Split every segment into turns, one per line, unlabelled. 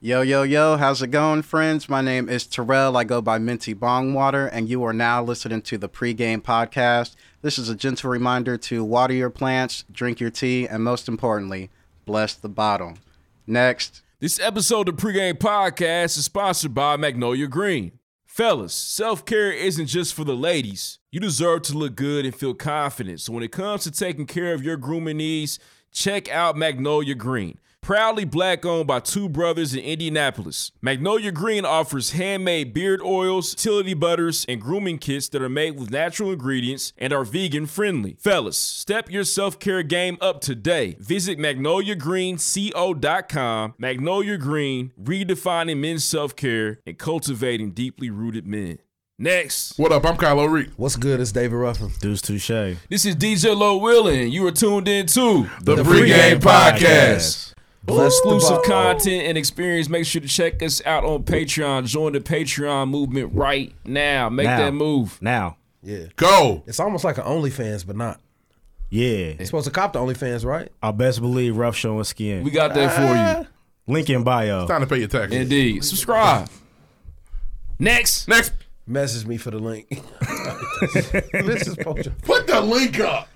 Yo, yo, yo, how's it going, friends? My name is Terrell. I go by Minty Bongwater, and you are now listening to the pregame podcast. This is a gentle reminder to water your plants, drink your tea, and most importantly, bless the bottle. Next.
This episode of Pregame Podcast is sponsored by Magnolia Green. Fellas, self care isn't just for the ladies. You deserve to look good and feel confident. So when it comes to taking care of your grooming needs, check out Magnolia Green. Proudly black owned by two brothers in Indianapolis, Magnolia Green offers handmade beard oils, utility butters, and grooming kits that are made with natural ingredients and are vegan friendly. Fellas, step your self care game up today. Visit magnoliagreenco.com. Magnolia Green, redefining men's self care and cultivating deeply rooted men. Next,
What up? I'm Kylo Reed.
What's good? It's David Ruffin.
Deuce Touche.
this is DJ Low Willin. You are tuned in to
The,
Pregame
Pregame
Podcast.
Podcast.
Bless the
exclusive
bottle.
content and experience. Make sure to check us out on Patreon. Join the Patreon movement right now. Make
Now.
that move.
Now.
Go.
It's almost like an OnlyFans, but not.
Yeah.
You're supposed to cop the OnlyFans, right?
I best believe rough showing skin. Ah.
We got that for
Link in bio.
Time to pay your
you.
taxes.
Indeed. Subscribe. Next.
Next,
Message me for the link. this is Pojo.
put the link up.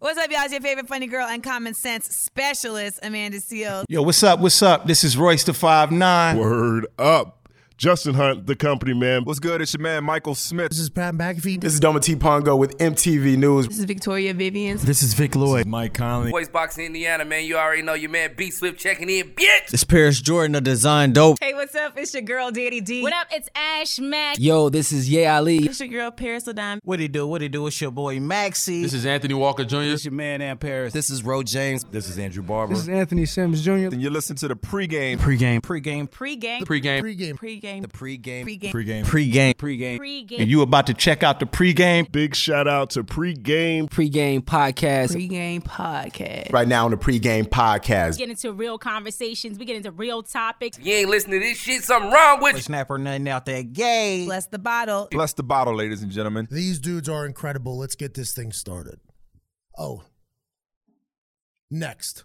What's up, y'all? It's your favorite funny girl and common sense specialist, Amanda Seals.
Yo, what's up? What's up? This is Royce the Five Nine.
Word up. Justin Hunt, the company man.
What's good? It's your man Michael Smith.
This is Pat McAfee.
This is Doma T. Pongo with MTV News.
This is Victoria Vivian.
This is Vic Lloyd. Mike Conley.
Voice Boxing Indiana, man. You already know your man B Swift checking in, bitch.
This Paris Jordan of Design
Oh.
Dope.
Hey, what's up? It's your girl, Daddy D.
up? It's Ash Mack.
Yo, this is Ye Ali.
It's your girl, Paris Ladon.
What he do? What he do? It's your boy Maxie.
This is Anthony Walker Jr.
your man Ann Paris.
This is Ro James.
This is Andrew Barber. This is
And you listen to the pregame.
pregame. Pregame.
Pre-game.
Pre-game.
Pre-game.
Pre-game.
Pre-game.
Pregame. Pregame. Pregame.
Pre-game.
And you about to check out the pregame.
Big shout out to pregame.
Pregame podcast.
Pre-game podcast.
Right now on the pregame podcast.
Get into real conversations. We get into real topics. You ain't listening to this shit, something wrong with you.
Snap or nothing out there. Yay.
Bless the bottle.
Bless the bottle, ladies and gentlemen.
These dudes are incredible. Let's get this thing started. Oh. Next.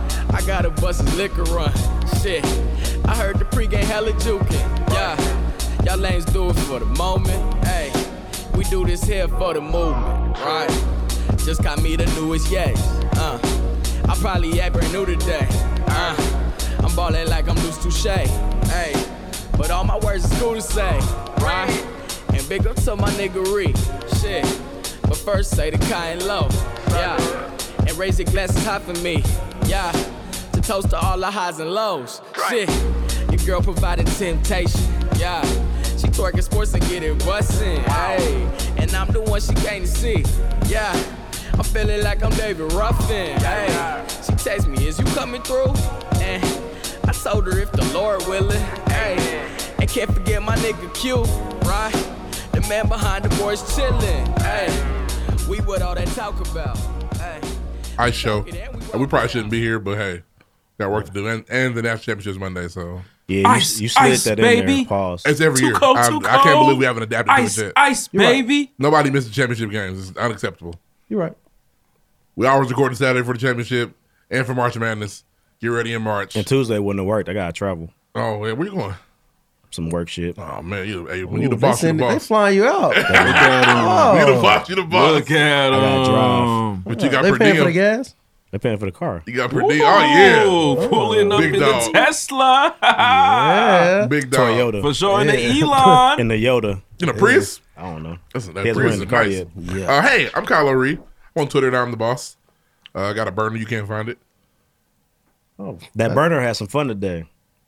I got a busted liquor run. Shit. I heard the pregame hella jukin'. Yeah. Y'all lanes do it for the moment. Hey, we do this here for the movement. Right. Just got me the newest yes. Uh, I probably act brand new today. Uh, I'm ballin' like I'm loose touche. Hey, but all my words is cool to say, right? And big up to my niggery, shit. But first say the kind low, yeah. And raise your glasses high for me, yeah. To toast to all the highs and lows, shit. Your girl provided temptation, yeah. She twerking sports and getting bustin', hey. And I'm the one she came to see, yeah. I'm feeling like I'm David Ruffin. Hey, she text me, is you coming through? And I told her if the Lord willing. Hey, and can't forget my nigga Q, right? The man behind the boys chillin'. Hey, we what all that talk about. Hey,
Ice show. And we probably shouldn't be here, but hey, got work to do. And, and the national championships Monday, so
Yeah, you,
Ice,
you slid
ice,
that in
baby.
there. Pause.
it's every
Too
year.
cold,
I,
too
I can't
cold.
believe we haven't adapted
Ice,
to this shit.
ice, baby.
Nobody misses championship games. It's unacceptable.
You're right.
We always recording Saturday for the championship and for March Madness. Get ready in March.
And Tuesday wouldn't have worked. I gotta travel.
Oh, where we going?
Some work shit.
Oh man, you, hey, when you the boss, you the
they
boss.
flying you out.
You the boss, you the boss.
Look at
I gotta drive.
him.
But you got
they
per
paying for
diem.
the gas.
They're paying for the car.
You got per diem. Oh
Ooh, Pulling up
Big
in
dog.
the Tesla.
Yeah.
yeah, big dog.
Toyota.
For sure, in the
Yeah.
Elon.
And the Yoda.
In a Prius.
I don't know.
That's, that
He hasn't
Prius
rented
is
the car
nice.
yet.
Yeah.
Uh, hey, I'm Kylo Reed. I'm on Twitter and I'm the boss. Uh, I got a burner. You can't find it.
Oh, that burner had some fun today.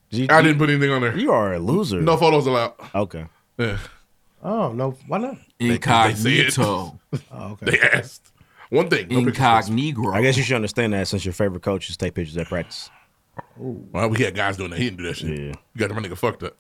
You,
I didn't put anything on there.
you are a loser.
No photos allowed.
Okay.
Yeah.
Oh no, why not?
They see it.
Incognito.
Oh, okay.
They asked. One thing.
Incognito. I guess you should understand that since your favorite coaches take pictures at practice.
Well, we had guys doing that. He didn't do that shit. Yeah. You got my nigga fucked up.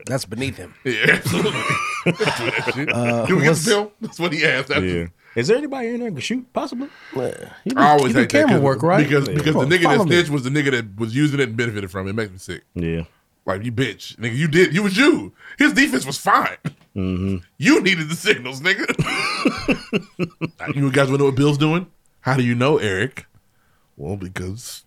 That's beneath him.
Yeah, absolutely. Don't do that shit.
Uh,
you get
what's-
the bill? That's what he asked. That's-
Yeah. Is there anybody in there that can shoot? Possibly.
I always hate that 'cause- Because
Yeah.
because the
Fuck,
nigga
follow
that
me.
snitched was the nigga that was using it and benefited from it. It makes me sick.
Yeah.
Like you bitch, nigga, you did. You was you. His defense was fine.
Mm-hmm.
You needed the signals, nigga. you guys want to know what Bill's doing? How do you know, Eric? Well, because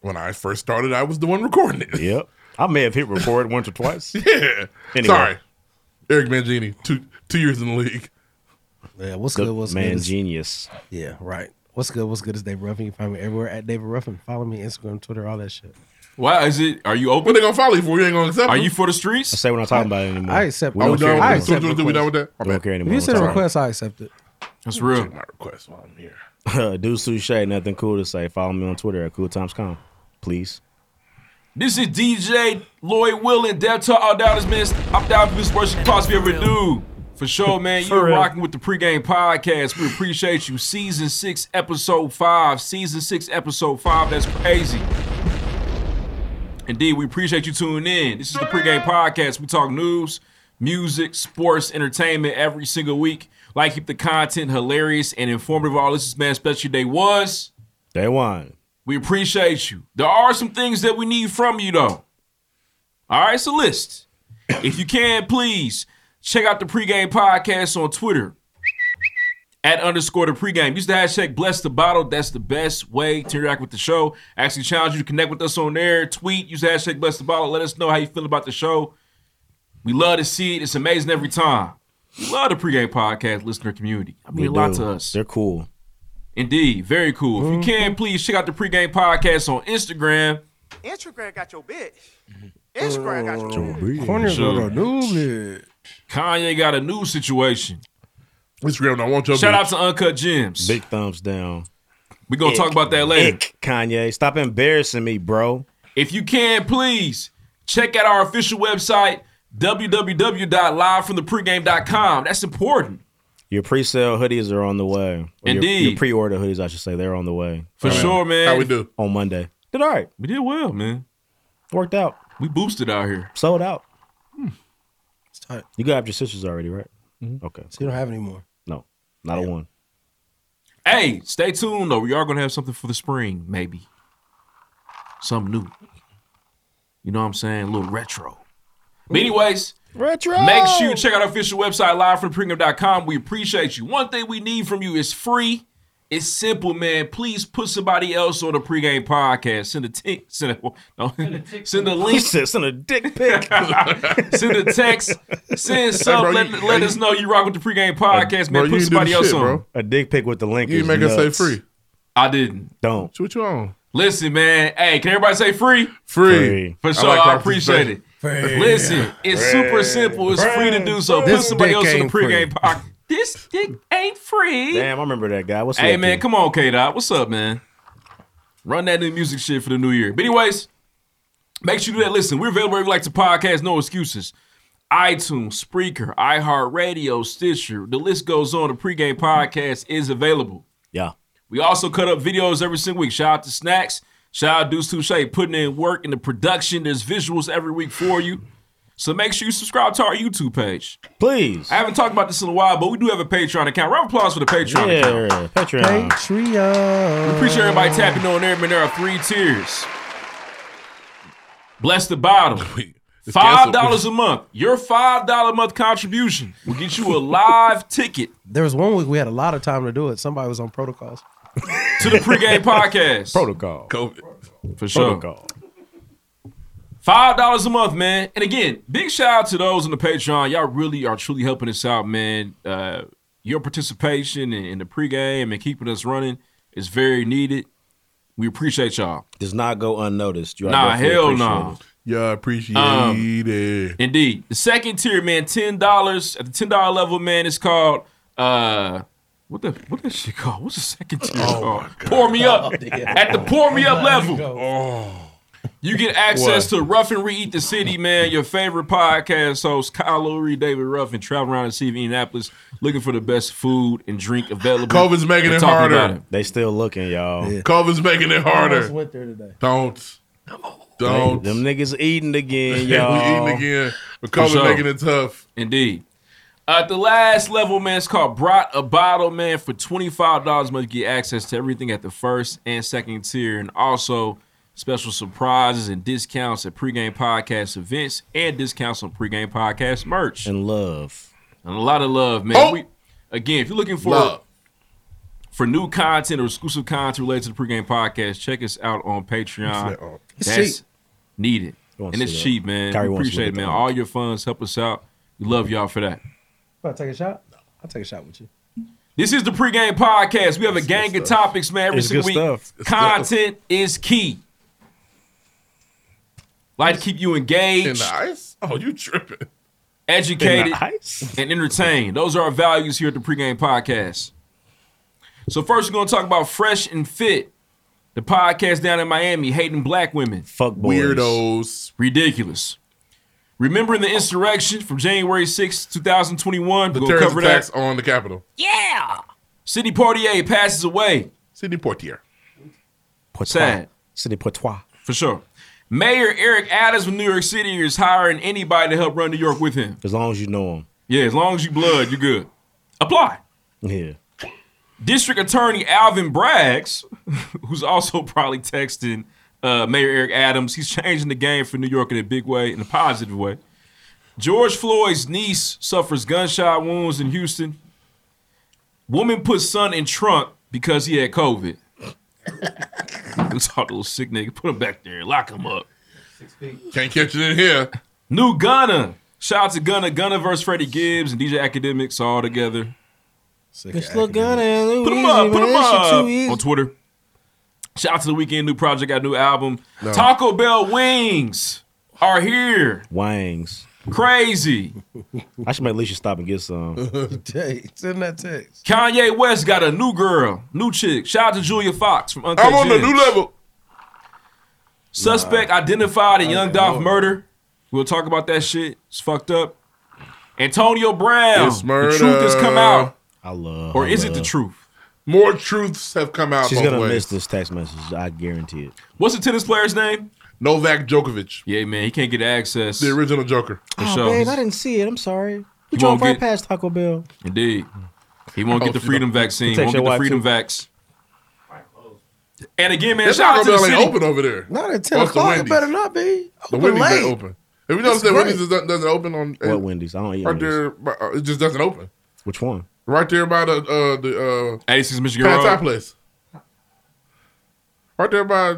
when I first started, I was the one recording it.
Yep. I may have hit record once or twice.
yeah.
Anyway.
Sorry, Eric Mangini. Two two years in the league.
Yeah, what's
The
good? What's
man
good? is-
genius.
Yeah, right. What's good? What's good is Dave Ruffin. You can find me everywhere at David Ruffin. Follow me Instagram, Twitter, all that shit.
Why is it? Are you open?
What they gonna follow you for? You ain't gonna accept
Are
them?
you for the streets?
I say we're not talking about it anymore.
I accept-
We
Oh,
don't
no,
care
I
anymore.
accept Do- do- do we done with that?
We don't care
If
anymore.
you send a
We're talking-
request, I accept it.
That's
real. My request while I'm here.
Do Suchet, nothing cool to say. Follow me on Twitter at cooltimescom. Please.
This is DJ Lloyd Will and Dev Talk. All doubters, man. I'm down for this worship cost me every dude. For sure, man. You're rocking with the pregame podcast. We appreciate you. Season six, episode five. Season six, episode five. That's crazy. Indeed, we appreciate you tuning in. This is the pregame podcast. We talk news, music, sports, entertainment every single week. Like keep the content hilarious and informative. All this is man special day was.
Day one.
We appreciate you. There are some things that we need from you though. All right, it's a list. If you can, please check out the pregame podcast on Twitter at underscore the pregame. Use the hashtag bless the bottle. That's the best way to interact with the show. Actually, challenge you to connect with us on there. Tweet, use the hashtag bless the bottle. Let us know how you feel about the show. We love to see it. It's amazing every time. We love the pregame podcast listener community. I mean,
We
a lot
do.
to us.
They're cool. Mm-hmm.
Indeed, very cool. If you can, please check out the pregame podcast on Instagram.
Instagram got your bitch. Instagram got your bitch.
Corner
Sure.
got a new
Kanye got a new situation.
Instagram, I want your
Shout
bitch.
out to Uncut Gems.
Big thumbs down.
We gonna talk about that later.
Ick, Kanye, stop embarrassing me, bro.
If you can, please check out our official website, www.livefromthepregame.com. That's important.
Your pre-sale hoodies are on the way. Or your- Your,
Indeed.
pre-order hoodies, I should say, they're on the way.
For sure, man. How we do?
On Monday. Did all right.
We did well, man.
Worked out.
We boosted out here. Hmm.
Sold out.
tight. Mm-hmm.
You got your sisters already, right? Okay.
So you don't have any more.
No, not a one.
Hey, stay tuned though. We are gonna have something for the spring, maybe. Something new. You know what I'm saying? A little retro. But anyways,
retro.
Make sure you check out our official website, livefromthepregame.com. We appreciate you. One thing we need from you is free. It's simple, man. Please put somebody else on the pregame podcast. Send a tick. Send a, no, send a link.
Send a dick pic.
send a text. Send
Hey,
some.
bro,
let
you-
let
you-
us know you rock with the pregame podcast, man. Put somebody else on.
A dick pic with the link.
You
is
make us say
nuts.
free. I didn't.
Don't.
What you on?
Listen, man. Hey, can everybody say free?
Free.
For
I
sure. I,
like our
appreciate it.
participation.
Listen, it's
Free.
super simple. It's free to do so. Put
This
somebody
dick
else in the
ain't free.
pregame podcast. This dick ain't free.
Damn, I remember that guy. What's
hey,
up,
man,
dude?
come on, K Dot. What's up, man? Run that new music shit for the new year. But, anyways, make sure you do that. Listen, we're available if you like to podcast, no excuses. iTunes, Spreaker, iHeartRadio, Stitcher. The list goes on. The pregame podcast is available.
Yeah.
We also cut up videos every single week. Shout out to Snacks. Shout out to Deuce Touche putting in work in the production. There's visuals every week for you. So make sure you subscribe to our YouTube page.
Please.
I haven't talked about this in a while, but we do have a Patreon account. Round of applause for the Patreon account.
Yeah, Patreon.
Patreon.
We appreciate everybody tapping on there, man. There are three tiers. Bless the bottom.
it's
Five
canceled.
dollars a month. Your five dollar a month contribution will get you a live ticket
There was one week we had a lot of time to do it. Somebody was on protocols.
to the pregame podcast.
Protocol.
COVID. For sure. Five dollars a month, man. And again, big shout out to those on the Patreon. Y'all really are truly helping us out, man. Uh, your participation in, in the pregame and keeping us running is very needed. We appreciate y'all.
Does not go unnoticed. You are
Nah,
definitely
hell no.
appreciated.
Y'all appreciate
Um,
it.
Indeed. The second tier, man, ten dollars at the ten dollar level, man, it's called uh what the what that shit called?
Oh,
What's the second tier called? Pour me up at the pour me up level. Oh. You get access to Rough and Reeat the City, man. Your favorite podcast host, Kyle Lowry, David Ruffin, travel around the city of Indianapolis looking for the best food and drink available.
COVID's making
and
it
talking
harder.
about it.
They still looking, y'all.
Yeah. COVID's making it harder. I almost
went
there today.
Don't. Don't.
Them niggas eating again,
We
y'all.
eating again. But COVID's making it tough.
Indeed. Uh, At the last level, man, it's called Brought a Bottle, man. For $25, man, you get access to everything at the first and second tier, and also special surprises and discounts at pregame podcast events and discounts on pregame podcast merch.
And love.
And a lot of love, man.
Oh.
We, again, if you're looking for
Love.
for new content or exclusive content related to the pregame podcast, check us out on
It's
Patreon.
cheap.
That's needed.
wants
And
to
it's
see that.
cheap, man.
Kyrie
We
wants to
appreciate
look
it,
at
man.
that.
All your funds help us out. We love y'all for that.
About to take a shot? I'll take a shot with you.
This is the pregame podcast. We have a gang of topics, man. Every
It's
single
good
week,
stuff. It's
content is key. Like to keep you engaged,
In the ice? Oh, you tripping.
educated,
In the
and entertained. Those are our values here at the pregame podcast. So first, we're gonna talk about Fresh and Fit, the podcast down in Miami, hating black women,
fuck
boys. weirdos,
ridiculous. Remembering the insurrection from January 6, 2021.
The
We're gonna
terrorist
cover
attacks
that.
on the Capitol.
Yeah. Sidney Portier passes away.
Sidney Portier.
Sad.
City Poitois.
For sure. Mayor Eric Adams from New York City is hiring anybody to help run New York with him.
As long as you know them.
Yeah, as long as you blood, you're good. Apply.
Yeah.
District Attorney Alvin Braggs, who's also probably texting uh, Mayor Eric Adams, he's changing the game for New York in a big way, in a positive way. George Floyd's niece suffers gunshot wounds in Houston. Woman puts son in trunk because he had COVID. Who taught little sick nigga? Put him back there. Lock him up.
Can't catch it in here.
New Gunna. Shout out to Gunna. Gunna versus Freddie Gibbs and DJ Academics all together.
It's look good and
Put them up. Put them up on Twitter. Shout out to the weekend. New project. Got a new album.
No.
Taco Bell wings are here.
Wangs.
Crazy.
I should make Alicia stop and get some.
Send that text.
Kanye West got a new girl, new chick. Shout out to Julia Fox from Uncut
I'm on the
Gems.
new level.
Suspect identified in Young Dolph murder. We'll talk about that shit. It's fucked up. Antonio Brown.
It's
The truth has come
murder.
out.
I love.
Or
I
is it the
love.
truth?
More truths have come out.
She's
both
gonna
ways.
miss this text message. I guarantee it.
What's the tennis player's name?
Novak Djokovic.
Yeah, man, he can't get access.
The original Joker.
Oh,
For sure.
Oh, didn't see it. I'm sorry.
You drove won't right get-
past Taco Bell.
Indeed. He won't
Oh,
get the freedom vaccine.
Protect
Won't
your
get the
wife,
freedom
too.
vax. And again, man,
That
shout out
Taco
to the
Bell
city.
ain't open over there.
Not at 10
What's the
o'clock. It
Wendy's?
better not be.
The
Open
Wendy's
late.
ain't open. Have you
That's
noticed that
great.
Wendy's doesn't, doesn't open on
What Wendy's? I don't eat
right
Wendy's.
there? by- uh, It just doesn't open.
Which one?
Right there by the uh, the uh,
86 Michigan
Pad Thai
Road.
place. Right there by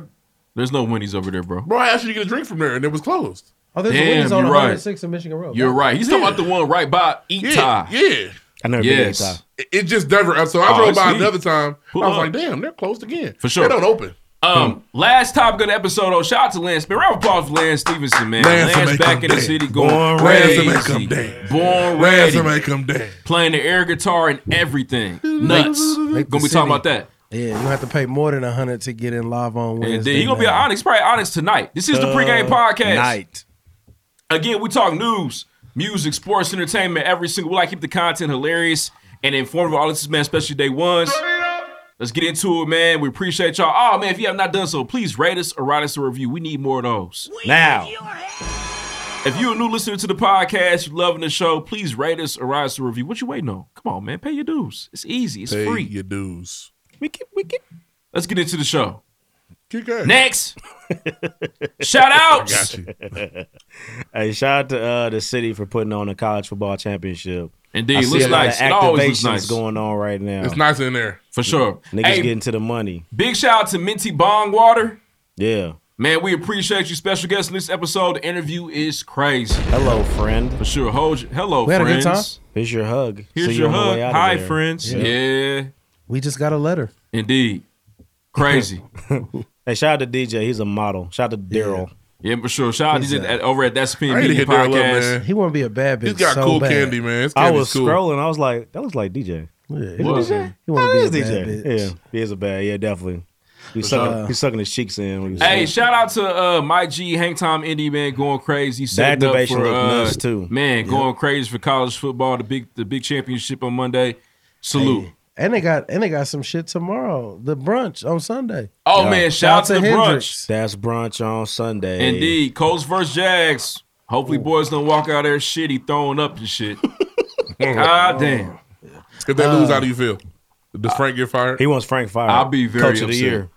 There's no Wendy's over there, bro.
bro. I asked you to get a drink from there and it was closed.
Oh,
there's a Damn, Wendy's on you're right. 106
in Michigan Road.
You're right. He's talking about the one right by Eat
Yeah,
Thai.
yeah.
I never
Yes.
been to
It- It just never. So I
Oh,
drove
it's
by
neat.
another time.
Pull
I was
up.
like, damn, they're closed again.
uh, For sure.
they don't open. Hmm.
Um, last topic of the episode. Oh, shout out to Lance. Man, round of applause for Lance Stevenson, man.
Lance
Lance,
to make
back
them
in the
dance.
city going
Born ready to
crazy.
make them dance.
Born
Ready
ready.
to make them dance.
Playing the air guitar and everything. Nuts.
Make the
Gonna be
city.
talking about that.
Yeah, you have to pay more than 100 to get in live on
And
Wednesday.
then he gonna be
night.
an Onyx, probably Onyx tonight. This is the pregame podcast.
Tonight.
Again, we talk news, music, sports, entertainment, every single. We like to keep the content hilarious and informative. All this is man, especially day ones. Let's get into it, man. We appreciate y'all. Oh man, if you have not done so, please rate us or write us a review. We need more of those.
Now.
If you're a new listener to the podcast, you loving the show, please rate us or write us a review. What you waiting on? Come on, man. Pay your dues. It's easy. It's
Pay
free.
your dues.
We get, we get. Let's get into the show.
Kick ass.
Next. Shout outs.
Hey, shout out to uh, the city for putting on the college football championship.
Indeed,
I
it
see
looks
a lot of
nice. It always looks
activations
nice.
going on right now.
It's nice in there.
For sure.
Niggas
Hey.
getting to the money.
Big shout out to Minty Bong Water.
Yeah.
Man, we appreciate you. Special guest in this episode. The interview is crazy.
Hello, friend.
For sure. Hold you. Hello,
We had a good
friends.
time.
Here's your hug.
Here's
See you
your
on the
hug.
way out of
Hi,
there.
friends. Yeah.
We just got a letter.
Indeed. Crazy.
Hey, shout out to DJ. He's a model. Shout out to Daryl.
Yeah, for sure. Shout out to DJ at- over at That's Spin
I need to
Media
hit Daryl up,
Podcast.
He want to be a bad bitch.
He's got
so
cool
bad.
candy,
man.
I was scrolling. I was like, that looks like DJ.
Yeah,
Is
he
it
wanna-
DJ?
He want
That
to
is
be a
DJ.
bad bitch.
Yeah, he is a bad. Yeah, definitely. He's sucking, he's sucking his cheeks in. When he was
Hey, shout out to uh, Mike G, Hang Time Indie man, going crazy. He's setting up
activation
for,
looked
uh,
nuts, too.
Man,
Yep.
going crazy for college football, the big the big championship on Monday. Salute.
And they got and they got some shit tomorrow. The brunch on Sunday.
Oh, man, shout out to the
Hendrix.
brunch.
That's brunch on Sunday.
Indeed, Colts versus Jags. Hopefully, boys don't walk out there shitty throwing up and shit. God damn.
If they lose, how do you feel? Does Frank get fired?
Uh, He wants Frank fired.
I'll be very
Coach of the
upset.
year.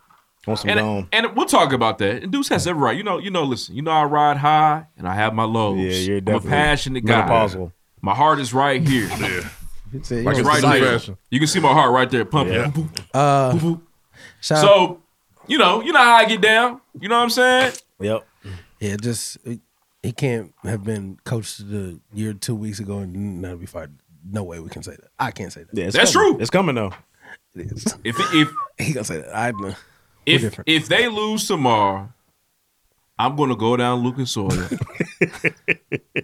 Want some
and, and we'll talk about that. And Deuce has every right. You know, you know. Listen, you know, I ride high and I have my lows. Yeah, you're
definitely
I'm a passionate guy.
menopausal.
My heart is right here.
He said he
Like it's
wants
right
to see
there.
fashion.
You can see my heart right there pumping.
Yeah.
Boop,
Uh,
boop, boop.
shout out-
So, you know, you know how I get down. You know what I'm saying?
Yep.
Yeah, just he- he can't have been coached the year two weeks ago and not be fired. No way we can say that. I can't say that.
Yeah, it's That's coming. true. It's coming though.
It is.
If if
he gonna say that, I know. We're
If
different.
if they lose tomorrow, I'm gonna go down looking Sawyer.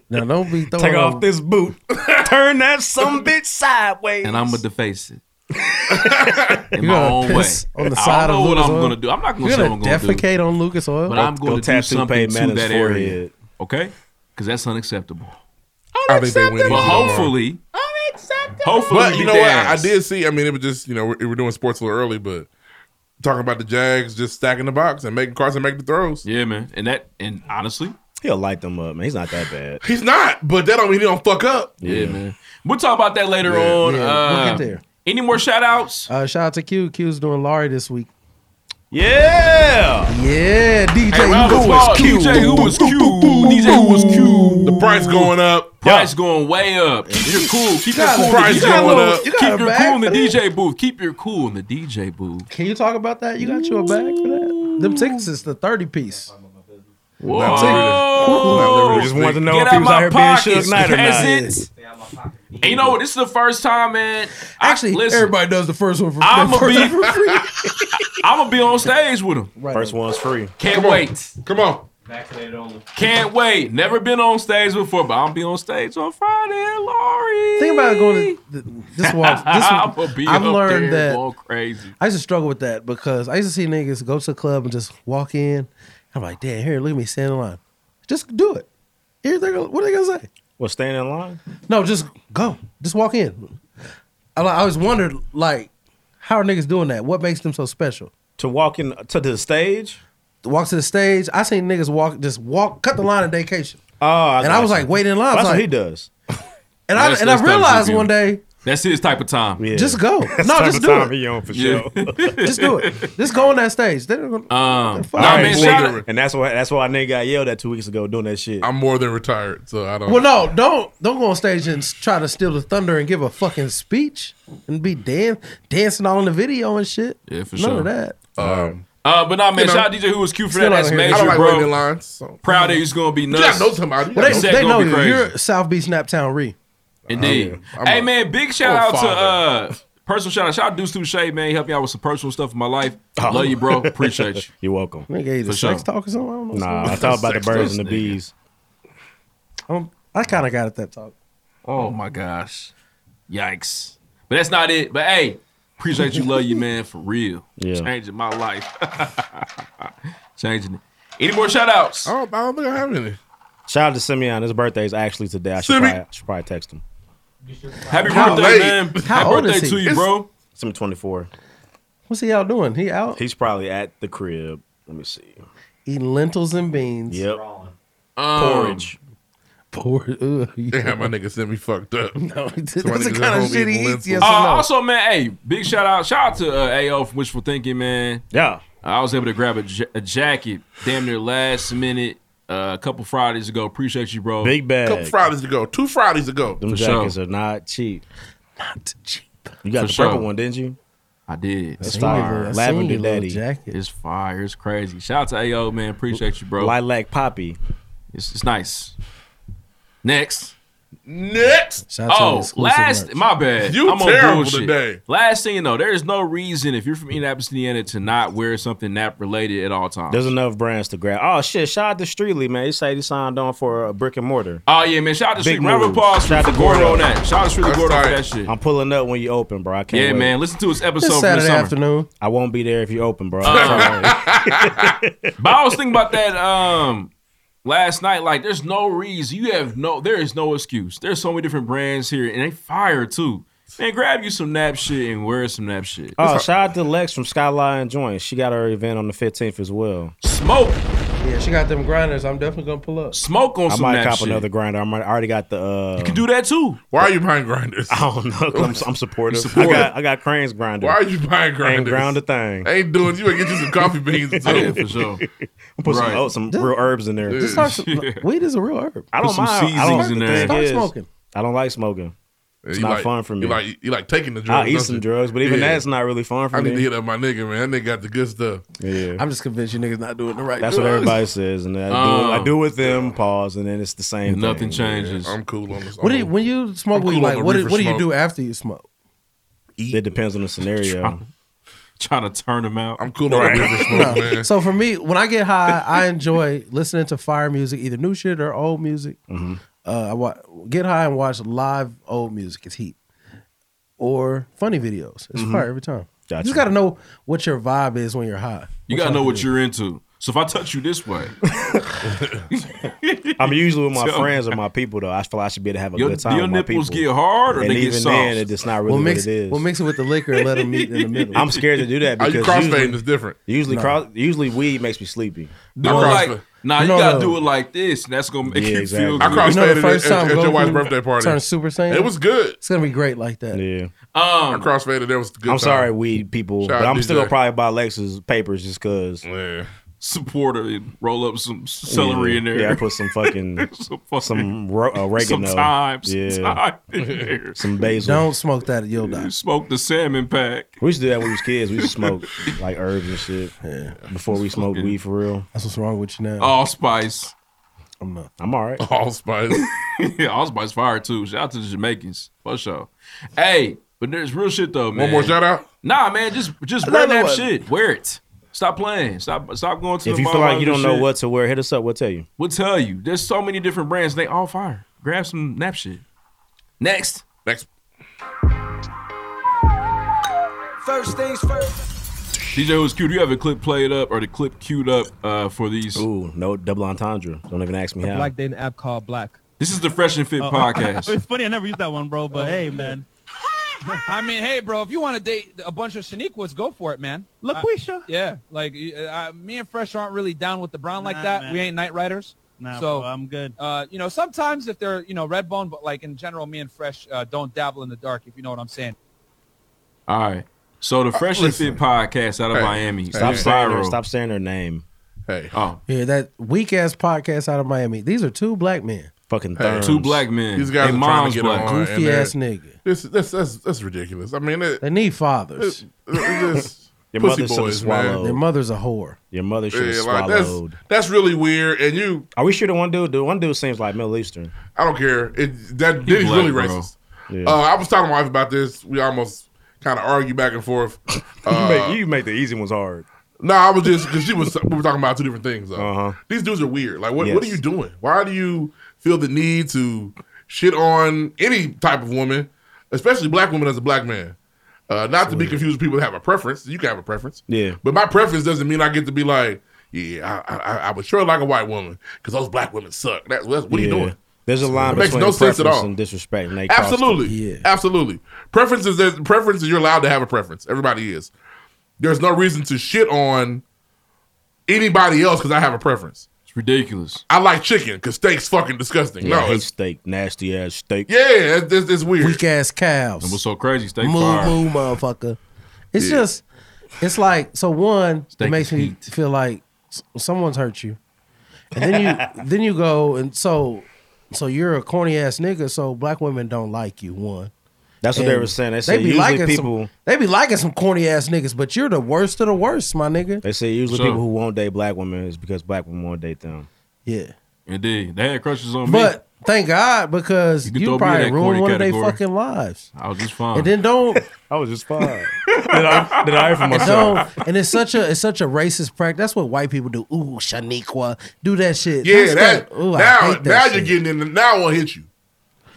now don't be throwing
Take
no-
off this boot. Turn that some bitch sideways.
and I'm gonna deface it. In
You
my
gonna
own way.
piss on the
I
side
don't
of
know what
Lucas
I'm
Oil?
gonna do. I'm not gonna
You're
say what I'm gonna do.
defecate on Lucas Oil.
But I'm going to do something to that area. Okay? Because that's unacceptable.
I think they win.
But
easy tomorrow.
hopefully, hopefully,
But
we
you
beat
know
their
what? I, I
ass.
did see. I mean, it was just you know we're, we're doing sports a little early, but talking about the Jags just stacking the box and making Carson make the throws.
Yeah, man. And that and honestly,
he'll light them up, man. He's not that bad.
He's not, but that don't mean he don't fuck up.
Yeah, man. We'll talk about that later
Yeah.
on.
Yeah,
uh,
we'll get there.
Any more shout outs?
Uh, shout out to Q. Q's doing Laurie this week.
Yeah.
Yeah, DJ.
Hey, round of
who
applause.
was Q?
DJ who was Q. DJ who was Q. The price going up. Price going way up. You're cool. Keep your
Got
cool.
a price
in the DJ
going
booth.
up. You got
Keep
a
your
bag
cool in the
for that?
DJ booth. Keep your cool in the DJ booth.
Can you talk about that? You got you a bag for that? Them tickets is the 30 piece.
Whoa.
Not literally.
Just wanted to know
Oh. Get
if he
out
was
my
out here being
pockets,
Suge Knight or not.
peasant. And you know what? This is the first time, man. Actually,
everybody does the first one for,
I'm
the
gonna
first
be,
one for free.
I'm gonna be on stage with him.
First one's free.
Can't
Come on.
wait. Come on. Can't wait. Never been on stage before, but I'll be on stage on Friday, Laurie.
Think about going to th- this walk. This
I'm gonna be
I've
up
learned
there
that
going crazy.
I used to struggle with that because I used to see niggas go to the club and just walk in. I'm like, damn, here, look at me standing in line. Just do it. Here they go. What are they gonna say?
What staying in line?
No, just go. Just walk in. I, I always wondered, like, how are niggas doing that? What makes them so special?
To walk in to the stage.
Walk to the stage. I seen niggas walk, just walk, cut the line of vacation.
Oh,
and I was like, waiting in line. I was
That's what
like-
he does.
And I
That's-
and I
that's type of
realized
people.
one day,
That's his type of time.
just go. no, just do it.
Yeah.
just do it. Just go on that stage. They're gonna,
Um,
Fuck. Nah, man, shout out-
and that's why that's why I nigga got yelled at two weeks ago doing that shit.
I'm more than retired, so I don't.
Well, no, don't don't go on stage and s- try to steal the thunder and give a fucking speech and be dan- dancing all in the video and shit.
Yeah, for
None
sure.
of that.
Um,
Uh, but nah, man,
You know,
shout out DJ who was cute for that.
still
That's
out here. I
major,
don't like
bro.
waiting in
lines, so-
Proud of you. It's gonna be nuts.
I know somebody.
Well,
That
they,
set
they
gonna be
know you.
crazy.
You're South Beach Naptown Re.
Indeed.
I'm
hey
a-
man, big shout
I'm a
out to
father.
uh personal shout out. Shout out Deuce Touche, man. He helped me out with some personal stuff in my life.
Oh.
Love you, bro. Appreciate you.
You're welcome.
Nigga, either sex talk or something. I don't know.
Nah, I
Something.
talk about the
Sex
birds
talk.
and the bees.
Um, I kind of got at that talk.
Oh my gosh. Yikes. But that's not it. But hey, appreciate you, love you, man, for real.
Yeah.
Changing my life. Changing it. Any more shout outs?
I don't, I don't think I have any.
Shout out to Simeon. His birthday is actually today. I should,
Simi.
probably, I should probably text him.
Happy birthday, man. Happy birthday to you, bro.
Simeon 24.
What's he out doing? He out
He's probably at the crib. Let me see.
eating lentils and beans.
Yep.
Um, Porridge.
Poor. Ugh,
Yeah, my nigga sent me fucked up.
No, that's
So my
the
niggas
kind
at
of
home
shit
eating
he eats,
lentils.
yes
Uh, also, man, hey, big shout out, shout out to uh, AO for wishful thinking, man.
Yeah,
I was able to grab a, ja- a jacket damn near last minute uh, a couple Fridays ago. Appreciate you, bro.
Big bag.
Couple Fridays ago, two Fridays ago.
Them
For
jackets
sure.
are not cheap.
Not cheap.
You got
For
the
sure.
purple one, didn't you?
I did.
It's fire. Lavender Daddy.
It's fire. It's crazy. Shout out to AO, man. Appreciate you, bro.
Lilac Poppy.
It's, it's nice. Next.
Next.
Shout out to the
Oh,
exclusive
last
merch.
my bad.
You
I'm on
terrible
bullshit.
today.
Last thing you know, there is no reason if you're from Indianapolis, Indiana, to not wear something nap related at all times.
There's enough brands to grab. Oh shit! Shout out to Streetly, man. He said he signed on for a brick and mortar.
Oh yeah, man! Shout out to
Big
Street. Round of
moves.
applause for
Shout out to
Gordo
Gordo.
on that. Shout out to Street
That's
Gordo for
right.
that shit.
I'm pulling up when you open, bro. I can't.
Yeah,
wait.
man. Listen to his episode from the
Saturday
summer. Uh,
afternoon. I won't be there if you open, bro.
but I was thinking about that um last night. Like, there's no reason. You have no. There is no excuse. There's so many different brands here, and they fire too. Man, grab you some nap shit and wear some nap shit.
oh, shout out to Lex from Skyline Joint. She got her event on the 15th as well.
Smoke.
Yeah, she got them grinders. I'm definitely gonna pull up.
Smoke
I might cop another grinder. I might. I already got the. Uh, you can
do that too.
Why are you buying grinders?
I don't know. 'cause I'm, I'm supportive. I got I got Crane's grinder.
Why are you buying grinders?
Ain't ground a thing.
Ain't doing. You ain't get you some coffee beans. Too.
Yeah, for sure. Put some oats, some real herbs in there.
Just like some, weed is a real herb.
I don't mind. I don't the thing
Stop
is,
smoking.
I don't like smoking. It's
you
not
like-
fun for me.
You like you like taking the drugs.
I eat
don't
some
you?
drugs, but even
Yeah.
that's not really fun for
I
me.
need to hit up my nigga, man. That nigga got the good stuff.
Yeah.
I'm just convinced you niggas not doing the right.
That's what everybody says, and I do, it, I do it with them. Pause, and then it's the same.
Oh. Nothing
thing.
changes.
I'm cool on this.
What do you, when you smoke
I'm
weed?
cool on
Like
the
what? do-
reefer
What do you
smoke.
do after you smoke?
It depends on the scenario.
Trying to turn them out.
I'm cool
on
No. So for me, when I get high, I enjoy listening to fire music, either new shit or old music.
Mm-hmm.
Uh, I wa- get high and watch live old music. It's heat or funny videos. It's
Mm-hmm.
Mhm.
fire every time. You
Gotcha.
just got to know what your vibe is when you're high.
You gotta know what you're into. So if I touch you this way,
I'm usually with my
Tell me.
friends or my people though. I feel I should be able to have a
Your-
good time.
your
with my
nipples
people.
get hard or
and
they get
even
soft?
then, it- it's not really
we'll mix
what it is.
We'll mix it with the liquor and let them meet in the middle.
I'm scared to do that
Are you
because
crossfading
usually-
is different?
Usually,
No.
cross, usually weed makes me sleepy.
do it like nah. You
No,
gotta
no.
do it like this, and that's gonna make
Yeah,
you
exactly.
feel.
I
Good.
crossfaded
You know the first time
at your
Goku
wife's birthday party.
turned Super Saiyan.
It was good.
It's gonna be great like that.
Yeah.
I
um,
crossfaded. That was a good.
I'm
time.
sorry, weed people,
Shout
but
out
I'm still
DJ.
gonna probably buy Lex's papers just cause.
Yeah.
Supporter, and roll up some celery in there.
Yeah, I put some fucking
some,
some,
fucking-
ro- uh, oregano,
some thyme, some
yeah,
thyme in there.
some basil.
Don't smoke that, you'll die.
Smoke the salmon pack.
We used to do that when we was kids. We used to smoke like herbs and shit before we smoked weed for real.
That's what's wrong with you now.
Allspice.
I'm not.
I'm all right.
Allspice.
yeah, Allspice fire too. Shout out to the Jamaicans for sure. Hey, but there's real shit though, man.
more shout out?
Nah, man, just just wear
Another
that
one.
shit. Wear it. Stop playing. Stop stop going to
If
the
you feel like
mall
you don't know
shit.
what to wear, hit us up. We'll tell you.
We'll tell you. There's so many different brands. They all fire. Grab some nap shit. Next.
Next.
First things first.
DJ was cute. Do you have a clip played up or the clip queued up uh, for these?
Ooh, no double entendre. Don't even ask me how.
Black dating app called Black.
This is the Fresh and Fit
Oh.
podcast.
it's funny, I never used that one, bro. But hey, man. I mean, hey, bro, if you want to date a bunch of Shaniquas, go for it, man. LaQuisha. yeah, like y- uh, I, me and Fresh aren't really down with the brown like
Nah,
that.
man.
We ain't night riders.
Nah,
so
bro, I'm good.
Uh, you know, sometimes if they're you know red bone, but like in general, me and Fresh uh, don't dabble in the dark. If you know what I'm saying.
all right. So the Fresh and Fit podcast out of
Hey.
Miami.
Stop
It's
saying her,
viral.
stop saying her name.
Hey,
oh,
Yeah, that weak ass podcast out of Miami. These are two black men.
fucking
Hey,
therms.
Two black men.
These guys
They
are trying
mom's
to get
black.
on. and
Goofy
they're-
ass nigga.
This that's that's that's ridiculous. I mean, it,
They need fathers.
it- it just
Your
pussy
mother should have
boys, man.
swallowed.
Their mother's a whore.
Your mother should have
Yeah, like, that's-
swallowed.
That's really weird. And you,
Are we sure the one dude? The one dude seems like Middle Eastern.
I don't care. It, that Diddy's
black,
really
bro.
racist.
Yeah.
Uh, I was talking to my wife about this. We almost kind of argue back and forth.
you,
Uh,
make, you make the easy ones hard.
no, I was just because she was. We were talking about two different things. Though. These dudes are weird. Like, what what are
Uh-huh. Yes.
you doing? Why do you feel the need to shit on any type of woman, especially black woman as a black man? Uh, not to be confused with people that have a preference. You can have a preference.
Yeah.
But my preference doesn't mean I get to be like, yeah, I, I, I would sure like a white woman because those black women suck. That's, that's what are you
Yeah.
doing?
There's a line
It makes
between
no sense at
preference
all.
and disrespect. and they cross the-
Absolutely, absolutely. Preference is that preference is you're allowed to have a preference. Everybody is. There's no reason to shit on anybody else because I have a preference.
It's ridiculous.
I like chicken because steak's fucking disgusting.
Yeah,
no,
hate
it's,
steak, nasty ass steak.
yeah, it's, it's, it's weird.
Weak ass cows.
And what's so crazy? Stay
moo
fire.
moo motherfucker. It's
Yeah.
just it's like so one
Steak
it makes me feel like s- someone's hurt you. And then you then you go and so so you're a corny ass nigga, so black women don't like you, one.
That's what
And
they were saying. They said usually
liking
people-
some, they be liking some corny ass niggas, but you're the worst of the worst, my nigga.
They say usually
So-
people who won't date black women is because black women won't date them.
Yeah.
Indeed. They had crushes on me.
But Thank God, because
could
you,
throw me in
probably
that
ruined
Corey
one of
category.
their fucking lives.
I was just fine.
And then don't.
I was just fine. Did I, did I hear from
And
myself?
don't- and it's such a it's such a racist practice. That's what white people do. Ooh, Shaniqua, do that shit.
Yeah,
That's
that,
Ooh, I
now
hate that
now
shit.
you're getting in. The, now uh, I want to hit you.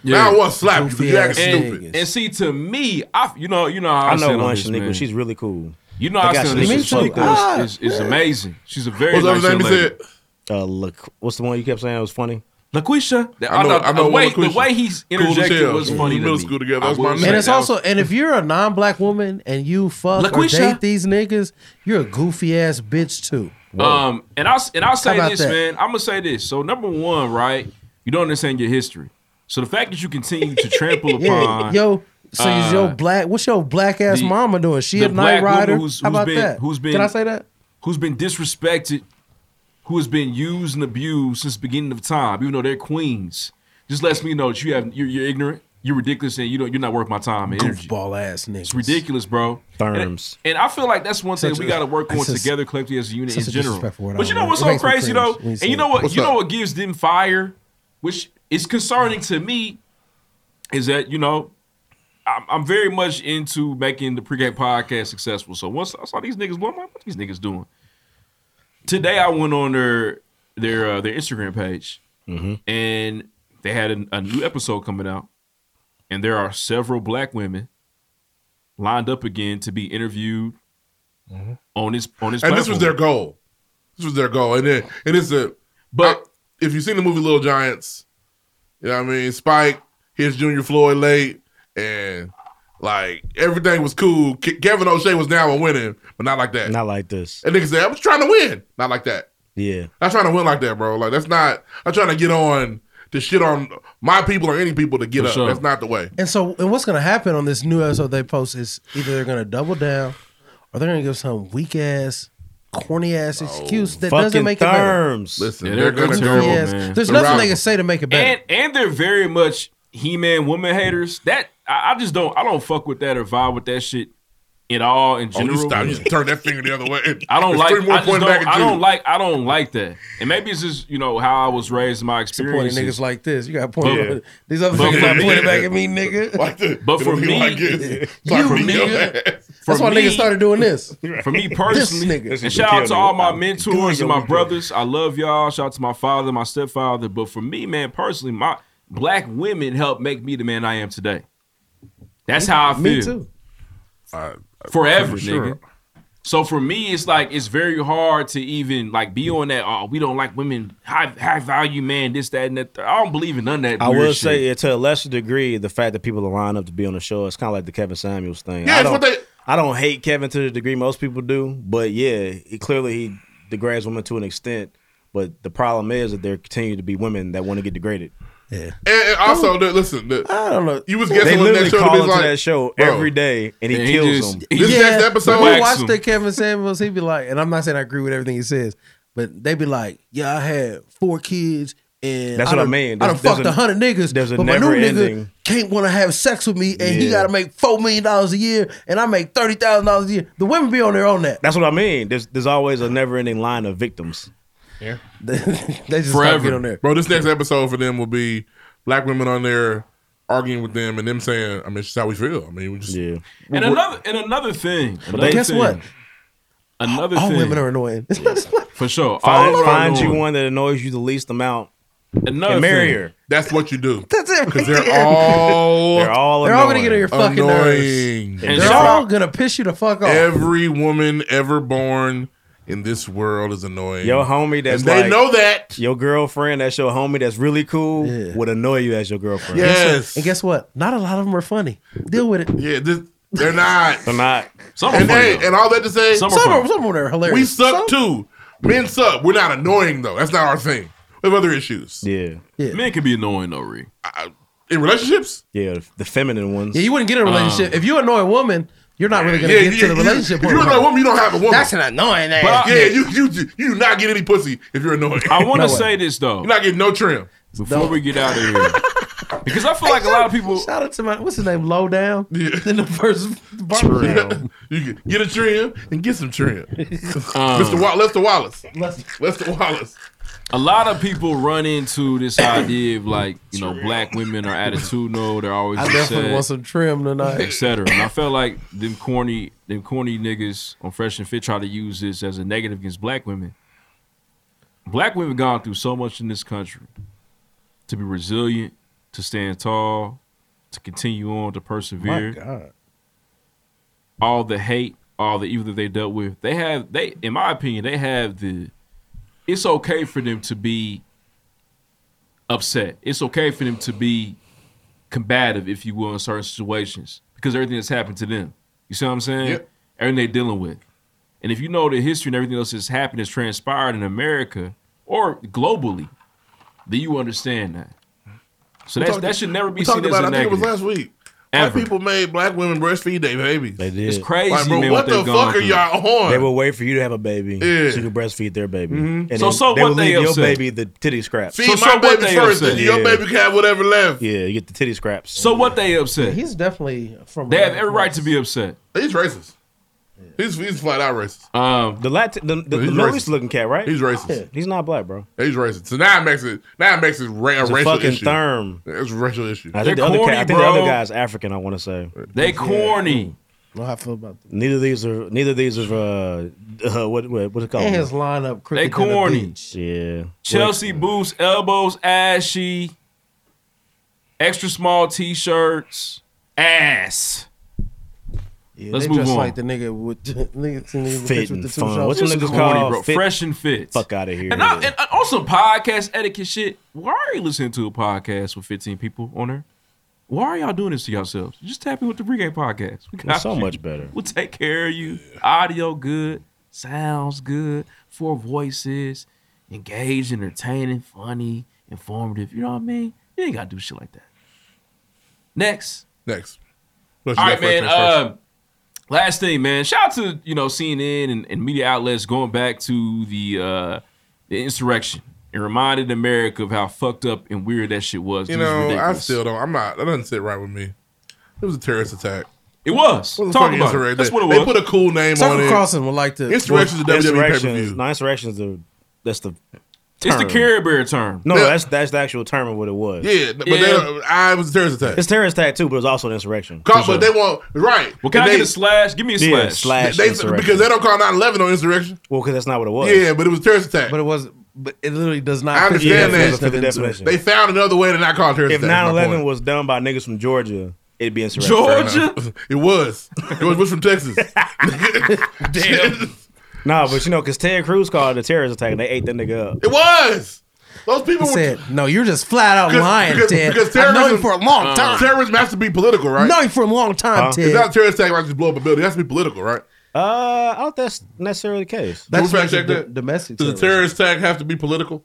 Now I want to slap you. 'cause You acting
and,
stupid.
And see, to me, I you know you know how I,
I know
stand on
one
this,
Shaniqua.
man.
She's really cool.
You know
I
I
got
stand on this.
Shaniqua.
Shaniqua
Ah,
is, is, is
yeah.
amazing. She's a very nice young lady.
Uh, look, what's the one you kept saying that was funny?
LaQuisha. I I know- know- I know the way- LaQuisha. the way he's Cool as interjected hell. was We funny to middle me. school together. That I was my will say
and it's
that
also
was-
and if you're a non-black woman and you fuck or
LaQuisha.
date these niggas, you're a goofy ass bitch too.
Um, and I'll and I'll say
about
this,
that?
man. I'm gonna say this. So number one, right? You don't understand your history. So the fact that you continue to trample
Yeah,
upon
yo. So is your
uh,
black? What's your black ass
the-
mama doing? She
the
a night
black woman
rider?
who's-
How
who's
about
been-
that?
who's been-
Did I say that?
who's been disrespected, who has been used and abused since the beginning of time, even though they're queens. Just lets me know that you have you're, you're ignorant, you're ridiculous, and you don't you're not worth my time and energy.
Goofball ass niggas. It's
ridiculous, bro.
Therms.
And I feel like that's one thing
Such
we
a-
got to work on
that's a-
together collectively as a unit in
such a
general.
disrespectful word. I
But you
don't
know
know.
what's
It
so
makes me
crazy
cringe
though,
when you
and
say
you know
it.
what
What's
you know
up?
what gives them fire, which is concerning to me, is that you know. I'm, I'm very much into making the pregame podcast successful. So once I saw these niggas, what, am I- what these niggas doing? Today I went on their their uh, their Instagram page, and they had a, a new episode coming out, and there are several black women lined up again to be interviewed on his on his.
and this was their
platform.
goal. This was their goal, and it, and it's a. But if you've seen the movie Little Giants, you know what I mean. Spike hits Junior Floyd late, and like everything was cool. Ke- Kevin O'Shea was down and winning, but not like that.
Not like this.
And niggas said, "I was trying to win, not like that.
Yeah.
Not trying to win like that, bro. Like that's not. I'm trying to get on to shit on my people or any people to get
For
up.
sure.
That's not the way."
And so, and what's gonna happen on this new episode they post is either they're gonna double down, or they're gonna give some weak ass, corny ass excuse that doesn't
fucking
make it better.
therms.
Listen,
Yeah, they're
Goofy
terrible,
ass-
man.
There's
The
nothing
rival.
they can say to make it
And
better.
and they're very much He Man woman haters. That I, I just don't I don't fuck with that or vibe with that shit at all in
Oh, you
general.
stop. You turn that finger the other way.
I don't
There's
like.
three more
I, just
pointing back
don't,
at
I
you.
don't like. I don't like that. And maybe it's just you know how I was raised, in my
Supporting
experience.
niggas like this, you got point.
Yeah.
These other
But-
niggas not
Yeah.
pointing back at me, nigga.
But for me,
you nigga. That's why niggas started doing this.
For me
This
personally,
nigga.
and shout out to all my mentors and my brothers. I love y'all. Shout out to my father, my stepfather. But for me, man, personally, my black women helped make me the man I am today. That's how I feel.
Me too.
Forever,
For sure.
nigga. So for me, it's like it's very hard to even like be on that. Oh, we don't like women, high high value man, this, that, and that. I don't believe in none of that.
I
weird
will
shit.
say, yeah, to a lesser degree, the fact that people are lined up to be on the show, it's kind of like the Kevin Samuels thing.
Yeah,
I
it's
don't,
what they-
I don't hate Kevin to the degree most people do, but yeah, he, clearly he degrades women to an extent. But the problem is that there continue to be women that want to get degraded.
Yeah,
And, and
Oh.
also, the, listen, the, I
don't know.
You was
they
guessing on
literally
that show.
call
to be
into
like,
that show
bro,
every day, and he kills them.
Yeah, When we watch
Wax
the
'em.
Kevin Samuels, he'd be like, and I'm not saying I agree with everything he says, but they'd be like, yeah, I had four kids. And
That's
I
what I
done-
mean.
I
There's-
done fucked
there's
a
a-
hundred niggas,
there's a
but my new nigga
never-ending-
can't want to have sex with me, and he
Yeah.
got to make four million dollars a year, and I make thirty thousand dollars a year. The women be on their own that.
That's what I mean. There's there's always a never ending line of victims.
Yeah.
they just
Forever. get on there.
Bro, this next episode for them will be black women on there arguing with them and them saying, I mean, it's how we feel. I mean, we just.
Yeah.
And another and another thing.
But
another
guess
thing.
what?
Another
All
thing.
women are annoying. It's not just like-
For sure.
Find,
All of them
find
are
you
annoying.
one that annoys you the least amount.
Another
and marry
thing.
her.
That's what you do.
That's it.
Because they're
right there.
all- They're all
They're all gonna
annoying.
get on your fucking
Annoying.
nerves.
And
they're
shout
all gonna piss you the fuck off.
Every woman ever born in this world is annoying.
Your homie that's
And they
like-
know that.
Your girlfriend that's your homie that's really cool would annoy you as your girlfriend.
And guess what- And guess what? Not a lot of them are funny. Deal with it.
Yeah, this, they're not.
They're not.
Some and, hey, and all that to say,
some, are, some of them are hilarious.
we suck too. Men suck. We're not annoying though. That's not our thing. We have other issues.
Yeah.
Men can be annoying though, Ree.
In relationships?
Yeah, the feminine ones.
Yeah, you wouldn't get in a relationship
Um,
if you annoy a woman. You're not really gonna
Yeah,
get
yeah,
to the
you-
relationship.
if you're
part.
annoying a woman, you don't have a woman.
That's an annoying ass.
But yeah,
nigga.
you you you do not get any pussy if you're annoying.
I want to say this though. You're
not getting no trim.
Before we get out of here, because I feel like a lot of people.
Shout out to my what's his name, Low Down. In the first barbecue.
you can
Um,
get a trim and get some trim. Mr. Wa- Lester Wallace. Lester Wallace.
a lot of people run into this idea of like you know black women are attitudinal they're always
I
upset,
definitely want some trim tonight.
etc and i felt like them corny them corny niggas on fresh and fit try to use this as a negative against black women black women gone through so much in this country to be resilient to stand tall to continue on to persevere
God.
all the hate, all the evil that they dealt with, they have they, in my opinion, they have the. It's okay for them to be upset. It's okay for them to be combative, if you will, in certain situations because everything that's happened to them. You see what I'm saying? Everything they're dealing with, and if you know the history and everything else that's happened, that's transpired in America or globally, then you understand that. So
We
that's,
talked-
that should never be
we talked
seen as a
about it, I think
negative.
it was last week.
Ever.
White people made black women breastfeed their babies. They
did.
It's crazy,
Like, bro,
man,
what,
they've
the
gone
fuck are
through.
y'all on?
They will wait for you to have a baby
Yeah.
so you can breastfeed their baby.
Mhm.
And
So-
then
so
they
what
will
they
leave your
upset?
baby the titty scraps.
Feed So- my so what baby they first, upset? then your baby can have whatever left.
Yeah, you get the titty scraps.
So what they upset?
He's definitely from.
They have every right to be upset.
He's racist. He's he's flat out racist.
Um,
the Latin, the, the,
He's
the Middle
racist.
East looking cat, right?
He's racist.
Yeah, he's not black, bro.
He's racist. So now it makes it now it makes it ra- a
It's a
racial
fucking
issue.
term.
It's a racial issue.
I think, the other, cat, I think the other guy's African. I want to say
They corny.
know how I feel about
Neither of these are. Neither of these are. Uh, uh, what what what's it called?
And his lineup,
They
cricket dinner
corny.
beat.
Yeah.
Chelsea boots, elbows, ashy, extra small t-shirts, ass.
Yeah,
Let's
they
move
just
on.
like the nigga with the nigga, the nigga with the
Fit
picture with
and
the two
fun.
shots.
What's the
This
nigga
is
called?
corny, bro.
Fit-
Fresh and fit.
Fuck out of here.
And, I, and I- on some podcast etiquette shit, why are you listening to a podcast with 15 people on there? Why are y'all doing this to yourselves? Just tap in with the pregame podcast. We
It's so
you.
much better.
We'll take care of you. Audio good, sounds good, four voices, engaged, entertaining, funny, informative. You know what I mean? You ain't got to do shit like that. Next.
Next.
All
What you
right,
got first,
man.
next person?
Um, last thing, man. Shout out to you know CNN and, and media outlets going back to the uh, the insurrection. It reminded America of how fucked up and weird that shit was.
you
It was
know, I
ridiculous.
still don't. I'm not. That doesn't sit right with me. It was a terrorist attack.
It was.
What the
Talk
fuck
about it.
insurrection?
That's what it
they
was.
They put a cool name
Tucker
on it.
Carlson would like to-
Insurrection is a WWE pay per
Insurrections-
view.
No, insurrections are. That's the.
It's the
term.
Carrier Bear term.
No, that's that's the actual term of what it was.
Yeah, but They, I it was a terrorist attack.
It's terrorist attack too, but it's also an insurrection.
Call,
For
But
sure.
they want right.
Well, can
And
I
they,
get a
slash? Give me a
Yeah, slash. slash
They,
insurrection.
because they don't call 9/11 on insurrection.
Well, because that's not what it was.
Yeah, but it was a terrorist attack.
But it was. But it literally does not.
I
fit the
understand that.
definition of insurrection.
They found another way to not call it terrorist
If
attack. is my
9/11
point.
was done by niggas from Georgia, it'd be insurrection.
Georgia? it was. It was, was from Texas. Damn.
Nah, but you know, because Ted Cruz called it a terrorist attack, and they ate that nigga up.
It was. Those
He
people were
said, "No, you're just flat out lying,
because,
Ted.
Because
I've
terrorism,
known you for a
Uh,
long time.
Terrorism has to be political, right?
I've known you for a long time, Ted.
It's not a terrorist attack. Right, just blow up a building. It has to be political, right?
Uh, I don't think that's necessarily the case.
That's fact check
d-
that.
domestic
Does a terrorist attack have to be political?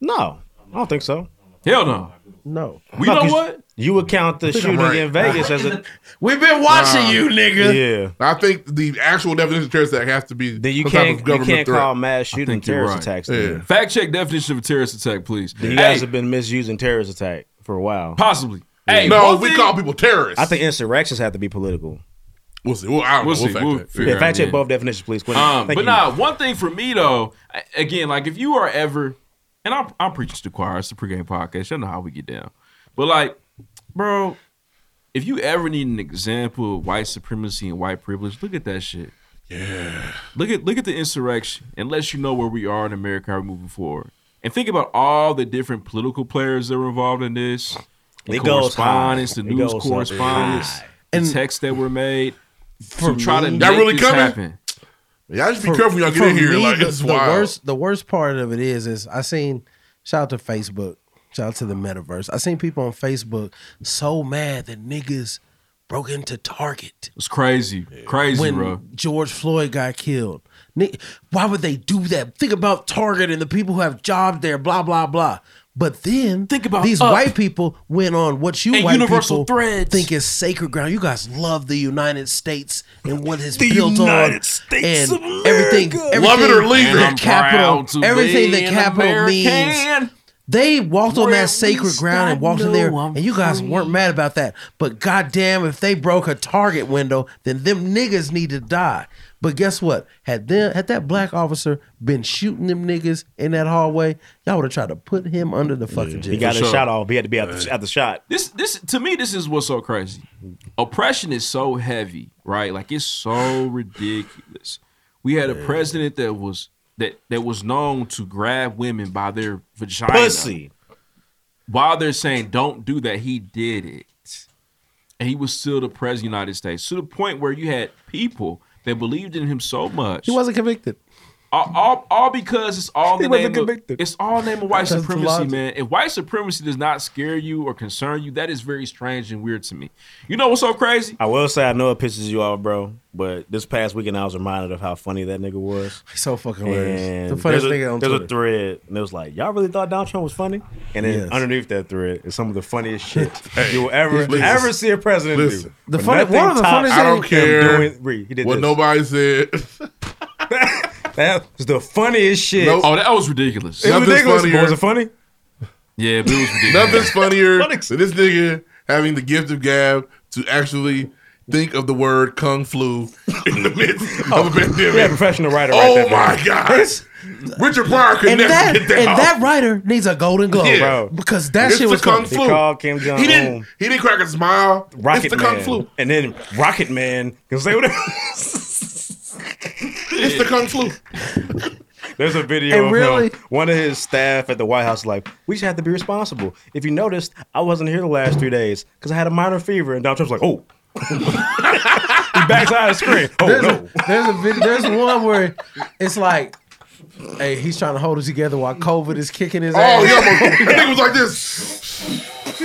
No, I don't think so.
Hell no.
No.
We know what? You would count the
I think
shooting
I'm right.
in Vegas as a.
We've been
Nah.
Yeah.
I think the actual definition of terrorist attack has to be then
You
some type
can't,
of
you
government
can't
threat.
call mass shooting
think you're
terrorist
right.
attacks.
Yeah.
dude.
Fact check definition of a terrorist attack, please.
You guys have been misusing terrorist attack for a while.
Possibly. Hey,
no,
one
we
thing-
call people terrorists.
I think insurrections have to be political.
We'll see. Well, I don't know.
We'll see.
We'll fact
We'll
check.
figure
Yeah, fact
out,
check
yeah.
both definitions, please. Quentin.
Um,
Thank
but
you.
nah, one thing for me though, I- again, like if you are ever, and I'm, I'm preaching to the choir, it's the pregame podcast, y'all know how we get down. But like, bro, if you ever need an example of white supremacy and white privilege, look at that shit.
Yeah.
Look at look at the insurrection and lets you know where we are in America, how we're moving forward. And think about all the different political players that were involved in this. The
It goes
correspondence,
high.
the
It
news
goes up
correspondence,
high.
the texts that were made to try to
me-
make
That really
this
coming?
happen.
Y'all just be
For-
careful when y'all get
for
in here.
me,
like
the,
it's
the
wild.
worst, the worst part of it is, is I seen. Shout out to Facebook. Shout out to the metaverse. I seen people on Facebook so mad that niggas broke into Target
It's crazy, crazy,
when
bro.
George Floyd got killed. Ni- Why would they do that? Think about Target and the people who have jobs there. Blah blah blah. But then think about these
Up.
white people went on what you
And
white
Universal
people
Threads.
think is sacred ground. You guys love the United States and what it's
The
built on,
United States
and
of
everything,
America.
everything,
Love it or leave
the
it. I'm
Capital,
proud to be
everything the
an
capital
American.
means. They walked on
Where
that
at
sacred
least
ground and
I
walked in there,
know I'm
and you guys
free.
weren't mad about that. But goddamn, if they broke a target window, then them niggas need to die. But guess what? Had them, had that black officer been shooting them niggas in that hallway, y'all would have tried to put him under the fucking jail.
He got his shot off. He had to be at the, at the shot.
This this to me this is what's so crazy. Oppression is so heavy, right? Like it's so ridiculous. We had a president that was that that was known to grab women by their vagina.
Pussy.
While they're saying don't do that, he did it. And he was still the president of the United States to the point where you had people that believed in him so much.
He wasn't convicted.
All, all, all because it's all
He
the
wasn't
name of, it's all name of white
That's the
supremacy,
logic.
man. If white supremacy does not scare you or concern you, that is very strange and weird to me. You know what's so crazy?
I will say I know it pisses you off, bro. But this past weekend I was reminded of how funny that nigga was.
He's so fucking hilarious.
And
The funniest
there's a,
nigga on
There's
Twitter.
a thread and it was like, y'all really thought Donald Trump was funny? And then
Yes.
underneath that thread is some of the funniest shit you will ever
Listen.
ever see a president
Listen.
do. Nothing tops
I don't
him
care
doing- Reed, he did
what
this.
nobody said.
that was the funniest shit.
Nope.
Oh, that was ridiculous.
It was
Nothing's
ridiculous. but
funnier.
Was it funny?
Yeah, but it was ridiculous.
Nothing's funnier than this nigga having the gift of gab to actually think of the word kung flu in the midst of a pandemic.
we had a professional writer right
Oh
there,
my
bro.
god, Richard Pryor could
And
never
that,
get
and
that off.
that writer needs a golden globe,
Yeah.
bro, because that
It's
shit
the
was
kung
funny.
flu. He didn't. He didn't crack a smile.
Rocket
it's the
Man.
kung flu.
And then Rocket Man can say whatever.
It's the kung flu.
There's a video
And
of
really-
him. One of his staff at the White House like, we just have to be responsible. If you noticed, I wasn't here the last three days because I had a minor fever. And Donald Trump's like, oh. he backs out of the screen. Oh,
there's,
no.
a, there's a vid- there's one where it's like, hey, he's trying to hold it together while COVID is kicking his
Oh,
ass.
he almost, that nigga was like this.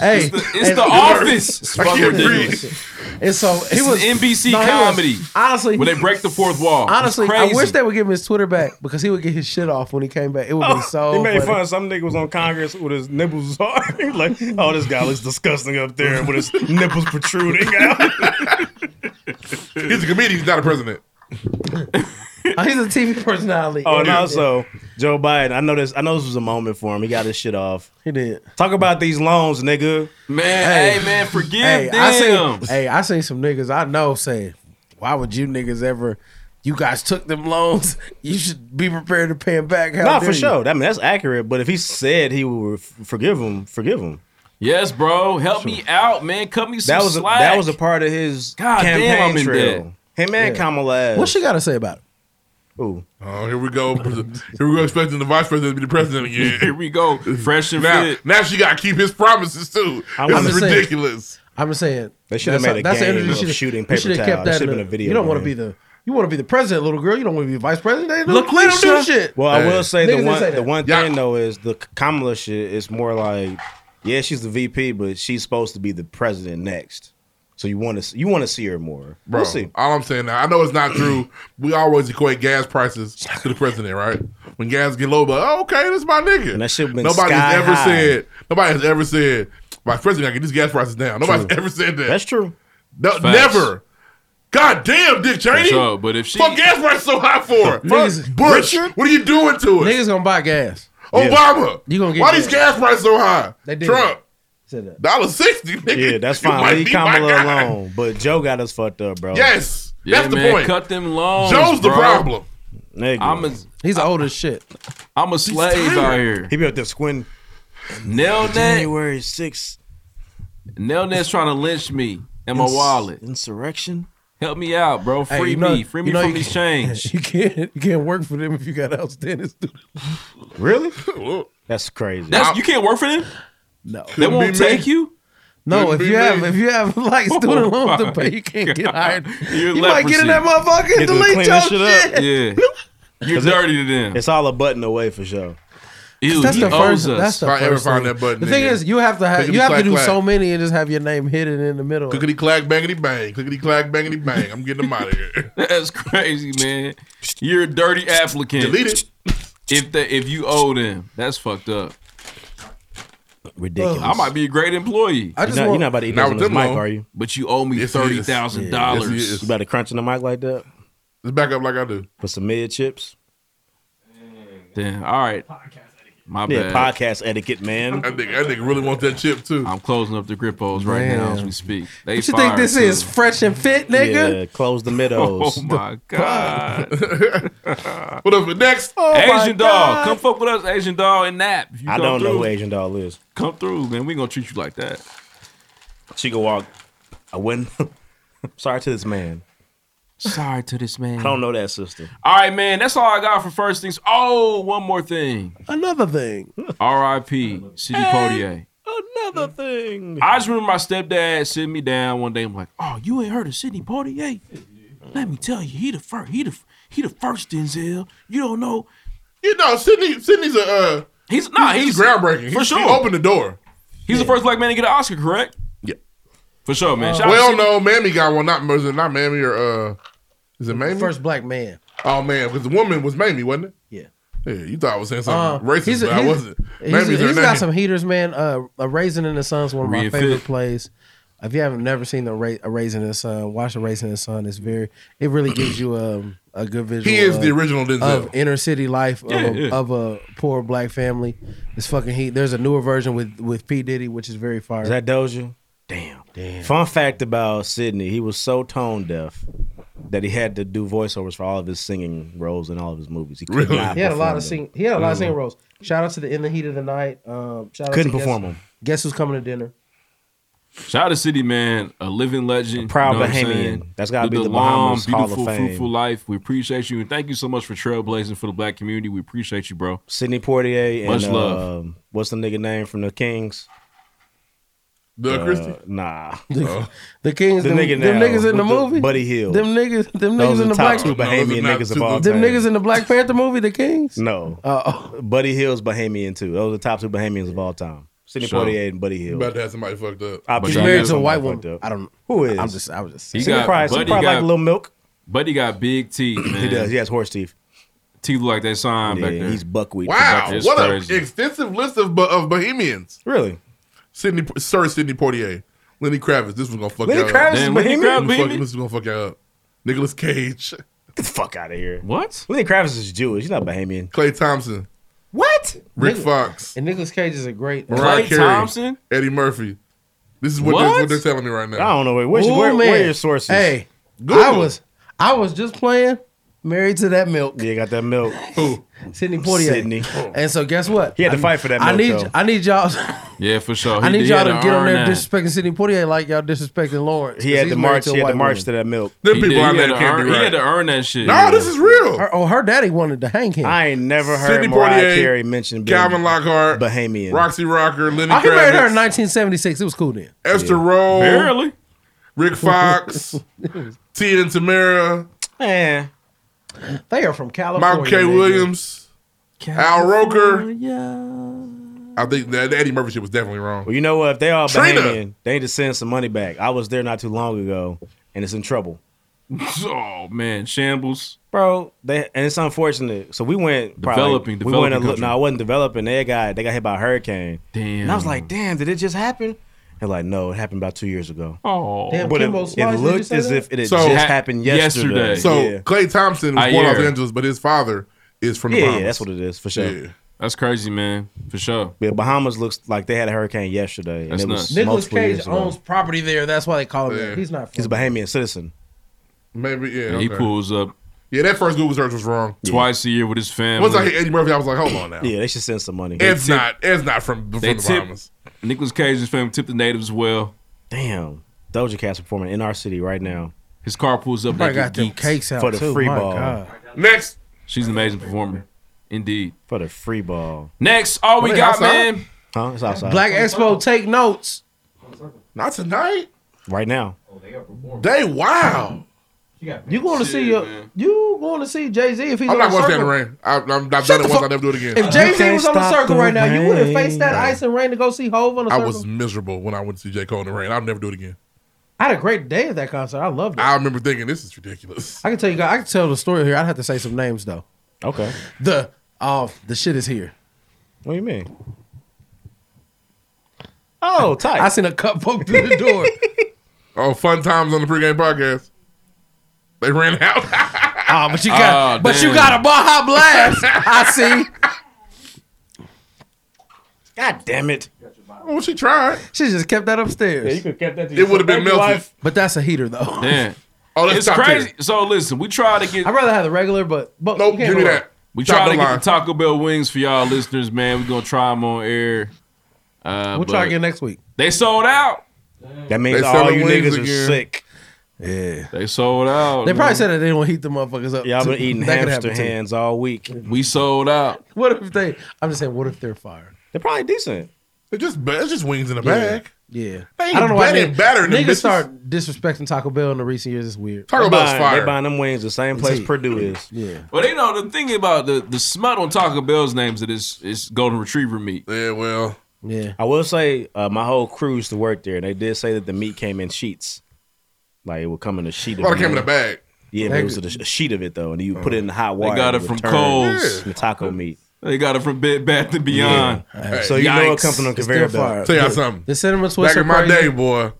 Hey,
It's the- it's
and-
the Office. It's fucking ridiculous.
And so he
It's
was
an NBC
no, he was-
comedy.
honestly,
when they break the fourth wall, It's
Honestly, I
crazy.
wish they would give him his Twitter back because he would get his shit off when he came back. It would be so.
Oh, he made
funny.
fun. Some nigga was on Congress with his nipples hard. He was like, oh, this guy looks disgusting up there with his nipples protruding out.
He's a comedian. He's not a president.
Oh, he's a TV personality.
Oh, and also Joe Biden. I know this. I know this was a moment for him. He got his shit off.
He did.
Talk about these loans, nigga.
Man, hey, man, forgive
Hey,
them.
I seen, hey, I seen some niggas I know saying, "Why would you niggas ever? You guys took them loans. You should be prepared to pay them back." How
Not
dare
for
you?"
sure. I mean, that's accurate. But if he said he would forgive him, forgive him.
yes, bro, help me out, man. Cut me some
That was a,
slack.
that was a part of his
God damn,
campaign
I'm in
trail. Him and
Yeah.
Kamala. Harris.
What she got to say about it?
Ooh.
Oh, here we go. Here we go. Expecting the vice president to be the president again.
Here we go. Fresh and
now,
fit.
now she got to keep his promises too.
I'm
This
just
is
saying-
ridiculous.
I'm just saying
They should have
that's-
made a
that's the
game
energy
of
she-
shooting
we
paper
should have
towel.
kept
It
that
should have
in
been
the-
a video
You don't want to
game.
be the you want to be the president, little girl. You don't want to be vice president. They
Look,
look, let them do
Lisa.
shit.
Well, I will say
Niggas
the
didn't
one
say
the
that.
one thing though is the Kamala shit is more like, yeah, she's the VP, but she's supposed to be the president next. So you want to you want to see her more.
Bro,
we'll see.
all I'm saying now, I know it's not true. We always equate gas prices to the president, right? When gas get low, but oh, okay, this is my nigga.
And that shit been
nobody's
sky
ever
high.
said. Nobody has ever said my president I get these gas prices down. Nobody's
True.
ever said that.
That's true.
No,
Facts.
never. God damn, Dick Cheney.
sure, but if she-
fuck gas prices so high for
Niggas-
Fuck Bush, what are you doing to it?
Niggas gonna buy gas.
Obama,
You gonna get
why
gas.
these gas prices so high?
They did.
Trump,
Said that.
dollar sixty. Nigga.
Yeah, that's
You might
fine. Leave
be my
Kamala
guy.
alone. But Joe got us fucked up, bro.
Yes,
Yeah,
that's the
man,
point.
Cut them loans.
Joe's the
bro.
problem.
Nigga.
I'm a
He's old as shit.
I'm a slave out here.
He be up there squinting.
Nail net.
January 6th.
Nail net's trying to lynch me and my
Ins-
wallet.
Insurrection?
Help me out, bro. Free
Hey, you know-
me. Free me
you know
from
you
these
can't-
chains.
You can't you can't work for them if you got outstanding students.
Really? That's crazy.
That's, you can't work for them.
No,
they won't
be me.
take you.
No,
Couldn't
if
be
you have
me.
if you have like
Oh,
student loans
my
to pay, you can't get
God.
hired.
You're
you might get
leprosy.
in that motherfucker and
Get to
delete
clean
your
this shit up.
shit.
Yeah, you're
'Cause it-
dirty to them.
It's all a button away for sure.
Ew,
That's
he
the
owes
first.
us.
That's the
If I
first
ever find
thing.
that button,
the thing
nigga,
is, you have to
they
have
can
you
be
have to do
clack-clack.
so many and just have your name hidden in the middle.
Clickety clack, bangety bang, clickety clack, bangety bang. I'm getting them out of here.
That's crazy, man. You're a dirty applicant.
Delete it.
If the if you owe them, that's fucked up.
Ridiculous.
I might be a great employee,
I
You're
just
not,
want,
you're not about to eat
Not
this on
with
this
them
mic,
on.
are you?
but you owe me
Yes, it
thirty
is.
thousand
Yes, he
dollars.
is.
You about to crunch in the mic like that
Let's back up like I do.
with some mid chips?
then. All right. My
Yeah,
bad.
podcast etiquette, man.
That nigga, that nigga really wants that chip too.
I'm closing up the grippos right
Man.
now as we speak. They
What you think
fired,
this
too.
is? Fresh and fit, nigga?
Yeah, close the
Oh
middos.
my god.
what up next?
Oh,
Asian doll, come fuck with us, Asian doll, and nap. If you
I
come
don't know
through,
who Asian Doll is.
Come through, man. We gonna treat you like that.
She can walk. I wouldn't. Sorry to this man.
Sorry to this man.
I don't know that sister.
All right, man. That's all I got for first things. Oh, one more thing.
Another thing.
R.I.P. City Podier.
Another thing.
I just remember my stepdad sitting me down one day. I'm like, oh, you ain't heard of Sidney Poitier? Let me tell you, he the first. He the he the first Denzel. You don't know.
You know, Sydney. Sydney's a. Uh,
he's nah. He's,
groundbreaking.
for
He-
sure.
He opened the door.
He's the first black man to get an Oscar, correct?
Yeah.
For sure,
Uh,
man. Shout out
well,
to
no, Mammy got one. Not was it not Mammy or uh, is it Mammy?
First black man.
Oh man, because the woman was Mammy, wasn't it?
Yeah.
Yeah, you thought I was saying
Uh,
something racist,
he's a-
but I
he's-
wasn't.
he's-
Mammy's her
he's
name.
got some heaters, man. Uh, a raisin in the sun is one of my
Real
favorite
fit.
plays. If you haven't never seen the Ra- a raisin in the sun, watch a raisin in the sun. It's very. It really gives you a a good visual.
is
of-
the original Denzel.
of inner city life of,
Yeah,
a,
yeah.
of a poor black family. It's fucking heat. There's a newer version with with P Diddy, which is very fire.
Is that Doja? Damn. Damn. Fun fact about Sydney, he was so tone deaf that he had to do voiceovers for all of his singing roles in all of his movies. He, could not
He had a lot
perform
of
them.
sing. He had a lot of singing
Mhm.
roles. Shout out to the In the Heat of the Night. Um, shout out
Couldn't
to Guess-
perform 'em.
Guess who's coming to dinner?
Shout out to City Man, a living legend,
proud
what I'm
Bahamian.
saying?
That's gotta
Live
be
a
the
long,
Bahamas Hall of
beautiful,
Fame.
fruitful life. We appreciate you and thank you so much for trailblazing for the black community. We appreciate you, bro.
Sydney Portier and
Much love.
um, what's the nigga name from the Kings? Uh,
Doug Christie?
Nah.
The, the Kings,
The
them,
nigga
them
now
niggas in the
with the
movie,
Buddy Hield.
Them niggas, them
Those
niggas
are
in the
top
black,
two Bahamian niggas of all
them
time.
niggas in the Black Panther movie, the Kings.
No. Buddy Hill's Bahamian too. Those are the top two Bahamians of all time. Sydney
Sure.
Portier and Buddy Hill.
About to have somebody fucked up.
I-
He's
But
married
y'all
to a
know
white
somebody
woman.
fucked
I don't.
Who is?
I'm just. I was just.
He
Sydney
got,
Price-
Buddy
Price like
got
Lil Milk.
Buddy got big teeth. Man.
He does. He has horse teeth.
Teeth look like that sign
Yeah,
back there.
he's buckwheat.
Wow,
That's
what
crazy.
an extensive list of Bo- of Bohemians.
Really?
Sydney, Sir Sydney Portier, Lenny Kravitz. This was gonna fuck
Lenny
y'all
Kravitz
up.
is Damn, Lenny Bohemian? Kravitz
This
Bohemian?
was gonna fuck y'all up. Nicholas Cage,
Get the fuck out of here.
What?
Lenny Kravitz is Jewish. He's not Bahamian.
Clay Thompson,
What?
Rick
Nigga.
Fox,
And Nicolas Cage is a great.
Mariah
Klay
Carey,
Thompson?
Eddie Murphy. This is what,
What?
They're, what they're telling me right now.
I don't know. Wait, where's,
Ooh,
where, where
man.
are your sources?
Hey, I
Google.
was, I was just playing married to that milk.
You got that milk.
Who?
Sydney Portier.
Sydney.
And so guess what?
He had to
I-
fight for that
I
milk,
need,
though.
I need y'all.
yeah, for
Oh,
sure.
I
He
need
did.
y'all
He
to
had
get
an
on there
iron eye.
disrespecting Sydney Portier like y'all disrespecting Lawrence.
He
'cause
had
he's
to
married
march.
a
He had
white
to march
woman.
to that milk.
Them
He
people
did.
out
He
there
had to
can't
earn-
be
he
right.
had to earn that shit.
No,
yeah.
this is real.
Her, oh, her daddy wanted to hang him.
I ain't never heard
Sidney
Mariah
Poitier,
Carey mentioned being
Calvin Lockhart,
Bahamian.
Roxy Rocker, Lenny
I Oh, he married her
Kravitz,
in 1976. It was cool then.
Esther Roll,
barely.
Rick Fox, Tia and Tamara,
Eh.
They are from California.
Michael K.
nigga.
Williams, Al Roker.
Yeah.
I think that the Eddie Murphy shit was definitely wrong.
Well, you know what? If they all
Trina.
Bahamian, they need to send some money back. I was there not too long ago, and it's in trouble,
Oh man, shambles.
bro. They and it's unfortunate. So we went probably-
Developing-
we went a
developing
li-
country.
no, I wasn't developing. They got they got hit by a hurricane,
Damn.
and I was like, damn, did it just happen? They're like, no, it happened about two years ago.
oh,
Damn,
But it,
Kimbo
it
Slice, did you
looked
say
as
that?
if it had
So-
just
Ha-
happened yesterday.
yesterday.
So
yeah,
Clay Thompson was
I
born in
hear.
Los Angeles, but his father is from the
yeah, yeah,
Bahamas.
that's what it is for sure.
Yeah.
Yeah.
that's crazy, man. For sure.
Bahamas looks like they had a hurricane yesterday,
That's
and it
nuts.
was
Nicholas
multiple
Cage
years ago.
owns property there. That's why they call him
Yeah.
that. He's not.
He's a
from-
Bahamian citizen.
Maybe, yeah.
And He
okay.
pulls up
Yeah, that first Google search was wrong.
twice a year with his family.
Once I hit Eddie Murphy, I was like, hold on now.
Yeah, they should send some money.
It's not. It's not from, from
They
the
tip-
Bahamas.
Nicholas Cage's family tipped the natives well.
Damn, Doja Cat's performing in our city right now.
His car pulls up.
Probably
they
got
get
them
geeks.
cakes out
for the
too.
free
My
ball.
God.
Next,
She's an amazing performer, indeed.
For the free ball.
Next, all we
Wait,
got,
outside?
man.
Huh? It's outside.
Black Expo, take notes.
not tonight.
Right now.
They wow.
You going to see your, you going to see Jay Z if he's
I'm
on
not
the
going to stand in
circle?
the rain. I, I'm, I've done it
the
once.
fuck-
I'll never do it again.
If Jay Z
can't
was on the
stop
circle
the
right now, you would have
rain.
faced that ice and rain to go see Hove on the
I
circle.
was miserable when I went to see J. Cole in the rain. I'll never do it again.
I had a great day at that concert. I loved it. I,
I remember thinking this is ridiculous.
can tell you guys. I can tell the story here. I'd have to say some names though.
Okay.
The oh, the shit is here.
What do you mean? Oh, tight.
I seen a cup poke through the door.
Oh, fun times on the pregame podcast. They ran out.
Ah, but you got,
Oh,
but you
damn.
got a Baja Blast. I see.
God damn it.
Well, she tried.
She just kept that upstairs.
Yeah, you could have kept that to
It would've been
yourself.
melted.
But that's a heater though.
Damn.
Oh,
it's crazy. So listen, we try to get.
I'd rather have the regular, but but nope,
give me that.
We try
Taco
to
line.
get the Taco Bell wings for y'all listeners, man. We're gonna try them on air. Uh,
We'll try
but
again next week.
They sold out.
That means
They
all
selling
you
wings again.
niggas are sick.
Yeah.
They sold
Oh,
out.
They probably
man.
said that they don't heat the motherfuckers up.
Y'all
too.
been eating
That could
hamster
happen, too.
hands all week.
We sold out.
What if they? I'm just saying, what if they're fired?
They're probably decent.
They're just ba- it's just wings in a bag.
Yeah.
They ain't
I don't know why
better-
niggas-
better than
niggas
bitches.
start disrespecting Taco Bell in the recent years. It's weird.
Taco
They
Bell's
buying-
fire.
They buying them wings the same place
heat.
Purdue is.
Yeah.
Well, you know the thing about the the smut on Taco Bell's names that is is golden retriever meat.
Yeah, well,
Yeah.
I will say uh, my whole crew used to work there, and they did say that the meat came in sheets. Like it would come in a sheet. of
Well, it came
meat.
in a bag.
Yeah, but it was a, a sheet of it though, and you put it in the hot
They
water.
got
and
it from
would turn
Kohl's.
The taco meat.
They got it from Bed Bath and Beyond.
Yeah. So you know it comes from the conveyor belt.
Tell y'all something.
The cinnamon
Back
twists
in
are
my
crazy.
day, boy,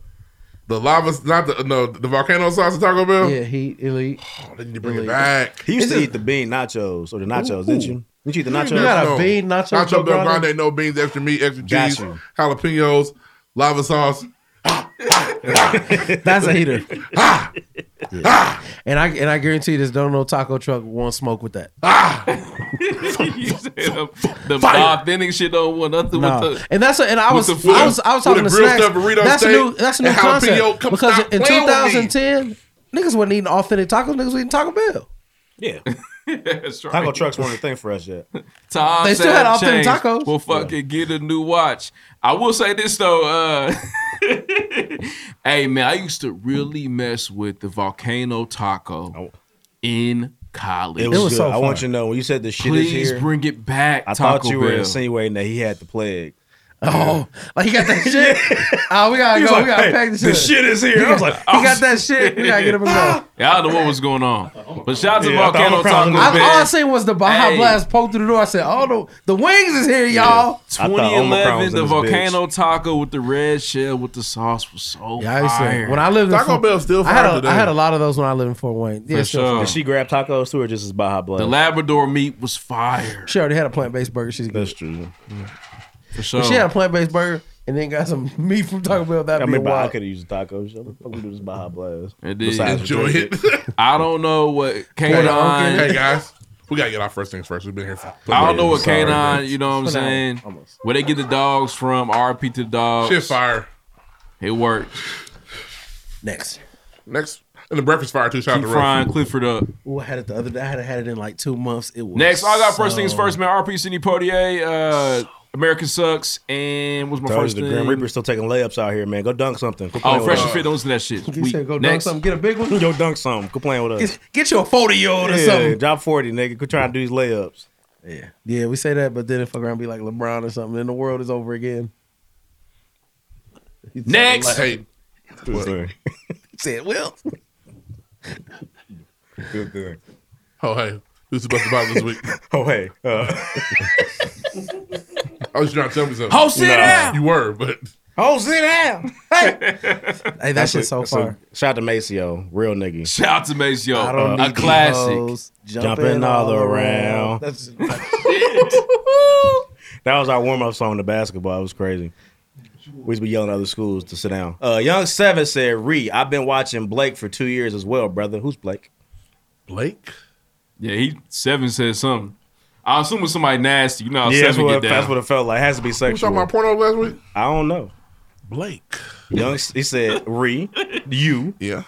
the lava, not the no, the volcano sauce at Taco Bell.
Yeah, heat elite.
Oh, they need to bring it back.
He used
Is
to
it-
eat the bean nachos or the nachos, didn't you? Didn't you eat the nachos?
You got a bean nacho
Nacho
Del
Bel
Grande?
Grande, no beans, extra meat, extra
Got
cheese,
you.
jalapenos, lava sauce.
That's a heater.
Ah.
And I and I guarantee this don't know taco truck won't smoke with that.
Ah.
you said the, the authentic shit don't want nothing
No.
with the.
and that's a, and I
with
was
the
I
food.
was I
With
was talking
a
to
grilled
snacks.
stuffed burrito
That's a
steak
new that's a new
and jalapeno.
concept
Come
because
stop
in
playing with me.
2010 niggas wasn't eating authentic tacos. Niggas was eating Taco Bell.
Yeah,
That's right.
taco trucks weren't a thing for us yet.
Times
They still had
have
authentic
changed.
tacos.
We'll fucking get a new watch. I will say this though. Uh, hey man, I used to really mess with the volcano taco in college.
Oh. It was,
was
good.
so
I want
fire.
you to know when you said the shit
Please
is here.
bring it back.
I
Taco
thought you were
Bell.
insinuating that he had the plague.
Oh, like he got that shit. Oh, we gotta
He was
go.
like,
we gotta
"Hey,
pack this
the
shit.
shit is here. I was like,
he got that shit. We gotta get up and go.
oh, Yeah, I don't know what was going on, but shout out to
Yeah, I thought
Volcano
I was
Taco
probably
I, all I
Bell.
seen was the Baja
Hey.
Blast poke through the door. I said, "Oh, the the wings is here, y'all."
I thought Omicron was
2011,
in
the
this
Volcano Taco with the red shell with the sauce was so
Yeah, I used
fire.
to, when I lived in
Taco
Fort-
Bell still
I had,
fire
a,
today.
I had a lot of those when I lived in Fort Wayne. Yeah,
For
still fire.
sure.
Did she grab tacos too, or just as Baja
the
Blood?
Labrador meat was fire.
She already had a plant based burger. She's good.
That's true.
For sure.
She had a plant based burger and then got some meat from Taco Bell. That
I
be a
mean, I
wild.
could have used the tacos. What the fuck we do this Baja Blast?
It is.
Besides
Enjoy it.
drink
I don't know what canine.
hey guys, we gotta get our first things first. We've been here for.
I don't know what
Sorry,
canine. You know what I'm
For now,
saying?
almost.
Where they get the dogs from? RP to the dogs.
Shit fire.
It works.
Next.
Next, and the breakfast fire too. Shout out
Keep
to
frying
Ruff.
Clifford up.
Ooh, I had it the other day. I had had it in like two months. It was
Next, I got first
so-
things first, man. RP Cindy Potier, uh, America sucks, and what's my
Told you
first
the
thing?
Grim Reaper's still taking layups out here, man. Go dunk something. Quit
Oh,
playing
fresh
with
and fit. Don't listen to that shit.
You
We-
said go dunk
next,
something. Get a big
us.
one.
Go dunk something. Quit playing with us.
Get, get you a forty year old or
Yeah,
something.
drop 40, nigga. Quit trying to do these layups.
Yeah, we say that, but then if I around be like LeBron or something, then the world is over again. He said,
next.
like-
Hey,
Sorry.
he said, "Well,
Good, good.
oh hey, who's the best about this week?
Oh, hey. Uh,
I was trying to tell me something.
Host it out.
You were, but
oh, sit down.
hey, that shit's so far."
Shout out to Maceo. Real nigga.
Shout out to Mace, yo.
I don't
a
need
classic.
Hoes,
Jumping all around.
That's
That was our warm up song to basketball. It was crazy. We used to be yelling at other schools to sit down. Uh, Young Seven said, "Re, I've been watching Blake for two years as well, brother. Who's Blake?
Blake.
Yeah, he seven said something. I assume it's somebody nasty. You know how
that's
seven
what,
get down.
that's what it felt like. has to be
We talking
sexual.
about porno last week.
I don't know.
Blake.
Young, he said, "Re, you.
Yeah.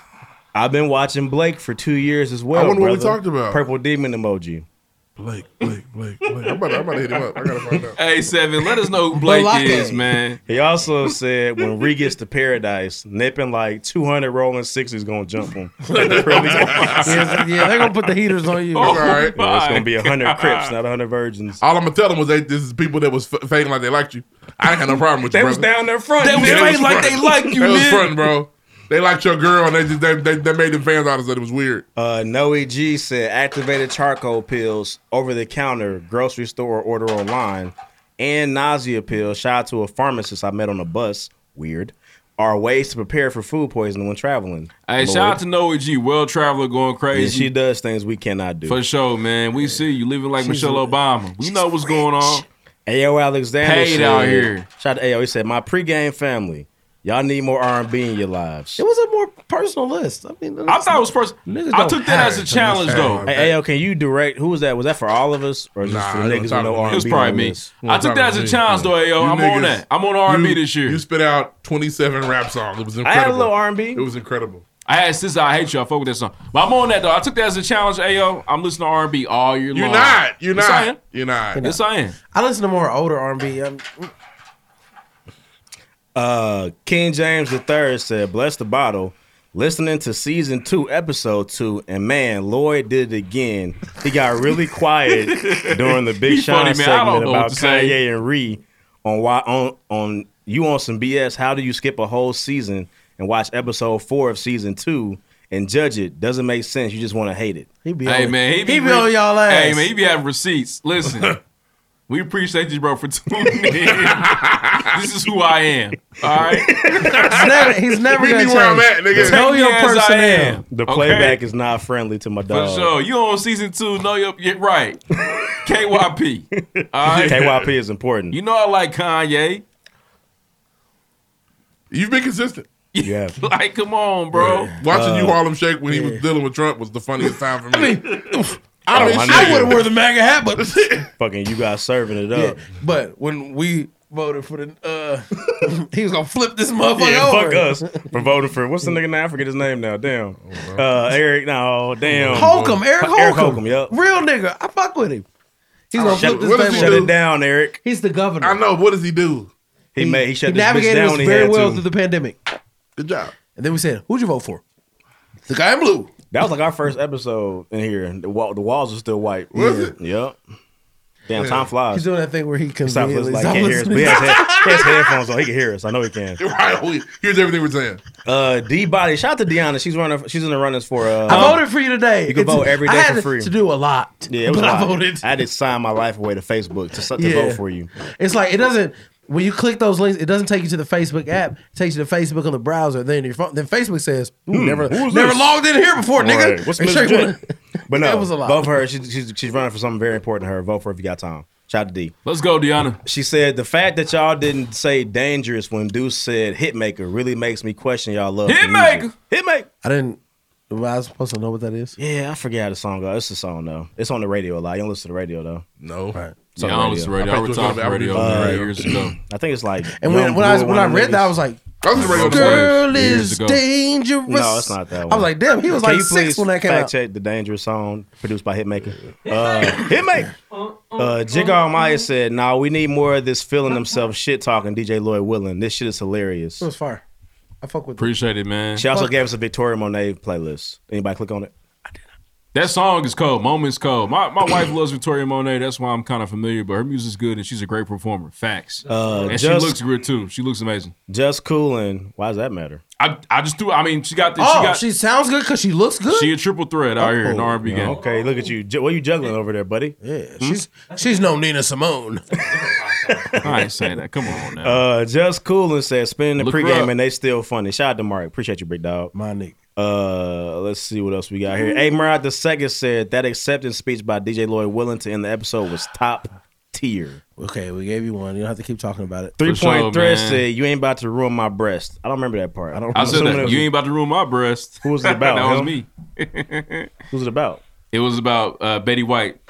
I've been watching Blake for two years as well.
I wonder what we
brother.
talked about.
Purple demon emoji.
Blake, Blake, Blake, Blake. I'm about, to, I'm about to hit him up. I gotta find out.
Hey seven, let us know who Blake
Balake.
is, man.
He also said, when Re gets to paradise, nipping like two hundred rolling sixes gonna jump him.
yeah, yeah, they're gonna put the heaters on you.
All right.
Yeah, it's gonna be hundred crips, not hundred virgins.
All I'm gonna tell them was they this is people that was f- faking like they liked you. I ain't got no problem with you,
They
brother.
was down there front.
They was
nigga.
faking like they like you,
They was
nigga.
fronting, bro. They liked your girl, and they just they, they, they made them fans out of it. It was weird.
Uh, Noe G said activated charcoal pills over the counter, grocery store, order online, and nausea pills. Shout out to a pharmacist I met on a bus. Weird. Are ways to prepare for food poisoning when traveling.
Hey, shout out to Noah G, world traveler going
Yeah,
crazy.
she does things we cannot do.
For sure, man. We see you living like Michelle Obama. We know what's going on.
Ayo Alexander
Paid
said-
out here.
Shout out to Ayo. He said, "My pregame family, y'all need more R and B in your lives."
It was a more personal list. I mean,
I thought it was first.
Niggas
I
don't
took that as a
have
challenge
it.
though.
Hey, Ayo, can you direct? Who was that? Was that for all of us or just
it
for niggas
was
who know R&B?
It was probably
on
me.
this?
I took that as a challenge though. Ayo,
You
I'm
niggas-
on that. I'm on R&B
you-
this year.
You spit out 27 rap songs. It was
I had a
incredible.
little
R&B.
It was incredible.
I had since I hate you. I fuck with that song, but I'm on that though. I took that as a challenge. Ayo, I'm listening to R&B all year
You're
long.
not. You're
Yes, I
not.
am.
You're not.
Yes, I am.
I listen to more older R&B. I'm,
Uh, King James III said, "Bless the bottle." Listening to season two, episode two, and man, Lloyd did it again. He got really quiet during the Big
He
Sean
funny, man. I don't
segment
know what
about
to say.
Kanye and Ree on why on on you on some BS. How do you skip a whole season and watch episode four of season two and judge it? Doesn't make sense. You just want to hate it.
He be
Hey man, he be,
be on y'all ass.
Hey man, he be having receipts. Listen, we appreciate you, bro, for tuning in. this is who I am. All right,
he's never, he's never
Meet
gonna
me
change.
where I'm at, nigga.
Know
Take
your
me as I
personnel.
am.
The
Okay.
playback is not friendly to my
for
dog.
sure. You on season two? Know your yeah, right. KYP. All right.
KYP is important.
You know I like Kanye.
You've been consistent.
Yeah.
Like, come on, bro.
Watching you
Uh,
Harlem Shake when he was dealing with Trump was the funniest time for me. I mean,
I
Oh,
don't- I would've wore
the MAGA hat, but
Fucking, you guys serving it
Yeah,
up.
but when we voted for the, uh, he was gonna flip this motherfucker
Yeah,
over.
fuck us for voting for what's the nigga now? I forget his name now. Damn,
Oh,
uh, Eric. No, damn.
Holcomb, Eric Holcomb.
Eric Holcomb. Yep.
Real nigga. I fuck with him. He's gonna
Shut,
flip this
what does
thing
he
over.
shut it down, Eric.
He's the governor.
I know. What does he do?
He, made he shut
He
this bitch
navigated
down.
us
he
very
had
well
to.
through the pandemic.
Good job.
And then we said, "Who'd you vote for?" The guy in blue.
That was like our first episode in here. and The, wall, the walls are still white.
Was
yeah.
it?
Yep. Damn,
Yeah.
time flies.
He's doing that thing where he
He stopped
conveniently
listening, like,
stopped
can't hear us. But
listening.
he has, head- he has headphones on. He can hear us. I know he can.
Here's everything we're saying.
Uh, D Body. Shout out to Deanna. She's running. She's in the runnings for. Uh,
I voted for you today.
You can
It's-
vote every
I
day
had
for free.
To do a lot.
Yeah, it was
but
a
I
lot.
voted.
I had to sign my life away to Facebook to, to
Yeah.
vote for you.
It's like it doesn't. When you click those links, it doesn't take you to the Facebook app. It takes you to Facebook on the browser. Then your phone. Then Facebook says, "Ooh,
Hmm,
"Never,
who
never
is this?
logged in here before, nigga."
Right. What's
And
Miss
show you
J?
what-
But no,
That was a lot.
vote for her. She, she's, she's running for something very important to her. Vote for her if you got time. Shout out to D.
Let's go, Deanna.
She said the fact that y'all didn't say dangerous when Deuce said hitmaker really makes me question y'all love. Hitmaker, hitmaker.
I didn't. well, I was supposed to know what that is.
Yeah, I forget how the song goes. It's a song though. It's on the radio a lot. You don't listen to the radio though.
No. Right.
Yeah, I don't listen to radio. I retired from radio years ago.
uh, I think it's like.
And when,
Young
when I
Blue,
when
one
I
of
read
them
that, I
niggas.
was like,
I was
radio
"Girl
for
is
years ago.
dangerous."
No, it's not that one.
I was like, "Damn." He was
Can
like
you
six
please
when that came
fact
out.
check the dangerous song produced by Hitmaker. Uh, Hitmaker. Uh, Jig Almighty said, "Nah, we need more of this feeling themselves shit talking." DJ Lloyd Willing, this shit is hilarious.
It was fire. I fuck with.
Appreciate it, man.
She also gave us a Victoria Monet playlist. Anybody click on it?
That song is cold. Moments cold. My my wife loves Victoria Monet. That's why I'm kind of familiar. But her music's good, and she's a great performer. Facts.
Uh,
and
just-
she looks good too. She looks amazing.
Just coolin'. Why does that matter?
I I just threw. I mean, she got. The,
Oh,
she got.
she sounds good because she looks good. Oh,
She a triple threat out here in the R&B game.
Okay, look at you. Ju- What you juggling over there, buddy?
Yeah, she's she's no Nina Simone.
I ain't saying that. Come on now.
Uh, just cool and said spinning the
Look her up.
pregame and they still funny. Shout out to Mark. Appreciate you, big dog.
My nigga.
Uh, let's see what else we got here. Hey, Murat the second said that acceptance speech by DJ Lloyd Willing to end the episode was top tier.
Okay, we gave you one. You don't have to keep talking about it.
Three
sure,
point thread
man.
said you ain't about to ruin my breast. I don't remember that part. I don't.
I said
remember.
that. You ain't about to ruin my breast. Who
was it about,
that was
him?
me.
Who's it about?
It was about uh, Betty White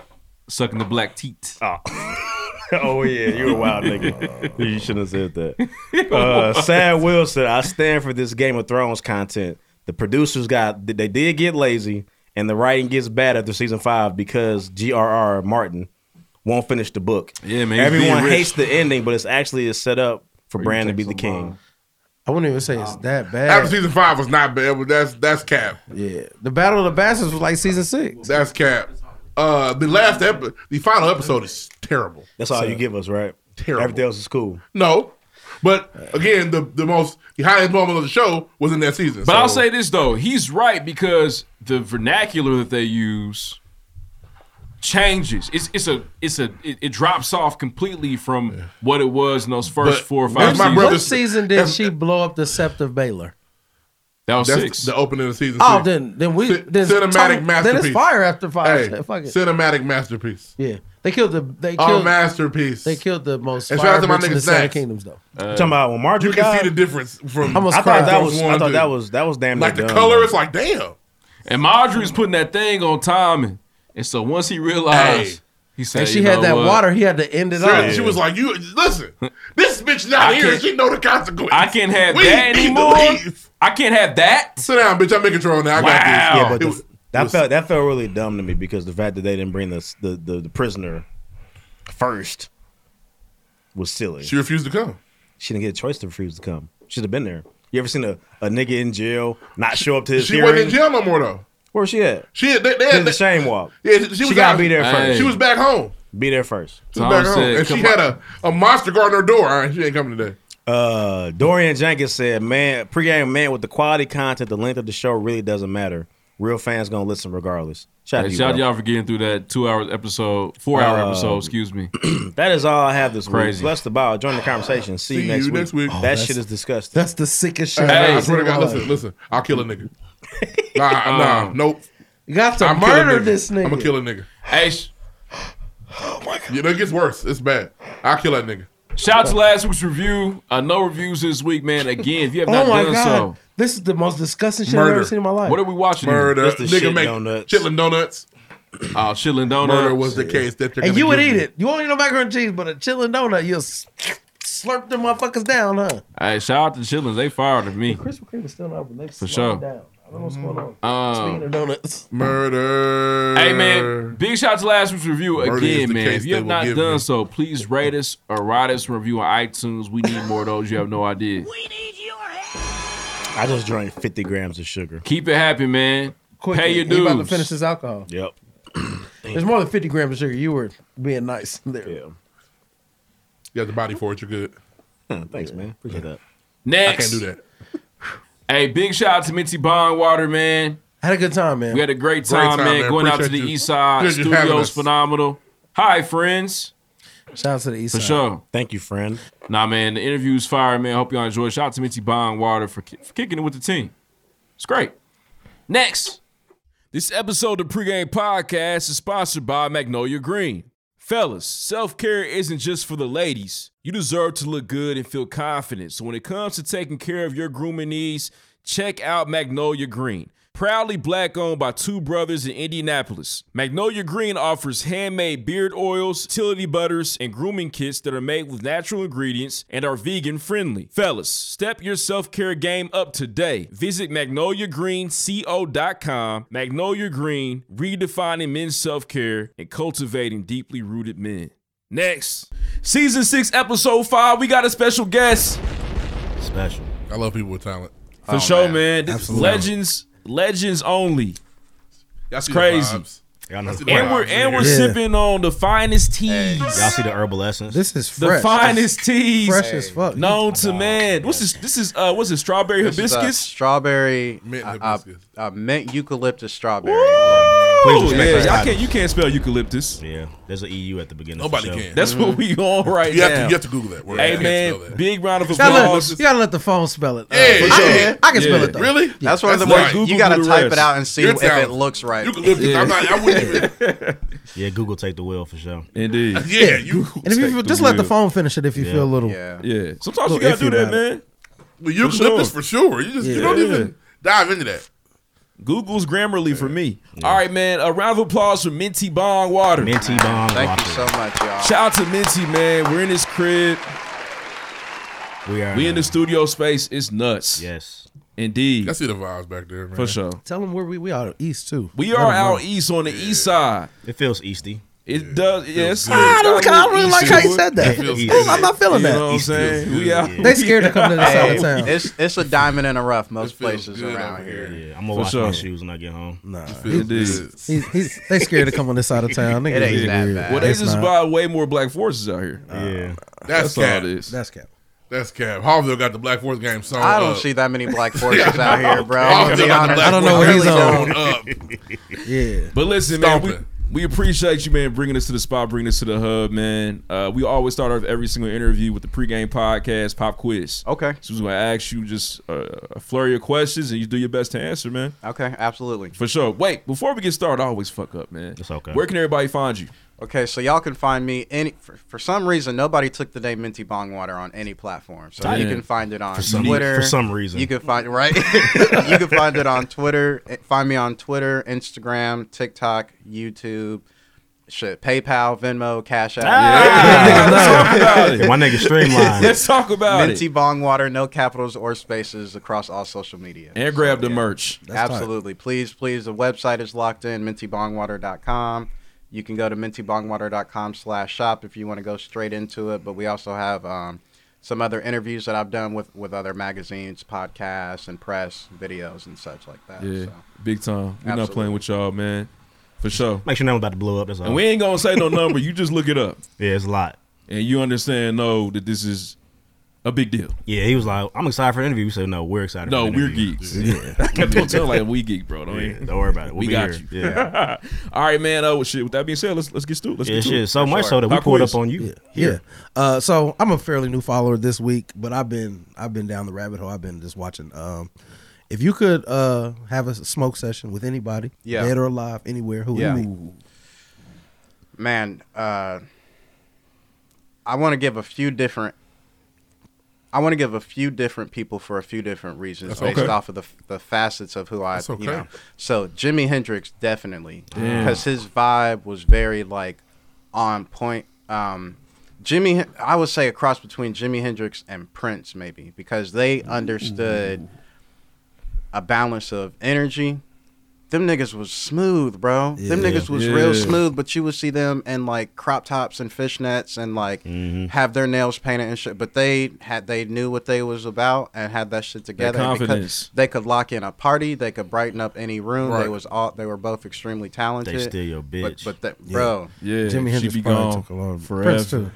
sucking the black teat.
oh yeah, you're a wild nigga. you shouldn't have said that. Uh, Sad Will said, "I stand for this Game of Thrones content. The producers got they did get lazy, and the writing gets bad after season five because G.R.R. Martin won't finish the book.
Yeah, man. he's
Everyone
being rich.
hates the ending, but it's actually it's set up for Bran to be the king.
I wouldn't even say it's that
After
bad.
season five was not bad, but that's that's cap.
Yeah, the Battle of the Bastards was like season six.
That's cap. Uh, the last episode, the final episode is terrible.
That's all you give us, right?
Terrible.
Everything else is cool.
No, but again, the the most the highest moment of the show was in that season.
But I'll
so-
say this though, he's right because the vernacular that they use changes. It's it's a it's a it, it drops off completely from what it was in those first
But
four or
that's
five.
my
seasons.
What season did she blow up the sept of Baylor?
That was
That's
six.
the opening of season.
Oh,
six.
then then we
Cin-
then
cinematic
Then
masterpiece.
it's fire after fire.
Hey,
Fuck it.
Cinematic masterpiece.
Yeah, They killed the. They
Our
killed,
masterpiece.
They killed the most.
And shout out to my
firebirds in
nigga
the Seven
Snacks.
Kingdoms, though.
Uh, Talking about when Marjorie You can see died? the difference from-
I almost
I thought
cried.
that was-
I thought that was that was damn near
Like the
done.
color is like damn.
And Marjorie's putting that thing on timing. And so once he realized,
Hey.
he said,
and she
"You
had
know
that
what?
water. He had to end it
Seriously,
off.
she was like, "You listen, this bitch not
I
here.
can't-
She know the consequences.
I can't have
We need
that
to
anymore.
leave.
I can't have that.
Sit down, bitch. I'm in control now. I got this.
Yeah, but
It
the-
was-
that felt that felt really dumb to me because the fact that they didn't bring the the, the, the prisoner first was silly.
She refused to come.
She didn't get a choice to refuse to come. Should have been there. You ever seen a, a nigga in jail not show up to his
she
hearing?
wasn't in jail no more though.
Where she at?
She had- they, they
Did
had
the shame walk.
Yeah, she,
She
was
gotta
out-
be there first.
She was back home.
Be there first.
She was back home, and she had a, a monster guard on her door. All right, she ain't coming today.
Uh, Dorian Jenkins said, "Man, pregame man with the quality content, the length of the show really doesn't matter. Real fans gonna listen regardless." Shout out
Hey,
to you,
shout
bro.
y'all for getting through that two hour episode, four hour
Uh,
episode, excuse me.
That is all I have this
Crazy.
week. Bless the bow. Join the conversation. See,
See
you next
you
week.
next week.
that
Oh,
shit
that's-
is disgusting.
That's the sickest shit.
Hey,
I've
I swear
ever
to
seen in
God,
my
listen,
life.
listen. I'll kill a nigga. nah, nah,
Um,
nope.
You got to
I'm killing
murder this nigga. Oh
I'm gonna kill a nigga.
Hey, sh-
You know, it gets worse. It's bad. I'll kill that nigga.
shout out to last week's review. Uh, no reviews this week, man. Again, if you have
Oh
not
my
done
god,
so,
this is the most disgusting shit I've ever
Murder.
seen in my life.
What are we watching?
Murder.
That's the
nigga
shit
make
donuts.
chitlin donuts.
Oh, Chillin' Donuts.
Murder was the case that they're
And
gonna
you would
give
eat
me.
it. You won't eat no macaroni and cheese, but a chillin' donut, you'll s- slurp them motherfuckers down, huh?
Hey, shout out to Chillin'. They fired at me.
Krispy Kreme is still not open. They
For
slowed
sure.
down. I don't know what's going on. Speaking
Um,
of donuts,
Murder.
Hey man, big shout out to last week's review
Murder is
again,
the
man.
case
If you
they
have
will
not
give
done
me.
so, please rate us or write us a review on iTunes. We need more of those. You have no idea.
I just drank fifty grams of sugar.
Keep it happy, man.
quickly,
Pay your
he about to
dues.
finish this alcohol.
Yep.
There's more than 50 grams of sugar. You were being nice there.
You got the body for it. You're good.
Thanks, man. Appreciate that.
Next,
I can't do that.
Hey, big shout out to Minty Bondwater, man.
Had a good time, man.
We had a great time,
time,
man.
man.
Going out to the
Appreciate you.
East Side
Appreciate you having
Studios,
us.
phenomenal. Hi, friends.
Shout out to the East
For
Side.
sure.
Thank you, friend.
Nah, man. The interview's fire, man. Hope y'all enjoy. Shout out to Minty Bondwater for, ki- for kicking it with the team. It's great. Next. This episode of Pregame Podcast is sponsored by Magnolia Green. Fellas, self care isn't just for the ladies. You deserve to look good and feel confident. So when it comes to taking care of your grooming needs, check out Magnolia Green. Proudly black owned by two brothers in Indianapolis, Magnolia Green offers handmade beard oils, utility butters, and grooming kits that are made with natural ingredients and are vegan friendly. Fellas, step your self care game up today. Visit magnoliagreenco.com. Magnolia Green, redefining men's self care and cultivating deeply rooted men. Next, season six, episode five, we got a special guest.
Special.
I love people with talent.
For sure, man. This is legends, legends only.
That's
crazy.
Y'all know
That's
the
And we're
vibes here.
and we're sipping on the finest teas.
Y'all see the herbal essence?
This is
the
fresh.
finest teas
Fresh as fuck.
known to man. What's this? This is uh, what's it? Strawberry
This is, uh,
hibiscus.
strawberry,
mint,
hibiscus. Uh, mint eucalyptus strawberry.
Please
respect
yeah,
our
y'all
titles.
can't. You can't spell eucalyptus.
Yeah, there's an EU at the beginning.
Nobody
of the show. Mm-hmm.
can.
That's what we on right
You
now.
have to- you have to Google that word. I
Hey
can't spell
man,
that.
big round of
You gotta,
applause.
let, you gotta let the phone spell it. Uh,
Hey,
for
yeah.
sure. I can spell
Yeah.
it though.
Really?
That's one of the
That's
ways
right.
you
Google
gotta
the
type
rest.
it out and see
You're
if it
talented.
looks right.
You can lift it. I'm not, I wouldn't even.
Yeah, Google take the wheel for sure.
Indeed.
Yeah, you.
And if you feel, just let the phone finish it if you
Yeah.
feel a little.
Yeah.
Yeah. Sometimes you
Little
gotta do
iffy
that,
about it.
man.
Well, you
For
can lift this for
sure.
sure. You just you don't
Yeah.
even dive into that.
Google's Grammarly for me. All right, man. A round of applause for Minty Bong Water.
Minty bomb.
Thank you
waffle.
so much, y'all.
Shout out to Minty, man. We're in his crib.
We are.
We in the studio space. It's nuts.
Yes.
Indeed.
I see the vibes back there, man.
For sure.
Tell them where we we are east too.
We
Let
are
'em know.
out east on the east side.
It feels easty.
It does. Yes.
Ah, I don't, I don't really like how you said that.
It feels
Ooh, I'm not
You
feeling
know
that.
what I'm
East
saying?
feels
We out.
good.
They scared to come to this side
Hey,
of town.
it's it's a diamond in the rough most
feels
places
good
around
out
here.
Yeah, I'm gonna
For
wash
sure.
my shoes when I get home.
Nah,
Feels
Indeed.
good.
he's, he's, they scared to come on this side of town. Niggas
It ain't
is
that
weird.
bad.
Well, they
It's
just
not.
buy way more black forces out here.
Uh, Yeah.
That's
That's all
cap.
it is.
Uh, That's cap.
That's cap. Harville got the Black Force game song.
I don't
up.
see that many black forces out here, bro. I'm gonna be
Harville got the
honest.
Black
I don't know
Force
what he's
game song
on.
up.
Yeah.
But listen, man,
Stomping.
we, we appreciate you, man, bringing us to the spot, bringing us to the hub, man. Uh, we always start off every single interview with the pregame podcast pop quiz.
Okay.
So we're gonna ask you just uh, a flurry of questions, and you do your best to answer, man.
Okay, absolutely.
For sure. Wait, before we get started, I always fuck up, man.
It's okay.
Where can everybody find you?
Okay, so y'all can find me any for, for some reason nobody took the name Minty Bong Water on any platform. So you
Yeah.
can find it on
For some-
Twitter
for some reason.
You can find right. you can find it on Twitter. Eh, Find me on Twitter, Instagram, TikTok, YouTube. Shit, PayPal, Venmo, Cash App.
Ah, let's talk about it. My nigga Streamline. Let's talk about it.
Minty Bong Water, no capitals or spaces across all social media.
And grab the merch.
Absolutely. Please, please. The website is locked in, mintybongwater.com. You can go to mintybongwater.com slash shop if you want to go straight into it. But we also have um, some other interviews that I've done with, with other magazines, podcasts, and press, videos, and such like that.
Yeah, big time. We're not
Absolutely.
playing with y'all, man. For sure.
Make sure no one's about to blow up. That's all.
And we ain't gonna say no number. You just look it up.
Yeah, it's a lot.
And you understand, no, that this is a big deal.
Yeah, he was like, "I'm excited for the interview." We said, "No, we're excited."
No,
for the
we're
interview."
geeks.
Yeah.
Don't tell like we geek, bro. Don't,
Yeah, don't worry about it. We'll
we
be
got
here.
you.
Yeah.
All right, man. Oh shit. With that being said, let's let's get to it. Let's
Yeah,
get to
shit,
it.
so much so that we
Pop
pulled
quiz.
up on you.
Yeah.
Yeah. Uh, so I'm a fairly new follower this week, but I've been I've been down the rabbit hole. I've been just watching. Um, if you could uh, have a smoke session with anybody,
Yeah.
dead or alive, anywhere, who?
Yeah.
Ooh.
man, uh, I want to give a few different. I want to give a few different people for a few different reasons
That's
based
okay.
off of the the facets of who I,
That's
you
okay.
know. So Jimi Hendrix definitely
Damn.
because his vibe was very like on point. Um, Jimmy, I would say a cross between Jimi Hendrix and Prince maybe because they understood a balance of energy. Them niggas was smooth, bro. Them
Yeah.
niggas was
Yeah.
real smooth, but you would see them in like crop tops and fishnets and like have their nails painted and shit. But they had they knew what they was about and had that shit together. And because
confidence.
They could lock in a party. They could brighten up any room. They
Right.
was all. They were both extremely talented.
steal your
But,
bitch.
but that,
Yeah.
bro,
Yeah, Jimi she Hendrix be probably gone took a lot of- forever. Prince, too.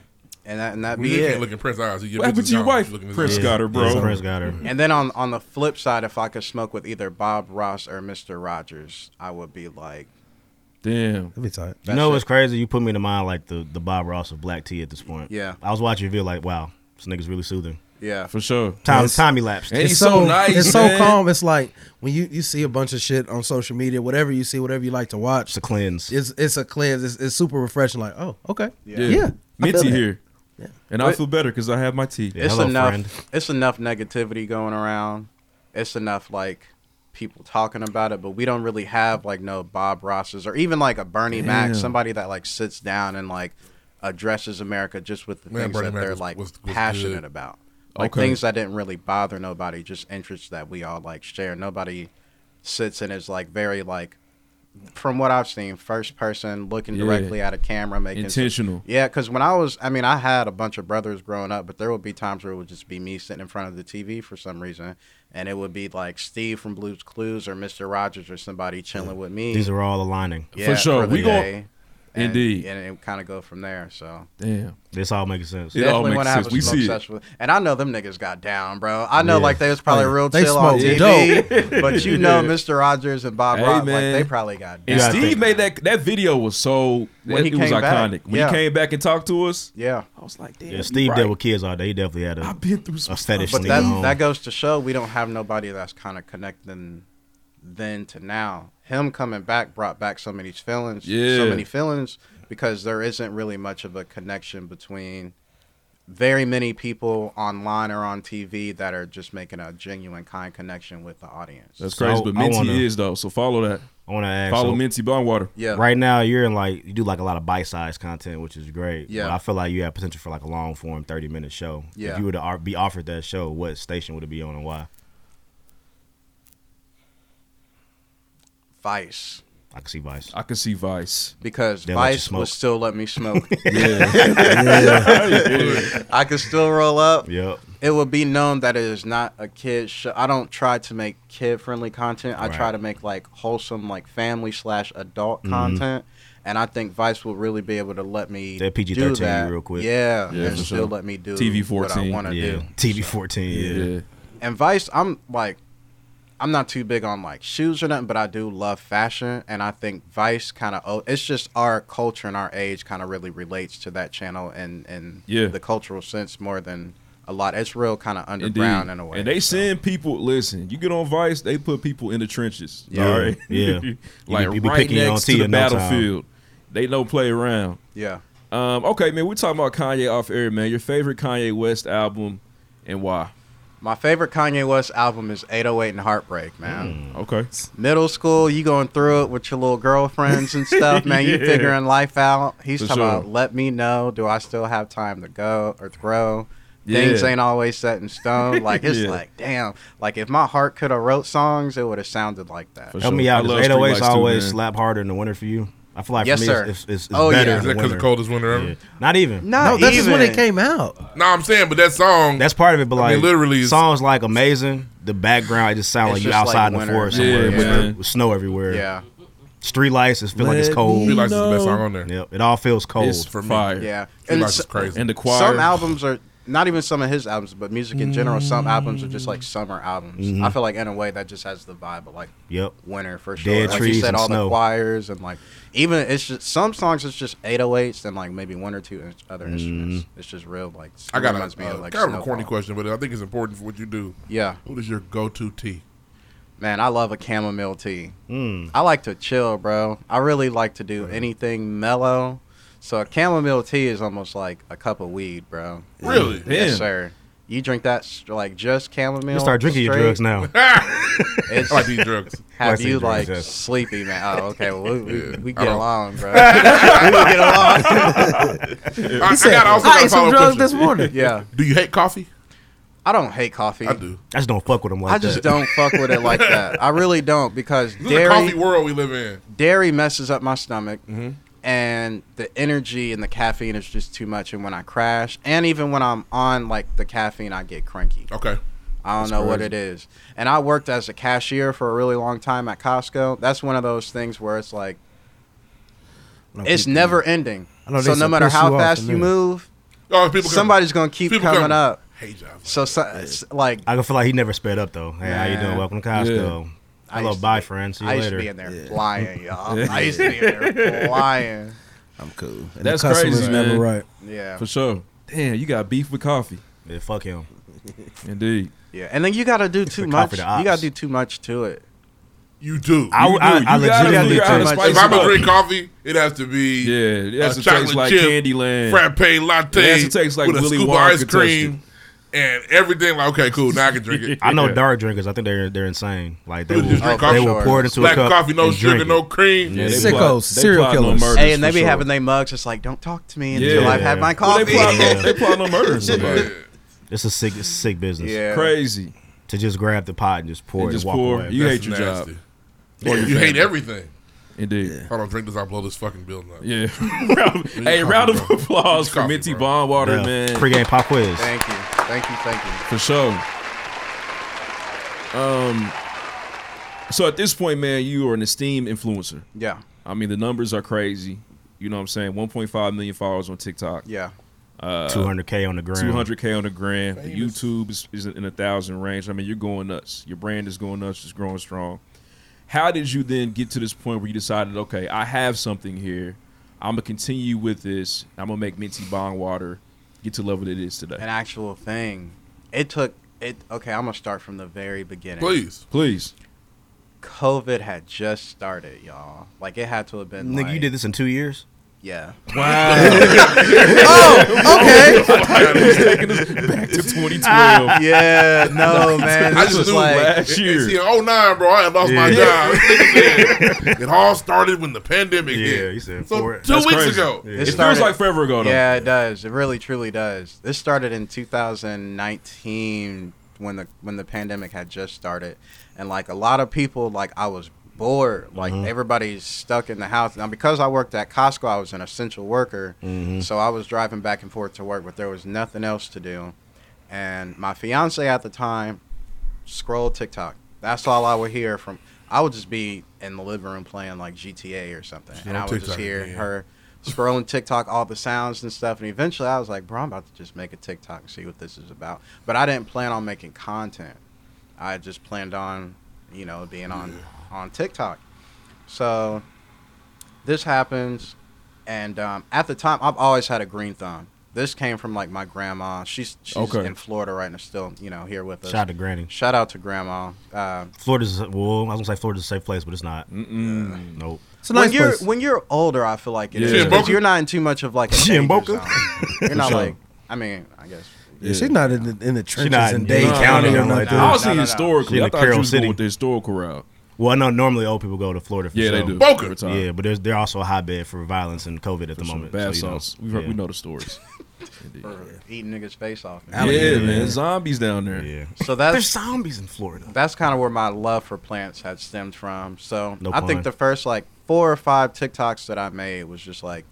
And that and that be
Well, you
it.
can't look in Prince's eyes. You get
What happened to your
bitches gone.
wife?
You look in his
Prince
eyes.
got her, bro.
Prince got her.
And then on on the flip side, if I could smoke with either Bob Ross or Mister Rogers, I would be like,
Damn.
That'd be tight.
You know what's crazy? You put me in mind like the, the Bob Ross of Black Tea at this point.
Yeah.
I was watching your video like, wow, this nigga's really soothing.
Yeah.
For sure.
Time,
It's-
time elapsed.
it's so, nice. It's so calm. It's like when you, you see a bunch of shit on social media, whatever you see, whatever you like to watch. It's
a cleanse.
It's it's a cleanse. It's, it's super refreshing. Like oh okay yeah,
Yeah.
I feel
Minty
that.
here.
Yeah.
And I
But-
feel better because I have my tea.
it's enough. It's enough negativity going around. It's enough like people talking about it, but we don't really have like no Bob Rosses or even like a Bernie Mac,
Damn.
somebody that like sits down and like addresses America just with the
Man,
things
Bernie
that
Mac
they're
was-
like
was- was
passionate
good.
about. Like
Okay.
things that didn't really bother nobody, just interests that we all like share. Nobody sits and is like very like from what I've seen, first person looking
Yeah.
directly at a camera, making
Intentional.
yeah, because when I was, I mean, I had a bunch of brothers growing up, but there would be times where it would just be me sitting in front of the TV for some reason, and it would be like Steve from Blue's Clues or Mister Rogers or somebody chilling with me.
These are all aligning.
yeah, the
We gon-
day, and-
Indeed.
and it kind of go from there. So
Damn.
This all making sense.
Definitely wanna have a smoke session with- And I know them niggas got down, bro. I know
Yeah.
like they was probably
Oh, yeah.
real
They
chill on
smoked
TV,
dope.
but you know
Yeah.
Mr. Rogers and Bob
Hey,
Ross, like
man.
they probably got down.
And Steve made that that video was so
When
that-
he
it was
came back,
iconic. When
yeah.
he came back and talked to us,
yeah,
I was like, damn.
Yeah,
you
Steve
right.
dealt with kids all day. He definitely had a,
been through some
a fetish
But
nigga
that,
home.
that goes to show we don't have nobody that's kind of connecting then to now. Him coming back brought back so many feelings,
Yeah.
so many feelings because there isn't really much of a connection between very many people online or on TV that are just making a genuine kind connection with the audience.
That's
So,
crazy. But
I
Minty
wanna-
is though, so follow that.
I want to ask.
Follow
so-
Minty Bongwater.
Right now, you're in like you do like a lot of bite sized content, which is great.
Yeah.
But I feel like you have potential for like a long form, thirty minute show.
Yeah.
If you were to ar- be offered that show, what station would it be on and why?
Vice.
I can see Vice.
I can see Vice
because
They let you
Vice will
smoke.
still let me smoke.
Yeah.
I can still roll up.
Yep.
It will be known that it is not a kid show. I don't try to make kid friendly content. I try
Right.
to make like wholesome, like family slash adult
Mhm.
content. And I think Vice will really be able to let me
That PG
do
thirteen
that.
real quick.
Yeah, and still let me do
TV
what I
fourteen.
want to
yeah.
do.
TV fourteen. Yeah.
And Vice, I'm like, I'm not too big on like shoes or nothing, but I do love fashion, and I think Vice kind of oh, it's just our culture and our age kind of really relates to that channel and and
Yeah.
the cultural sense more than a lot. It's real kind of underground in a way.
And they send people. Listen, you get on Vice, they put people in the trenches.
Yeah.
All right,
Yeah. You be-
like
you be
right
picking your own
next
tea
to the
in no time.
battlefield. They don't play around.
Yeah.
Um, okay, man, we're talking about Kanye off air, man. Your favorite Kanye West album and why?
My favorite Kanye West album is 808 and Heartbreak,
Mm.
man.
okay.
Middle school, you going through it with your little girlfriends and stuff, man. You
Yeah.
figuring life out. He's
For
talking about,
sure.
let me know, do I still have time to go or to grow?
Yeah.
Things ain't always set in stone. Like, it's
Yeah.
like, damn. Like, if my heart could have wrote songs, it would have sounded like that.
Help me out. 'cause 808s always slap harder in the winter for you. I feel like
Yes,
for me,
sir.
it's, it's, it's
Oh,
better.
yeah.
in
Is that 'cause
winter.
the coldest
winter ever?
Not even.
Not No, that's just when it even.
came out.
No, I'm saying, but that song.
That's part of it, but
I
like
mean, literally, it's-
songs like amazing. The background, it just sounds like
It's
you
just like
outside in the
winter.
forest
Yeah,
somewhere with,
man.
the- with snow everywhere.
Yeah.
Street lights, it feels like it's
Let
cold.
me Streetlights is the best song know. on
there.
Yep, it all feels cold
It's fire.
Yeah,
Streetlights
so-
is crazy. And the
Some
choir.
albums are not even some of his albums, but music in general. Some albums are just like summer albums.
Mhm.
I feel like in a way that just has the vibe of like
Yep.
winter for
Dead
sure. like
trees
you said,
and
all the
snow.
choirs and like even it's just some songs. It's just 808s and like maybe one or two ins-
Mm-hmm.
other instruments. It's just real like
I got a,
reminds me
uh,
of like
kind of a
Snowfall.
corny question, but I think it's important for what you do.
Yeah.
What is your go-to tea?
Man, I love a chamomile tea.
Hmm.
I like to chill, bro. I really like to do anything mellow. So a chamomile tea is almost like a cup of weed, bro.
Really?
Yes,
Damn.
sir. You drink that s- like just chamomile.
You start drinking your drugs now.
it's,
I like these drugs. I
Have
like
you
these drugs,
like
yes.
sleepy, man? Oh, okay. Well, we, we,
I
we get
don't-
along, bro. we get along.
I- I, got also got a follow-up question.
Yeah.
Do you hate coffee?
I don't hate coffee.
I do.
I just don't fuck with them like
I just
that.
don't fuck with it like that. I really don't because
This is
dairy
a coffee world we live in. Mm-hmm.
dairy messes up my stomach and the energy and the caffeine is just too much and when i crash and even when i'm on like the caffeine i get cranky
okay
i don't
That's
know what
crazy.
it is and i worked as a cashier for a really long time at costco that's one of those things where it's like it's never ending
I know they
so no
said
matter
piss
how
you off
fast
and
you
then-
move
Oh, people come-
somebody's gonna keep
people
coming
come.
up
Hey, John.
so, so it's like
I feel like he never sped up though. Hey, how you
Man.
doing? Welcome to Costco.
Yeah. I
Hello,
used to
bye,
be-
friend. See you
I used to
later.
be in there flying, y'all. I used to be in there flying.
I'm cool.
And
That's
the customer
crazy.
is never
man.
right.
Yeah.
For sure. Damn, you got beef with coffee.
Yeah, fuck him.
Indeed.
Yeah, and then you gotta do too much.
coffee
You
to
gotta do too much to it.
You do.
I-
You I- do. I You gotta legitimately figure out how to do. spice
If I'm
it
gonna
up.
drink coffee, it has to be
Yeah, it has
a
to taste
chocolate
like
chip,
Candyland.
frappe latte.
It has to taste like
with
Willy
a scoop
Wonka
of ice cream and everything. Like, okay, cool. Now I can drink it.
I know dark drinkers. I think they're they're insane. Like they
People
will,
just
Oh,
drink
they
coffee.
will pour it into
Black
a cup.
coffee, no
and
sugar,
drink it.
no cream.
Yeah, they
Sickos,
plot- they
serial
plotting on
killers.
murders
Hey, and they
for
be
sure.
having their mugs. It's like, don't talk to me until
Yeah.
I've had my
Well,
coffee.
they plotting on- they plotting on murder.
Yeah.
It's a sick, it's a sick business.
Yeah.
Crazy.
To just grab the pot and just pour
And
it
just
and walk
pour.
away.
You hate your job.
Yeah,
Or your
you hate
family.
everything.
Indeed.
Hold on, drink this. I'll blow this fucking building up.
Yeah. Round- hey, round of applause for Minty Bondwater,
Yeah.
man.
Pre-game pop quiz.
Thank you, thank you, thank you.
For sure. Um. So at this point, man, you are an esteemed influencer.
Yeah.
I mean, the numbers are crazy. You know what I'm saying? 1.5 million followers on TikTok.
Yeah.
Uh,
200K on the gram.
200K on the gram. The YouTube is, is in a thousand range. I mean, you're going nuts. Your brand is going nuts. It's growing strong. How did you then get to this point where you decided, okay, I have something here. I'm gonna continue with this. I'm gonna make Minty Bond Water get to the level that it is today.
An actual thing. It took it. Okay, I'm gonna start from the very beginning.
Please.
Please.
COVID had just started, y'all. Like it had to have been.
Nigga,
like,
you did this in two years.
Yeah.
Wow.
oh, okay.
taking us back to 2012.
Yeah, Ah, no, man.
I
This
just
was
knew
like-
last year.
See, in 09, bro, I had lost my
Yeah.
job. it all started when the pandemic hit.
Yeah, he said
so
four-
two
that's
weeks
crazy.
ago.
Yeah.
This
It feels
like forever ago, though.
Yeah, it does. It really, truly does. This started in 2019 when the when the pandemic had just started, and like a lot of people, like I was bored. Like
Mhm.
everybody's stuck in the house. Now because I worked at Costco, I was an essential worker,
Mhm.
so I was driving back and forth to work, but there was nothing else to do. And my fiance at the time scrolled TikTok. That's all I would hear from. I would just be in the living room playing like GTA or something,
She's
and
on
I would just
TikTok,
hear
yeah.
her scrolling TikTok, all the sounds and stuff. And eventually, I was like, "Bro, I'm about to just make a TikTok and see what this is about." But I didn't plan on making content. I just planned on, you know, being on on TikTok. So this happens, and um, at the time, I've always had a green thumb. This came from like my grandma. She's she's
Okay.
in Florida right now, still you know here with us.
Shout out to Granny.
Shout out to grandma. Uh,
Florida's well, I was gonna say Florida's a safe place, but it's not. Mm-mm. Nope.
when you're when you're older, I feel like it
Yeah.
is,
Yeah,
'cause
Boca.
you're not in too much of like a
Yeah,
danger
Boca.
zone. You're not
For sure.
like I mean I guess
Yeah, she's not in the in the trenches
not-
in Dade
no, no,
County
no,
or
no,
nothing.
no, no.
I was thinking historically.
She in
I
the
thought you
Carroll
was going
City.
with the historical route.
Well, I know normally old people go to Florida for
Yeah, they
sure.
do. Boca. Every time.
Yeah, but there's, they're also a hotbed for violence and COVID at
For
the
sure.
moment.
Bad
so, you know,
sauce. We've heard- we know the stories.
eating niggas face off.
Yeah, man, zombies down there. Yeah.
So that's
There's zombies in Florida.
That's kind of where my love for plants had stemmed from. So
No
I
pun.
think the first like four or five TikToks that I made was just like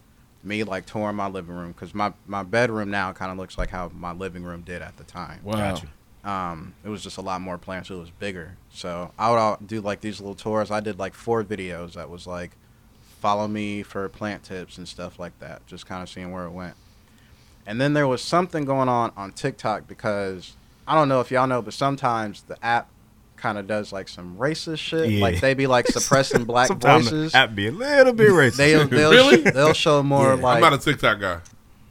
me like touring my living room because my my bedroom now kind of looks like how my living room did at the time.
Wow. Gotcha.
Um, it was just a lot more plants. It was bigger. So I would all do like these little tours. I did like four videos that was like follow me for plant tips and stuff like that. Just kind of seeing where it went. And then there was something going on on TikTok because I don't know if y'all know, but sometimes the app kind of does like some racist shit.
Yeah.
Like they be like suppressing black
Sometimes the
voices.
app be a little bit racist.
They'll, they'll,
Really?
they'll show more
Yeah.
like
I'm not a TikTok guy.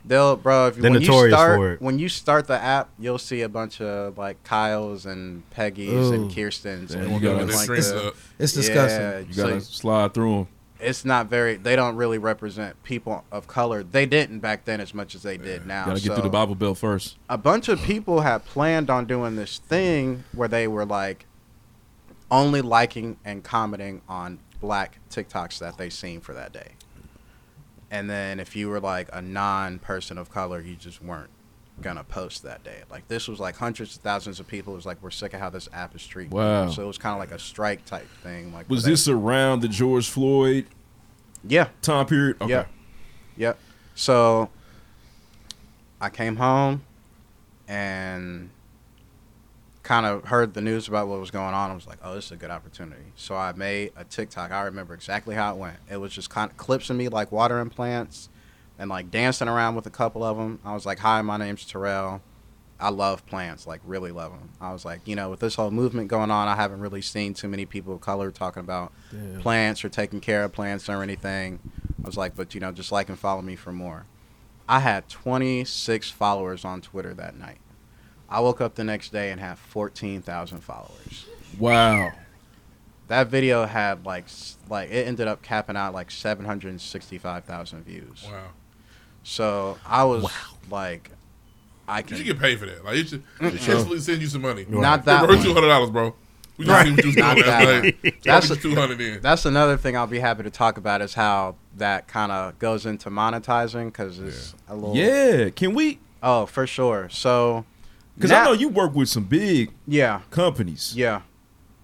They'll, bro. If you,
They're
when you
notorious
start
for it.
when you start the app, you'll see a bunch of like Kyles and Peggy's and
Ooh.
Kirstens.
Damn,
and
you
doing,
gotta-
like,
It's-
the-
it's
Yeah,
disgusting.
You
so-
gotta slide through them.
it's not very they don't really represent people of color they didn't back then as much as they did now
Gotta get
So,
through the Bible Belt first.
a bunch of people had planned on doing this thing where they were like only liking and commenting on black tiktoks that they seen for that day and then if you were like a non-person of color you just weren't gonna post that day like this was like hundreds of thousands of people it was like we're sick of how this app is treating
Wow.
people. so it was kind of like a strike type thing like
Was
they-
this around the George Floyd?
Yeah.
Time period. Okay.
Yep. Yep. So I came home and kind of heard the news about what was going on. I was like, oh, this is a good opportunity. So I made a TikTok. I remember exactly how it went. It was just kind of clips of me like watering plants and like dancing around with a couple of them. I was like, hi, my name's Terrell. I love plants, like really love them. I was like, you know, with this whole movement going on, I haven't really seen too many people of color talking about
Damn.
plants or taking care of plants or anything. I was like, but you know, just like and follow me for more. I had 26 followers on Twitter that night. I woke up the next day and had 14,000 followers.
Wow.
That video had like s- like it ended up capping out like 765,000 views.
Wow.
So I was like, I
You
can.
should get paid for that. Like, you should
Mm-mm.
they should absolutely send you some money.
Not that
We're
one.
two hundred dollars, bro. We just
Right.
see what you was
Not
doing last
that
night.
one.
That's
That's
two hundred in.
That's another thing I'll be happy to talk about is how that kind of goes into monetizing because it's a little.
Yeah. Can we?
Oh, for sure. So,
Because I
now-
know you work with some big
yeah
companies.
Yeah.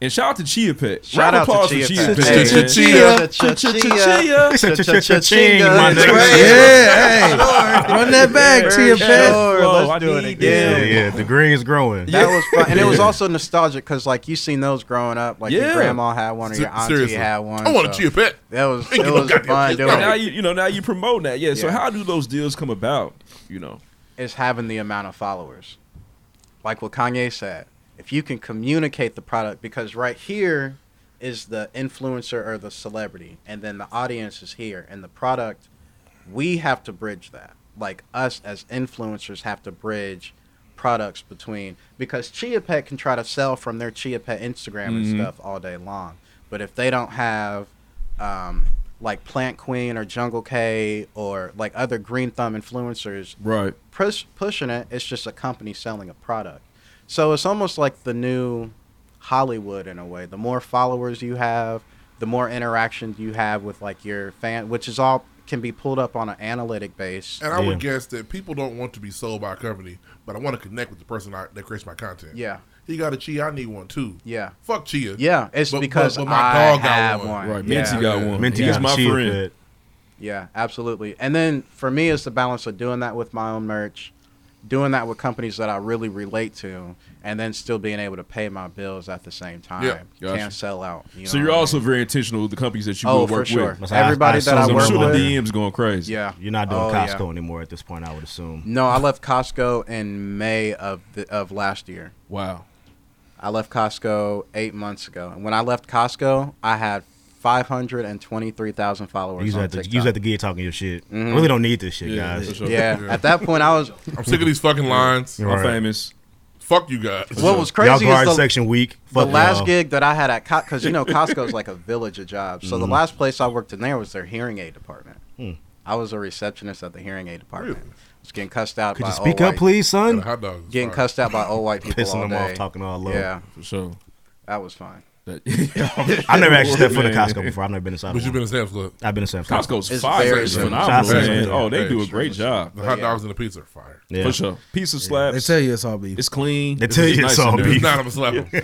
And shout out to Chia Pet.
Shout
Round of
out to
applause
Chia
for
Pet.
Pet,
Hey,
man.
Chia, Chia, Chia, Chia. They said Chia, Chia, Chia, Chia, my nigga.
Yeah, hey,
Sure.
run that back to your
Sure,
back.
let's do it
Yeah,
again.
yeah, the green is growing.
That was fun, and it was also nostalgic because like you seen those growing up, like
Yeah.
your grandma had one or your
Se-
auntie
seriously.
had one.
I want a Chia Pet.
That was
Ain't
it
get no
was
goddamn
fun
Chia
doing.
Pet. Now
it.
you, you know, now you promoting that. Yeah. So
Yeah.
how do those deals come about? You know.
is having the amount of followers. Like what Kanye said, if you can communicate the product, because right here is the influencer or the celebrity, and then the audience is here, and the product, we have to bridge that. Like us as influencers have to bridge products between, because Chia Pet can try to sell from their Chia Pet Instagram
Mhm.
and stuff all day long. But if they don't have um, like Plant Queen or Jungle K or like other Green Thumb influencers
Right.
push, pushing it. It's just a company selling a product. So it's almost like the new Hollywood in a way. The more followers you have, the more interaction you have with like your fan, which is all can be pulled up on an analytic base.
And I would guess that people don't want to be sold by a company, but I want to connect with the person I, that creates my content.
Yeah.
He got a chia. I need one too.
Yeah.
Fuck chia.
Yeah, it's because I have one.
Right,
Yeah.
Minty got one.
Minty
He's
got
my
Chia
friend.
Pet.
Yeah, absolutely. And then for me, it's the balance of doing that with my own merch, doing that with companies that I really relate to, and then still being able to pay my bills at the same time.
Yeah, gotcha.
Can't sell out. You
so
know
you're
what I
also very intentional with the companies that you
Oh,
will
for
work
sure.
with.
Everybody that I
I'm
work
sure
with-
the DMs going crazy.
Yeah.
You're not doing
Oh, yeah.
Costco anymore at this point, I would assume.
mean? No, I left Costco in May of the, of last year.
Wow.
I left Costco eight months ago, and when I left Costco, I had 523,000 followers.
You
on
at the
TikTok.
you at the gear talking your shit.
Mhm.
I really don't need this shit,
Yeah,
guys.
for sure. Yeah. At that point, I was-
I'm sick of these fucking lines.
Right.
famous.
Fuck you guys.
What was crazy
guard
is the,
section weak.
the
Fuck
last
y'all.
gig that I had at Costco, because you know Costco is like a village of jobs. So the
Mhm.
last place I worked in there was their hearing aid department.
Hmm.
I was a receptionist at the hearing aid department. I was getting cussed out
Could
by
you
old
speak up,
white-
please, son?
Getting cussed out by old white people.
Pissing
all
them off,
day.
talking all low.
Yeah,
for sure.
That was fine.
I've never actually stepped foot in Costco before. I've never been inside.
But you've been to Sam's Club.
I've been to Sam's Club.
Costco's fire. It's phenomenal, man. Oh, they do a great job.
The hot dogs and the pizza are fire.
Yeah.
For sure. Piece of slabs.
They tell you it's all beef.
It's clean.
They tell you it's all
If
beef.
it's not, I'm gonna slap them.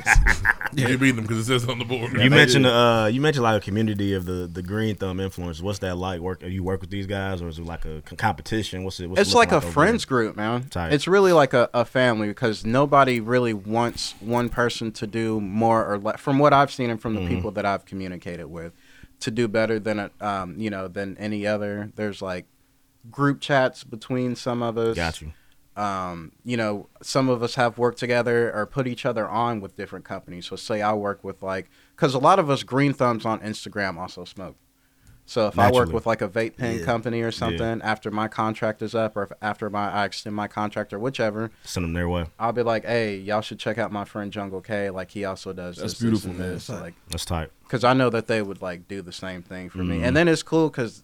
You beat them because it says on the board.
You mentioned uh, you mentioned like a community of the the Green Thumb influencers. What's that like? Work you work with these guys, or is it like a c- competition? What's it? What's it
it's like
looking
a
over
friends
there?
group, man.
Tight.
It's really like a, a family because nobody really wants one person to do more or less. From what I've seen and from the
Mhm.
people that I've communicated with, to do better than a, um, you know than any other. There's like group chats between some of us.
Got you.
Um, you know, some of us have worked together or put each other on with different companies. So say I work with like because a lot of us green thumbs on Instagram also smoke. So if I work
Naturally.
with like a vape pen
Yeah.
company or
Yeah.
something, after my contract is up or if after my I extend my contract or whichever,
Send them their way.
I'll be like, hey, y'all should check out my friend Jungle K. Like he also does.
That's
this,
beautiful,
this, and
man.
This. Like,
That's tight.
because I know that they would like do the same thing for me.
Mhm.
And then it's cool because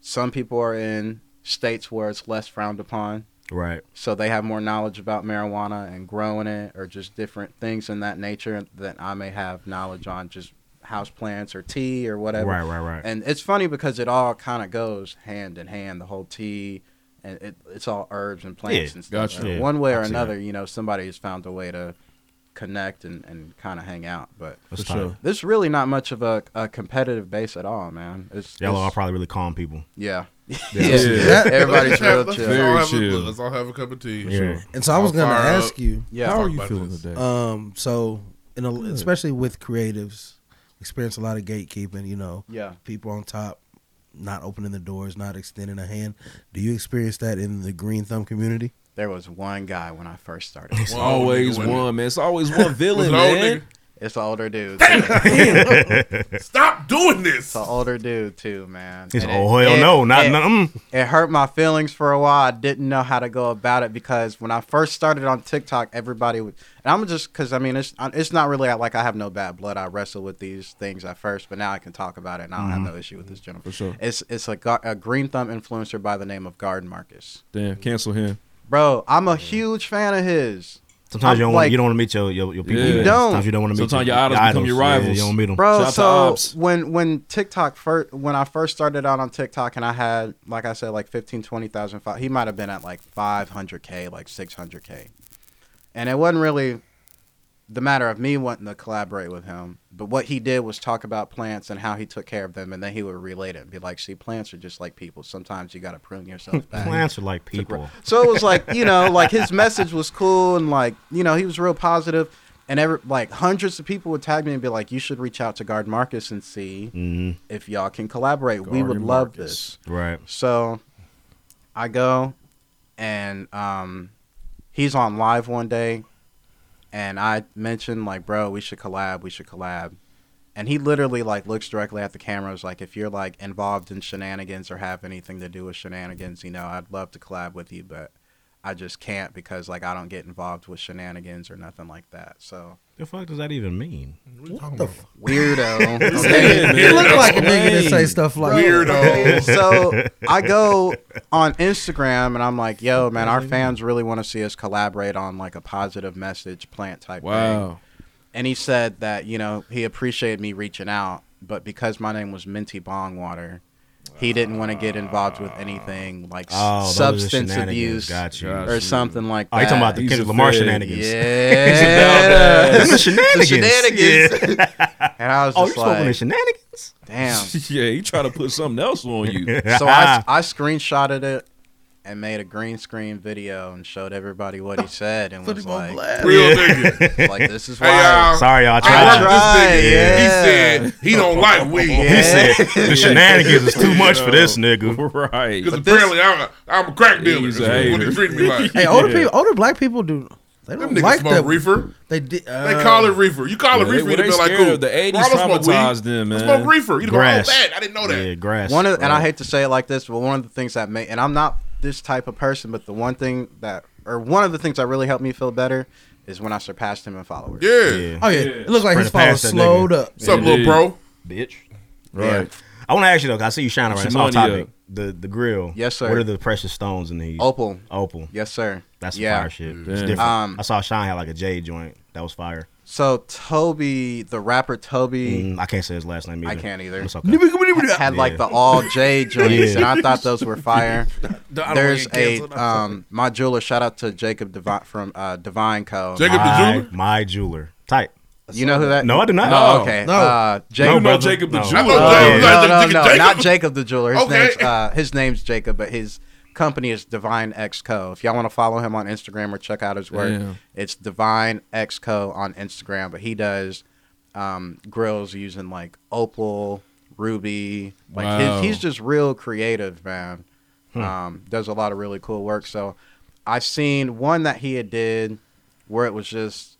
some people are in states where it's less frowned upon,
Right.
so they have more knowledge about marijuana and growing it, or just different things in that nature that I may have knowledge on, just house plants or tea or whatever.
Right, right, right.
And it's funny because it all kind of goes hand in hand. The whole tea and it, it's all herbs and plants
Yeah,
and stuff.
gotcha. Yeah,
One way or
I see that.
another, you know, somebody has found a way to connect and, and kind of hang out. But
That's For tight. sure.
there's really not much of a, a competitive base at all, man. It's,
Y'all
it's-
are probably really calm people.
Yeah. Yeah.
Yeah.
Everybody's real
Let's
chill.
all
Very
have a-
chill.
Let's all have a cup of tea.
Yeah. Sure.
And so I was
I'll
going to
fire
ask
up.
you.
Yeah.
How
Talk
are you
about
feeling
this.
today?
Um, so, in a,
Good.
especially with creatives, experience a lot of gatekeeping. You know,
Yeah.
people on top, not opening the doors, not extending a hand. Do you experience that in the Green Thumb community?
There was one guy when I first started.
It's always one, man. It's always one villain,
It's an old
man.
nigga. It's an older dude.
it.
Stop doing this. It's
an older dude too, man.
It's,
And
"Oh, hell no, not
it,
nothing."
It hurt my feelings for a while. I didn't know how to go about it because when I first started on TikTok, everybody would. And I'm just because I mean it's it's not really like I have no bad blood. I wrestled with these things at first, but now I can talk about it and I don't
Mhm.
have no issue with this gentleman.
For sure.
It's it's a, gar- a green thumb influencer by the name of Garden Marcus.
Damn, cancel him.
Bro, I'm a huge fan of his.
Sometimes
I'm
you don't
like-
want, you don't want to meet your your, your people.
You
man.
don't.
Sometimes you don't want to meet.
Sometimes your idols become your
Yeah,
rivals.
you don't meet them,
Bro,
Shout out to Ops.
so when when TikTok first when I first started out on TikTok and I had like I said like 15 20,000 fol- he might have been at like 500k like 600k. And it wasn't really the matter of me wanting to collaborate with him, but what he did was talk about plants and how he took care of them and then he would relate it and be like, "See, plants are just like people. Sometimes you got to prune yourself back."
Plants are like
to grow."
people.
So it was like, you know, like his message was cool and like, you know, he was real positive and every like hundreds of people would tag me and be like, "You should reach out to Guard Marcus and see
Mhm.
if y'all can collaborate. we
Guard
would love
Marcus.
this."
Right.
So I go and um he's on live one day and I mentioned like, "Bro, we should collab. We should collab." And he literally like looks directly at the camera. Is like, if you're like involved in shenanigans or have anything to do with shenanigans, you know, I'd love to collab with you, but I just can't because like I don't get involved with shenanigans or nothing like that. So
The fuck does that even mean?
What the f-
weirdo.
This nigga-
Okay.
he look like a nigga that say
stuff like
Bro,
Weirdo.
So I go on Instagram and I'm like, yo, man, our fans really want to see us collaborate on like a positive message plant type thing.
Wow.
And he said that, you know, he appreciated me reaching out, but because my name was Minty Bong Water, he didn't want to get involved with anything like s-
Oh, those are the
substance
shenanigans.
abuse
Got you.
or something like that.
Oh, you talking about the He's Kendrick a Lamar fed. shenanigans. He's
Yeah.
about that. Them the shenanigans.
The shenanigans. and I was
Oh,
just
you smoking
like,
the shenanigans?
Damn.
yeah, he tried to put something else on you.
so I, I screenshotted it and made a green screen video and showed everybody what he said and was like,
Real nigga.
like this is
Hey,
why.
y'all.
Sorry, y'all. I
I
tried.
love this nigga.
Yeah.
He said he don't like weed.
He said the shenanigans is too much for this nigga.
Right.
Because apparently I'm, a- I'm a crack dealer.
He's a
That's what he
hater.
treated me like.
Hey, older people, older black people do. They
Them
don't
niggas
like
smoke
that
reefer.
They di-
they
uh,
call it reefer. You call it
Yeah, they-
reefer,
well,
you
they
feel like
scared
cool.
of the 80s
Bro, I don't smoke
traumatized
weed.
them,
I
man.
smoke reefer. You know,
Grass.
oh, man, I didn't know that.
Yeah, grass.
One of, and I
right.
hate to say it like this, but one of the things that made, and I'm not this type of person, but the one thing that, or one of the things that really helped me feel better is when I surpassed him in followers.
Yeah.
Oh, yeah. It looked like his
Spread
followers
past that nigga.
slowed up.
What's up, little bro?
Bitch.
Yeah. I want to ask you though. 'cause I see you shining right.
Put
It's
your
off
money
topic.
up.
The the grill.
Yes, sir.
What are the precious stones in these?
Opal.
Opal.
Yes, sir.
That's some
Yeah.
fire shit. It's
Damn.
different.
Um,
I saw Shine had like a J joint. That was fire.
So Toby, the rapper Toby,
Mm, I can't say his last name either.
I can't either.
It's okay.
Ha- had like the all J joints,
Yeah.
and I thought those were fire.
I don't
There's
wanna get
a
canceled.
um, my jeweler. Shout out to Jacob Divine from uh, Divine Co.
my, My jeweler. Type.
You know who that?
No, I do not.
Oh, okay.
No.
Uh,
No,
Jacob,
brother. Jacob the No. jeweler. I thought
Oh,
Jacob-
yeah.
I
No,
thought
no, no,
Jacob-
not Jacob the jeweler. His
Okay.
name's uh, his name's Jacob, but his company is Divine X Co. If y'all want to follow him on Instagram or check out his work,
Yeah.
it's Divine X Co on Instagram. But he does um, grills using like opal, ruby. Like
Wow.
his, he's just real creative, man.
Hmm.
Um, does a lot of really cool work. So I've seen one that he had did where it was just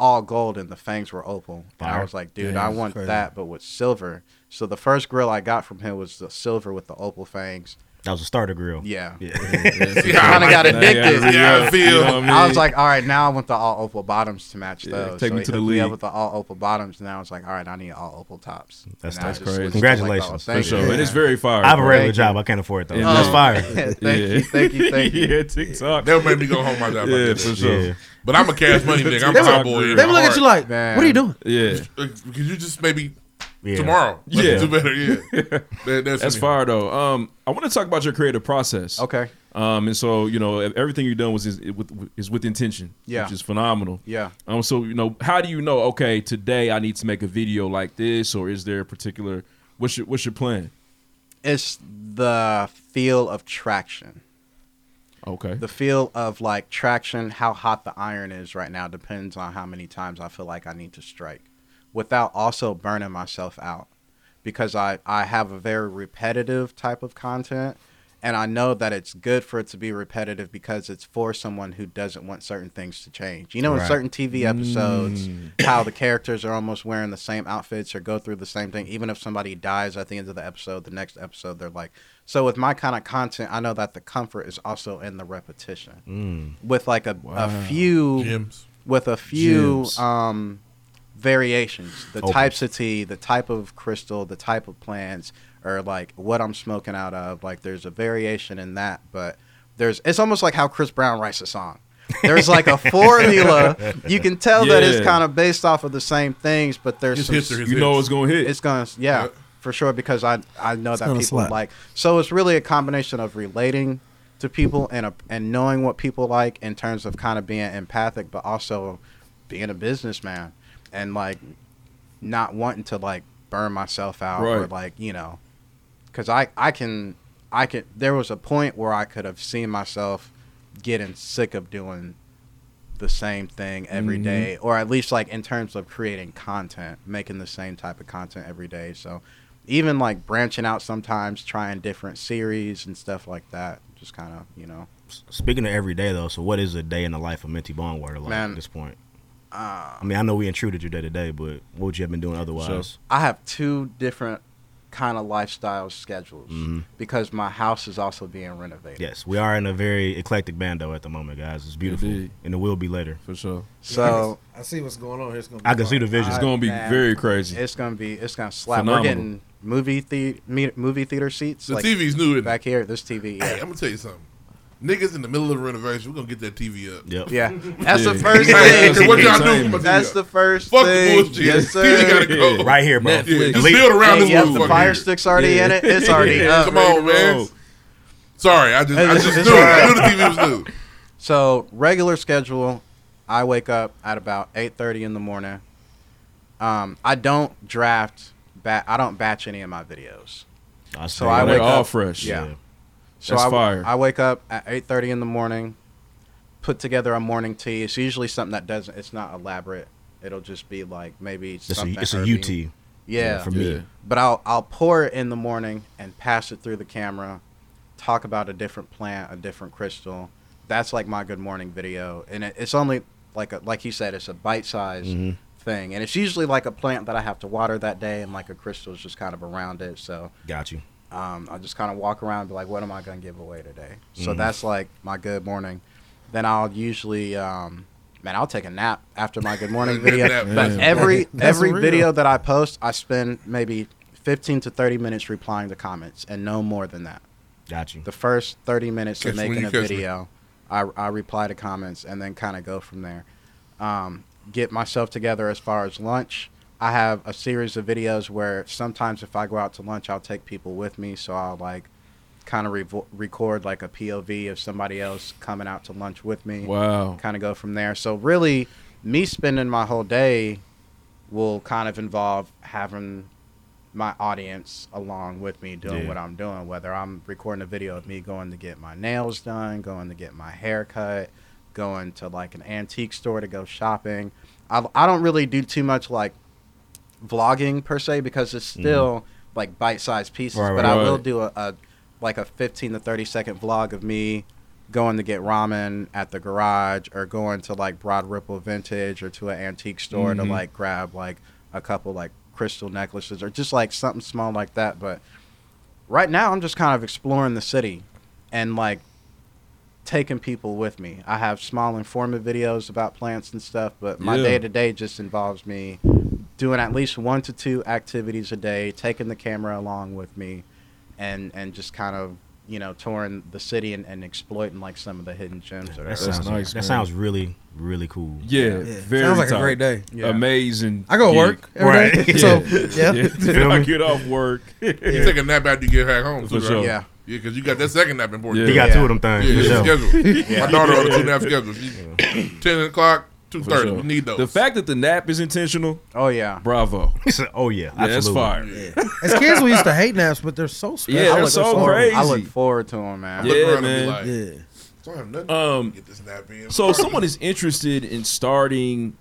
all gold and the fangs were opal. And I
Fire.
was like, dude,
Yeah,
I
it's
want
crazy.
that, but with silver. So the first grill I got from him was the silver with the opal fangs.
That was a starter grill.
Yeah.
Yeah.
kind of got addicted.
Yeah, I feel. You know what I mean?
I was like, all right, now I want the all opal bottoms to match those.
take
so
me
he
to the
hooked up
league.
with the all opal bottoms, and I was like, all right, I need all opal tops.
That's,
And I
that's
just switched to,
crazy.
like, the-
Congratulations.
thank you.
I have a
Thank
regular
you.
job. I can't afford it though.
Yeah.
That's
Oh.
fire.
Thank you, thank you, thank you.
Yeah, TikTok.
They'll make me go home my job.
Yeah, for sure. Yeah.
But I'm a cash money nigga. I'm
They
a
would-
hot boy.
they would look at you like, Man. "What are you doing?" Yeah.
Could Uh, you just maybe
Yeah.
tomorrow? Let's
Yeah.
Do better. Yeah. That-
that's
me.
fire though. Um, I want to talk about your creative process.
Okay.
Um, and so you know everything you've done was is with, is with intention.
Yeah.
Which is phenomenal.
Yeah.
Um, so you know how do you know? Okay, today I need to make a video like this, or is there a particular what's your what's your plan?
It's the feel of traction.
Okay.
The feel of like traction, how hot the iron is right now depends on how many times I feel like I need to strike without also burning myself out because I, I have a very repetitive type of content and I know that it's good for it to be repetitive because it's for someone who doesn't want certain things to change. You know, in
Right.
certain TV episodes,
Mm.
how the characters are almost wearing the same outfits or go through the same thing. Even if somebody dies at the end of the episode, the next episode, they're like, so with my kind of content, I know that the comfort is also in the repetition.
Mm.
With like a,
Wow.
a few,
Gems.
with a few
Gems.
um, variations, the
Opals.
types of tea, the type of crystal, the type of plants, or like what I'm smoking out of. Like there's a variation in that, but there's it's almost like how Chris Brown writes a song. There's like a formula. You can tell that it's
Yeah.
kind of based off of the same things, but there's
His
some,
hits are his You know hits. it's gonna hit.
It's gonna yeah, for sure because I I know that
gonna
people
slap.
like. So it's really a combination of relating to people and a, and knowing what people like in terms of kind of being empathic, but also being a businessman and like not wanting to like burn myself out or
Right.
like you know because I, I can i can there was a point where i could have seen myself getting sick of doing the same thing every
Mm-hmm.
Mhm.
day, or at least like in terms of creating content making the same type of content every day so even like branching out sometimes trying different series and stuff like that just kind of you know
Speaking of every day though, so what is a day in the life of Minty Bongwater like
Man.
at this point?
uh,
I mean, I know we intruded your day to day, but what would you have been doing otherwise?
I have two different kind of lifestyle schedules
Mhm.
because my house is also being renovated.
Yes, we are in a very eclectic band though at the moment, guys. It's beautiful, and it will be later
for sure.
So
I see what's going on here. It's gonna be
I can see
fire.
the vision.
I- man, It's gonna be it's gonna slap. We're
Phenomenal.
getting movie the me- movie theater seats.
The TV's new, isn't it?
back here. This TV.
Hey,
Yeah.
I'm gonna tell you something. Niggas in the middle of renovation, we're gonna get that TV up.
Yep.
Yeah. That's the
Yeah.
first
Hey,
thing.
what y'all do?
That's the first
Fuck
thing.
the bullshit.
Yes, sir.
TV gotta go.
Right here, bro.
Yeah, just
Elite.
build around
Hey,
this
yep,
motherfucker.
the fire stick's already in it. It's already
Yeah.
up,
Come
ready
on,
to
man.
roll.
Sorry, I just, I
It's-
just
it's
knew. it.
alright.
I knew the TV was new.
So regular schedule, I wake up at about eight thirty in the morning. Um, I don't draft, ba- I don't batch any of my videos.
I
so
see.
I
They're
wake
all
up,
fresh.
Yeah.
Yeah.
So
That's
I,
fire.
I wake up at eight thirty in the morning, put together a morning tea. It's usually something that doesn't. It's not elaborate. It'll just be like maybe
a-
something.
it's a
herby.
UT.
Yeah.
Yeah, for me. Yeah.
But I'll I'll pour it in the morning and pass it through the camera. Talk about a different plant, a different crystal. That's like my good morning video, and it, it's only like a, like he said, it's a bite sized
Mm-hmm. Mm.
thing, and it's usually like a plant that I have to water that day, and like a crystal is just kind of around it. So
Got you.
um, I just kind of walk around and be like, what am I going to give away today? So
Mhm.
that's like my good morning. Then I'll usually, um, man, I'll take a nap after my good morning video.
Nap,
But
yeah.
every
That's
every
real.
video that I post, I spend maybe 15 to 30 minutes replying to comments and no more than that.
Got you.
The first 30 minutes
Catch
of
me when
making
you
a
catch me.
video, I, I reply to comments and then kind of go from there. Um, get myself together as far as lunch. I have a series of videos where sometimes if I go out to lunch, I'll take people with me. So I'll like kind of revo record like a POV of somebody else coming out to lunch with me.
Wow.
Kind of go from there. So really, me spending my whole day will kind of involve having my audience along with me doing
Yeah.
what I'm doing, whether I'm recording a video of me going to get my nails done, going to get my hair cut, going to like an antique store to go shopping. I, I don't really do too much like vlogging per se because it's still like bite-sized pieces,
Mm-hmm. Right,
but
right,
I will
right.
do a, a like a 15 to 30 second vlog of me going to get ramen at the garage or going to like Broad Ripple Vintage or to an antique store to
Mhm.
like grab like a couple like crystal necklaces or just like something small like that. But right now I'm just kind of exploring the city and like taking people with me. I have small informative videos about plants and stuff, but my
Yeah.
day to day just involves me doing at least one to two activities a day, taking the camera along with me and and just kind of you know touring the city and, and exploiting like some of the hidden gems. that are-
That sounds nice. That sounds really, really cool.
Yeah, very tight. Amazing.
I go to
gig.
work every Right. day, so, yeah.
I get off work.
you take a nap after you get back home.
For
Too,
sure.
Right?
Yeah.
Yeah, because you got that second nap important.
He got two of them things,
Yeah,
for
it's
sure.
scheduled.
Yeah.
My daughter on a two nap schedule. She's 10 o'clock,
For
2.30.
sure.
We need those.
The fact that the nap is intentional.
Oh yeah.
Bravo.
oh yeah.
that's
absolutely.
fire.
As kids, we used to hate naps, but they're so special.
Yeah, they're so crazy.
I look forward to them, man.
Yeah, man.
Don't have nothing.
Um,
Get this nap in.
so if someone is interested in starting.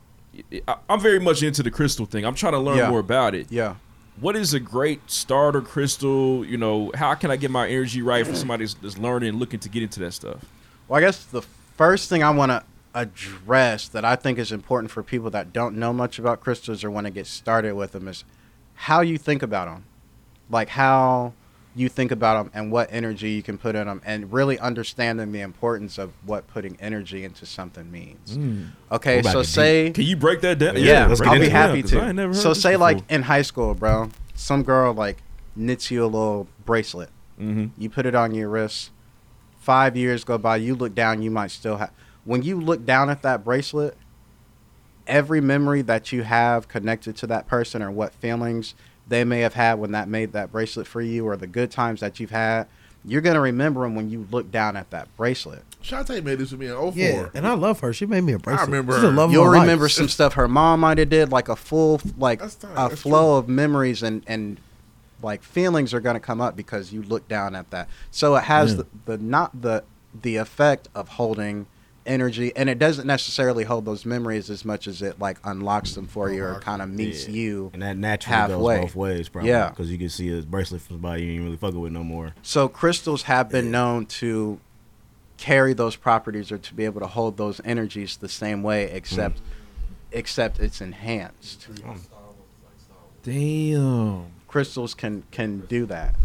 I- I'm very much into the crystal thing. I'm trying to learn
Yeah.
more about it.
Yeah.
What is a great starter crystal? You know, how can I get my energy right for somebody that's, that's learning and looking to get into that stuff?
Well, I guess the first thing I want to address that I think is important for people that don't know much about crystals or want to get started with them is how you think about them. Like how you think about them and what energy you can put in them and really understanding the importance of what putting energy into something means.
Mm.
Okay,
We're about
so
to
say
deep. Can you break that down? Yeah,
Yeah,
let's get
I'll
into
be
it.
happy
Yeah, 'cause
to.
I ain't never heard
so
this
say like
before.
in high school, bro, some girl like knits you a little bracelet.
Mhm.
You put it on your wrist. Five years go by, you look down, you might still have. When you look down at that bracelet, every memory that you have connected to that person or what feelings they may have had when that made that bracelet for you or the good times that you've had, you're going to remember them when you look down at that bracelet.
Shantae made this with me in 04.
Yeah, and I love her. She made me a bracelet.
remember
She's the
her.
love of
You'll
my life.
remember some stuff her mom might have did, like a full like a flow of memories and and like feelings are going to come up because you look down at that. So it has
Yeah.
the, the not the the effect of holding energy, and it doesn't necessarily hold those memories as much as it like unlocks them for you or kind of meets
Yeah.
you.
And that naturally
halfway.
goes both ways, probably.
Yeah.
Because you can see a bracelet from somebody you ain't really fucking with no more.
So crystals have been known to carry those properties or to be able to hold those energies the same way,
Mm.
except except it's enhanced.
Damn.
crystals can can do that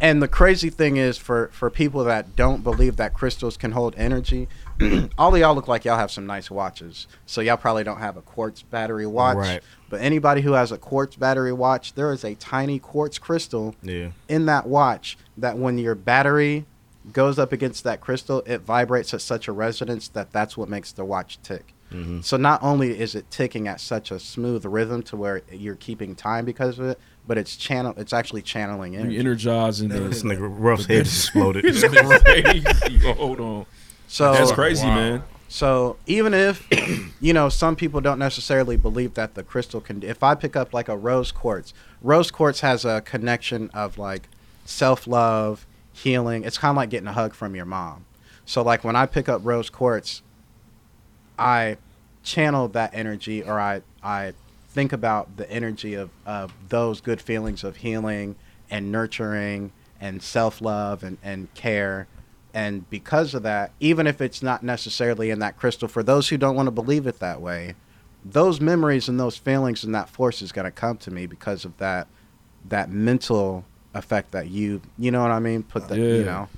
and the crazy thing is for for people that don't believe that crystals can hold energy all of y'all look like y'all have some nice watches so y'all probably don't have a quartz battery watch
Right.
but anybody who has a quartz battery watch there is a tiny quartz crystal
Yeah.
in that watch that when your battery goes up against that crystal it vibrates at such a resonance that that's what makes the watch tick
Mhm.
so not only is it ticking at such a smooth rhythm to where you're keeping time because of it, but it's channel it's actually channeling energy.
You energizing the
This nigga Ruff's head just exploded.
This nigga crazy. Hold on.
So
that's crazy,
Wow.
man.
So even if you know some people don't necessarily believe that the crystal can, if I pick up like a rose quartz, rose quartz has a connection of like self love, healing. It's kind of like getting a hug from your mom. So like when I pick up rose quartz, I channel that energy, or I I think about the energy of of those good feelings of healing and nurturing and self love and and care And because of that, even if it's not necessarily in that crystal, for those who don't want to believe it that way, those memories and those feelings and that force is going to come to me because of that that mental effect that you you know what I mean put that you know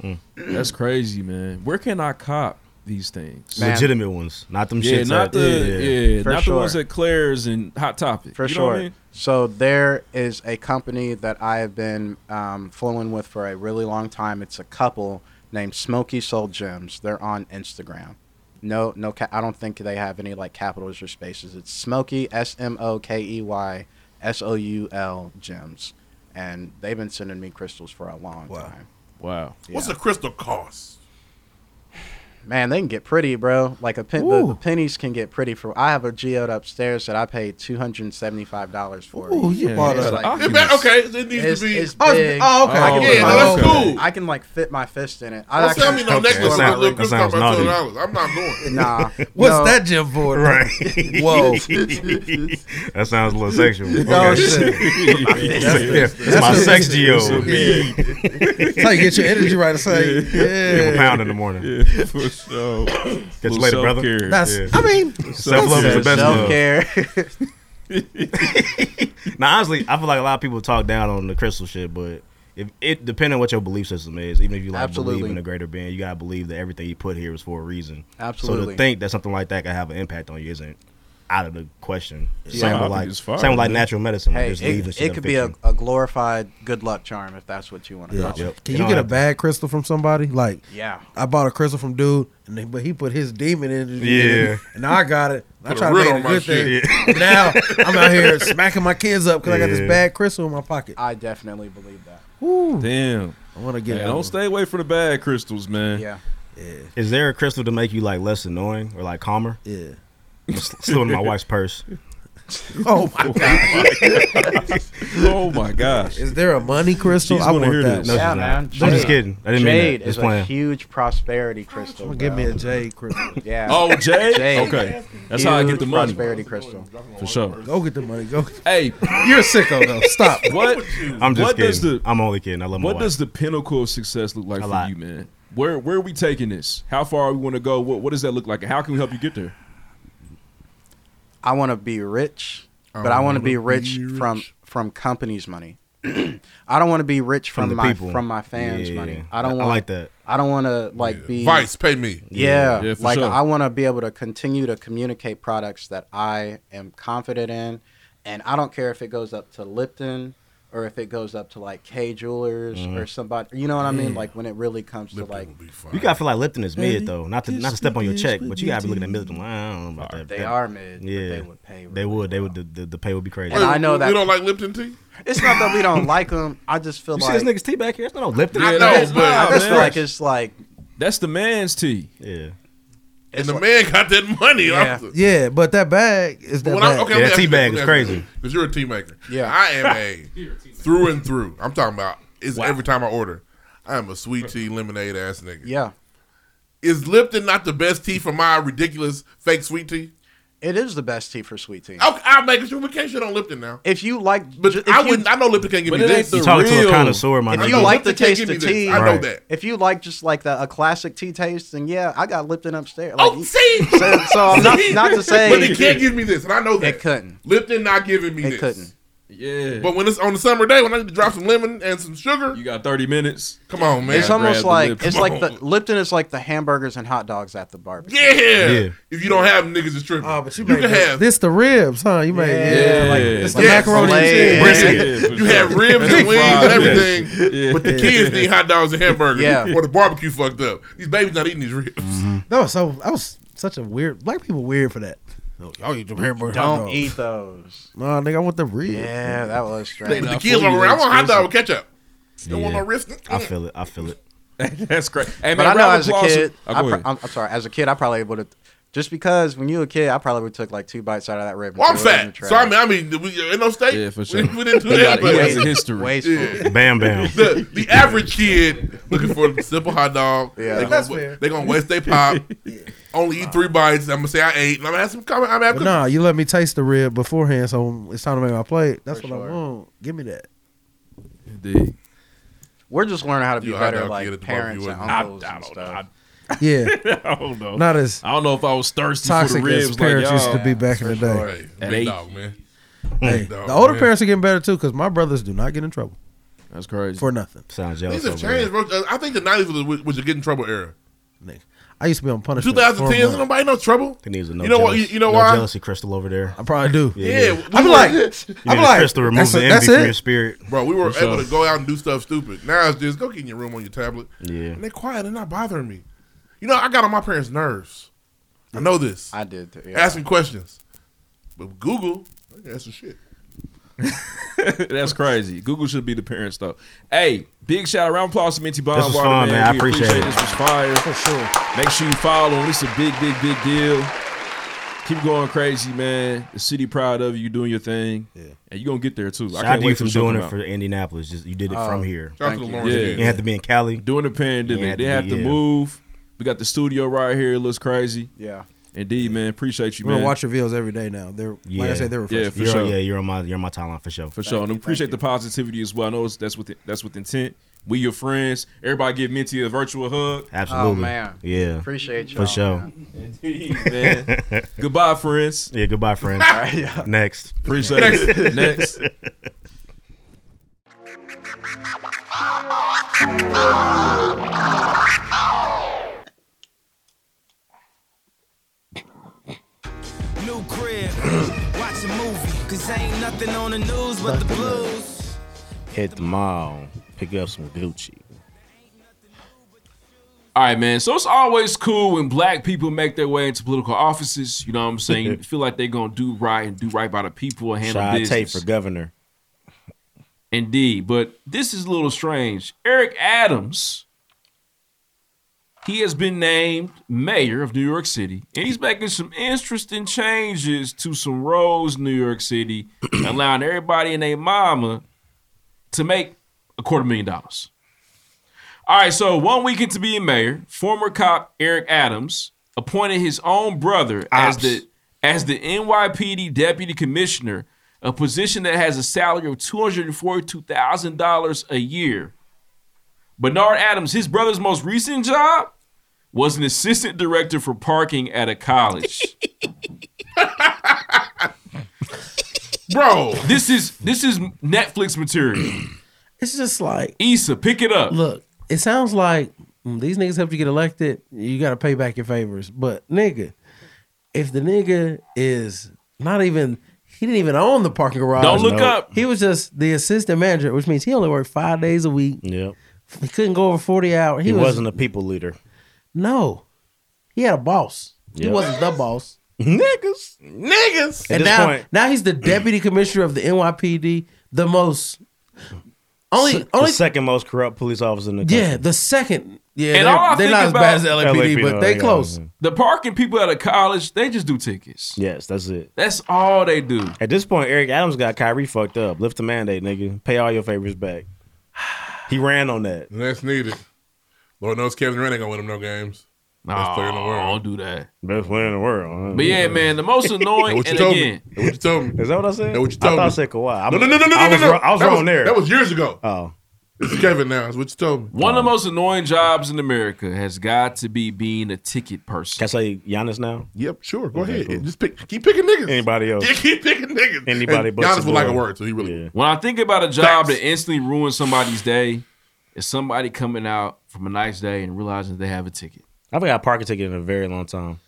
Mm. That's crazy, man. Where can I cop these things?
Man. Legitimate
ones, not them
yeah,
shits
Not
that-
the,
yeah,
yeah,
yeah. For
not the ones
sure.
at Claire's and Hot Topic.
for
you know
sure.
what I mean?
So there is a company that I have been um, flowing with for a really long time. It's a couple named Smoky Soul Gems. They're on Instagram. No, no, ca- I don't think they have any like capitals or spaces. It's Smoky S M O K E Y S O U L Gems, and they've been sending me crystals for a long time.
Wow.
What's a crystal cost?
Man, they can get pretty, bro. Like a pen, the, the pennies can get pretty. For I have a geode upstairs that I paid two hundred and seventy five dollars for.
Ooh, you Yeah, bought
It's
a- It ma- okay, it needs to
it's,
be-
It's
Oh, it's-
big.
oh, okay.
I can
Yeah,
put
no,
my
that's
whole-
cool.
I can like fit my fist in it. I
Don't sell me no
Okay.
necklace with a little crystal about two dollars. I'm not doing it.
Nah.
What's
No.
that gym for?
Right.
Whoa.
That sounds a little sexual.
No,
Okay.
shit.
Yeah, it's my
what-
sex geo.
That's how you get your energy right. It's like, yeah.
Give a pound in the morning.
Yeah, for sure.
Catch you later, brother.
That's- I mean,
self love is the best love.
Self-care.
now, honestly, I feel like a lot of people talk down on the crystal shit, but if it depending on what your belief system is, even if you like
Absolutely.
believe in a greater being, you gotta believe that everything you put here is for a reason. So
Absolutely.
to think that something like that could have an impact on you isn't out of the question.
Yeah.
Same
I
with
think
like
it's fine,
same with like
man.
natural medicine. like,
Hey,
just leave the
it,
shit
it could be a, a glorified good luck charm if that's what you want to
Yeah.
call it.
Can you get a bad crystal from somebody? Like,
Yeah.
I bought a crystal from dude, and they, but he put his demon in. it,
Yeah.
and now I got it. I
Put a
try to
ring
make it
on
a
my
good
shit.
thing.
Yeah.
Now I'm out here smacking my kids up because I got
Yeah.
this bad crystal in my pocket.
I definitely believe that.
Damn.
I want to
get
Hey,
out
don't
of-
stay away from the bad crystals, man.
Yeah.
Is there a crystal to make you like less annoying or like calmer?
Yeah.
Still in my wife's purse.
Oh my god!
oh my gosh!
Is there a money crystal?
She's
I
gonna
want
hear
that.
this. No, she's
yeah,
not.
man.
I'm just kidding. I didn't mean that.
Jade
Just
is a
playing.
huge prosperity crystal.
Give me
bro.
a jade crystal.
Yeah.
Oh, Jade? Okay. That's how I get
Huge
the money.
Prosperity crystal.
For sure.
Go get the money. Go.
Hey,
you're a sicko though. Stop.
What?
I'm just
what Does
kidding.
the,
I'm only kidding. I love my
What
wife.
does the pinnacle of success look like
A
for
lot.
you, man? Where Where are we taking this? How far we want to go? What What does that look like? And how can we help you get there?
I want to be rich,
I
but I want
wanna
to be rich, from from companies' money. I don't want to be rich
From
from,
the
my
people.
from my fans'
Yeah.
money. I
I-
don't
I
want
like that.
I don't want to like be
Vice, pay me.
Yeah,
Yeah, for
like
sure.
I want to be able to continue to communicate products that I am confident in, and I don't care if it goes up to Lipton or if it goes up to like K Jewelers
Mhm.
or somebody. You know what I mean?
Yeah.
Like when it really comes to like
You gotta feel like Lipton is
Baby,
mid though. Not to not to step on your check, but you gotta be looking at Lipton. Like, I don't know about that.
They
That-
are mid, but
Yeah,
they would pay
They would. They would. The, the, the pay would be crazy.
And I know
You
that
don't like Lipton tea?
it's not that we don't like them. I just feel
You
like
see this nigga's tea back here? It's not no Lipton.
I
Yeah,
know,
that is
but
not,
I just
man.
feel like it's like
That's the man's tea.
Yeah.
And the man got that money.
Yeah.
Yeah, but that bag is that
But when
bag.
I, okay, let me ask you this, let me ask you this, Cause you're a tea maker.
Yeah.
I am a through and through. I'm talking about is every time I order, I am a sweet tea lemonade ass nigga.
Yeah.
Is Lipton not the best tea for my ridiculous fake sweet tea?
It is the best tea for sweet tea.
Okay, I'll make a sure we can't shit on Lipton now.
If you like,
but I wouldn't. I know Lipton can't give me this.
You talking to a connoisseur, my
If
nigga.
you like the
Lipton can't
taste
give
of
me this.
tea,
I know Right. that.
If you like just like the, a classic tea taste, then yeah, I got Lipton upstairs. Like,
oh, see,
so, so I'm not,
See?
not to say,
but they can't give me this, and I know that
It couldn't.
Lipton not giving me
It
this.
couldn't.
Yeah.
But when it's on the summer day, when I need to drop some lemon and some sugar,
you got thirty minutes.
Come on, man.
It's almost like it's like the
Come on.
Lipton is like the hamburgers and hot dogs at the barbecue.
Yeah. If you don't have them, niggas, it's tripping.
Ah,
Oh, but you, can have.
This the ribs, huh? You made yeah,
Yeah.
like it's the
Yeah.
macaroni and cheese.
Yeah. You have ribs and wings and everything,
Yeah.
but the kids need hot dogs and hamburgers.
Yeah.
Or the barbecue fucked up. These babies not eating these ribs.
That was so. I was such a weird. Black people weird for that. Oh, Y'all eat them hamburger. hot
Don't
dogs.
eat those.
No, nigga, I want the ribs.
Yeah, that was strange.
But the kids are around. I want a hot dog with ketchup. You don't want no wrist.
I feel it. I feel it.
That's great. Hey,
but
man,
I know
round
as
of
a
applause.
kid,
Oh,
I
go
pr-
ahead.
I'm, I'm sorry. As a kid, I probably would have just because when you were a kid, I probably would took like two bites out of that rib. and
Well, I'm
threw it in the
fat, so I mean, I mean, we, uh, ain't no steak.
Yeah, for sure.
We, we didn't do
He
that.
got- he
but-
has a history. Wasteful.
Bam, bam.
The, the average kid looking for a simple hot dog.
Yeah.
they gonna,
That's
wa-
fair.
They gonna waste their pop. Only eat three bites. I'm gonna say I ate. And I'm gonna have some. comment. I'm gonna have
But
cookies.
nah, you let me taste the rib beforehand, so it's time to make my plate. That's
For
what I
sure.
want. Give me that.
Indeed.
We're just learning how to be
You had to
better,
have to get
like
it above
parents
you,
and
wouldn't you? I-
uncles
I
and
don't-
stuff.
Yeah.
I don't know.
Not as
I don't know if I was thirsty
toxic
for the ribs
as parents
like
used
y'all.
to be back in the day.
At
Big
eight.
dog, man.
Hey,
Big dog,
the older
man.
parents are getting better too because my brothers do not get in trouble.
That's crazy
for nothing.
Sounds
Things have changed, bro. uh, I think the nineties was, was, was your get in trouble era.
I used to be on punishment.
2010s,
Hormone.
nobody no trouble.
He needs a no
You know what-
jealous-
you know
no
why?
Jealousy crystal over there.
I probably do.
Yeah,
you
we
need-
I be were- like-
you
I
need
be
a
like,
crystal to remove
that's
the
it- that's
envy from
it.
your spirit,
Bro, we were
For
able
sure.
to go out and do stuff stupid. Now it's just go get in your room on your tablet.
Yeah.
And they're quiet. They're not bothering me. You know, I got on my parents' nerves. I know this.
I did, too, yeah.
Asking questions. But Google, I can answer shit.
That's crazy. Google should be the parents though. Hey, big shout out, round of applause to Minty Bond.
was fun, man. I appreciate it.
This was fire for sure. Make sure you follow him. This is a big, big, big deal. Keep going crazy, man. The city proud of you. You doing your thing. Yeah. And you gonna get there too.
Shout out to you
wait for
from
the show
doing
come
it
out.
for Indianapolis. Just you did it
Oh,
from here.
Shout out to the Lawrence
Yeah.
kids.
You didn't have to be in Cali.
Doing the pandemic.
You had
they
to
have
be,
to
yeah.
move. We got the studio right here. It looks crazy.
Yeah.
Indeed, man. Appreciate you,
We're
man.
gonna watch your videos every day now. They're like I said, they're
yeah,
refreshing.
for sure.
Yeah, you're on my you're on my timeline for sure.
For sure, and appreciate the positivity as well. I know it's, that's with that's with intent. We your friends. Everybody give Minty a virtual hug.
Absolutely. Yeah. For sure.
Indeed, man. goodbye, friends.
Yeah, goodbye, friends.
All right, yeah.
Next.
Appreciate it. Next.
New crib, watch a movie, cause ain't nothing on the news but the blues.
Hit the mall, pick up some Gucci.
All right, man. So it's always cool when black people make their way into political offices. You know what I'm saying? You feel like they're gonna do right and do right by the people and handle
Shy Tate
business.
for governor.
Indeed, but this is a little strange. Eric Adams, he has been named mayor of New York City, and he's making some interesting changes to some roads in New York City, allowing everybody and their mama to make a quarter million dollars. All right, so one week into being mayor, former cop Eric Adams appointed his own brother as
Ops.
the as the NYPD deputy commissioner, a position that has a salary of two hundred and forty-two thousand dollars a year. Bernard Adams, his brother's most recent job was an assistant director for parking at a college.
Bro,
this is this is Netflix material.
It's just like
Issa, pick it up.
Look, it sounds like mm, these niggas helped you get elected. You got to pay back your favors, but nigga, if the nigga is not even. He didn't even own the parking garage.
Don't look Nope. up.
He was just the assistant manager, which means he only worked five days a week.
Yep.
He couldn't go over forty hours.
He,
was-
wasn't a people leader.
No. He had a boss. He
Yep.
wasn't the boss.
Niggas.
Niggas.
At this
and now,
point-
now he's the deputy commissioner of the NYPD, the most only
the
only
second most corrupt police officer in the country.
Yeah, the second. Yeah,
And
they're,
all I
they're
think
not as
about-
bad as the LAPD,
LAPD,
but they
yeah.
close.
The parking people at a college, they just do tickets.
Yes, that's it.
That's all they do.
At this point, Eric Adams got Kyrie fucked up. Lift the mandate, nigga. Pay all your favors back. He ran on that.
That's needed. Lord knows Kevin Durant ain't gonna win him no games.
Nah,
Best player in the world.
Don't do that.
Best player in the world. huh?
But yeah, man, the most
That
annoying
what you
and
told
again,
me. That what you told me.
Is that what I said?
That what you
I
told
thought
me.
I said Kawhi. I'm-
No, no, no, no, no,
I
no,
was
no.
wrong- I was
that
wrong
was,
there.
That was years ago.
Oh.
This is Kevin now. That's what you told me.
Um,
one of the most annoying jobs in America has got to be being a ticket person.
Can I say Giannis now?
Yep, sure. Go ahead. Just pick. Keep picking niggas.
Anybody else?
Yeah, keep picking niggas.
Anybody
And
but
Giannis would like a
Sabonis.
word, so he really.
When I think about a job that instantly ruins somebody's day, is somebody coming out from a nice day and realizing they have a ticket.
I haven't got a parking ticket in a very long time.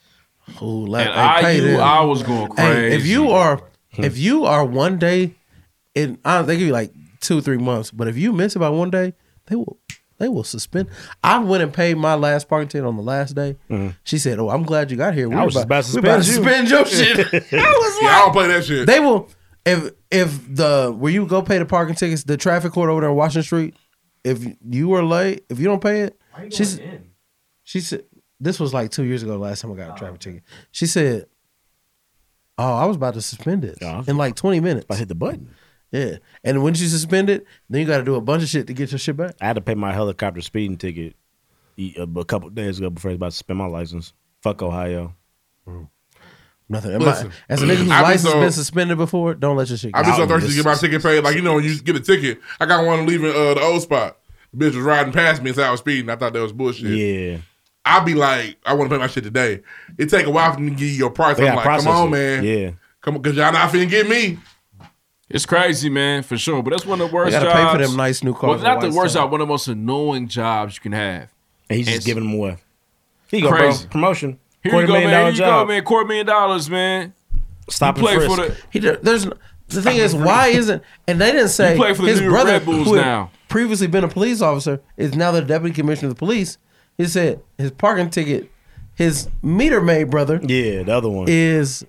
Ooh,
let- And hey, I pay knew them. I was going
Hey, if
crazy.
you are
Hmm.
if you are one day in I don't think you like two, three months, but if you miss it by one day, they will they will suspend. I went and paid my last parking ticket on the last day. She said, Oh, I'm glad you got here. We
Hmm. I
were
was just about to
we were about
suspend
to
you."
suspend your shit. I was
Yeah,
like
I don't play that shit.
They will if if the where you go pay the parking tickets, the traffic court over there on Washington Street, if you were late, if you don't pay it, she's she said this was like two years ago. the Last time I got a traffic ticket, she said, "Oh, I was about to suspend it in like twenty minutes. I
hit the button.
Yeah, and once you suspend it, then you got to do a bunch of shit to get your shit back.
I had to pay my helicopter speeding ticket e- a a couple days ago before I was about to suspend my license. Fuck Ohio.
Nothing.
Am I- Listen,
As a nigga whose
Mm. I've been
license
so-
been suspended before, don't let your shit.
I've
get
been so
out.
thirsty to get my ticket paid. Like you know, when you get a ticket, I got one leaving uh, the old spot. The bitch was riding past me as I was speeding. I thought that was bullshit.
Yeah.
I'd be like, I want to pay my shit today. It take a while for them to give you your price.
They
I'm
gotta
like, come
process
on,
it.
man.
Yeah.
Come on, because y'all not finna get me.
It's crazy, man, for sure. But that's one of the worst
gotta
jobs.
pay for them nice new
Well,
cars
not
at
the
once,
worst
though.
job, one of the most annoying jobs you can have.
And he's just
It's
giving them away. Here you go,
crazy.
bro. Promotion.
Here
Quarter
you go,
million
man.
dollar
Here you
job.
go, man. Quarter million dollars, man.
Stop and
You play
frisk.
for the.
He did, there's n- the thing is why isn't and they didn't say
You play for the
his
New York
brother
Red Bulls
who had
now.
previously been a police officer is now the deputy commissioner of the police. He said his parking ticket, his meter maid brother,
yeah, the other one
is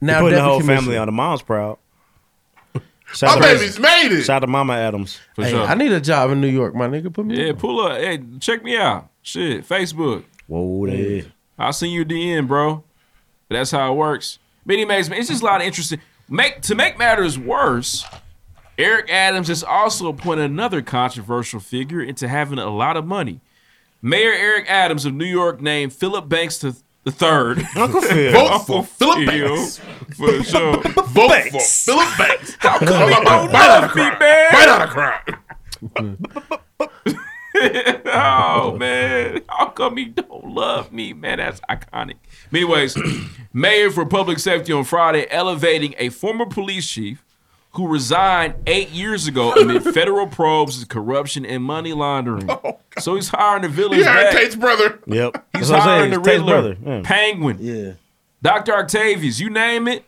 Now
now
putting the
deputy
whole
commissioner.
family on the mom's proud.
My
out to-
baby's made it.
Shout out to Mama Adams.
Hey, I need a job in New York, my nigga. Put me.
Yeah, pull up. Hey, check me out. Shit, Facebook.
Whoa, that is.
I'll send you a DM, bro. But that's how it works. But anyways, man, it's just a lot of interesting. Make to make matters worse, Eric Adams has also appointed another controversial figure into having a lot of money. Mayor Eric Adams of New York named Philip Banks to the third.
Uncle Phil.
Vote for Philip Banks.
For sure.
Vote for Philip Banks. How
come
you don't love me, man? Bite out of crime.
oh man, how come he don't love me, man? That's iconic. But anyways, Mayor for Public Safety on Friday elevating a former police chief who resigned eight years ago amid federal probes of corruption and money laundering. so he's hiring the
He
villains.
hired
back.
Tate's brother.
Yep.
He's
That's what I'm saying.
hiring the
It's Tate's
Riddler,
brother. Yeah.
Penguin, yeah, Doctor Octavius, you name it.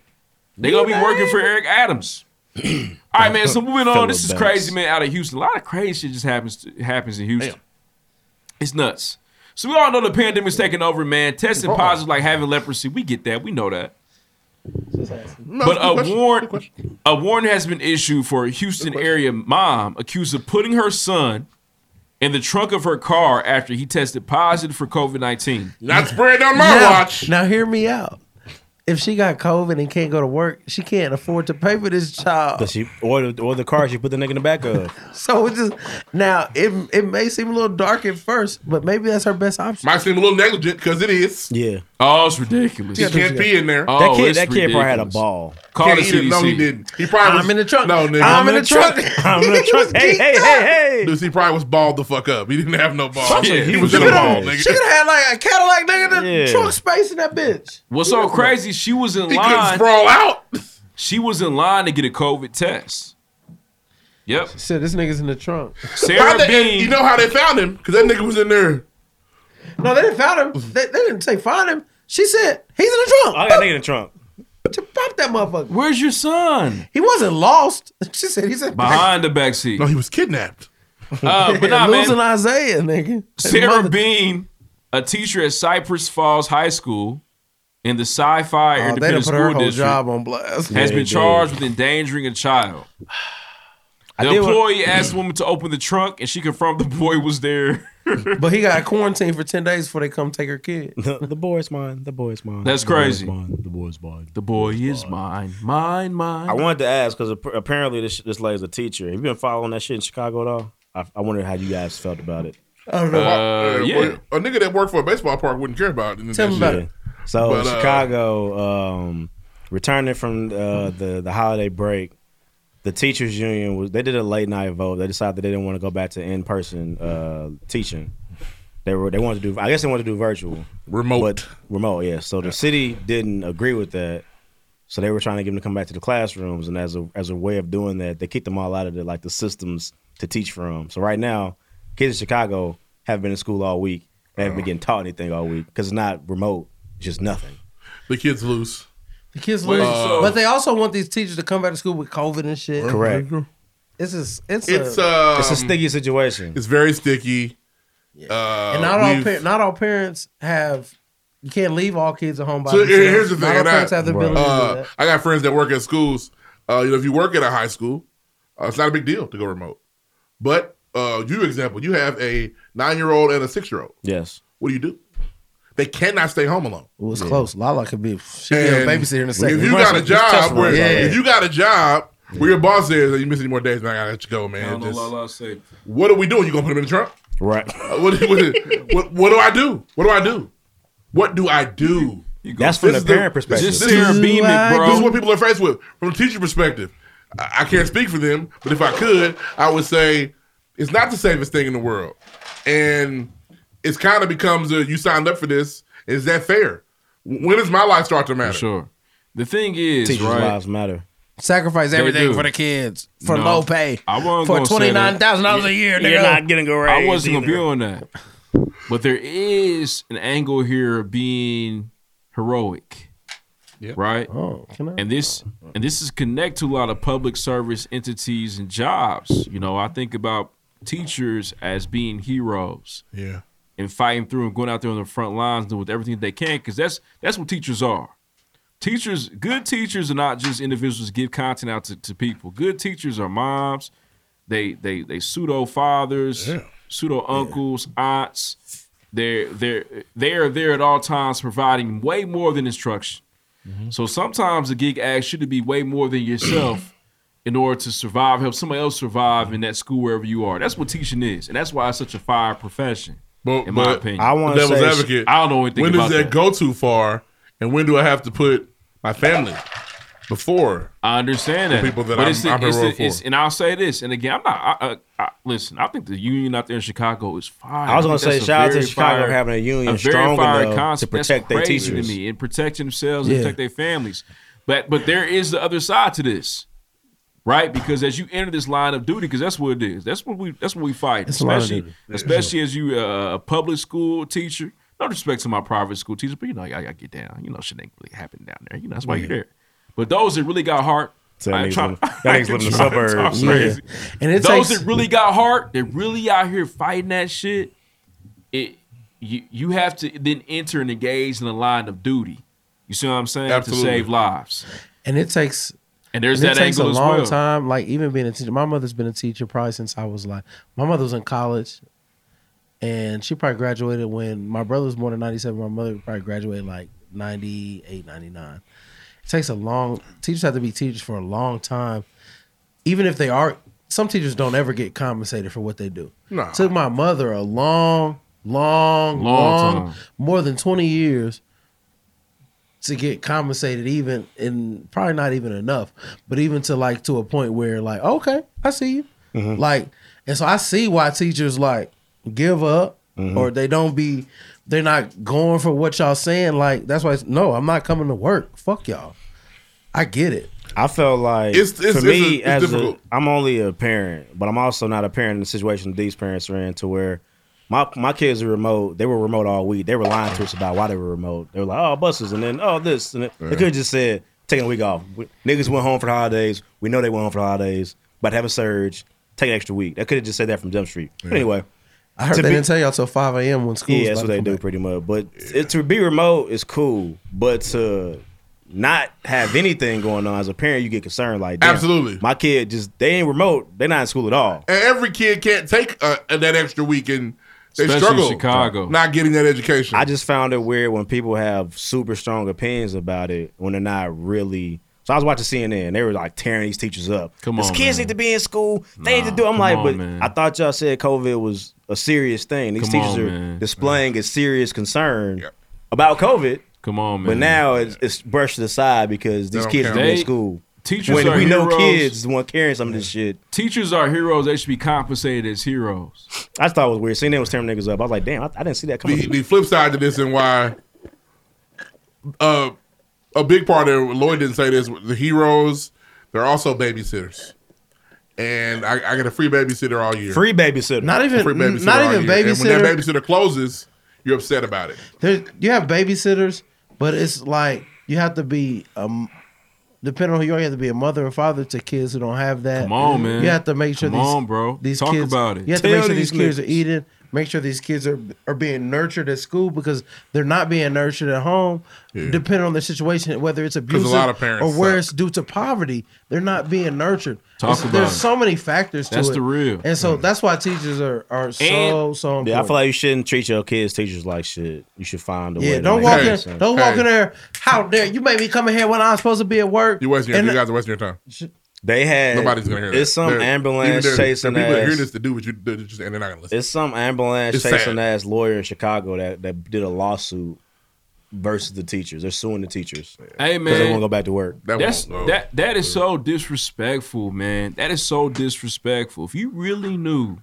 They gonna be working for Eric Adams. All right, man. So moving on.
Fellow
This is
Banks.
crazy, man. Out of Houston, a lot of crazy shit just happens happens in Houston. It's nuts. So we all know the pandemic's taking over, man. Testing positive, like having leprosy. We get that. We know that. But a warrant, a warrant has been issued for a Houston area mom accused of putting her son in the trunk of her car after he tested positive for COVID nineteen.
Not spread on my
now,
watch.
Now hear me out. If she got COVID and can't go to work, she can't afford to pay for this child.
But she or the, or the car she put the nigga in the back of.
So it just now it it may seem a little dark at first, but maybe that's her best option.
Might seem a little negligent because it is.
Yeah.
Oh, it's ridiculous. Oh,
He can't be in there.
that kid, that kid probably had a ball.
Can't eat it. No, he didn't. He probably was,
I'm in the trunk.
No, nigga.
I'm in the trunk.
I'm in the
He
trunk.
was
Hey,
geeked
hey,
up.
hey, hey.
Dude, he probably was balled the fuck up. He didn't have no balls.
Yeah,
he
he
was
was
in a
good.
ball,
She could
nigga.
have had like a Cadillac nigga in the
Yeah.
trunk space in that bitch.
What's so crazy? She was in
He couldn't
line.
sprawl
out.
She was in line to get a COVID test. Yep.
She said this nigga's in the trunk.
Sarah
How they-
Bean.
You know how they found him? Because that nigga was in there.
No, they didn't found him. They, they didn't say find him. She said he's in the
Oh,
trunk.
I got a nigga in the trunk.
Pop that motherfucker.
Where's your son?
He wasn't lost. She said he's in
behind the back seat.
No, he was kidnapped.
Uh, but nah, man.
losing Isaiah, nigga.
Sarah Bean, a teacher at Cypress Falls High School in the Sci-Fi
Oh, they done
Independent
put her
School
whole
District,
job on blast.
has been charged with endangering a child. The
did what-
employee asked the woman to open the trunk, and she confirmed the boy was there.
But he got quarantined for ten days before they come take her kid.
the boy's mine. The boy's mine.
That's crazy.
The boy's mine.
The boy is mine. Mine, mine.
I wanted to ask because apparently this this lady's a teacher. Have you been following that shit in Chicago at all? I, I wondered how you guys felt about it.
I don't know.
Uh,
Uh, yeah.
A nigga that worked for a baseball park wouldn't care about it.
Tell me about it.
So
But, uh,
Chicago, um, returning from uh, the the holiday break, the teachers union was they did a late night vote. They decided that they didn't want to go back to in person uh, teaching. They were they wanted to do I guess they wanted to do virtual
remote
remote yeah. So the city didn't agree with that. So they were trying to get them to come back to the classrooms, and as a as a way of doing that, they kicked them all out of the like the systems to teach from. So right now, kids in Chicago have been in school all week. They haven't been getting taught anything all week because it's not remote, it's just nothing.
The kids lose.
The kids
Wait,
lose,
so-
but they also want these teachers to come back to school with COVID and shit.
Correct.
It's just it's
It's,
a,
uh,
it's a sticky situation.
It's very sticky. Uh,
and not all
we've-
par- not all parents have. You can't leave all kids at home by
So here-
themselves.
here's the thing.
Not all
and
parents
I,
have the ability to do
uh,
that.
I got friends that work at schools. Uh, you know, if you work at a high school, uh, it's not a big deal to go remote. But uh, you example, you have a nine year old and a six year old.
Yes.
What do you do? They cannot stay home alone.
It was close. Lala could be she be a
And
babysitter in a second.
If you got a job where
yeah.
if you got a job where your boss says "Oh, you miss any more days, man, I gotta let you go,
I
man.
don't know
Just-
what I'll say.
what are we doing? You gonna put him in the trunk?
Right.
Uh, what, what, what, what do I do? What do I do? What do I do?
That's from
This
the
is
parent perspective.
This,
Just
is-
Sarah Beam it, bro.
This is what people are faced with from the teacher perspective. I, I can't speak for them, but if I could, I would say It's not the safest thing in the world, and it's kind of becomes a you signed up for this. Is that fair? When does my life start to matter?
sure. The thing is,
Teachers'
right?
lives matter.
Sacrifice
They
everything
do.
for the kids for
No,
low pay.
I wasn't gonna
for
say that.
twenty nine thousand dollars a year. nigga.
I wasn't gonna be on that. But there is an angle here of being heroic. Right?
Oh,
and this and this is connect to a lot of public service entities and jobs. You know, I think about teachers as being heroes
Yeah.
and fighting through and going out there on the front lines and doing everything they can because that's that's what teachers are. Teachers, good teachers are not just individuals who give content out to, to people. Good teachers are moms. They they they pseudo fathers, pseudo uncles, aunts. They're they're they are there at all times providing way more than instruction.
Mm-hmm.
So sometimes the gig asks you to be way more than yourself in order to survive, help somebody else survive in that school wherever you are. That's what teaching is, and that's why it's such a fire profession.
But,
in my
but
opinion,
devil's advocate.
I don't know anything
When
about
does that, go too far, and when do I have to put my family before?
I understand
the
that.
people that
But
I'm-
it's the-
I'm
it's the-
heroic for.
it's- And I'll say this, and again, I'm not. I, I, I, listen, I think the union out there in Chicago is fire.
I was gonna
think that's
say,
a
shout out to
very
Chicago for having a union strong
fire
enough to
concept. That's
protect their
crazy
teachers.
to me and protecting themselves
Yeah.
and protect their families. But but there is the other side to this, right? Because as you enter this line of duty, because that's what it is. That's what we that's what we fight.
It's a line of
especially
duty.
especially as you uh, a public school teacher. No disrespect to my private school teachers, but you know I, I get down. You know shit ain't really happening down there. You know that's why
Yeah.
you're there. But those that really got heart,
So
I
that niggas
try-
live- that niggas live in
I try
the
to talk
suburbs. Yeah.
crazy.
And it
those
takes-
that really got heart, that really out here fighting that shit. It you you have to then enter and engage in a line of duty. You see what I'm saying?
Absolutely.
To save lives.
And it takes
And there's
it
that
takes
angle
a
as
long
well.
time. Like even being a teacher, my mother's been a teacher probably since I was like my mother was in college, and she probably graduated when my brother was born in '97. My mother probably graduated like 98, 99. It takes a long. Teachers have to be teachers for a long time, even if they are. Some teachers don't ever get compensated for what they do.
Nah.
Took my mother a long, long, long,
Long time.
more than twenty years to get compensated even and probably not even enough but even to like to a point where like okay i see you
Mm-hmm.
like and so i see why teachers like give up
Mm-hmm.
or they don't be they're not going for what y'all saying like that's why it's, no i'm not coming to work fuck y'all i get it
I felt like
It's- it's-
for
it's-
me
it's
as a,
difficult.
I'm only a parent, but I'm also not a parent in the situation these parents are in, to where my my kids are remote. They were remote all week. They were lying to us about why they were remote. They were like, oh, buses, and then oh, this, and then, they could have just said taking a week off. We- Niggas went home for the holidays. We know they went home for the holidays, but to have a surge, take an extra week. They could have just said that from Jump Street. But
Yeah.
anyway,
i heard
to
they
be-
didn't tell y'all till 5 a.m when school
yeah, that's what they do pretty much. But it, to be remote is cool, but to not have anything going on as a parent, you get concerned. Like, damn,
Absolutely.
my kid just they ain't remote. They're not in school at all.
And every kid can't take uh, that extra week, and they
Especially in
struggle.
Chicago.
not getting that education.
I just found it weird when people have super strong opinions about it when they're not really. So I was watching CNN. They were like tearing these teachers up.
Come
These
on,
kids
man.
need to be in school. They need to do. I'm
come
like,
on,
but
man.
I thought y'all said COVID was a serious thing. These
Come
teachers
on,
are
man.
displaying a serious concern about COVID.
Come on, man.
But now it's, it's brushed aside because
They
these
don't
kids are
count.
in
They-
school.
teachers
when
are
we know
heroes.
kids the one carrying some of this shit.
Teachers are heroes. They should be compensated as heroes.
I just thought it was weird. CNN was tearing niggas up. I was like, damn, I, I didn't see that coming.
the, the flip side to this and why uh, a big part of it, Lloyd didn't say this. The heroes, they're also babysitters, and I, I get a free babysitter all year.
Free babysitter.
Not even-
Free babysitter
not
all
even
year. And when that
babysitter-
babysitter closes, you're upset about it.
There, you have babysitters, but it's like you have to be um, depending on who you are, you have to be a mother or father to kids who don't have that.
Come on, man.
You have to make sure
Come
these
on, bro.
these
Talk
kids
about it.
You have to
Tell
make sure these
these
kids are
niggas.
eating. Make sure these kids are are being nurtured at school because they're not being nurtured at home. Depending on the situation, whether it's abusive
lot of parents
or where
suck.
it's due to poverty, they're not being nurtured.
Talk
It's-
about
There's
it.
so many factors
That's
to it.
the real.
and so that's why teachers are are so so important.
Yeah, I feel like you shouldn't treat your kids, teachers like shit. You should find a way.
Yeah,
to
don't
make
walk
it
in.
make sense.
Don't walk in there. How dare you made me come in here when I'm supposed to be at work?
You wasting your,
And-
you guys are wasting your time.
They had
Nobody's gonna hear that.
It's some
They're-
ambulance
even there-
chasing
there are people that
ass.
hear this to do what you do, just, and they're not gonna listen.
It's some ambulance
It's
chasing
sad.
ass lawyer in Chicago that, that did a lawsuit versus the teachers. They're suing the teachers.
Hey,
'Cause they
man.
won't go back to work.
That's, that that is so disrespectful, man. That is so disrespectful. If you really knew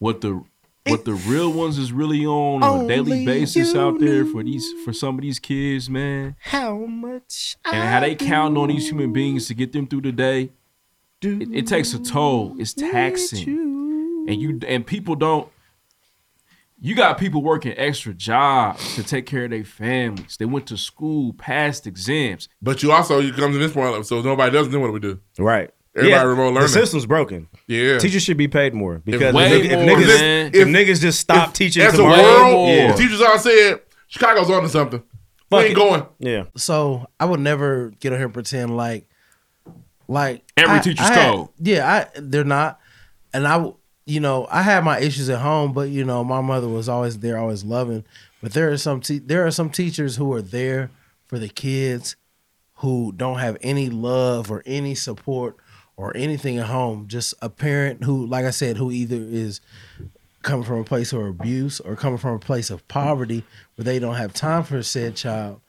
what the what the real ones is really on on a daily
Only
basis
you
out there for these for some of these kids, man.
How much?
And how they counting on these human beings to get them through the day. It, it takes a toll. It's taxing. And you and people don't you got people working extra jobs to take care of their families. They went to school, passed exams.
But you also you come to this point, so nobody does. Then what do we do?
Right.
Everybody
Yeah,
remote
The
learning.
system's broken.
Yeah.
Teachers should be paid more because
way
if, if
more,
niggas,
man.
if, niggas just stop teaching
As a
tomorrow,
world,
yeah.
if teachers all said Chicago's on to something. We ain't going.
Yeah.
So I would never get on here and pretend like, like
Every
I-
teacher's
I had-
cold.
Yeah, I they're not, and I w- you know I had my issues at home, but you know my mother was always there, always loving. But there are some te- there are some teachers who are there for the kids who don't have any love or any support or anything at home. Just a parent who, like I said, who either is coming from a place of abuse or coming from a place of poverty where they don't have time for said child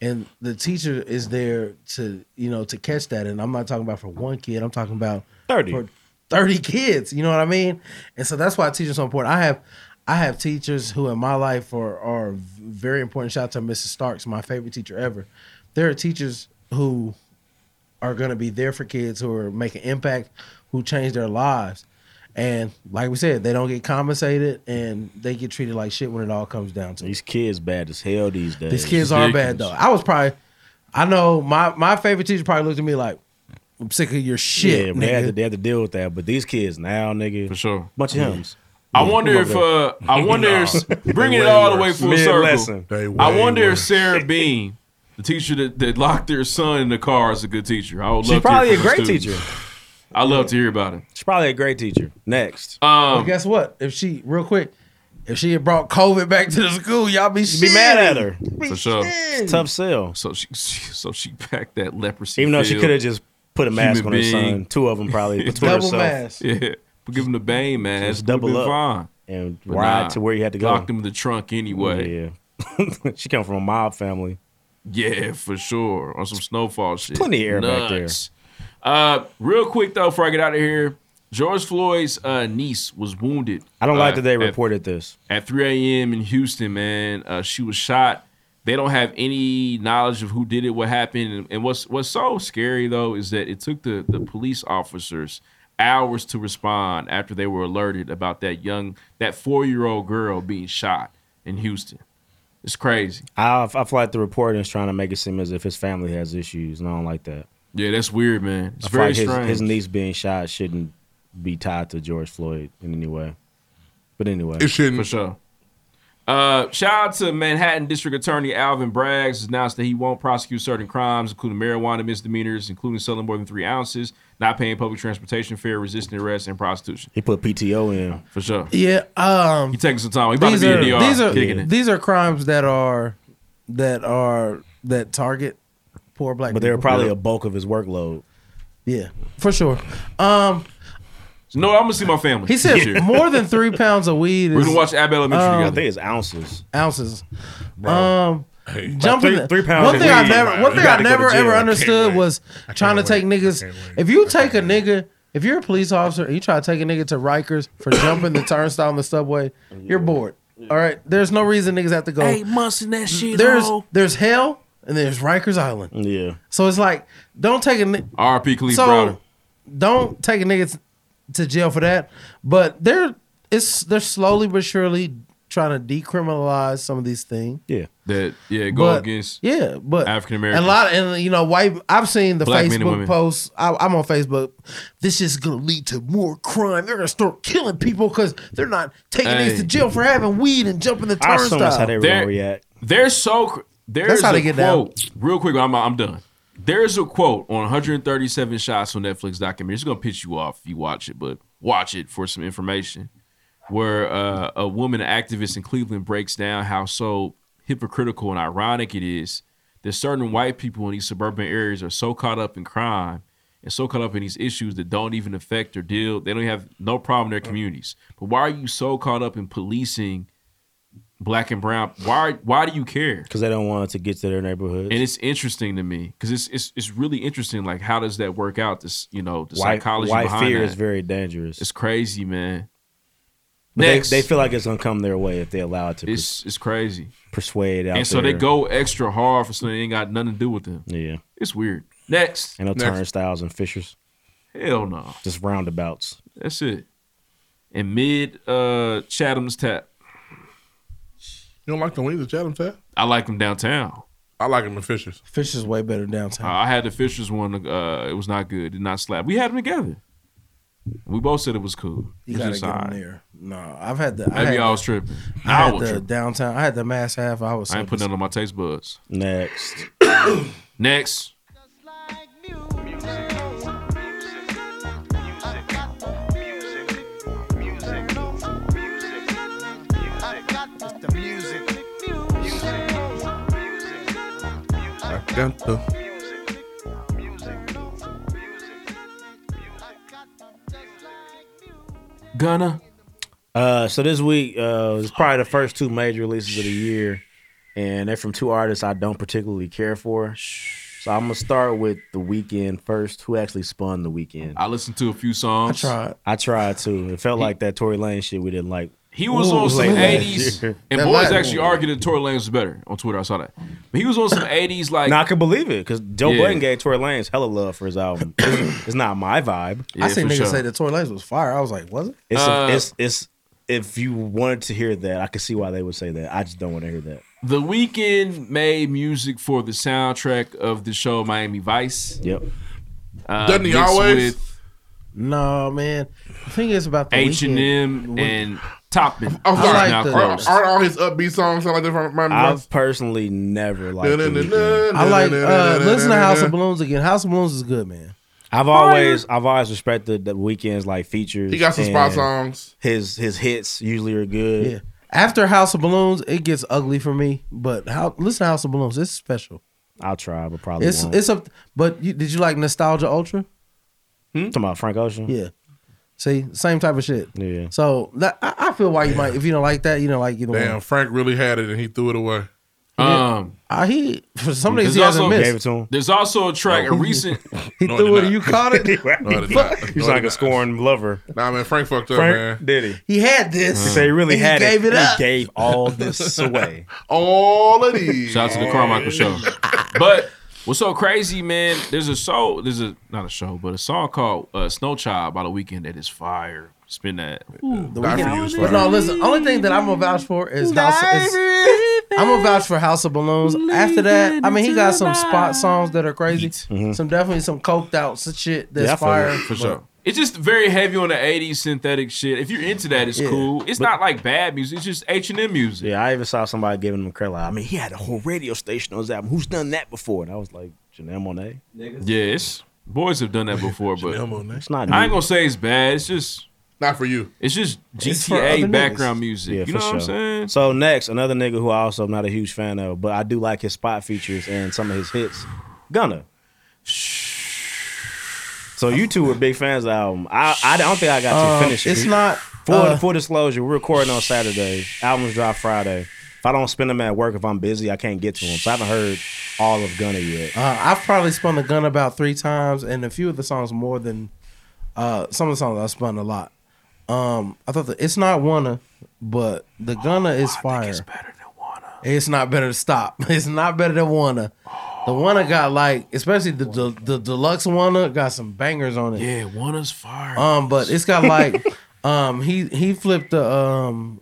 and the teacher is there to you know to catch that and i'm not talking about for one kid i'm talking about
30.
for 30 kids you know what i mean and so that's why teachers are so important i have i have teachers who in my life are are very important shout out to mrs starks my favorite teacher ever there are teachers who are going to be there for kids who are making impact who change their lives and like we said they don't get compensated and they get treated like shit when it all comes down to it.
These kids bad as hell these days.
These kids are bad though. I was probably, I know my my favorite teacher probably looked at me like, I'm sick of your shit,
Yeah,
nigga.
they had, to, they had to deal with that. But these kids now, nigga, for
sure,
bunch of
Yeah.
hymns.
I wonder if uh, I wonder if bringing it all the way full circle. I wonder if Sarah Bean, the teacher that, that locked their son in the car, is a good teacher. I would love
She's
to
probably
hear
a
from the
great
students.
teacher.
I love to hear about it.
She's probably a great teacher. Next,
Well,
um,
guess what? If she real quick, if she had brought COVID back to the school, y'all be
be mad at her.
for sure,
It's a tough sell.
So she, she so she packed that leprosy.
Even though she
filled
could have just put a mask
human
on her
being.
son, two of them probably between
Double
herself.
mask. Yeah, but give him the Bane mask.
Just double
would've
up
been fine.
and
But
ride
nah,
to where you had to go.
Locked him in the trunk anyway.
Yeah, she come from a mob family.
Yeah, for sure. On some snowfall shit.
Plenty of air back there.
Nuts. Uh, real quick though, before I get out of here, George Floyd's uh, niece was wounded.
I don't
uh,
like that they
at-
reported this.
at 3 a.m. in Houston, man. Uh, she was shot. They don't have any knowledge of who did it, what happened, and, and what's what's so scary though is that it took the the police officers hours to respond after they were alerted about that young that four year old girl being shot in Houston. It's crazy.
I I feel like the reporter is trying to make it seem as if his family has issues, and I don't like that.
Yeah, that's weird, man. It's
I feel
very
like his,
strange.
his niece being shot shouldn't be tied to George Floyd in any way. But anyway,
It shouldn't.
For sure. Uh, shout out to Manhattan District Attorney Alvin Braggs has announced that he won't prosecute certain crimes, including marijuana misdemeanors, including selling more than three ounces, not paying public transportation fare, resisting arrest, and prostitution. Uh,
He put PTO in
for sure.
Yeah, um,
he taking some time. Oh, He about to
these
be
are
in DR
these are
kicking it.
these are crimes that are that are that target poor black.
but they were
people.
probably a bulk of his workload.
yeah for sure. Um,
No, I'm gonna see my family.
he
this year.
said more than three pounds of weed.
We're
is-
gonna watch Abbey Elementary
um,
together.
I think it's ounces.
ounces.
Bro.
Um,
Hey.
jumping
Like three- three pounds
One
of
thing I
weed.
never, one
You
thing I
gotta go to
never
jail. I
ever
can't
understood was trying to take niggas. If you take a nigga, if you're a police officer and you try to take a nigga to Rikers for jumping the turnstile on the subway, you're bored. All right, there's no reason niggas have to go.
months in that shit.
there's there's hell and there's Rikers Island.
Yeah.
So it's like don't take a ni-
R.P. Khalif
so
Browder.
don't take a nigga t- to jail for that. But they're it's they're slowly but surely trying to decriminalize some of these things.
Yeah.
That yeah, go
But-
against
yeah, but
African
And
Americans.
a lot, and you know, white. I've seen the
Black men and
Facebook
women.
posts. I, I'm on Facebook. This is going to lead to more crime. They're going to start killing people because they're not taking
Hey.
niggas to jail for having weed and jumping the
I assume
turnstile.
that's how they were
They're-
gonna react.
They're so. cr- There's
That's how
a
they get down.
quote. Real quick, I'm I'm done. There's a quote on 137 shots on Netflix documentary. It's gonna piss you off if you watch it, but watch it for some information. Where uh, a woman activist in Cleveland breaks down how so hypocritical and ironic it is that certain white people in these suburban areas are so caught up in crime and so caught up in these issues that don't even affect or deal. They don't have no problem in their communities. But why are you so caught up in policing black and brown? Why why do you care?
because they don't want it to get to their neighborhood.
And it's interesting to me because it's, it's it's really interesting. Like how does that work out? This you know the
White,
psychology
white
behind
fear
that.
is very dangerous.
it's crazy, man.
But they-
Next.
They, feel like it's gonna come their way if they allow it to
It's it's crazy.
persuade out
And so they
their-
go extra hard for something that ain't got nothing to do with them.
Yeah.
It's weird. Next.
And no
Next.
turnstiles and fishers.
Hell no.
Just roundabouts.
That's it. And mid uh Chatham's tap.
You don't like the wings of Chatham Tap?
I like them downtown.
I like them in Fishers.
Fishers way better downtown.
I had the Fishers one. Uh, it was not good. Did not slap. We had them together. We both said it was cool. It was
You gotta
just
get 'em
alright.
there. No, I've had the. I
Maybe
had
I
the-
was tripping.
I
I
had
was
the
tripping.
downtown. I had the mass half. I was.
I ain't putting none on my taste buds.
Next.
Next.
I got the
Gunna.
Uh, so this week uh, is probably the first two major releases of the year, and they're from two artists I don't particularly care for. So I'm gonna start with the weekend first. Who actually spun the weekend?
I listened to a few songs. I tried.
I tried too. It felt like that Tory Lane shit we didn't like.
He was
Ooh,
on some
like last
eighties,
year.
and boys actually argued that Tory Lanez was better on Twitter. I saw that, but he was on some eighties like.
no, I can believe it because Joe
Yeah.
Budden gave Tory Lanez hella love for his album. it's not my vibe.
I seen niggas say that Tory Lanez was fire. I was like, was it?
It's,
Uh,
it's it's if you wanted to hear that, I could see why they would say that. I just don't want to hear that.
The Weeknd made music for the soundtrack of the show Miami Vice.
Yep.
Uh,
Doesn't he
mixed
always?
with
no, man. The thing is about the
H and
Weeknd-
M and Toppin.
I'm
It's
sorry.
now
aren't,
closed.
aren't all his upbeat songs sound like they're from Miami
I've personally never liked. The Weeknd.
I like uh, listen to House of Balloons again. House of Balloons is good, man.
I've always I've always respected the weekends like features.
He got some spot
and
songs.
His his hits usually are good.
Yeah. After House of Balloons, it gets ugly for me. But how listen to House of Balloons, it's special.
I'll try, but probably
It's
won't.
it's up. But you, did you like Nostalgia Ultra?
Hmm?
Talking about Frank Ocean.
Yeah. See, same type of shit.
Yeah.
So that, I, I feel why you might if you don't like that, you don't like either
Damn,
one.
Frank really had it and he threw it away.
Um,
Uh, he for some
There's
reason he hasn't
also-
missed.
There's also a track, a
No.
recent.
He
No,
threw
they're
it.
not.
You caught it.
No, they're not.
He's
No,
like
they're
a scoring lover.
not. Nah, man, Frank fucked up,
Frank
man.
did he?
He had this.
So he really
and
had
he gave it,
he
up.
gave all this away.
all of these.
Shout out to the Carmichael Show. But what's so crazy, man? There's a show. There's a not a show, but a song called uh, "Snow Child" by the Weekend that is fire. Spin that.
The
Die for
Weeknd-
you is
But
fire.
no, listen. Only thing that I'm gonna vouch for is House. Is, I'm gonna vouch for House of Balloons. After that, I mean, he got some spot songs that are crazy. Some definitely some coked out s- shit that's
Yeah, I feel
fire
it, for
but-
sure. It's just very heavy on the '80s synthetic shit. If you're into that, it's
Yeah.
cool. It's
But-
not like bad music. It's just H and M music.
Yeah, I even saw somebody giving him credit. Like, I mean, he had a whole radio station on his album. Who's done that before? And I was like, Janelle Monae.
Yes, boys have done that before, but it's
not
I
new.
ain't gonna say it's bad. It's just
not for you.
It's just
It's for other
GTA
niggas.
background music.
Yeah,
you
for
know what I'm
sure.
saying?
So next, another nigga who I also am not a huge fan of, but I do like his spot features and some of his hits. Gunna. So you two were big fans of the album. I, I don't think I got
Um,
to finish it.
it's not,
full
uh,
full disclosure. We're recording on Saturday. Albums drop Friday. If I don't spend them at work, if I'm busy, I can't get to them. So I haven't heard all of Gunna yet.
Uh, I've probably spun the gun about three times, and a few of the songs more than uh, some of the songs I spun a lot. Um, I thought that it's not wanna, but the gunna is fire. Oh, it's better than wanna. It's not better to stop. It's not better than wanna. The wanna got like, especially the the, the deluxe wanna got some bangers on it.
Yeah, one is fire.
Um, but it's got like, um, he he flipped the um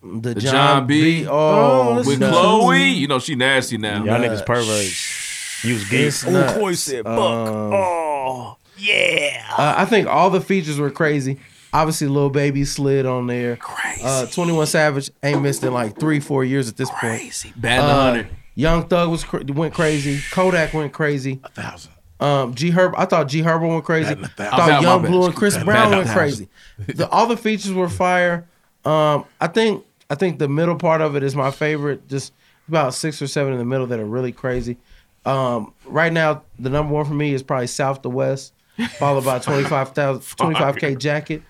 the,
The
John,
John
B.
B.
Oh,
with
nuts.
Chloe. You know she nasty now.
Y'all niggas
perverts. Use
It's nuts. Um,
oh, yeah.
Uh, I think all the features were crazy. Obviously, Lil Baby slid on there. Crazy. Uh, 21 Savage ain't missed in like three, four years at this point. Uh,
Bad in the hundred.
Young Thug was cr- went crazy. Kodak went crazy. A thousand. Um, G Herb, I thought G Herb went crazy. I
thousand. Bad
thought
in
Young
my
Blue
bad.
and Chris
Bad
Brown
in a
went crazy.
thousand.
The, all the features were fire. Um, I think I think the middle part of it is my favorite. Just about six or seven in the middle that are really crazy. Um, right now, the number one for me is probably South to West, followed by 25,000 25k jacket.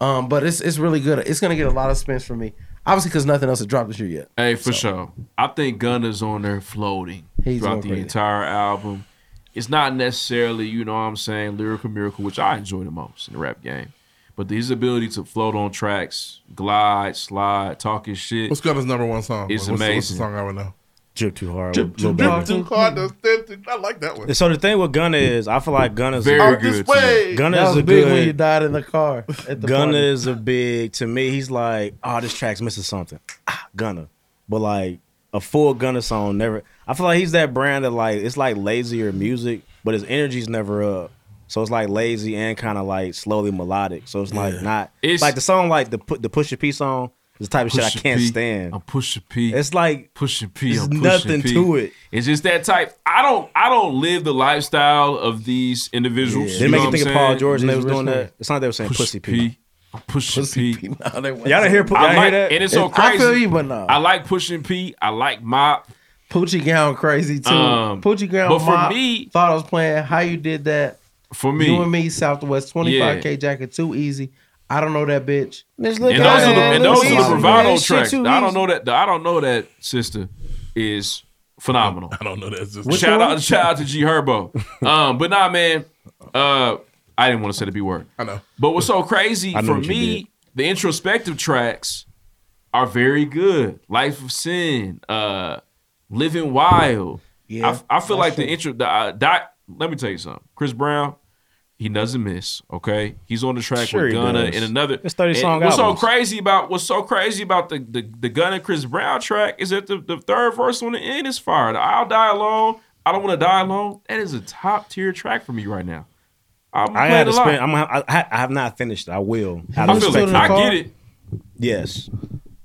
Um, but it's it's really good. It's gonna get a lot of spins for me. Obviously, because nothing else has dropped this year yet.
Hey, for sure. I think Gunna's on there floating
He's
throughout
on
the
crazy.
entire album. It's not necessarily, you know what I'm saying, lyrical miracle, which I enjoy the most in the rap game. But his ability to float on tracks, glide, slide, talk his shit.
What's Gunna's number one song? What's
It's
the- what's the
amazing.
song I would know?
Drip too hard.
Drip
Lil
too
Baby.
drip too hard. to stand- I like that one.
And So the thing with Gunna is, I feel like Gunna's
Very Out this good to me. way.
Gunna
That
is
was
a
big
good.
when you died in the car. At the
Gunna
party.
is a big to me. He's like, oh, this track's missing something. Ah, Gunna, but like a full Gunna song never. I feel like he's that brand that like it's like lazier music, but his energy's never up. So it's like lazy and kind of like slowly melodic. So it's like not
It's-
like the song like the pu- the Pusha P song is the type of shit I
Pusha
can't
P.
stand.
I'm Pusha P.
It's like
Pusha P.
There's
I'm Pusha
nothing
P.
to it.
It's just that type. I don't. I don't live the lifestyle of these individuals.
Didn't
You
make
know
you
what I'm
think of Paul
saying?
George and they was doing that. It's not like they were saying
Pusha
Pussy P.
P. Pushing P.
Y'all didn't hear, y'all
I
hear
like,
that?
and it's so crazy.
I feel you, but no.
I like pushing P. I like Mop.
Poochie Gown crazy too.
Um,
Poochie Gown.
but for
Mop
me-
thought I was playing. How you did that?
For me-
you and me, Southwest twenty five
Yeah.
k jacket too easy. I don't know that bitch.
And
And those are the, and those are the bravado tracks. The I don't know that. The I don't know that sister is phenomenal.
I don't know that sister.
Which
Shout
one?
out, shout out to G Herbo. Um, but nah, man. Uh, I didn't want to say the B word.
I know.
But what's so crazy
I know
for
what you did.
me, the introspective tracks are very good. Life of Sin, uh, Living Wild.
Yeah,
I, I feel
that's
like the
true.
intro. The, uh, doc, let me tell you something. Chris Brown, he doesn't miss. Okay, he's on the track
Sure
with
he
Gunna
does.
and another.
It's 30
and
song
What's
albums.
so crazy about what's so crazy about the the, the Gunna and Chris Brown track is that the, the third verse on the end is fire. The I'll die alone. I don't want to die alone. That is a top tier track for me right now. I'm
I
playing
had
a
to
lot.
spend. I'm, I, I I have not finished. I will.
I feel it. I get it.
Yes.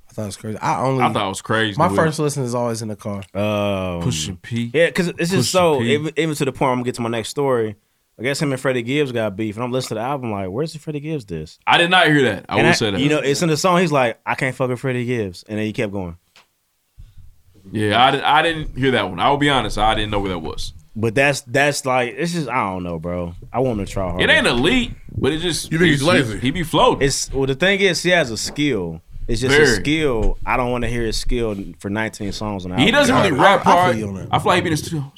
I thought it was crazy. I only.
I thought it was crazy.
My
Will.
first listen is always in the car.
Um,
Pushing P.
Yeah, because it's just
Pusha
so
P.
even, even to the point. I'm gonna get to my next story. I guess him and Freddie Gibbs got beef, and I'm listening to the album like, where's the Freddie Gibbs this?
I did not hear that. I
And
will say that.
You know, it's in the song. He's like, I can't fuck with Freddie Gibbs, and then he kept going.
yeah, I, did, I didn't hear that one. I will be honest. I didn't know where that was.
But that's that's like it's just I don't know, bro. I want him to try hard.
It ain't elite, but it just
You think he's
he-
lazy?
He be floating.
It's well, the thing is, he has a skill. It's just his
Very.
skill. I don't want to hear his skill for 19 songs. On the
He
album.
doesn't really rap
I- I feel
hard.
you on
I, feel like he be in the studio.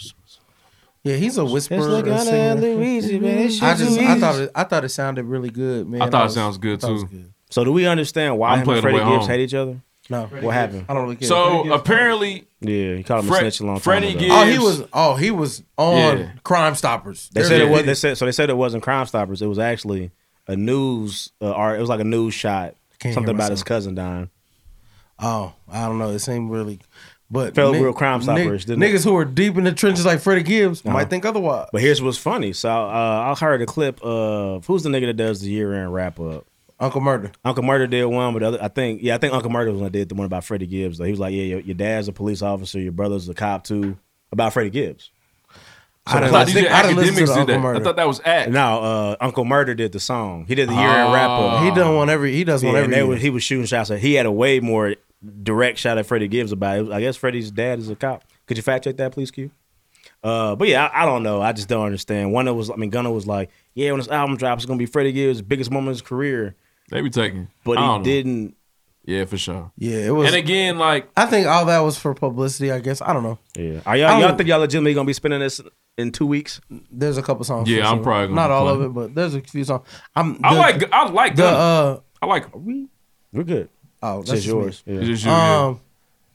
Yeah, he's a whisperer.
like
and
Ana
singer.
Luigi, man. It's
I
just
just, I
Luigi.
thought, it, I thought it sounded really good, man.
I thought it
was-
sounds good
I thought it was
too.
So do we understand why
I'm
him
playing
and
the
Freddie
way
Gibbs
home.
hate each other?
No,
what happened?
I don't really care.
So apparently,
yeah, he called him
Fre-
a snitch a long
Freddie
time
Gibbs-
ago.
Oh, he was. Oh, he was on
Yeah.
Crime Stoppers.
They
There
said
it
it was.
is.
They said so. They said it wasn't Crime Stoppers. It was actually a news, uh, or it was like a news shot.
Can't
Something
hear
about his
myself.
cousin dying.
Oh, I don't know. It seemed really, but
Felt
ni-
real Crime Stoppers,
ni-
didn't it?
niggas who are deep in the trenches like Freddie Gibbs
Uh-huh.
might think otherwise.
But here's what's funny. So uh, I heard a clip of who's the nigga that does the year end wrap up.
Uncle Murder.
Uncle Murder did one, but the other, I think yeah, I think Uncle Murder was one that did the one about Freddie Gibbs. Though. He was like, yeah, your, your dad's a police officer, your brother's a cop too. About Freddie Gibbs.
I done listened- I done listened to the Uncle Murder. I thought
that was act.
No, uh, Uncle Murder did the song. He did the year end wrap up.
He done one every. He does
Yeah,
one
and
every.
they
year.
was- he was shooting shots. At, he had a way more direct shot at Freddie Gibbs about it. It was- I guess Freddie's dad is a cop. Could you fact check that, please, Q? Uh, but yeah, I, I don't know. I just don't understand. One of was, I mean, Gunna was like, "Yeah, when this album drops, it's gonna be Freddie Gibbs' biggest moment of his career."
They be taking,
but
I
he
don't know.
didn't.
Yeah, for sure.
Yeah, it was.
and again, like
I think all that was for publicity. I guess I don't know.
Yeah, Are y'all,
I
y'all
don't-
think y'all legitimately gonna be spending this in two weeks?
There's a couple songs.
Yeah,
for
I'm
sure.
probably gonna
not all
play.
of it, but there's a few songs. I'm.
I
the-
like. I like
the.
Gunna.
Uh,
I like.
we? We're good.
Oh,
It's
that's
just
just me.
yours. Yeah. It's just you, yeah.
Um,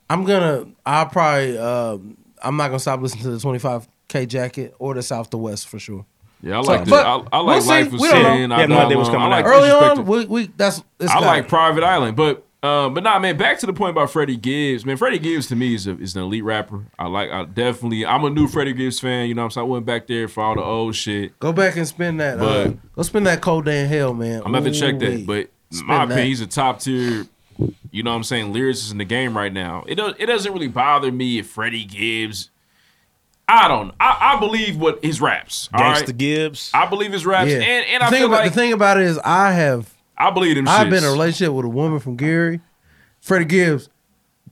I'm gonna. I'll probably. Uh, I'm not gonna stop listening to the 25k jacket or the South to West for sure.
Yeah, I
So-
like.
but
I, I like
we'll see.
Life of
We don't know.
Sin. I
Yeah, no
like
idea what's
um,
coming
I like
out. Early
Disrespectful.
on, we, we that's. It's
I
got-
like Private Island, but um, but nah, man. Back to the point about Freddie Gibbs, man. Freddie Gibbs to me is a, is an elite rapper. I like. I definitely. I'm a new Freddie Gibbs fan. You know, what I'm saying I went back there for all the old shit.
Go back and spend that. uh,
But-
go spend that cold day in hell, man.
I'm gonna have to check
Ooh-wee.
that, but in
Spin
my opinion,
that.
he's a top tier. You know what I'm saying? Lyricist in the game right now. It does, it doesn't really bother me if Freddie Gibbs. I don't. I, I believe what his raps. all right?
Gangsta Gibbs.
I believe his raps,
Yeah.
and and
the
I
thing
feel
about
like
the thing about it is I have
I believe them.
I've
shits.
been in a relationship with a woman from Gary, Freddie Gibbs.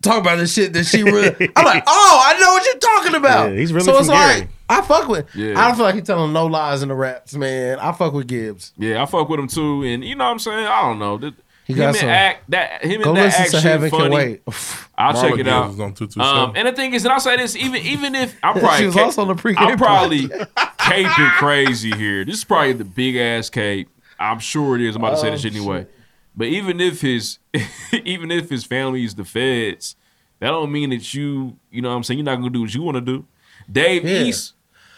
Talk about this shit that she really. I'm like, oh, I know what you're talking about.
Yeah, he's really
so
from
it's
Gary.
like I fuck with.
Yeah.
I don't feel like he's telling no lies in the raps, man. I fuck with Gibbs.
Yeah, I fuck with him too, and you know what I'm saying. I don't know. That-
He
him
got
and
some.
act that him
Go
and that
listen
act
to
shit
Heaven Can
funny.
Wait.
I'll
Marla
check it
Gibbs
out.
was on 227.
um, and the thing is, and I'll say this: even even if I'm
She
probably
was
ca-
also on the pregame
I'm probably caping crazy here. This is probably the big ass cape I'm sure it is. I'm about to say this
Oh,
shit anyway. But even if his even if his family is the feds, that don't mean that you, you know what I'm saying, you're not gonna do what you wanna do. Dave East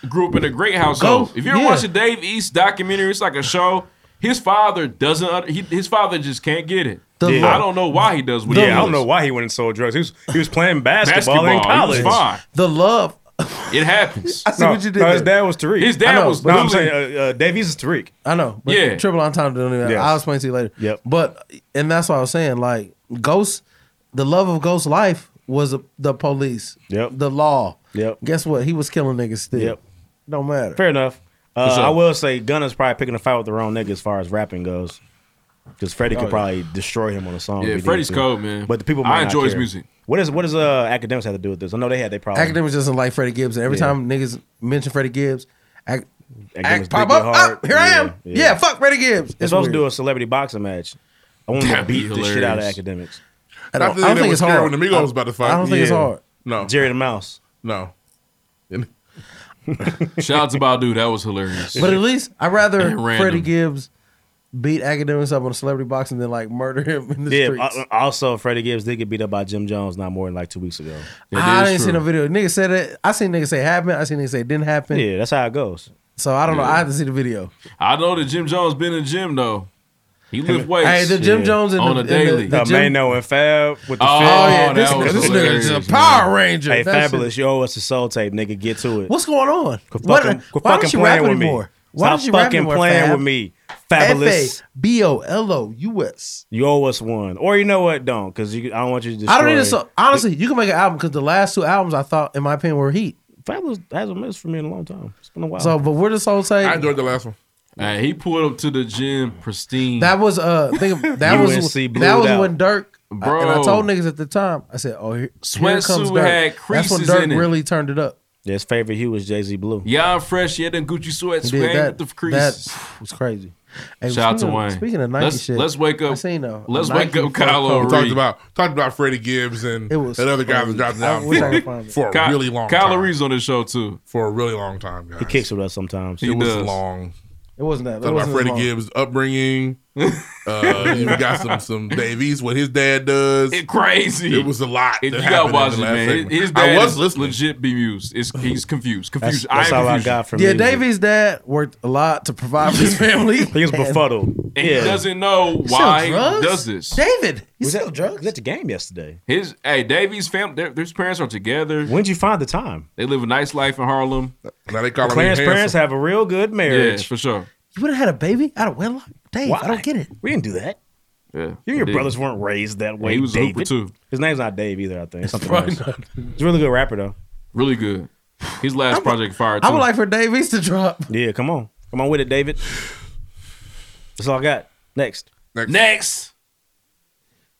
grew up in a great household.
Go-
if you ever
yeah.
watch a Dave East documentary, it's like a show. His father doesn't. under- He, his father just can't get it.
The-
I don't know why he does. What he
yeah, I don't
does.
know why he went and sold drugs. He was he was playing basketball, in
Basketball,
college.
he was fine.
The love.
It happens.
I see
no,
what you did
no,
there.
his dad was Tariq.
His
I
dad
know,
was
No, I'm
literally-
saying uh, uh, Davies is Tariq.
I know. But
Yeah.
Triple on time don't even.
Yes.
I'll explain to you later.
Yep.
But and that's what I was saying. Like Ghost, the love of Ghost life was the police.
Yep.
The law.
Yep.
Guess what? He was killing niggas still.
Yep.
Don't matter.
Fair enough. Uh,
For sure.
I will say Gunna's probably picking a fight with the wrong nigga as far as rapping goes. Because Freddie
Oh,
could
yeah.
probably destroy him on a song. if
Yeah,
he did
Freddie's
to.
cold, man.
But the people
I
might not
enjoy his
care.
music.
What is what does uh, academics have to do with this? I know they had their problems.
Academics doesn't like Freddie Gibbs. And every
Um, Yeah.
time niggas mention Freddie Gibbs, act,
Academics
act pop
dig
up.
you hard.
Up, here I am.
Yeah,
Yeah,
yeah.
fuck Freddie Gibbs.
They're
It's
supposed to
weird.
do a celebrity boxing match. I want them to
That'd be
beat the shit out of
hilarious.
academics.
I don't- Not that I don't they think were it's scared hard. when the Migos I- was about to fight. I don't think it's hard.
No. Jerry the Mouse.
No.
Shout out to Badu. That was hilarious.
But at least I'd rather
And random.
Freddie Gibbs beat academics up on celebrity boxing than like murder him in the
Yeah. uh,
streets.
al- Also, Freddie Gibbs did get beat up by Jim Jones not more than like two weeks ago.
I didn't see no video. Nigga said it. I seen niggas say happened. I seen niggas say it didn't happen.
Yeah, that's how it goes.
So I don't know.
Yeah.
I have to see the video.
I know that Jim Jones been in the gym though. He lift weights.
Hey, the Jim Jones and
on
the-
a
and the-
daily.
the Jim- Mano
and Fab with
the oh, yeah, this, that was hilarious, man.
Hey,
That shit-
fabulous! You owe us a soul tape, nigga. Get to it.
What's going on?
Quit
What-
fucking, quit
why
fucking
don't you
playing
rap
with me.
anymore? Why
Stop
don't you rap
fucking
anymore,
playing
Fab?
with me, fabulous.
F A B O L O U S.
You owe us one, or you know what? Don't, because I don't want you to. Destroy.
I don't need a song. Honestly, you can make an album because the last two albums I thought, in my opinion, were heat.
Fabulous hasn't missed for me in a long time. It's been a while.
So, but where does Soul say?
I enjoyed the last one.
Hey, he pulled up to the gym pristine.
That was uh, think of, that was
UNC
that
blew it
was
out.
when Dirk. I-
Bro.
and I told niggas at the time. I said, "Oh, here, here comes
Sweatsuit
Dirk."
had
That's when
creases
Dirk
in it.
really turned it up.
Yeah, his favorite hue was Jay Z Blue.
Y'all fresh. Yeah, them Gucci
He
sweats.
did
Man,
that.
with the creases.
That was crazy. Hey,
Shout out to
speaking of-
Wayne.
Speaking of Nike
Let's-
shit,
let's wake up-
I seen a,
let's
a
wake
Nike
up Kyle
fuck
We
Lowry.
cover.
talked about talked about Freddie Gibbs and
It was
that other guy that
crazy.
dropped the
I
album
wish I could
for,
find it.
for
Ky-
a really long
Kyle
time.
Reeves on the show too.
For a really long time, guys.
He kicks with us sometimes.
He
it Um, was
does.
long.
It wasn't that. It
Talking about
wasn't
Freddie
long.
Gibbs' upbringing. uh, you got some some Davies, what his dad does.
It crazy.
It was a lot.
It-
that
you
happened
gotta
in
watch
the
it,
last
man.
segment.
His
I
dad
was
is
listening.
legit bemused. It's, he's confused.
That's,
Confused.
that's
I am
all I
confused.
got from
Yeah,
music.
Davy's dad worked a lot to provide for his family.
He was befuddled.
And
yeah.
he doesn't know
He sell
why he
drugs?
does this.
David, he
was
sell
at,
drugs.
was at the game yesterday.
His hey, Davies' fam, their, their parents are together.
When'd you find the time?
They live a nice life in Harlem.
Now they call
Clarence parents have a real good
Yeah,
marriage.
for sure.
You would have had a baby out of wedlock, Dave.
Why?
I don't get it.
We didn't do that.
Yeah,
You and your
they-
brothers weren't raised that way.
he was a
David.
hooper, too.
His name's not Dave either. I think it's something
probably
else. He's a really good rapper though.
really good. His last project fired. Too.
I would like for Davies to drop.
Yeah, come on, come on with it, David. That's all I got. Next,
next,
next.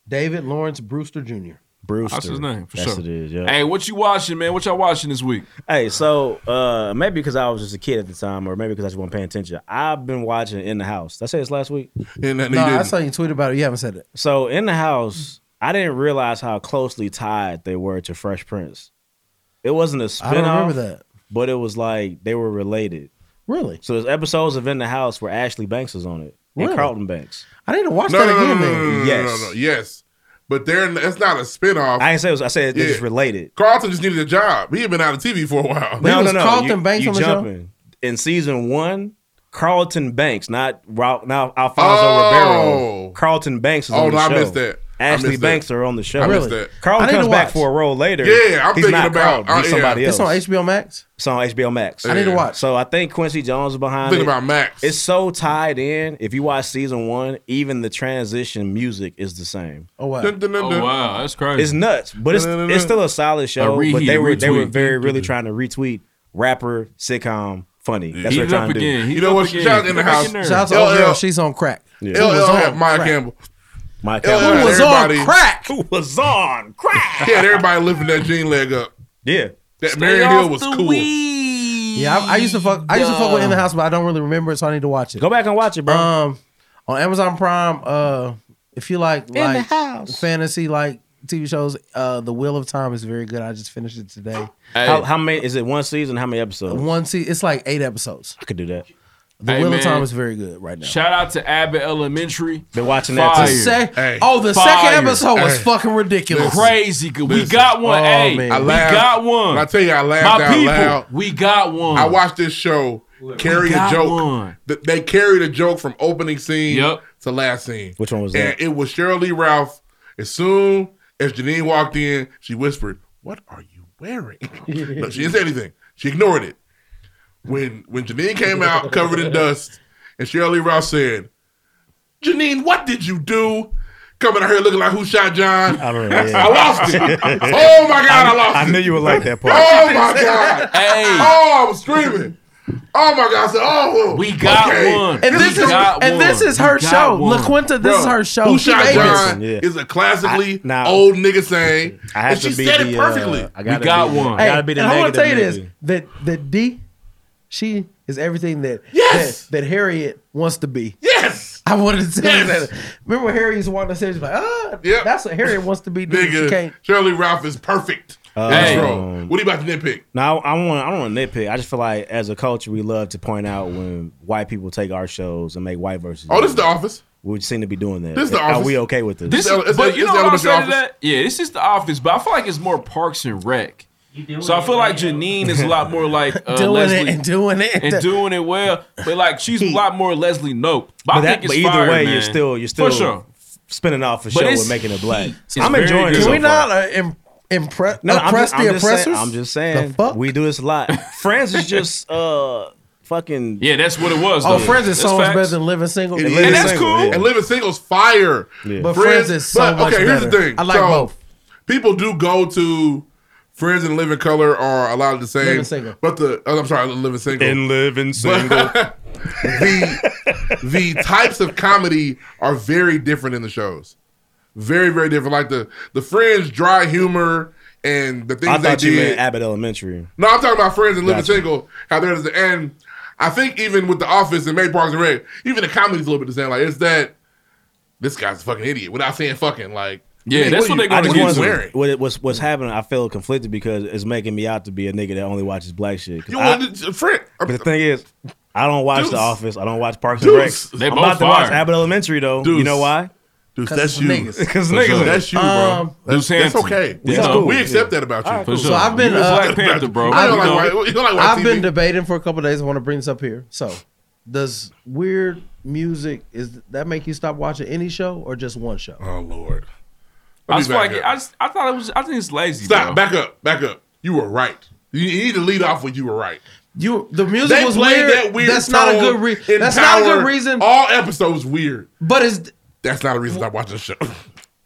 David Lawrence Brewster Jr.
Brewster.
That's his name for
That's
sure.
it is. Yeah.
Hey, what you watching, man? What y'all watching this week?
Hey, so uh maybe because I was just a kid at the time, or maybe because I just wasn't paying attention. I've been watching In the House. Did I say this last week?
In that
No, I saw you tweet about it. You haven't said it.
So in the house, I didn't realize how closely tied they were to Fresh Prince. It wasn't a spinoff.
I don't remember that.
But it was like they were related.
Really?
So there's episodes of In the House where Ashley Banks was on it.
Really?
And Carlton Banks.
I need to watch
No,
that
no, no, no,
again.
no,
then.
no, no, yes. no,
Yes.
no, no, yes. But they're that's not a spinoff.
I didn't say it was, I said they're
Yeah.
just related.
Carlton just needed a job. He had been out of TV for a while.
Oh, no, no, no.
Carlton
you,
Banks
you
on the show?
jumping. In season one, Carlton Banks, not Ra- now Alfonso Ribeiro. Carlton Banks is
Oh,
on the
no, I
show.
missed that. I
Ashley
missed that.
Banks are on the show.
I missed Really? that.
Carlton
I need
comes
to
back
watch.
for a role later.
Yeah, I'm
He's
thinking
not
about-
Oh,
Carlton. He's
uh, yeah.
somebody else.
It's on HBO Max.
It's on HBO Max.
I need to watch.
So I think Quincy Jones is behind.
Think
it.
about Max.
It's so tied in. If you watch season one, even the transition music is the same.
Oh wow.
Dun, dun, dun,
Oh
dun.
wow, that's crazy.
It's nuts, but it's
No, no, no,
it's
no.
still a solid show. but
reheat,
they were they were
retweet.
very really trying to retweet rapper sitcom funny. That's
Heat
what
it
they're
up
trying to
again.
do.
Heat
You
it
know
up
what?
again.
Shout out in the
Get back
house.
there.
Shout out to
LL.
LL. She's on crack.
Yeah.
Who was
LL
on
had Maya
crack.
Campbell.
Mike
LL
Allen.
Who was
everybody,
on crack?
Who was on crack?
He had everybody lifting that jean leg up.
Yeah,
That Marion Hill was cool.
Yeah, I, I used to fuck. I used to fuck with In the House, but I don't really remember it, so I need to watch it.
go back and watch it, bro.
Um, on Amazon Prime, uh, if you like
the
like
house.
fantasy like TV shows, uh, The Wheel of Time is very good. I just finished it today.
how, how many is it? One season? How many episodes?
One season, it's like eight episodes.
I could do that.
The Wheel of Time is very good right now.
Shout out to Abbott Elementary.
Been watching that too. The sec- oh, the second episode was fucking ridiculous.
Crazy good. We
Listen.
got one.
Oh,
hey,
man.
we
I laughed.
got one.
I tell you, I laughed
My
out
people,
loud.
We got one.
I watched this show carry
We
a
got
joke. Th- They carried a joke from opening scene
Yep.
to last scene.
Which one was
And
that?
it was Cheryl Lee Ralph. As soon as Janine walked in, she whispered, "What are you wearing?" no, she didn't say anything. She ignored it. When when Janine came out covered in dust, and Cheryl Lee Ralph said, "Janine, what did you do?" Coming out here looking like who shot John. I, lost it. oh my god, I lost it.
I knew you would like that part.
Oh my god! Oh, I was screaming. Oh my god! I said, "Oh,
we got one.
And this is and this is her show. La Quinta, this is her show.
Who
She
shot
made
John
this.
is a classically
I- now-
old nigga saying,
I have
and she
to be
said it
the, uh,
perfectly.
I gotta be- Hey, and I want to tell you this: that that D, she is everything that yes that, that Harriet wants to be.
Yes,
I wanted to tell you that. Remember, when Harriet used to walk downstairs, she's like, ah, that's what Harriet wants to be. Dude. She
Nigga,
can't.
Shirley Ralph is perfect.
Uh,
Um,
That's wrong. What are you about to nitpick?
Now I want I don't want to nitpick. I just feel like as a culture we love to point out when white people take our shows and make white versions.
Oh, this is The Office.
We seem to be doing that.
This is The
Are
Office.
we okay with this?
This is, but you know what I'm saying to that? Yeah, this is the office, but I feel like it's more Parks and Rec. So I feel like Janine is a lot more like uh,
Doing it
Leslie
and doing it.
and doing it well, but like she's a lot more Leslie Nope. But, I
But, that-
think it's
but either
fire,
way,
man.
you're still you're still
for sure.
spinning off a
But
show
it's
with making it black.
heat. It's
I'm
very good.
enjoying it.
Can
so
we
far.
not uh, im- impre-
No, I'm
oppress
just, I'm
the
just saying-
oppressors?
I'm just saying we do this a lot. Friends is just uh fucking
Yeah, that's what it was.
Oh,
though.
Friends is
That's
so much
facts.
better than Living Single.
And Living that's Single, cool. yeah.
And Living Single's fire.
But Friends is so much
Okay, here's the
better.
thing.
I like
So,
both.
People do go to Friends and Living Color are a lot of the same.
Living Single.
But the oh, I'm sorry, Living Single.
And Living
Single. the the types of comedy are very different in the shows. Very very different. Like the the Friends dry humor and the things
I
they
thought you
did.
meant Abbott Elementary.
No, I'm talking about Friends and Living
Gotcha.
Single. How there's the end. I think even with The Office and May Parks and Rec, even the comedy's a little bit the same. Like it's that this guy's a fucking idiot without saying fucking. Like nigga, are you-
I just
are you
wanted to-
wearing.
What it, what's what's happening? I feel conflicted because it's making me out to be a nigga that only watches black shit. 'Cause
You
I-
wanted to- friend.
but the thing is, I don't watch
Deuce.
The Office. I don't watch Parks and Rec.
Deuce. They
I'm
both
about to watch
fire.
Abbott Elementary though. You
Deuce.
know why?
Dude,
'Cause that's it's you. niggas.
Because
For
niggas.
sure. That's you, bro. Um,
That's- that's okay. We-
That's
we
cool.
accept that about you. For
So I've been uh,
I
I've,
don't like white- you don't like white
I've
TV.
been debating for a couple of days. I want to bring this up here. So, does weird music is that make you stop watching any show or just one show?
Oh Lord,
I just feel like I just I thought it was I think it's lazy.
Stop.
bro.
Back up. Back up. You were right. You, you need to lead off when you were right.
You the music was weird. That's not a good re-
in
that's not a good
Power.
reason.
All episodes weird.
But it's
that's not a reason to stop watching the show.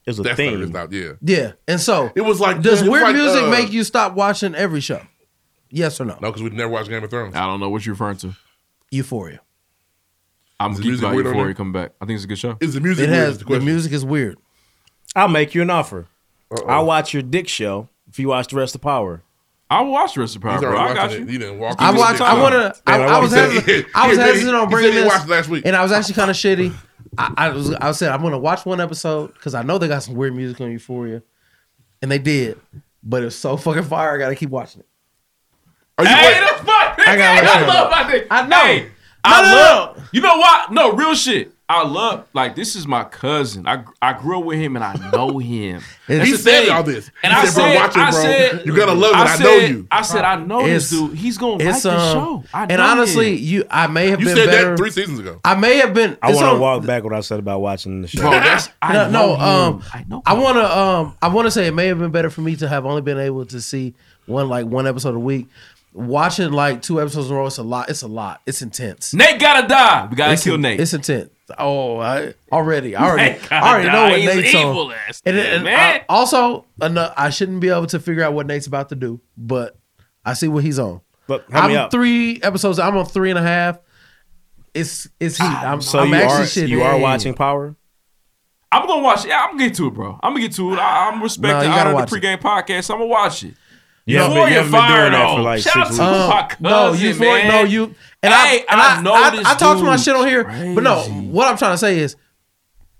It's
a that's thing. Not, yeah.
Yeah, and so
it was like
Does
it was
weird
like,
music
uh,
make you stop watching every show? Yes or no?
No, because we never watched Game of Thrones.
I don't know what you're referring to.
Euphoria.
I'm
Is the
geeked
music
about
weird on
Euphoria
there?
coming back. I think it's a good show.
Is the music
It
weird?
has-
is the
the
question.
music is weird.
I'll make you an offer. I'll watch your dick show if you watch the rest of Power.
I'll watch the rest of Power.
He's
Bro.
already
I got
watching
you.
it. He didn't
walk
I watched. I want to. I, I was hesitant. I was hesitant on bringing this
last week,
and I was actually kind of shitty. I, I was. I said I'm gonna watch one episode because I know they got some weird music on Euphoria, and they did. But it's so fucking fire. I gotta keep watching it.
Are you
Hey, that's fuck.
I gotta watch
I
it.
love my nigga.
I know.
Hey, I love. You know what? No, real shit. I love. Like this is my cousin. I I grew up with him and I know him. That's
he
the
said
thing.
all this.
And
he
I
said, bro,
said,
watch it,
I
bro.
said,
you gotta love it. I,
said-
know you.
I said, I know this
It's-
dude. He's gonna like
it's,
the
um,
show. I
and
know
honestly,
him.
you I may have
You
been
said that
better
three seasons ago.
I may have been.
I
it's
want
on-
to walk back what I said about watching the show.
Bro, that's- no, no, um, I want to, um, I want to say it may have been better for me to have only been able to see one like one episode a week. Watching like two episodes in a row, it's a lot. It's a lot. It's intense.
Nate gotta die. We gotta
It's
kill
in-
Nate.
It's intense. Oh, I already, I already,
Nate gotta
I already know
die.
what
He's
Nate's
evil
on.
ass
And,
man,
and
man.
I, also, ano- I shouldn't be able to figure out what Nate's about to do, but I see what he's on.
But help
I'm
me out.
three episodes. I'm on three and a half. It's it's heat. I'm
Ah, so
I'm
you are
actually shitting.
you are watching Power.
I'm gonna watch it. Yeah, I'm gonna get to it, bro. I'm gonna get to it. I, I'm
No, you
respecting
gotta
honor
watch
the pregame podcast. I'm gonna watch it.
You haven't been- you haven't been doing that for like
Shout out
six
to
weeks.
my
Um,
cousin,
no, you for-
man.
no, you- and I-
Hey,
and I-
know
I,
this
I talked my
dude.
shit on here, but no, what I'm trying to say is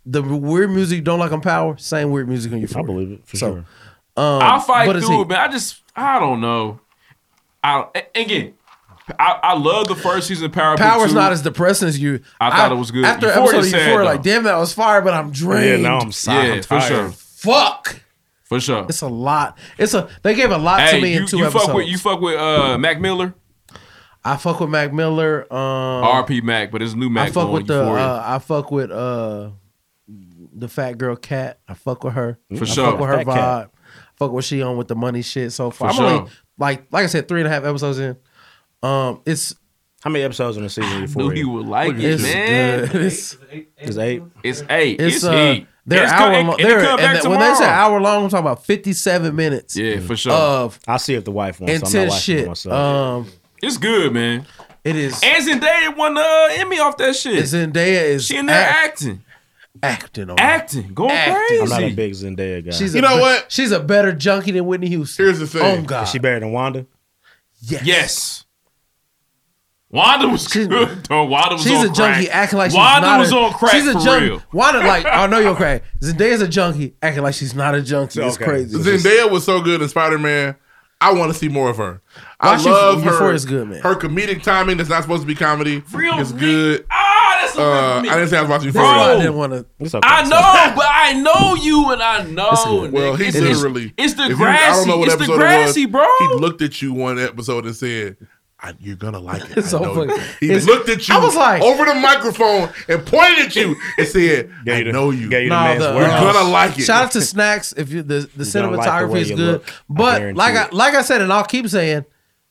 the weird music don't like on power. Same weird music on your phone. I believe it for sure. Um,
I'll fight
but it's
through
heat.
it, man. I just I don't know. I again, I, I love the first season of Power.
Power's not as depressing as you.
I thought it was good.
After
Euphoria
episode
sad,
four,
though.
like damn, that was fire, but I'm drained.
now I'm sad. Yeah,
I'm
for
tired.
sure.
Fuck.
For sure.
It's a lot. It's a. They gave a lot
Hey,
to me
you,
in two
you
episodes.
fuck with you fuck with uh, Mac Miller,
I fuck with Mac Miller. Um,
RP Mac, but it's new Mac.
I fuck
on
with the.
Euphoria.
Uh, I fuck with uh, the fat girl cat. I fuck with her.
For
I
sure.
Fuck with her
Fat Cat.
vibe. Fuck what she on with the money shit so
For
far. I'm
sure.
only like like I said, three and a half episodes in. Um, it's
how many episodes in the season?
I
Euphoria?
he would like it,
it's
man.
Good. It's,
It's eight.
It's eight.
it's,
It's,
uh,
eight.
they're
It's
hour
co-
long.
and it
They're,
come
and
back
the- when they say
tomorrow.
hour long, I'm talking about 57 minutes.
Yeah, for sure.
Of
I see if the wife wants. so I'm not
intense
watching it
shit.
myself.
Um,
it's good, man.
It is.
And Zendaya won the Emmy off that shit.
Zendaya is
she in there acting,
acting, on
acting, going crazy.
I'm not a big Zendaya guy.
She's a be- She's a better junkie than Whitney Houston.
Here's the
Oh God.
Is she better than Wanda?
Yes.
Wanda was good. though. Wanda was
She's
on
a junkie
crack.
acting like she's
Wanda
not
was
a,
on crack
She's a
for
junkie.
real.
Wanda like I know you're crack. Zendaya's a junkie acting like she's not a junkie. It's crazy.
Zendaya was so good in Spider Man. I want to see more of her. I
Watch
love
Euph-
her.
Euphoria's good, man.
Her comedic timing that's not supposed to be comedy
Real
is good.
Ah, that's a
uh, I
me.
didn't say I was watching
Bro.
Euphoria.
I didn't
wanna.
I know, but I know you, and I know.
Oh, Well, he
nigga. It's-
literally.
It's,
if
the
you-
grassy. it's the grassy, bro.
He looked at you one episode and said, I, "You're gonna like it."
It's
I
so
know
funny.
you." He
It's-
looked at you.
I was like-
over the microphone and pointed at you and said, "I know you.
Nah, the,
You're
uh,
gonna like it."
Shout out to Snacks if you the, the
You're gonna like the
cinematography
way
is
you
good.
look. I
but
guarantee
like I
it.
like I said, and I'll keep saying,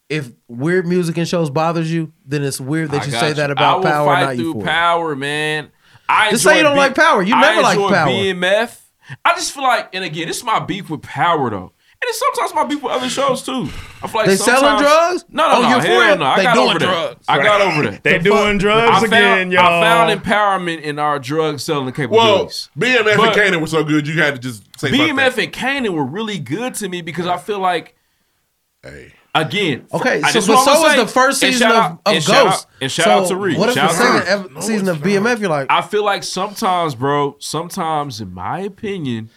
if weird music and shows bothers you, then it's weird that
I
you
got
say that
I
about
will
power,
fight
not
through
you.
power, man. I
Just say
enjoy
you don't like Power. You
I
never liked
enjoy
Power.
BMF. I just feel like, and again, this is my beef with power though. And it's sometimes my beef with other shows too. I feel like
They
sometimes-
selling drugs? Oh,
No, no,
On
no.
Euphoria?
Hell no. I
They
got
doing
over that.
drugs.
I got over that.
They The fuck? doing drugs
I found-
again,
I
y'all.
found empowerment in our drug selling
Well,
capabilities.
BMF
But-
and Kanan were so good, you had to just say fuck that.
BMF and Kanan were really good to me because I feel like, again,
Okay,
I
so
just
but
wanna
so was
say-
the first
and
season
shout
of,
out-
of
and
Ghost.
shout out- and shout
so
out to Reed.
What if
Shout
the
out to
second
Reed.
ev- season of BMF? You're like,
I feel like sometimes, bro, sometimes in my opinion,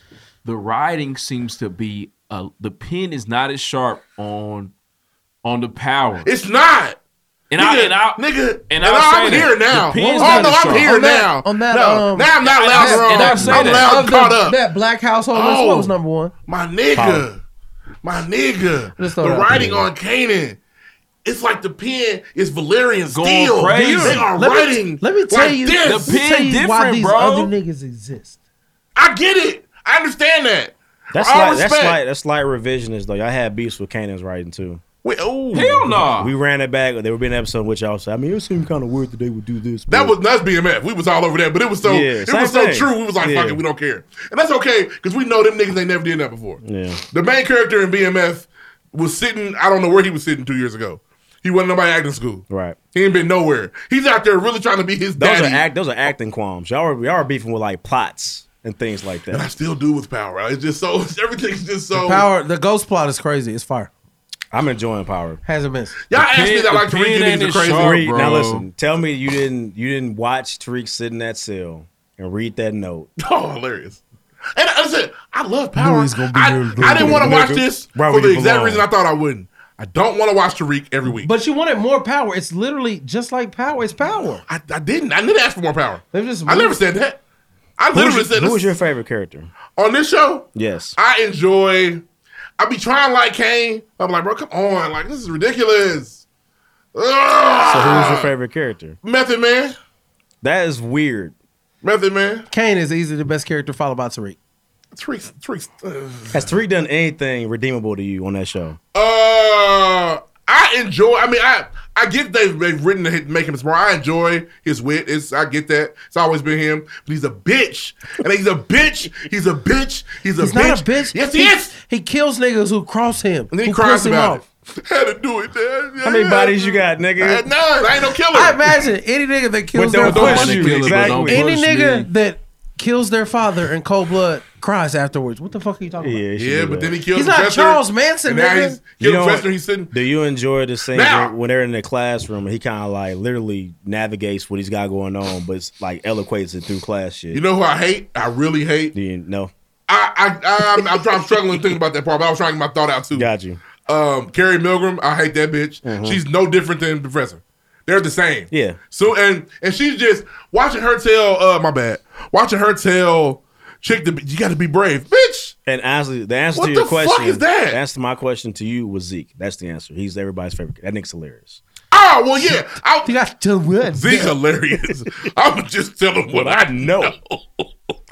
the writing seems to be uh, the pen is not as sharp on on the power.
It's not.
And
nigga,
I and I
nigga,
and
and,
I'll
I'm
say that.
here now.
The pen's
oh
not
no,
as sharp.
I'm here
On that-
now.
on that,
no,
um,
now I'm not
And
loud
I-
and wrong.
and I say
I'm
that.
loud
Of
caught
the-
up. Oh,
that black household. that's what was number one.
My nigga, my nigga.
Just
The
throw that out
writing
there.
on Canaan. It's like the pen is Valerian
Going
steel.
crazy.
They are
Let me-
writing.
let me tell
like
you,
this.
let me tell you why these other niggas exist.
I get it. I understand that.
That's
All
like
respect.
that's like that's like revisionist though. Y'all had beefs with Kanan's writing too.
Wait, oh
hell no.
We ran it back. There would be an episode which y'all said. I mean, it seemed kind of weird that they would do this.
That
but-
was that's BMF. We was all over that, but it was so
Yeah,
it
same
was so
thing.
true. We was like,
Yeah.
fuck it, we don't care, and that's okay because we know them niggas ain't never did that before.
yeah.
The main character in BMF was sitting. I don't know where he was sitting two years ago. He wasn't nobody acting school.
Right.
He ain't been nowhere. He's out there really trying to be his
Those
daddy.
are act. Those are acting qualms. Y'all are, y'all are beefing with like plots and things like
and I
that.
still do with power. It's just so everything's just so.
Power. The Ghost plot is crazy. It's fire.
I'm enjoying Power.
Hasn't missed.
Y'all asked me
Pen-
that like
the
Tariq
pen
Gideon's
ain't
a crazy.
sharp, Reed, now listen, tell me you didn't you didn't watch Tariq sit in that cell and read that note.
Oh, hilarious. And I said, I love power.
he's gonna be
I,
here.
I didn't want to watch
Nigga.
this
Right
for
where
the
you
exact
belong.
reason I thought I wouldn't. I don't want to watch Tariq every week.
But you wanted more power. It's literally just like power. It's power.
I, I didn't. I didn't ask for more power.
They've just
I never said that. I literally
Who's your-
said
who was
this.
your favorite character?
on this show.
Yes.
I enjoy. I be trying to like Kane. I'm like, bro, come on, like this is ridiculous. Ugh.
So who was your favorite character?
Method Man,
That is weird.
Method Man,
Kane is easily the best character, followed by Tariq.
Tariq, Tariq. ugh.
Has Tariq done anything redeemable to you on that show?
Uh, I enjoy. I mean, I I get they've, they've written to hit- make him smart. I enjoy his wit. It's I get that. It's always been him. But he's a bitch, and he's a bitch. He's a bitch. He's a
He's
bitch.
not a bitch.
Yes,
he,
he is.
He kills niggas who cross him.
And then he
who
cries
piss him
about
off.
it. Had to do it. man.
How many bodies you got,
I
nigga?
had none. I ain't no killer.
I imagine any nigga that kills
But don't
their
push
father,
you, Don't exactly.
any
push
nigga
me.
that kills their father in cold blood cries afterwards. What the fuck are you talking
Yeah,
about?
Yeah, but then he killed.
He's not
Chester,
Charles Manson,
and now
nigga.
he's killed
You know-
Chester. He's sitting.
Do you enjoy the scene
Now!
where- when they're in the classroom and he kind of like literally navigates what he's got going on, but it's like eloquates it through class shit?
You know who I hate? I really hate.
Do you know?
I, I, I'm, I'm, trying, I'm struggling to think about that part, but I was trying to get my thought out too.
Got you.
um, Carrie Milgram, I hate that bitch. She's no different than Professor. They're the same. Yeah. So and and she's just watching her tell. Uh, my bad. Watching her tell chick to be, you got to be brave, bitch.
And honestly, the answer
What
to your
the fuck
question
is that?
The answer to my question to you was Zeke. That's the answer. He's everybody's favorite. That nigga's hilarious.
Ah, well, yeah. I,
you got to win.
Zeke hilarious. I'm just telling what I know.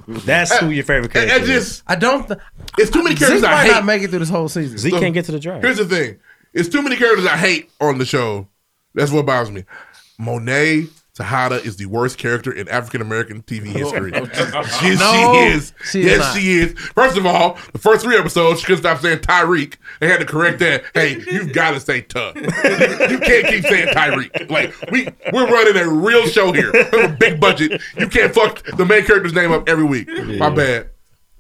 That's who your favorite
And-
character
and
is.
just-
I don't. Th-
it's too many characters
Zeke
I
might
hate.
not make it through this whole season.
So, Here's the thing: it's too many characters I hate on the show. That's what bothers me. Monet Tejada is the worst character in African American TV history. yes,
Oh, No,
she is.
she is
yes,
not.
she is. First of all, the first three episodes, she couldn't stop saying Tyreek. They had to correct that. Hey, you've got to say Tuh. you can't keep saying Tyreek. Like we we're running a real show here. We have a big budget. You can't fuck the main character's name up every week. My bad.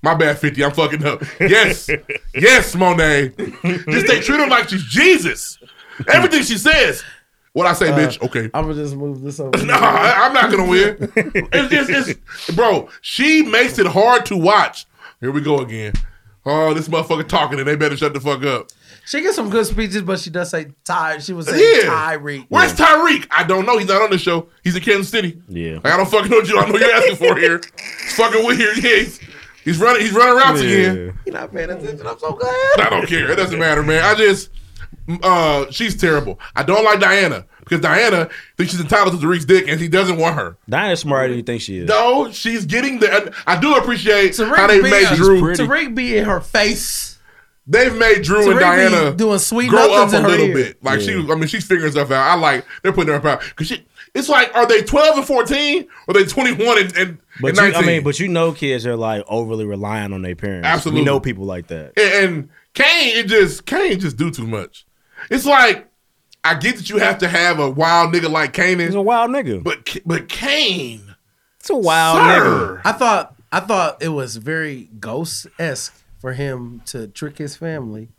My bad, 50. I'm fucking up. Yes. yes, Monet. Just they treat her like she's Jesus. Everything she says. What I say,
Uh,
bitch, okay.
I'm gonna just move this over.
No, I, uh, I'm not gonna win. It's just, it's, bro. She makes it hard to watch. Here we go again. Oh, this motherfucker talking, and they better shut the fuck up.
She gets some good speeches, but she does say Ty. She was saying Tyreek.
Where's Tyreek? I don't know. He's not on the show. He's in Kansas City.
Yeah.
Like, I don't fucking know what you. I know what you're asking for here. It's fucking weird. Yeah, he's, he's running. He's running routes again.
You're not paying attention. I'm so glad.
I don't care. It doesn't matter, man. I just uh she's terrible. I don't like Diana because Diana thinks she's entitled to Tariq's dick and he doesn't want her.
Diana's smarter than you think she is.
No, she's getting the. I do appreciate
Tariq
how they
be-
made
She's
Drew.
pretty. Tariq be in her face.
They've made Drew and
Tariq be
Diana
doing sweet
grow up
nothings
a
in her
little
ear.
bit. Like
Yeah.
she, I mean, she's figuring stuff out. I like they're putting her out because she. It's like, are they twelve and fourteen or they twenty one and, and,
But
and
you,
nineteen?
I mean, but you know, kids are like overly relying on their parents.
Absolutely.
we know people like that.
And, and Kane, it just Kane just do too much. It's like I get that you have to have a wild nigga like Kane. He's
a wild nigga,
but K- but Kane,
it's a wild
Sir.
I thought I thought it was very ghost esque for him to trick his family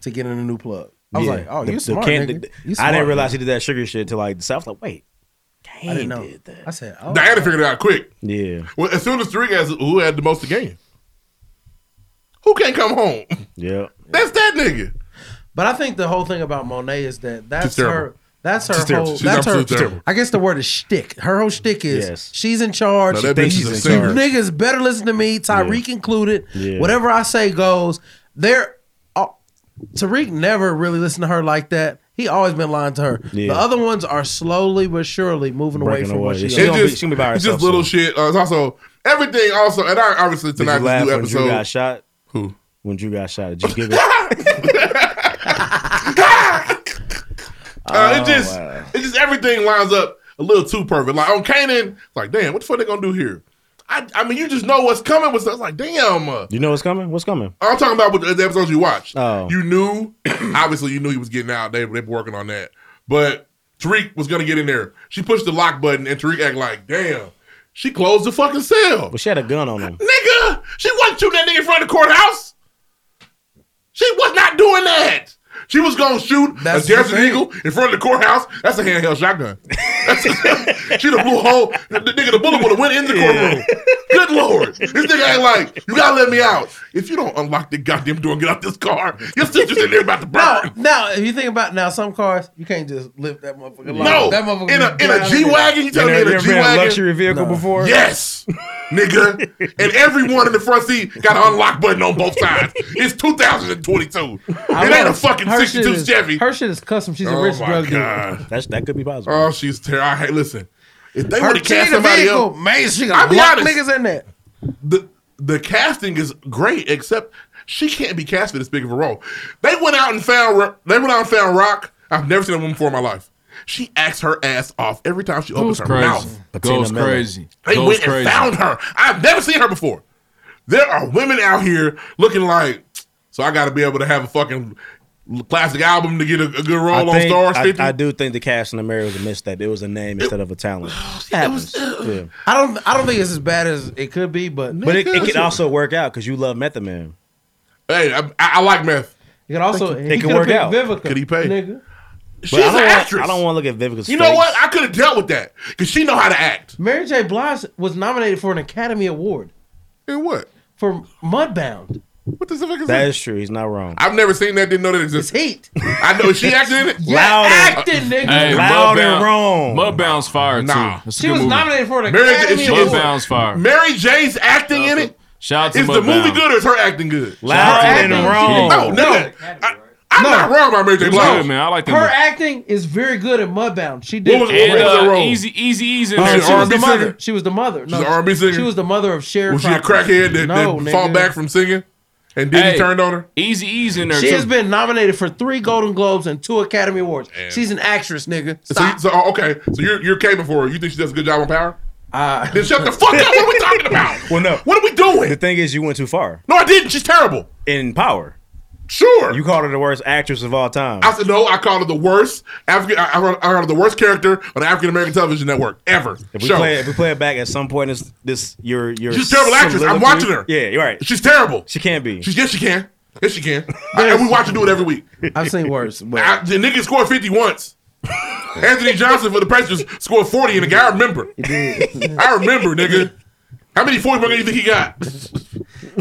to get in a new plug. I was
Yeah.
like, oh,
The-
you
the
smart,
can-
nigga.
the-
You
I
smart,
didn't realize
nigga.
he did that sugar shit until like the South. Like, wait,
I
Kane
didn't know.
did that.
I said, oh,
Diana figured it out quick.
Yeah,
Well, as soon as Tariq has who had the most to gain, who can't come home?
yeah.
That's that nigga.
But I think the whole thing about Monet is that that's
She's terrible.
her. That's her
She's terrible.
whole.
She's
that's her.
absolutely terrible.
I guess the word is shtick. Her whole shtick is
Yes.
she's in charge.
No,
she
that
thinks
bitch
she's
is a singer.
in charge. Niggas better listen to me, Tyreek included.
Yeah.
Whatever I say goes. There, uh, Tariq never really listened to her like that. He always been lying to her.
Yeah.
The other ones are slowly but surely moving away
Breaking
from what
away.
she.
She
is.
gonna be- she gonna be by
It's
herself
just little shit. Uh, it's also everything. Also, and I obviously
Did you
tonight this
laugh
new
when Drew
episode.
got shot?
Who?
When Drew got shot? Did you give it?
Uh, it
Oh,
just,
wow.
it just everything lines up a little too perfect. Like on Kanan, it's like damn, what the fuck they gonna do here? I, I mean, you just know what's coming. With stuff. It's like damn. Uh,
You know what's coming? What's coming?
I'm talking about with the the episodes you watched.
Oh.
You knew, obviously, you knew he was getting out. They they were working on that, but Tariq was gonna get in there. She pushed the lock button, and Tariq act like damn. She closed the fucking cell.
Well, she had a gun on him.
Nigga, she wasn't shooting that nigga in front of the courthouse. She was not doing that. She was gonna shoot
That's
a Jackson
the thing.
Eagle in front of the courthouse. That's a handheld shotgun. she done blew a hole. The the nigga, the bullet would have went in the courtroom. Good lord, this nigga ain't like you gotta let me out. If you don't unlock the goddamn door and get out this car, your sister's in there about to burn.
Now, now, if you think about now, some cars you can't just lift that motherfucker.
No,
that motherfucker
in a
be
in a
drowning.
G wagon. You telling me in a G wagon?
vehicle before?
Yes, nigga. And everyone in the front seat got an unlock button on both sides. It's 2022. it ain't a fucking
Her shit
62
is-
Chevy.
Her shit is custom. She's a
Oh
rich
my
drug dealer.
God.
That's that could be possible.
Oh, she's terrible. I hate. Listen, if they
Her
would have
team,
cast
the
somebody
vehicle,
else,
man, she
I'll
got
be
lock
honest.
niggas in there.
the the casting is great, except she can't be cast for this big of a role. They went out and found Ro- they went out and found Rock. I've never seen a woman before in my life. She acts her ass off every time she opens
Goes
her
crazy.
mouth.
Goes crazy.
They
Goes
went
crazy.
and found her. I've never seen her before. There are women out here looking like, so I got to be able to have a fucking classic album to get a, a good role
I,
on
think-
Stars.
I-
50.
I do think the cast in the mirror was a misstep. It was a name instead of a talent. Happens. Yeah.
I don't. I don't think it's as bad as it could be, but
But it, it could also work out because you love Method Man.
Hey, I, I, I like meth.
It could also.
It could work out.
Vivica,
Could he pay?
Nigga.
She's
But I
an
don't want-
actress.
I don't want to look at Vivica's
you know
face.
what? I could have dealt with that because she know how to act.
Mary J. Blige was nominated for an Academy Award
And what?
for Mudbound.
What the fuck is
That is true. He's not wrong.
I've never seen that. Didn't know that existed.
It's
heat. I know she acted in it.
Yeah, Loud and- acting, nigga.
Loud and
wrong. Mudbound's fire
Nah.
too. That's a
She
good
was
movie.
nominated for an Mary J- Academy she- Award.
Mudbound's fire.
Mary J's acting in it.
Shout out to
Is the
Mudbound.
movie good or is her acting good?
Loud
Her
and
acting-
wrong.
Oh, No, no. I, am not wrong about Mary J.
It was
Blige.
good, man. I like that
Her
movie.
acting is very good at Mudbound. She did.
What was-
And,
what was her
uh,
role?
Easy, easy, easy.
No,
in there,
she was
too.
the mother. She was the mother. No,
She's an R&B singer?
She was the mother of Cher.
Was she a crackhead that,
no,
that fought
nigga.
back from singing? And then
Hey.
he turned on her?
Easy, easy in there
She
too.
has been nominated for three Golden Globes and two Academy Awards. She's an actress, nigga.
So, you- so oh, okay, so you're you're caping for her. You think she does a good job on Power? then shut the fuck up. What are we talking about?
Uh, Well, no.
What are we doing?
The thing is, you went too far.
No, I didn't. She's terrible.
In Power.
Sure.
You called her the worst actress of all time.
I said no. I called her the worst African. I, I called- I called her the worst character on the African American television network ever.
If we,
Show.
play, if we play it back at some point, it's this your your.
She's a terrible actress. I'm
soliloquy-
watching her.
Yeah, you're right.
She's terrible.
She can't be.
She's, yes, she can. Yes, she can. I- and we watch her do it every week.
I've seen worse. But
I, the nigga scored fifty once. Anthony Johnson for the Pacers scored forty, and the guy I remember. I remember, nigga. How many forty do you think he got?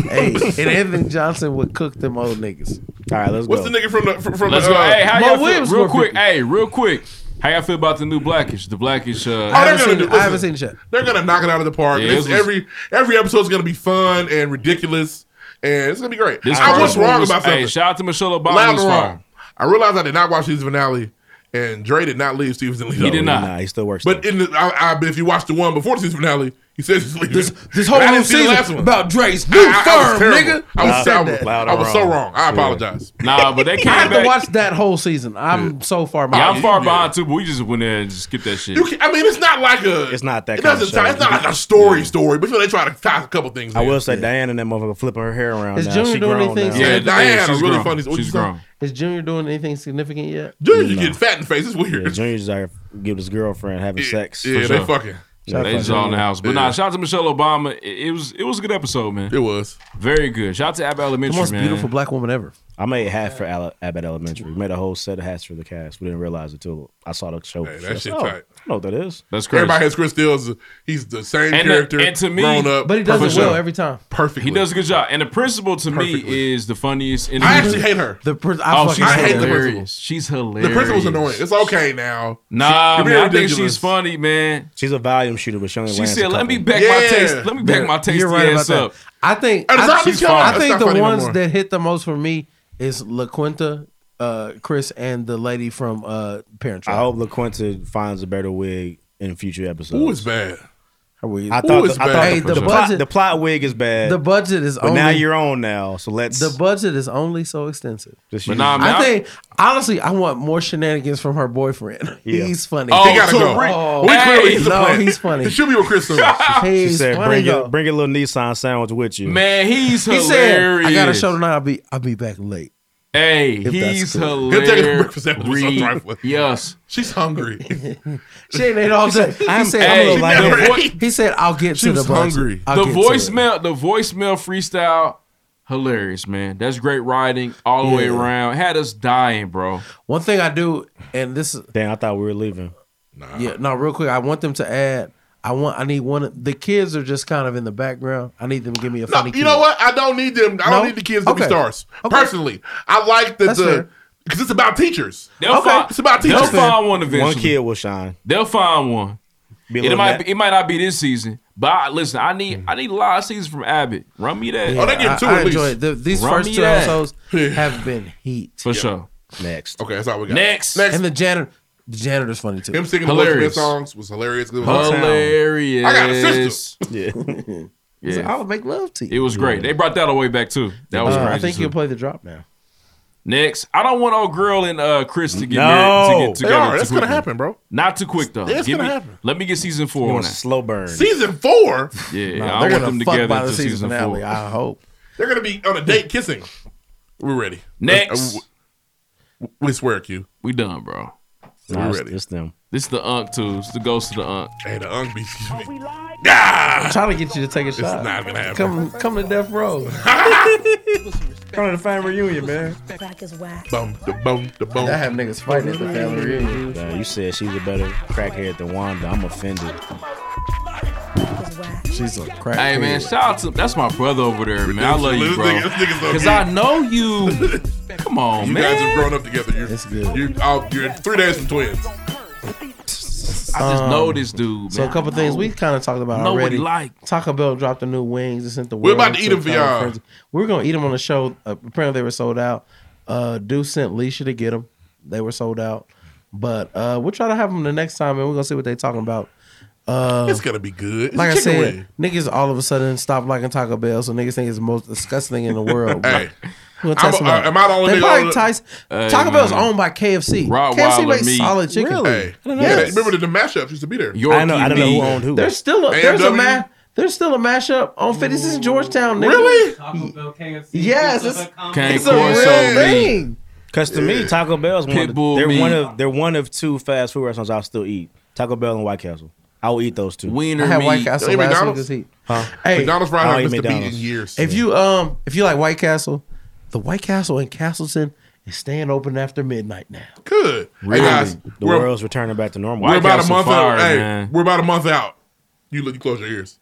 hey, and Anthony Johnson would cook them old niggas.
All right, let's
What's the nigga from the from, from
Let's
the, uh,
go. Hey, how
Mo
y'all feel?
Williams
Real
scored
quick. Hey, real quick. How y'all feel about the new Blackish? The Blackish.
Oh,
Uh,
they're gonna do.
I haven't
listen,
seen shit.
They're gonna knock it out of the park.
Yeah,
This-
this was-
every every episode's gonna be fun and ridiculous, and it's gonna be great.
This
I
first
was
one
wrong
was-
about
Hey,
something.
shout out to Michelle Obama.
Loud
was
and
fire.
wrong. I realized I did not watch season finale, and Dre did not leave season finale.
He did not.
Nah, he still works.
But in the, I, I, but if you watch the one before the season finale, he says he's leaving. This,
this whole new season about Dre's new
I, I was
firm,
terrible.
nigga.
I was,
Who
I
said
was,
that?
I was so wrong. I apologize.
Nah, but they
I
came
have
back.
to watch that whole season. I'm so far
yeah,
behind.
I'm far behind too, but we just went there and just skipped that shit.
You can, I mean, it's not like a.
It's not that
It
kind of
doesn't.
show.
Tie, it's not like a story story, but you know, they try to tie a couple things.
I
in.
will say Diana and that motherfucker flipping her hair around.
Is
now.
Junior
she
doing
grown
anything?
now.
Yeah, Diana
she's
really
grown.
funny. What you
She's
say?
grown.
Is Junior doing anything significant yet?
Dude, you get fat in the face. It's
Yeah,
weird.
Junior's like give his girlfriend having sex.
Yeah,
For
they
sure.
fucking.
Yeah, they
Shout
just
out
all in the
Diana.
house. But
Yeah.
nah, shout out to Michelle Obama. It, it was it was a good episode, man.
It was.
Very good. Shout out to Abbott
The
Elementary,
most
man.
beautiful black woman ever.
I made a hat for Al- Abbott Elementary. We made a whole set of hats for the cast. We didn't realize it till I saw the show.
Hey, that
I said,
shit
oh, I
tight.
don't know what that is.
That's crazy.
Everybody has Chris Steele's. He's the same
And the-
character.
and to me-
grown up,
But he does
For
it
sure.
well every time.
perfectly.
He does a good job. And the principal to me is the funniest. In the
I
movie.
actually hate her.
The prin- I,
Oh,
fucking
she's
I hate the principal.
hilarious. She's hilarious.
The principal's annoying. It's okay now.
Nah,
You're
man,
being
I think
ridiculous.
she's funny, man.
She's a volume shooter, but she only
She
lands a
said, "Let
couple."
me back my
Yeah.
taste. Let me back my tasty
You're right about
ass up."
that. I think
And the
I,
zombies
she's
come out.
I
That's
think
not
the
funny no
ones
more.
that hit the most for me is LaQuinta, uh, Chris, and the lady from uh, Parent
I
Trap.
hope LaQuinta finds a better wig in future episodes.
Ooh, it's bad.
How were you?
I thought,
Ooh,
the,
it's
I
bad.
thought
Hey,
the,
the
the plot,
budget-
the plot wig is bad.
the budget is
but
only
now you're on now, Oh, so let's.
the budget is only so extensive.
just
But
use-
nah, man,
I
I-
think honestly, I want more shenanigans from her boyfriend.
Yeah.
He's funny.
Oh,
he gotta
so
go.
Rick-
Oh,
we clearly
hey,
he's a
no,
plant.
he's funny.
He should be with Chris soon.
she
he's
said,
funny
"Bring
though.
your, bring your little Nissan sandwich with you."
Man, he's
he
hilarious.
said, "I got a show tonight. I'll be I'll be back late."
Hey,
that's
he's
cool.
He'll
hilarious.
take a breakfast sandwich with some trifle.
Yes.
She's hungry.
She ain't ate all day.
hey,
He said, "I'm a
she
little
never
lighter."
ate.
He said, "I'll get
She
to the
was
budget.
hungry.
I'll
the
get to it."
voicemail, the voicemail freestyle, hilarious, man. That's great writing all the way
Yeah.
around. Had us dying, bro.
One thing I do, and this is
Damn, I thought we were leaving.
yeah, no, real quick, I want them to add. I want, I need one. of- The kids are just kind of in the background. I need them to give me a
No,
funny.
you know what? I don't need them. I
No?
don't need the kids to be
Okay.
stars.
Okay.
Personally, I like that
That's
the
fair.
because it's about teachers.
They'll
Okay.
find,
It's about
they'll
teachers.
find one eventually.
One kid will shine.
They'll find one.
Be a
It
little
might
nat-
be, it might not be this season, but I, listen, I need I need a lot of seasons from Abbott. Run me that
Oh, they give two
Mm. I, I
at least.
enjoy it. The- these
Run
first
me
two
that.
episodes
Yeah.
have been heat.
for sure.
next.
Okay, that's all we got.
Next.
next,
And the janitor, the janitor's funny too.
him singing
Hilarious.
the Will Smith songs was hilarious. It was
Hilarious.
I got a sister.
Yeah.
He's like,
Yeah.
I would make love to you.
It was great. They brought that away back too. That was
Uh,
crazy.
I think
too.
you'll play the drop now.
Next, I don't want old girl and uh Chris to get
No.
married to get
They
together.
are.
too
That's gonna
quickly.
happen, bro.
Not too quick though.
It's
Give
gonna
me-
happen.
Let me get season
It
four on
was
that.
slow burn.
Season four,
Yeah, I
Nah, they're
want
gonna
them
fuck
together
by the
until
season,
season
finale.
four.
I hope.
they're gonna be on a date kissing. We're ready.
Next,
We swear, Q.
we done, bro.
Nah, it's,
ready.
it's them.
This the Unk too. It's the ghost of the Unk.
Hey, the unk be. Ah,
I'm trying to get you to take a shot.
not gonna happen.
Come, come to death row.
Coming to Fame Reunion, man.
Crack is whack.
Bum, the bum, the bum.
I have niggas fighting at the family reunion.
you said she's a better crackhead than Wanda. I'm offended.
Crack is whack.
She's a crack.
Hey man,
head.
shout out to that's my brother over there, man. I love you,
This
bro.
nigga- this nigga's so
Because
cute.
I know you. Come on,
you
man.
guys have grown up together. You're, You're, out, you're three days from twins.
I just
Um,
know this dude. Man.
So a couple
I
things
know
we kind of talked about
know what
already.
he like.
Taco Bell dropped the new wings and sent the.
We're
world
about to eat them
into
for
a kind of
y'all.
frenzy. We were gonna eat them on the show. Uh, apparently they were sold out. Uh, Deuce sent Leisha to get them. They were sold out. But uh, we'll try to have them the next time, and we're gonna see what they talking about. Uh,
It's gonna be good. It's
like I
chicken
said,
wing.
niggas all of a sudden stop liking Taco Bell, so niggas think it's the most disgusting thing in the world.
Hey.
Who
I'm- I- am I the only
They
nigga on
probably
the-
Tyson.
Hey,
Taco Bell's
man.
owned by KFC.
Wilder
KFC makes
meat.
solid chicken.
Hey. Yeah,
Yes.
they- remember the, the mashups used to be there.
Yorkie I know- I don't know who meat. owned who.
There's still a there's a
A&W?
ma- there's still a mashup on 56 in Georgetown. Nigga.
Really?
Yes, it's,
Cane
it's a
corn
real
soul
thing.
Because to me,
Yeah.
Taco Bell is one. Of,
Pitbull
the- they're one
meat.
of they're one of two fast food restaurants I'll still eat. Taco Bell and White Castle. I will eat those two.
I had White Castle last week to eat.
Huh?
Hey,
Oh,
I don't eat McDonald's.
If you um if you like White Castle, the White Castle in Castleton is staying open after midnight now.
Good.
Really?
Hey guys,
the
we're,
world's returning back to normal.
we're about a month
Fire,
out. Hey,
man.
we're about a month out. You look, you close your ears.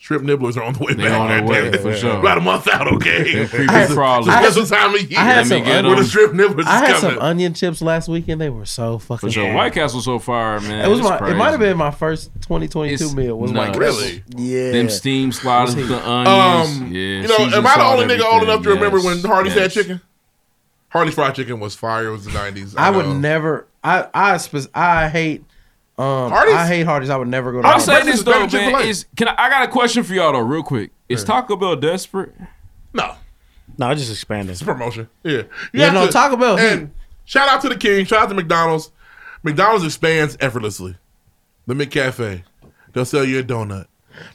Shrimp nibblers are on the way
They
back.
on their way,
goddamn it.
for sure.
About a month out, okay.
Creepy
It's a
crawlers.
special time of year.
I had some
where the shrimp nibblers
I had
is
some
coming.
onion chips last week and they were so fucking
For sure.
good.
White Castle so far, man.
it was
it's
my
crazy.
it might have been my first 2022
It's
meal was White
nuts.
Castle. Yeah.
Them steam sliders with the onions.
Um,
yeah,
you know, am I the only nigga old enough to remember when Hardy's
Hardy's
had chicken? Hardy's fried chicken was fire. It was the nineties.
I
uh,
would never. I I spec- I hate. Um,
Hardee's?
I hate Hardee's. I would never go to.
I'm
Hardee's.
saying this though, man. Is, can I, I got a question for y'all though, real quick? Is Taco Bell desperate?
No.
No, it's just expanding. It's
promotion. Yeah. You
Yeah,
have
no, Taco Bell,
And shout out to the King. Shout out to McDonald's. McDonald's expands effortlessly. The McCafe. They'll sell you a donut.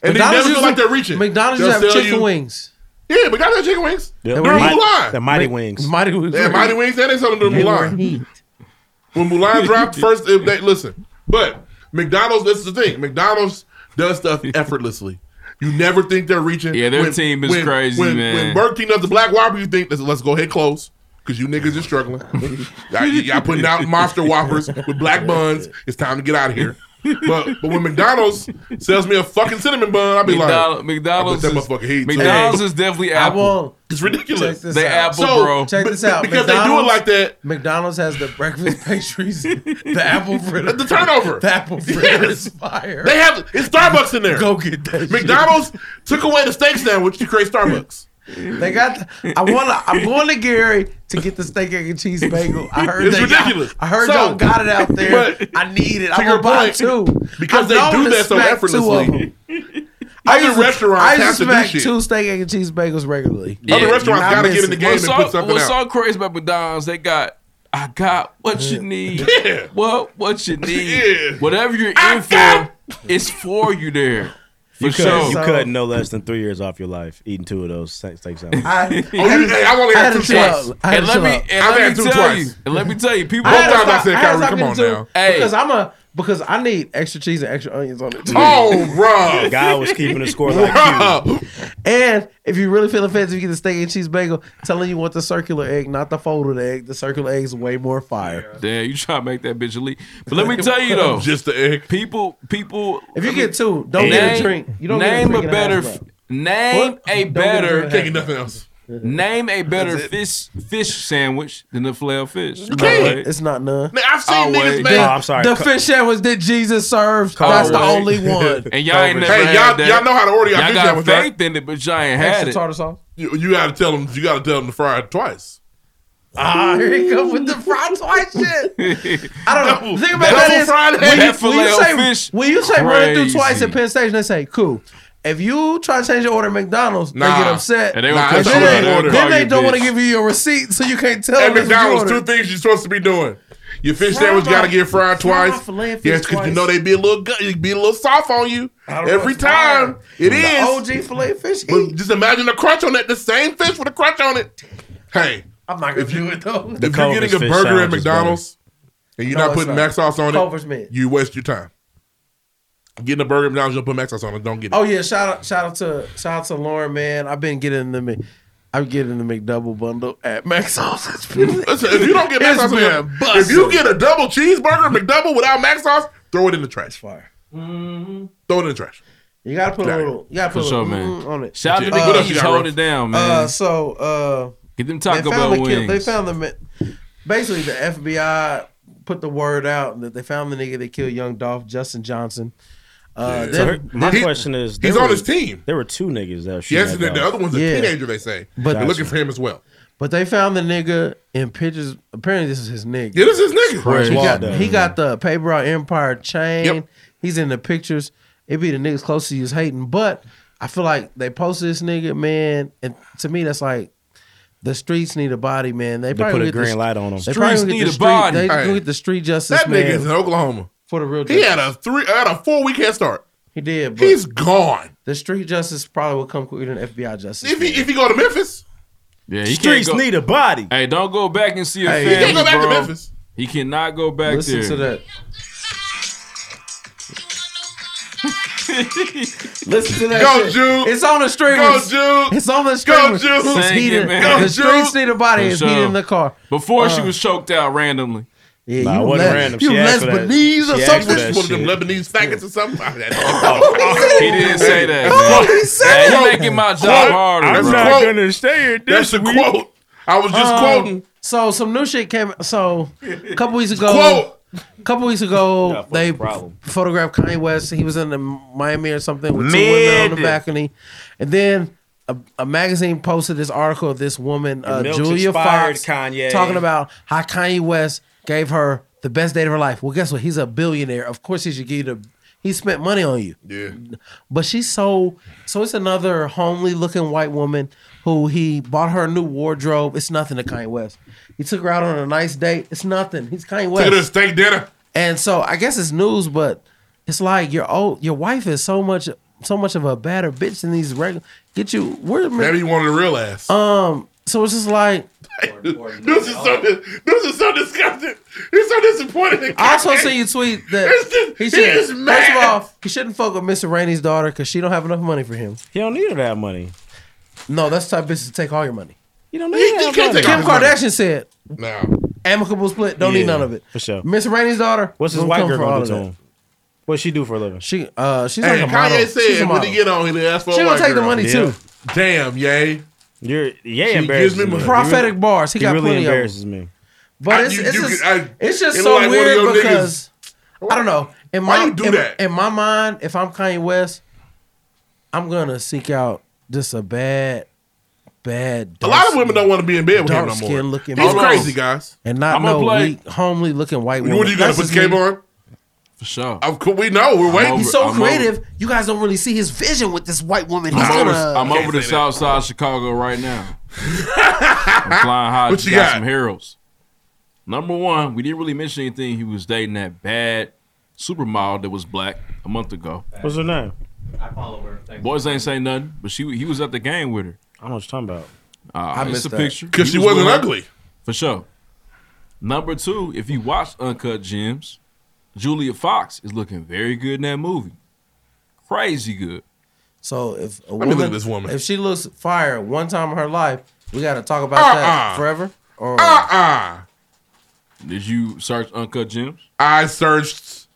And they never
McDonald's
feel like
used to-
they're reaching.
McDonald's
They'll
used to have
sell
chicken
you-
wings.
Yeah, McDonald's had chicken wings.
Yeah,
They're
the
Mulan.
Mighty- the Mighty Wings.
Mighty Wings.
Yeah, Mighty Wings. And they sold them to Mulan. When Mulan dropped first, if they, listen. But McDonald's, this is the thing. McDonald's does stuff effortlessly. You never think they're reaching.
Yeah, their team is crazy,
when,
man.
When Burger King does the Black Whopper, you think, let's, let's go ahead close. Because you niggas are struggling. y'all, y'all putting out monster whoppers with black buns. It's time to get out of here. But but when McDonald's sells me a fucking cinnamon bun, I'll be
McDonald-
like,
McDonald's
I bet
is-
that motherfucker heat.
McDonald's is definitely Apple.
It's ridiculous.
Check this
They
out.
Apple, bro.
Check this out.
Because they do it
McDonald's-
like that.
McDonald's has the breakfast pastries, the apple fritters,
The turnover.
the apple fritters, fire.
They have it's Starbucks in there.
Go get that. shit.
McDonald's took away the steak sandwich to create Starbucks.
They got. The, I want. to I'm going to Gary to get the steak egg and cheese bagel. I heard
It's
they got-
ridiculous.
I heard
So,
y'all got it out there. I need it.
to
I'm
your
gonna buy
point,
two
because
I
they
know I'm
do
gonna
that so
smack two of
effortlessly.
them.
Other
used to-
restaurants
I used
have to do
smack
shit.
two steak egg and cheese bagels regularly.
Other restaurants
Not
got to get in
missing.
the game and put something
what's
out.
so crazy about McDonald's? They got I got what you need.
Yeah.
What what you need.
Yeah.
Whatever you're in for, it's for you there. For
You cut,
sure.
you cut no less than three years off your life eating two of those steak steak sandwiches.
I,
Oh, you, hey, I've only
I
had
had
two
to chill
twice.
out. I had
and let
to chill
me
out.
and
I've
let me
had two
tell
twice.
you, and let me tell you, people.
I had to
times I
stop-
said,
I had to
"Kyrie,
stop
come
getting
on
two
now."
Hey.
Because I'm a because I need extra cheese and extra onions on it. too.
Oh, bro.
God was keeping the score like
Bruh.
And if you really feel offensive, you get the steak and cheese bagel. Telling you want the circular egg, not the folded egg. The circular egg is way more fire.
Damn, you try to make that bitch elite. But let me tell you though,
Just the egg.
people, people.
If you get two, don't get a drink. You don't
name
get a drink and
better.
half,
f- Name
What?
a
Don't get a drink
better.
and Can't get
nothing else.
Name a better
That's it.
fish fish sandwich than the flail fish.
bro. No, it's not none.
Man, I've seen
Always.
niggas make.
Oh,
The-
I'm sorry.
The
Co-
fish sandwich that Jesus served. That's the
Always.
only one.
And y'all ain't never
Hey,
had
y'all-
that.
y'all know how to order y'all
Y'all
fish
got
sandwich,
faith
right?
in it, but y'all ain't had
Extra
it.
tartar sauce.
You, you got to tell them. You got to tell them to fry it twice.
Ah, here he comes with the fried twice shit. I don't know.
Double-
Think about
double
that is
fried
when
That
you, when you say,
filet-o-fish
when you say run through twice
crazy.
at Penn Station, they say cool. If you try to change your order at McDonald's,
Nah.
they get upset.
And they
Nah,
gonna cut
that's
you
then
what
out.
they
they,
order.
They'll
then
call
they
Oh, you
don't want to
bitch.
give you your receipt, so you can't tell
At
them.
McDonald's, two things you're supposed to be doing. Your fish
Fry
sandwich
my-
got to get fried
fry my
twice.
filet of fish
Yes, because you
twice.
know they be a little gut, it be a little soft on you every time. It is.
OG filet fish.
But just imagine the crunch on that. The same fish with a crunch on it. Hey,
I'm not gonna do it though.
if you're getting a burger at McDonald's and you're
No,
not
it's
putting
not.
mac sauce on
Culver's mint.
it, you waste your time. Getting a burger at McDonald's, you don't put mac sauce on it. Don't get it.
Oh yeah, shout out, shout out to shout out to Lauren, man. I've been getting the, Mc- I'm getting the McDouble bundle at Max Sauce. It's been-
Listen, if you don't get mac
It's
sauce, on
been
it, if
busting.
you get a double cheeseburger McDouble without mac sauce, throw it in the trash.
fire.
Throw it in the trash.
You gotta put a little, you gotta put
For
a
sure,
little
man.
mm, on it.
Shout out to the
Uh,
G's, hold it down, man.
Uh, so uh,
Get them Taco
they found
Bell
the
wings.
kid- They found the ma- basically the FBI put the word out that they found the nigga that killed Young Dolph, Justin Johnson. Uh,
So
then-
her- my
then-
question is, there were- There were two niggas that.
Yes, and then the other one's a Yeah.
teenager, they say.
But-
They're looking for him as well.
But they found the nigga in pictures. Apparently, this is his nigga.
Yeah, this is his nigga. Christ.
He got,
Waldo.
he got the Paper Route Empire chain. He's in the pictures. It be the niggas close to you is hating. But I feel like they posted this nigga, man. And to me, that's like the streets need a body, man. They,
They
probably
put a
get the
green
st-
light on 'em.
They probably
Streets
get the
need a
street-
body.
They
Hey.
gonna get the street justice.
That
man,
nigga's in Oklahoma
for the real.
He had
justice.
a three, had a four week head start.
He did. But
He's gone.
The street justice probably will come quicker than FBI justice.
If he if he go to Memphis,
Yeah, he
Streets
can't go,
need a body.
Hey, don't go back and see your
Hey,
family.
he can't go back to
bro.
Memphis.
He cannot go back
Listen
there.
to that. Listen to that.
Go,
shit.
Juke.
It's on the streamers.
Go, Juke.
It's on the
Go,
streamers.
Juke.
It's
Sing it,
heated.
man.
the
Go,
streets
Juke.
need a body.
For
It's
sure.
heated in the car.
Before she
Uh,
was choked out randomly.
Yeah,
Nah,
you
it wasn't
Les-
random.
You
She asked for that.
Lebanese or
She asked
something? Oh,
for that One of them shit. Lebanese faggots or something.
he didn't say that.
Oh,
man.
he said
Hey,
it.
you making my job
Quote.
harder,
I'm
bro.
not Quote. gonna
stay in
That's a quote. I was just
Um,
quoting.
So some new shit came. So a couple weeks ago,
Quote.
a couple weeks ago, they
problem.
photographed Kanye West. He was in the Miami or something with two women on the
Mid.
balcony, and then a, a magazine posted this article of this woman, uh,
milk's
Julia
expired,
Fox,
Kanye.
talking about how Kanye West gave her the best date of her life. Well, guess what? He's a billionaire. Of course, he should give you the. He spent money on you.
Yeah.
But she's so so it's another homely looking white woman who he bought her a new wardrobe. It's nothing to Kanye West. He took her out on a nice date. It's nothing. He's Kanye West.
Took her to steak dinner.
And so I guess it's news, but it's like your old your wife is so much so much of a badder bitch than these regular get you where
Maybe you wanted a real ass.
Um so it's just like
This is so dis- this is so disgusting. He's so disappointed. in
I also
Kanye.
seen you tweet that
It's just-
he
he
should
is
first of
mad.
all he shouldn't fuck with Mr. Rainey's daughter because she don't have enough money for him.
He don't need her to have money.
No, that's the type of bitch to take all your money.
You don't need he,
Kim Kardashian said
No.
amicable split. Don't need
Yeah,
none of it.
for sure.
Miss Rainey's daughter.
What's his
will
white
come
girl
for all
gonna do
of
to
that.
him? What she do for a living?
She uh she's
hey,
like a model.
Kanye
she's a
said when
model.
he get on, he asked for
She
a
gonna
white
take the
girl.
money, too.
Damn, yay.
You're
She
yay embarrasses
gives me
me.
money.
Prophetic bars. He,
He
got
really
plenty
embarrasses
of them.
me.
But
I-
it's,
you-
it's
you
just,
could- I-
it's just
it
so
look like one of
weird
your niggas-
because I don't know. In my,
Why you do
in,
that?
In my mind, if I'm Kanye West, I'm gonna seek out just a bad, bad.
A lot of women don't want to be in bed with him
dark
no more.
skin looking.
He's
woman.
crazy, guys.
And not
I'ma
no
play-
weak, homely looking white woman.
What are you gonna
That's
put the
just
cape
me.
on?
For sure.
Of course, we know. We're waiting.
He's so creative. You guys don't really see his vision with this white woman. He's
I'm over,
gonna-
I'm over the south side of Chicago right now. I'm flying high.
What you
got,
got?
some heroes. Number one, we didn't really mention anything. He was dating that bad supermodel that was black a month ago.
What's her name?
I follow her.
Boys ain't say nothing, but she he was at the game with her.
I don't know what you're talking about.
Uh,
I
it's
missed
a
that.
picture
'Cause
He
she
was
wasn't
with her.
ugly.
for sure. Number two, if you watch Uncut Gems, Julia Fox is looking very good in that movie. Crazy good.
So if a
Let me look at this woman.
If she looks fire one time in her life, we got to talk about
Uh-uh.
that forever. Or
Uh-uh.
Did you search Uncut Gems?
I searched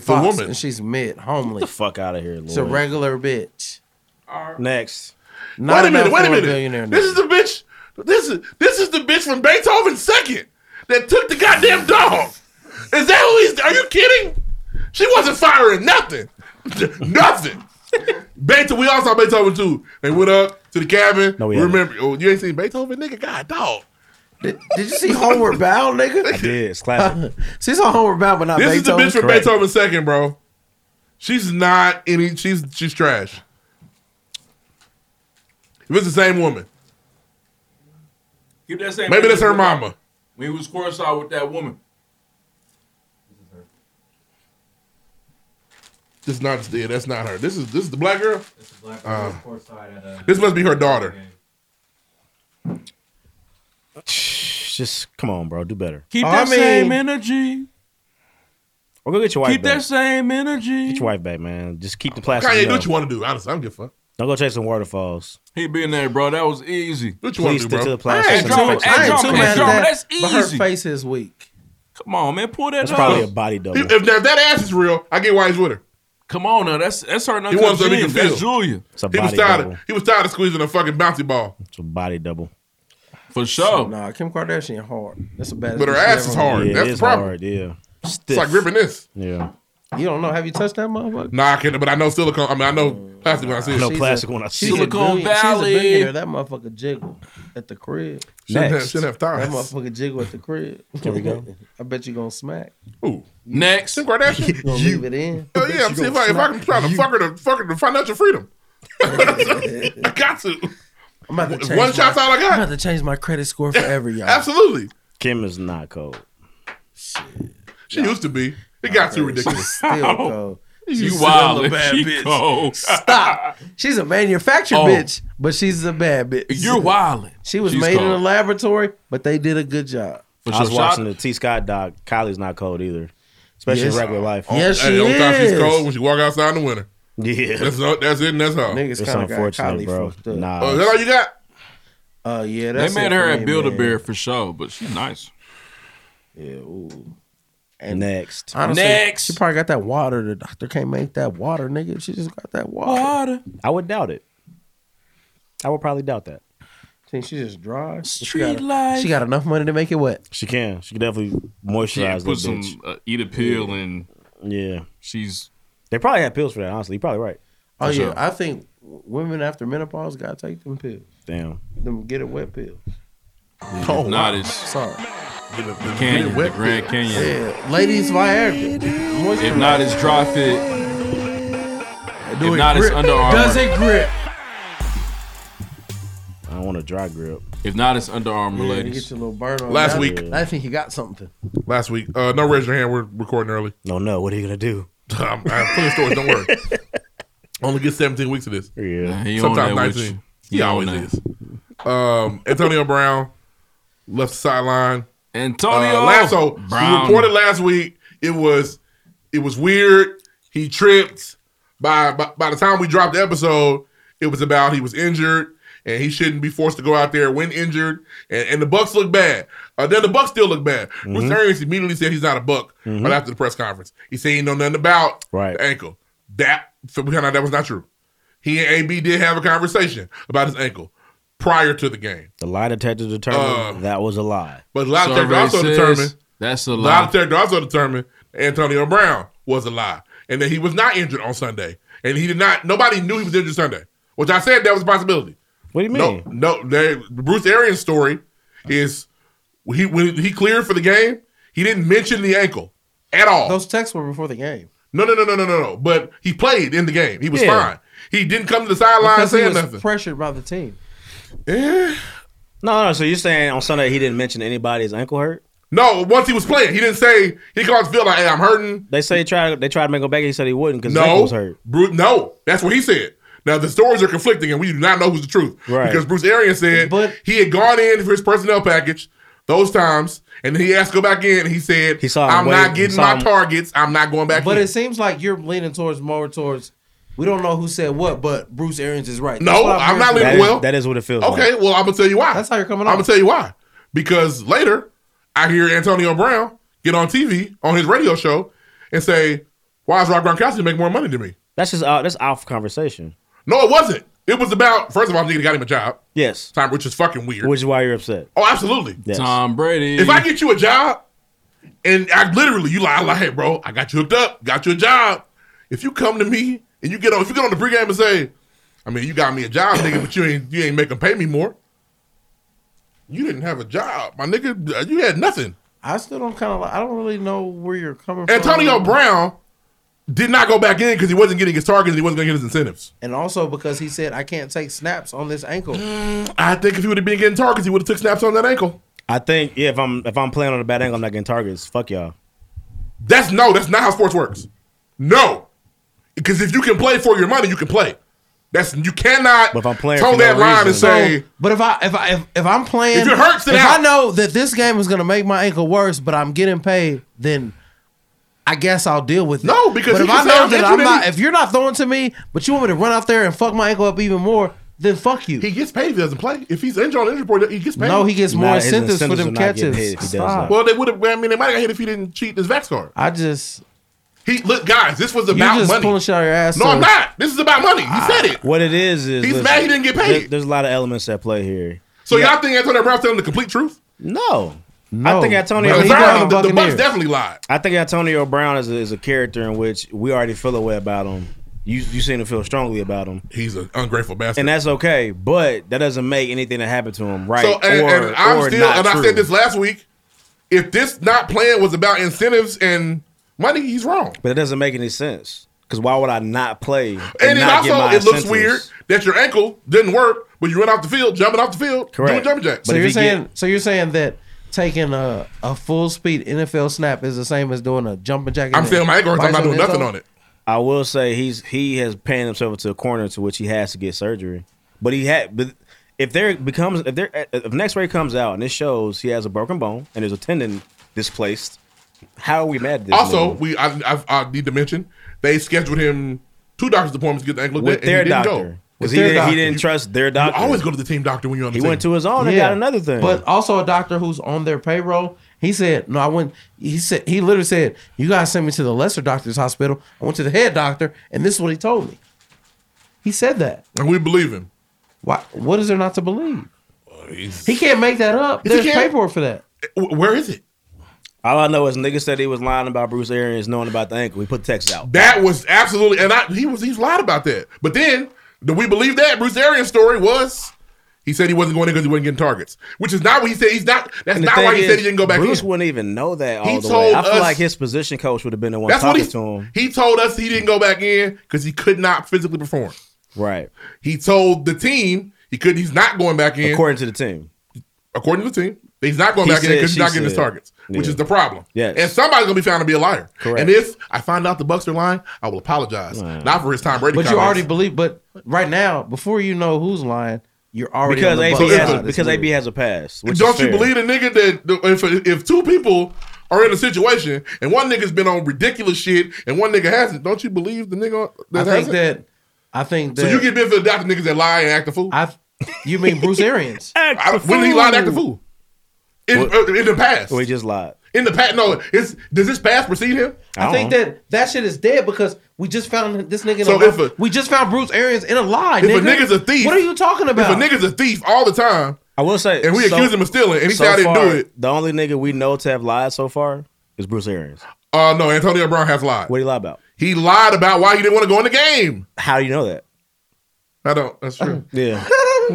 the
Fox,
woman.
and she's mid, homely.
Get the fuck out of here, Lord.
It's a regular bitch.
Next.
Not
wait a minute,
enough
wait a
for
minute.
billionaire
This is the bitch. This is this is the bitch from Beethoven's second that took the goddamn dog. Is that who he's? Are you kidding? She wasn't firing nothing, nothing. Beethoven. We all saw Beethoven too. They went up to the cabin. No,
we
we
haven't.
remember. Oh, you ain't seen Beethoven, nigga. God, dog.
Did, did you see Homeward Bound, nigga?
I did. It's classic.
She's on Homeward Bound, but not
this
Beethoven.
is the bitch from Beethoven second, bro. She's not any. She's she's trash. If it's the same woman,
Give that same
maybe that's her
picture.
mama.
When he was squirts out with that woman.
This not yeah, that's not her. This is this is the black girl.
black
girl,
girl,
Uh,
court side at a.
This must be her daughter.
Just come on, bro. Do better.
Keep
Oh,
that
I mean-
same energy.
Or go get your wife
Keep
back.
that same energy.
Get your wife back, man. Just keep the plastic.
Kanye, do
mellow.
what you want to do. Honestly, I don't give a fuck.
Don't go chasing waterfalls.
He been there, bro. That was easy.
What
you wanna Please do, stick bro? to the plastic.
Hey,
Some
drama,
folks-
hey,
I ain't
drama,
too
hey,
mad at
drama,
that.
that's
But her
easy.
face is weak.
Come on, man. Pull that
That's
up.
probably a body double.
If, if that ass is real, I get why he's with her.
Come on now, that's that's her.
He wants something he can feel.
That's Julia.
He was tired. Of, he was tired of squeezing a fucking bouncy ball.
It's a body double.
For sure.
Nah, Kim Kardashian hard. That's a bad.
But her ass is hard.
Yeah,
That's
it
the
is
problem.
hard, yeah.
It's like ripping this.
Yeah.
You don't know? Have you touched that motherfucker?
Nah, I can't. But I know silicone. I mean, I know plastic when I see it.
She's a- she's a billion- She's a billionaire. That motherfucker jiggle at the crib.
Shouldn't have- shouldn't have thighs.
That motherfucker jiggle at the crib.
Here we go.
I bet you gonna smack.
Ooh.
Next.
Kim Kardashian.
Gonna leave it in.
Oh yeah, I'm seeing if I, if I can try to fuck her to fuck her to financial freedom. I got to.
I'm about to change
One
my-
shot's all I got.
I'm about to change my credit score forever,
Oh
y'all.
Absolutely.
Kim is not cold.
She used to be. It got too ridiculous.
Still cold.
You
She's
wild,
still a bad
she
bitch.
cold.
Stop. She's a manufactured
Ah. Oh.
bitch, but she's a bad bitch.
You're wildin'.
She was
She's
made in a
cold.
laboratory, but they did a good job.
I was watching the T. Scott doc. Kylie's not cold either, especially
Yes.
in regular life.
Yes,
Hey,
she
the only time she's
is.
cold when she walk outside in the winter.
Yeah.
That's, all- that's it and that's all.
Niggas
It's unfortunate, bro. Nah,
Oh, is that all you got?
Uh, yeah,
They
that's
made
it
her
for
at
me,
Build a
man.
Bear for sure, but she's nice.
Yeah. Ooh.
next.
Honestly,
Next.
She probably got that water. The doctor can't make that water, nigga. She just got that water.
Water.
I would doubt it. I would probably doubt that.
Think she just dry.
Street
she got,
life.
She got enough money to make it wet.
She can. She can definitely moisturize
Yeah,
that
put some
bitch.
uh, eat a pill and
Yeah.
She's.
They probably had pills for that. Honestly, you're probably right.
Oh yeah, I think w- women after menopause gotta take them pills.
Damn.
Them get it wet pills.
Oh, not wow. as-
sorry.
the Canyon, the Grand Canyon.
Yeah, ladies Viagra.
If not, it's dry fit.
Do
if
it
not, it's
grip?
Under Armour.
Does it grip?
I don't want a dry grip.
If not, it's Under Armour,
Yeah, you
ladies.
get your little burn on.
Last
Now-
week.
now I think you got something.
Last week. Uh, no raise your hand. We're recording early.
No, no. What are you gonna do?
I'm, I have plenty of stories. Don't worry. Only get 17 weeks of this.
Yeah.
He on
Sometimes
that with
19.
you.
He
He on
always
that.
is. Um, Antonio Brown left the sideline.
Antonio
uh, last, so
Brown.
We reported last week. It was it was weird. He tripped. By, by by the time we dropped the episode, it was about he was injured and he shouldn't be forced to go out there when injured. And, and the Bucks look bad. Uh, then the Bucks still look bad.
Mm-hmm.
Bruce
Mhm.
Arians immediately said he's not a Buck
Mhm.
right after the press conference. He said he know nothing about
Right.
the ankle. That so we found out that was not true. He and AB did have a conversation about his ankle prior to the game.
The lie detector determined that was a lie.
Uh, But a lot of
Survey
detector also
says
determined
that's
a
a lie.
lot of detector also determined Antonio Brown was a lie and that he was not injured on Sunday and he did not. Nobody knew he was injured Sunday, which I said that was a possibility.
What do you
mean? No, no they, the Bruce Arians story is he when he cleared for the game, he didn't mention the ankle at all.
Those texts were before the game.
No, no, no, no, no, no, no. But he played in the game. He was
Yeah.
fine. He didn't come to the sideline
Because he
saying
was
nothing.
pressured by the team.
Eh.
No, no. So you're saying on Sunday he didn't mention anybody's ankle hurt?
No, once he was playing, he didn't say he called Phil like, "Hey, I'm hurting."
They say he tried. They tried to make him back. and He said he wouldn't because his
No,
ankle was hurt.
Bruce, no, that's what he said. Now the stories are conflicting, and we do not know who's the truth.
Right.
Because Bruce Arians said he had gone in for his personnel package those times, and then he asked to go back in. And he said, he
saw him
"I'm
wait-
not
he
getting
saw
my
him-
targets. I'm not going back."
But
in.
it seems like you're leaning towards more towards. We don't know who said what, but Bruce Arians is right. That's
No,
what I've
I'm
heard
not
from
leaving.
him.
well, Okay,
like.
well, I'm gonna tell you why. That's
how you're coming.
I'm gonna tell you why. Because later, I hear Antonio Brown get on TV on his radio show and say, "Why is Rob Gronkowski make more money than me?"
That's just uh, that's off conversation.
No, it wasn't. It was about first of all, I think he got him a job.
Yes,
time which is fucking weird.
Which is why you're upset.
Oh, absolutely.
Yes.
Tom Brady.
If I get you a job, and I literally, you like, I like, hey, bro, I got you hooked up, got you a job. If you come to me and you get on, if you get on the pregame and say, I mean, you got me a job, nigga, but you ain't you ain't making pay me more. You didn't have a job, my nigga. You had nothing.
I still don't kind of. I don't really know where you're coming from.
Antonio Brown did not go back in because he wasn't getting his targets. and He wasn't going to get his incentives.
and also because he said I can't take snaps on this ankle.
I think if he would have been getting targets, he would have took snaps on that ankle.
I think yeah. If I'm if I'm playing on a bad angle, I'm not getting targets. Fuck y'all.
That's no. That's not how sports works. No, because if you can play for your money, you can play. That's you cannot. But if I'm playing, toe
for
that
no
line and
reason.
say,
So, but if I if I if, if I'm playing,
If it hurts, it
if
out.
I know that this game is gonna make my ankle worse, but I'm getting paid, then I guess I'll deal with it.
No, because
but
he
if
can
I
say,
know
"I'm
that
injured,"
I'm
and
not,
he-
if you're not throwing to me, but you want me to run out there and fuck my ankle up even more, then fuck you.
He gets paid if he doesn't play. If he's injured on injury report, he gets paid.
No, he gets more Nah, his incentives for incentives them are not getting catches.
Well, they would have. I mean, they might have got hit if he didn't cheat his Vax card.
I just
He look, guys. This was
You
about
just
money.
pulling shit out of your ass.
no,
Ah. so-
I'm not. This is about money. He said it.
What it is is
He's mad he didn't get paid.
there- there's a lot of elements at play here.
So y'all think Antonio Brown's telling the complete truth?
No. I think Antonio
Because Brown,
Brown-
the, the Bucks definitely lied.
I think Antonio Brown is a, is a character in which we already feel a way about him. You you seem to feel strongly about him.
He's an ungrateful bastard,
and that's okay. But that doesn't make anything that happened to him right.
So and,
or,
and I'm
or
still,
not
and I
true.
said this last week. If this not playing was about incentives and money, he's wrong.
but it doesn't make any sense. Because why would I not play? And,
And,
not
it
get my
also it looks
incentives?
weird that your ankle didn't work, but you went off the field, jumping off the field, doing
Correct.
jumping jacks.
so you're saying so you're saying that taking a, a full speed NFL snap is the same as doing a jumping jack. in the- vice versa?
it.
I will say he's he has panned himself into a corner to which he has to get surgery. But he had but if there becomes if there if next ray comes out and it shows he has a broken bone and there's a tendon displaced, how are we mad at this?
also,
nigga?
we I, I, I need to mention they scheduled him two doctor's appointments to get the ankle looked at, and
with
he
their
didn't
doctor.
go.
Because he, didn't- he didn't trust their
You
doctor.
always go to the team doctor when you're on the
He
team.
went to his own and got another thing.
But also a doctor who's on their payroll. He said, "No, I went." He said, "He literally said you guys sent me to the lesser doctor's hospital. I went to the head doctor, and this is what he told me." He said that,
and we believe him.
Why? What is there not to believe? he can't make that up.
Yes, he
There's
can.
paperwork for that.
Where is it?
All I know is nigga said he was lying about Bruce Arians knowing about the ankle. He put the text out.
That was absolutely, and I, he was he's lied about that. But then, do we believe that Bruce Arians' story was? He said he wasn't going in because he wasn't getting targets, which is not what he said. He's not. That's
And the
not
thing
why he
is,
said he didn't go back
Bruce
in.
wouldn't even know that all
He
the way. I
told
feel
us-
like his position coach would have been the one
That's what
talking
he
to him.
he told us he didn't go back in because he could not physically perform.
Right.
He told the team he could. He's not going back in
according to the team.
According to the team, he's not going
He
back in
said,
because he's
she
not getting his
said.
targets, which
Yeah.
is the problem.
Yes.
and somebody's gonna be found to be a liar.
Correct.
And if I find out the Bucks are lying, I will apologize. Not for his time, Brady.
But you
comments.
already believe. But right now, before you know who's lying, you're already
Because
on the
AB
Bucks'
has
side.
a,
It's
because
weird.
AB has a pass. Which
Don't
is
you
fair.
believe a nigga that if if two people are in a situation and one nigga's been on ridiculous shit and one nigga hasn't, don't you believe the nigga
I
that
think
hasn't?
that. I think that.
so you get bit for the doctor niggas that lie and act a fool.
I, you mean Bruce Arians?
I, when did he lie and act a fool? In, uh, in the past.
Well, he just lied.
In the past, no. It's, does this past precede him?
I think that that shit is dead because we just found this nigga. In
So
a
if
lie. we just found Bruce Arians in a lie.
If a
nigga.
nigga's a thief,
what are you talking about?
If a nigga's a thief all the time,
I will say,
and we
so-
accuse him of stealing, and he
so
said I didn't
far,
do it.
The only nigga we know to have lied so far is Bruce Arians.
Uh, no, Antonio Brown has lied.
What did he lie about?
He lied about why he didn't want to go in the game.
How do you know that?
I don't. That's true.
Yeah.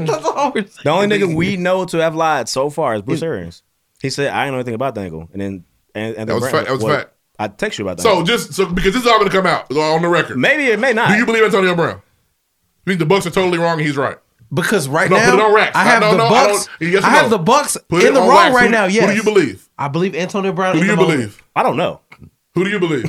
The only nigga we know to have lied so far is Bruce Arians. He said, "I didn't know anything about the ankle," and then and, and
That was fact- that was fact.
I text you about that.
So just so because this is all going to come out on the record.
Maybe it may not.
Do you believe Antonio Brown? You think the Bucks are totally wrong and he's right?
Because right
No,
now,
put it on racks.
I have
I don't
the
know. I
Bucks. I,
don't- yes or
have
no?
the Bucks
Put
in
it
the
on
wrong
wax.
right
Who-
now.
who do
Yes,
you believe?
I believe Antonio Brown.
Who
in
do
the
you
moment.
believe?
I don't know.
Who do you believe?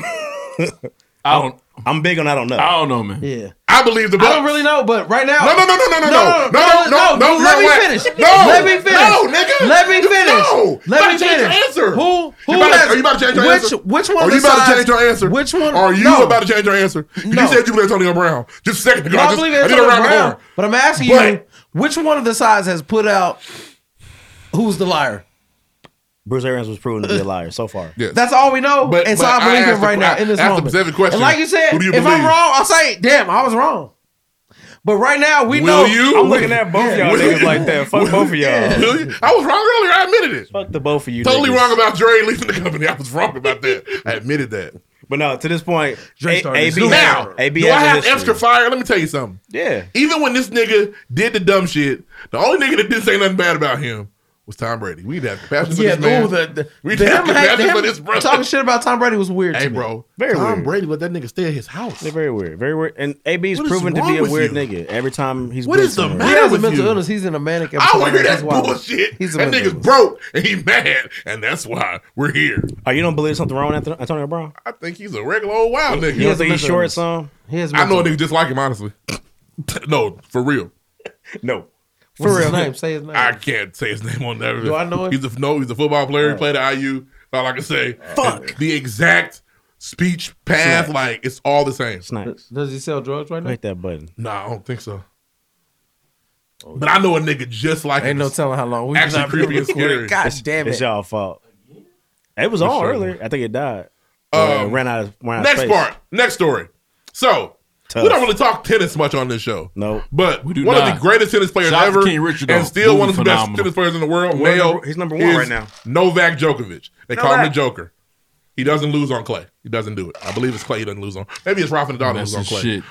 I don't. I'm big on I don't know. I
don't know, man.
Yeah.
I believe the
I don't really know, but right now,
No, no, no, no, no, no, no, no, no, no,
Let
no,
me
wait.
finish.
No,
let me finish.
no, nigga.
let me
You-
finish.
no. You
let
about
me
to change your
finish.
answer.
Who? Who
You about to-
has-
are you about to change your
which,
answer?
Which one?
Are you about to
decides-
change your answer?
Which one?
Are you
No.
about to change your answer? You said you believe Antonio Brown just a second ago.
No, I
just-
believe
did a
Antonio
round of
Brown.
horn.
But I'm asking you,
But-
which one of the sides has put out who's the liar?
Bruce Arians was proven to be a liar so far.
That's all we know.
But-
and so
but
I believe
I
him
asked
right
the-
now
I
in this
asked the
moment.
specific question.
And like you said,
Who do you
if I'm
believe?
wrong, I'll say, damn, I was wrong. But right now, we know.
Will you? I'm looking at both y'all niggas like that. Fuck both of y'all.
Will you? I was wrong earlier. I admitted it.
Fuck the both of you.
Totally
niggas.
wrong about Dre leaving the company. I was wrong about that. I admitted that.
But no, to this point, A-
started
AB
this.
has-
now,
AB
do I
has a
have
history.
extra fire? Let me tell you something.
Yeah.
Even when this nigga did the dumb shit, the only nigga that didn't say nothing bad about him was Tom Brady. We'd have compassion for
Yeah,
this man.
ooh, the, the,
We'd
the
have
him, had-
compassion
him
for this brother.
talking shit about Tom Brady was weird.
Hey,
to me.
bro.
Very
Tom
weird.
Brady let that nigga stay at his house.
They're very weird. Very weird. And AB is
What is
proven to
wrong
be a
with
weird
you?
nigga every time he's.
What
been
is the
somewhere.
He has a
with
mental
you?
illness. He's in a manic.
I
episode.
don't hear
That's
that
why-
bullshit.
He's a
that
mental
nigga's broke and he mad, and that's why we're here.
Oh, you don't believe something wrong with Anton- Antonio Brown?
I think he's a regular old wild nigga.
You don't think he's short, son? He has a
I know a
mental-
nigga just like him, honestly. no, for real.
No.
For What's his real. name? Say his name.
I can't say his name on there.
Do I know him?
He's a no. He's a football player. He played at IU. That's all I can say. Fuck. The exact speech path, like it's all the same.
Snipes.
Does he sell drugs right now?
Hit that button. Oh,
Nah, I don't think so. But I know a nigga just like
Ain't
him.
no telling how long. We've
Actually
not been
creepy and scary.
recording. God damn it!
It's y'all fault. It was
For
on
sure.
earlier. I think it died.
Um,
Uh, ran out of- ran out of
next
space.
part. Next story. So
Tough.
we don't really talk tennis much on this show.
No,
but
do
one of
not.
the greatest tennis players
Shout out to
ever,
King Richard,
and
though.
still one of the
Movie
best
phenomenal.
tennis players in the world.
Well,
male.
number- he's number one
is
right now.
Novak Djokovic. They call him the
Novak.
Joker. He doesn't lose on clay. He doesn't do it. I believe it's clay. He doesn't lose on. Maybe it's Rafa Nadal that loses
That's
on
the
clay.
shit.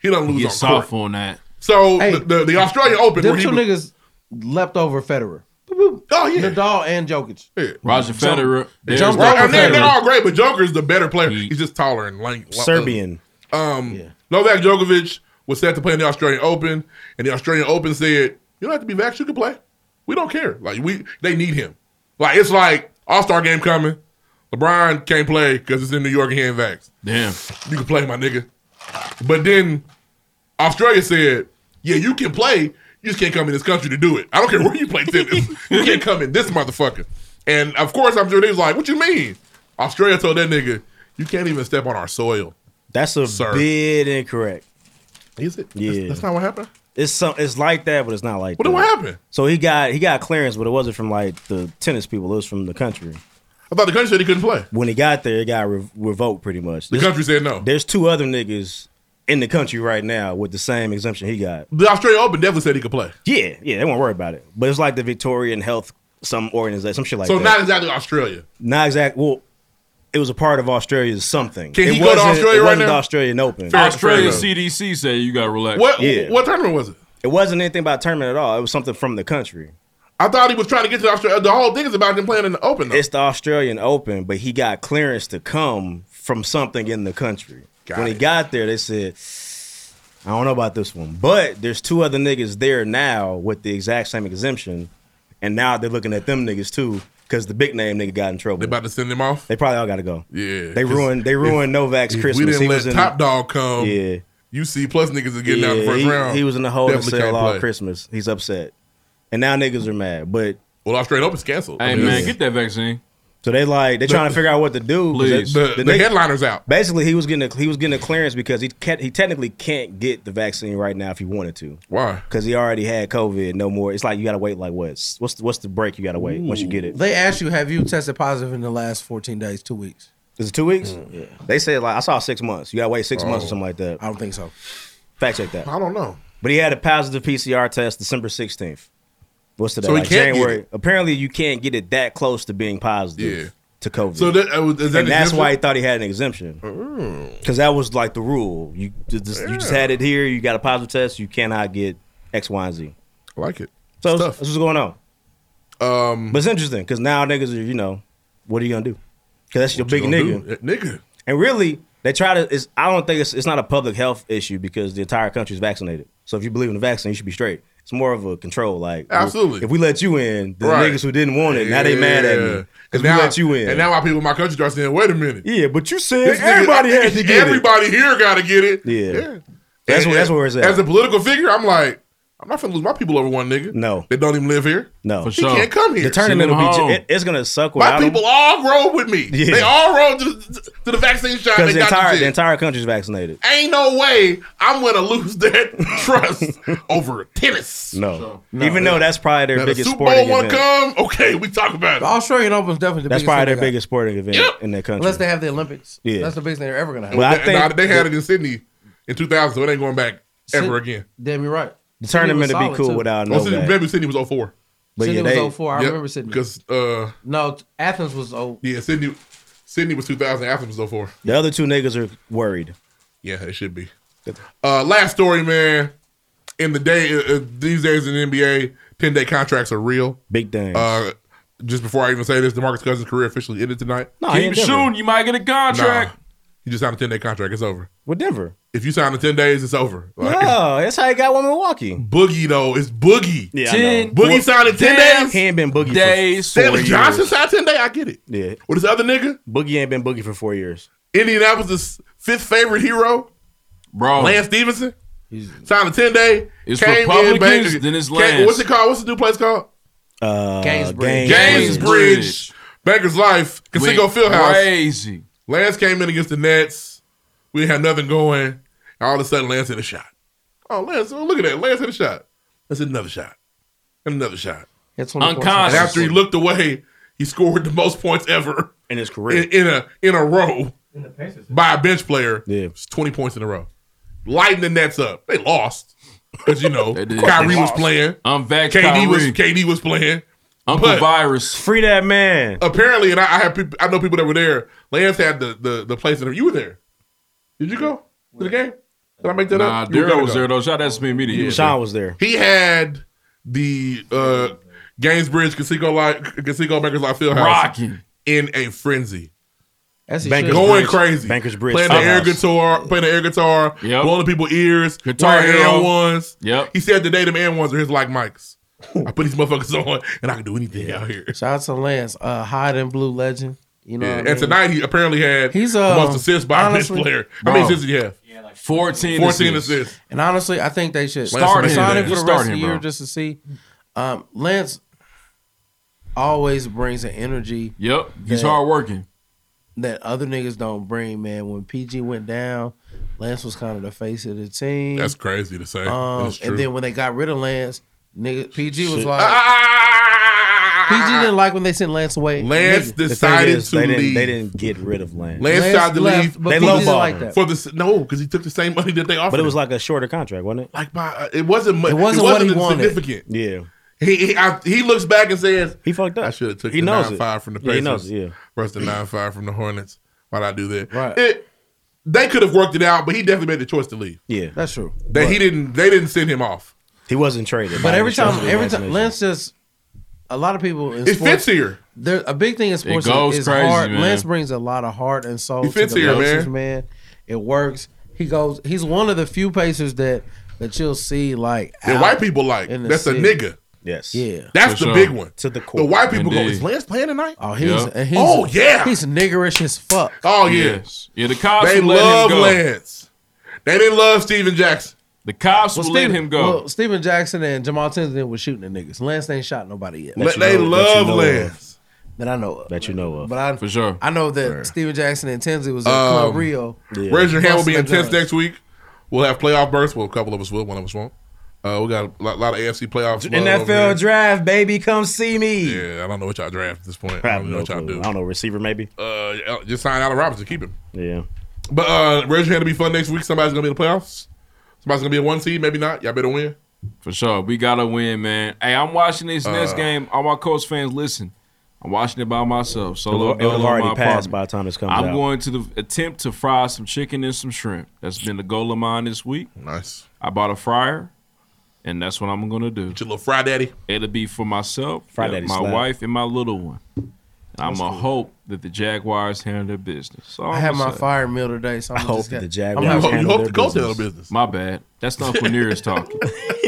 He doesn't lose
Get
on
soft
court.
on that.
So the, the, the Australian Open,
Them
where he
two
was-
niggas leapt over Federer.
Oh yeah,
Nadal and Jokic.
Roger
So-
Federer. There's
Jump
Roger
over
They're,
Federer.
they're all great, but Joker's the better player. He's just taller and lank.
Serbian.
Um, Novak Djokovic was set to play in the Australian Open, and the Australian Open said, "You don't have to be vaxxed. You can play. We don't care. Like we, they need him. Like it's like All Star game coming. LeBron can't play because it's in New York and he ain't vaxxed.
Damn,
you can play, my nigga. But then Australia said, "Yeah, you can play. You just can't come in this country to do it. I don't care where you play tennis. you can't come in this motherfucker." And of course, I'm sure they was like, "What you mean?" Australia told that nigga, "You can't even step on our soil."
That's a
Sir.
bit incorrect.
Is it?
Yeah.
That's not what happened.
It's some. It's like that, but it's not like.
What
that.
did- what happened?
So he got he got clearance, but it wasn't from like the tennis people. It was from the country.
I thought the country said he couldn't play.
When he got there, it got re- revoked pretty much.
The country said no.
There's two other niggas in the country right now with the same exemption he got.
The Australian Open definitely said he could play.
Yeah, yeah, they won't worry about it. But it's like the Victorian Health some organization, some shit like
so
that.
not exactly Australia.
Not exact. Well, it was a part of Australia's something.
Can
it
he go to
wasn't-
Australia
it
right
wasn't
now?
The Australian Open.
Fair-
Australian
fair
CDC said you gotta relax.
What what tournament was it?
It wasn't anything about tournament at all. It was something from the country.
I thought he was trying to get to Australia. The whole thing is about him playing in the Open. Though.
It's the Australian Open, but he got clearance to come from something in the country. when he got there, they said, I don't know about this one. But there's two other niggas there now with the exact same exemption. And now they're looking at them niggas too, because the big name nigga got in trouble. They
about to send him off?
They probably all gotta go.
Yeah.
Oh. They ruined they ruined Novak's
if
Christmas.
We didn't
He
let
was in-
Top Dog come.
Yeah.
You see, plus niggas is getting out in the first
he,
round.
he was in the hole and
Definitely
cell
can't
all
play.
Christmas. He's upset. And now niggas are mad. But
Well, Australian Open's canceled.
Hey man, get that vaccine.
So they like they
The-
trying to figure out what to do.
Please.
That-
The- the
nigga-
headliner's out.
Basically, he was getting a, he was getting a clearance because he can't, he technically can't get the vaccine right now if he wanted to.
Why?
Because he already had COVID. No more. It's like you gotta wait. Like what? What's the, what's the break? You gotta wait once you get it.
They asked you, have you tested positive in the last 14 days, two weeks?
Is it two weeks? Yeah. They said like I saw six months. You gotta wait six
Oh.
months or something like that.
I don't think so.
Fact check that.
I don't know.
But he had a positive PCR test December 16th. What's today?
So he
Like
can't get
January.
it.
Apparently, you can't get it that close to being positive
Yeah.
to COVID.
So that- uh, is that
and that's
exemption?
why he thought he had an exemption
Hmm.
because that was like the rule. You just, just- you just had it here. You got a positive test. You cannot get X, Y, and Z.
I like it.
So that's that's what's going on.
Um,
but it's interesting because now niggas are you know what are you gonna do? Because that's your
What you
big
gonna
nigga.
do? Eh, Nigga.
And really, they try to. It's, I don't think it's, it's not a public health issue because the entire country is vaccinated. So if you believe in the vaccine, you should be straight. It's more of a control. Like
Absolutely.
if we let you in, the
Right.
niggas who didn't want it now they mad at
Yeah.
me because
And
we
now-
let you in.
And now our people in my country start saying, wait a minute.
yeah, but you said
This nigga-
everybody had to get it.
Everybody here got to get it.
Yeah. That's
And-
where- that's where it's at.
As a political figure, I'm like, I'm not going to lose my people over one nigga.
No,
They don't even live here.
No,
For He sure. can't come here.
The tournament will
Send him
be. ju-
home.
It, it's gonna suck
My
without
people
them
all rolled with me.
Yeah.
They all rolled to, to the vaccine shot. They
the
got
entire
the
the
shit.
entire country's vaccinated.
Ain't no way I'm going to lose that trust over tennis.
No,
No.
even though that's probably
Now
their
the
biggest
Super
sporting
Bowl want
event.
to come? Okay, we talk about it.
The Australian Open's definitely the
That's
biggest
probably
thing
their
they got.
biggest sporting event in their country.
Unless they have the Olympics.
Yeah.
That's the biggest thing they're ever going to have.
Well, I
Nah,
think
they had
the-
it in Sydney in 2000, so it ain't going back ever again.
Damn, you're right.
The tournament would be cool without
Well, Sydney,
Novak.
maybe Sydney was 04.
But
Sydney
yeah,
was
they-
04. I
Yep,
remember Sydney.
Because uh,
no, Athens was oh
yeah, Sydney, Sydney was 2000. Athens was 04.
The other two niggas are worried.
Yeah, it should be. Uh, last story, man. In the day, uh, uh, these days in the NBA, 10 day contracts are real.
Big things.
Uh, just before I even say this, Demarcus Cousins' career officially ended tonight.
Keep shooting, you might get a contract.
Nah, he just signed a 10 day contract. It's over.
With Denver.
If you sign in 10 days, it's over. Like,
No, that's how he got one Milwaukee.
Boogie, though, it's Boogie.
Yeah, I know.
Boogie signed in 10 days?
He ain't been boogie
Days,
for four
Stanley Johnson
years.
signed 10 day? I get it.
Yeah,
With this other nigga,
boogie ain't been boogie for four years.
Indianapolis' fifth favorite hero,
bro,
Lance Stevenson. Signed a 10 day.
It's Republicans, then it's
came-
Lance.
What's it called? What's the new place called?
Uh,
Gainsbridge.
Gainsbridge.
Gainsbridge. Baker's Life. Conseco
Went
Fieldhouse.
crazy.
Lance came in against the Nets. We had nothing going. All of a sudden, Lance hit a shot. Oh, Lance, oh, look at that. Lance hit a shot. Let's hit another shot. And another shot.
That's
And after he looked away, he scored the most points ever
in his career
in, in a in a row.
the Pacers.
by a bench player. Yeah, it's twenty points in a row. Lighting the Nets up. They lost because you know
did.
Kyrie
They
was
lost.
playing.
I'm vax
KD was
Kyrie.
KD was playing.
Uncle
But
Virus.
Free that man.
apparently, and I, I have peop I know people that were there. Lance had the the, the place in You were there. Did you go to the game? Did I make that
Nah,
up? You were
Daryl was
go.
there though. Shout out to me media.
Sean was there.
He had the uh Gainsbridge Casico like Casico Bankers Life Fieldhouse
Rocking.
in a frenzy.
That's
Bankers
going
Bridge-
crazy.
Bankers Bridge
Playing the air
Fieldhouse.
guitar, playing the air guitar,
Yep.
blowing people's ears,
Guitar
wearing
Hero.
N ones.
Yep.
He said today them N ones are his like mics. I put these motherfuckers on and I can do anything out here.
Shout out to Lance, uh, hide and blue legend. You know,
Yeah,
what I
and
mean?
tonight he apparently had
He's,
the
uh,
most assists by a bench
honestly-
player. How many
Bro.
assists did he have? Yeah, like
14
14
assists.
assists.
And honestly, I think they should
Lance
start him,
Mason
sign
there.
him for the
Just
rest
start
of the
him,
year
bro.
just to see. Um, Lance always brings an energy.
Yep, he's hardworking.
That other niggas don't bring, man. When PG went down, Lance was kind of the face of the team.
That's crazy to say.
Um,
That's true.
and then when they got rid of Lance, nigga, PG was
Shit.
like, PG didn't like when they sent Lance away.
Lance
Nigga.
The thing
decided
is,
to
they didn't,
leave.
They didn't get rid of Lance.
Lance,
Lance
tried to
left,
leave.
but
They people lowballed didn't like him.
for the s- no because he took the same money that they offered.
but it was
him.
like a shorter contract, wasn't it?
like by uh, it wasn't much.
It wasn't what he wanted.
significant.
Yeah.
He he, I, he looks back and says
he fucked up.
I should have took
He
the
knows
nine
it.
five from the
Yeah,
Pacers.
he knows it, yeah.
versus the nine five from the Hornets. Why'd I do that?
Right.
It, they could have worked it out, but he definitely made the choice to leave.
Yeah,
that's true.
That he didn't. They didn't send him off.
He wasn't traded.
But every time, every time, Lance just a lot of people. In
It
sports,
fits here.
There, a big thing in sports
goes
is
crazy,
heart.
man.
Lance brings a lot of heart and soul.
It fits
to the
here,
Pacers,
man.
man. It works. He goes. He's one of the few Pacers that that you'll see like
That
out
white people like.
in the
That's a
city.
nigga.
Yes.
Yeah.
That's
For
the
sure.
big one.
To
The
the core.
white people go.
Indeed.
Is Lance playing tonight?
Oh, he's,
Yeah.
and he's
Oh, yeah.
he's niggerish as fuck.
Oh yeah.
Yes. Yeah, the cops
They
would let him
love
go.
Lance. They didn't love Steven Jackson.
The cops
Well,
will let
Steven-
him go.
Well, Steven Jackson and Jamal Tinsley was shooting the niggas. Lance ain't shot nobody yet.
That Let- you they know- that love you know Lance.
That I know of.
That you know of.
But I,
For sure.
I know that Steven Jackson and Tinsley was at Club
Um,
Rio.
Raise your hand. We'll be
Busting
intense
the
next week. We'll have playoff bursts. Well, a couple of us will. One of us won't. Uh, we got a lot, lot of AFC playoffs. love over here.
NFL draft, baby, come see me.
Yeah, I don't know what y'all draft at this point. I
I,
don't even know what y'all do.
don't know receiver maybe.
Uh, just sign Allen Robinson. Keep him.
Yeah.
But uh, raise your hand to be fun next week. Somebody's gonna be in the playoffs. Somebody's gonna be a one seed. Maybe not. Y'all better win.
For sure. We gotta win, man. Hey, I'm watching this next
Uh,
game. All my Colts fans, listen. I'm watching it by myself. So
It'll-
low
it'll
dolo in
already
my
passed
apartment.
by the time this comes
I'm
out.
going to the, attempt to fry some chicken and some shrimp. That's been the goal of mine this week.
Nice.
I bought a fryer, and that's what I'm gonna do.
Your little fry daddy.
It'll be for myself,
Fry
yeah,
daddy
my
slap.
wife, and my little one. And I'm gonna hope that the Jaguars handle their business. So
I had my fire meal today, so I'm
I hope
just
that
gonna-
the Jaguars
I'm not-
handle
hope
their
the Colts
business.
handle business.
My bad. That's not Lanier talking.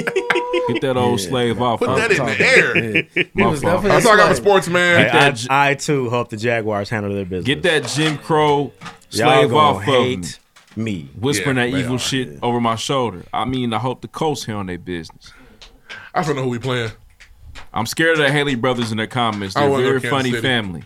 Get that old slave off.
Put
I'm
that in
talking.
the air.
My fault.
I'm talking about sports man.
Hey, I, I, too hope the Jaguars handle their business.
Get that Jim Crow
Y'all
slave
gonna
off
hate
of me.
me.
Whispering
Yeah,
that
they
evil
are,
shit over my shoulder. I mean, I hope the Colts handle their business.
I don't know who we playing.
I'm scared of the Haley brothers in their comments.
I
They're a
wanna go
very
Kansas
funny
City.
family.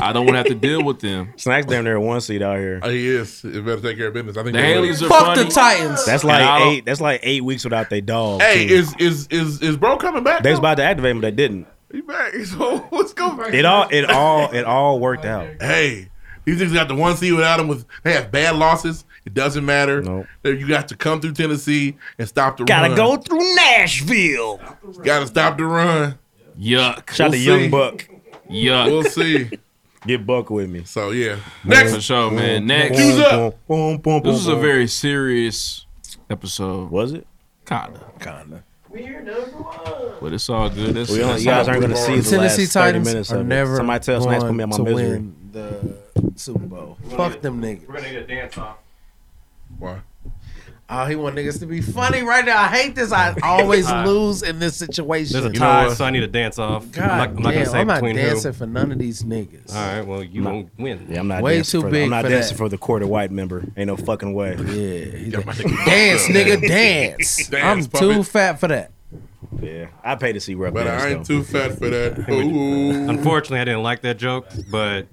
I don't want to have to deal with them.
Snacks down there one seed out here.
Uh, he is. It better take care of business. I think
The
they will.
Haley's are
Fuck
funny.
the Titans.
That's
And I
like
don't-
eight. That's like eight weeks without they dog.
Hey,
too.
is is is is bro coming back?
they was about to activate him, but they didn't.
He back. So let's go back.
It all, it all, it all worked out.
Hey, these niggas got the one seed without them. With they have bad losses. It doesn't matter.
Nope.
You got to come through Tennessee and stop the
Gotta
run.
go through Nashville.
Gotta stop the run.
Yuck.
Shout
We'll
out to
see.
Young Buck.
Yuck.
We'll see.
Get Buck with me.
So yeah. Next
For sure, man. Next.
Q's up.
This was a very serious episode.
Was it?
Kinda.
Kinda.
But it's all good. That's,
We
that's
only, you guys
all
aren't gonna
good.
see the
Tennessee
last 30
Titans
minutes
are
of it.
never
Somebody tell Snacks put me
going
out my
to
misery.
win the Super Bowl. Fuck them niggas.
We're gonna get a dance off.
Why?
Oh, he want niggas to be funny right now. I hate this. I always lose in this situation.
There's a tie, so I need a dance off.
God,
I'm not, I'm not
damn,
gonna say
I'm not
between
dancing for none of these niggas.
who. All right, well you won't win.
Yeah, I'm not
Way
dancing
too
for
big
The, I'm not
for
dancing
that.
for the quarter white member. Ain't no fucking way.
Yeah, dance, nigga, dance.
Dance,
I'm too
puppet.
fat for that.
Yeah, I pay to see rep.
But I ain't too fat for that. Ooh.
Unfortunately, I didn't like that joke, but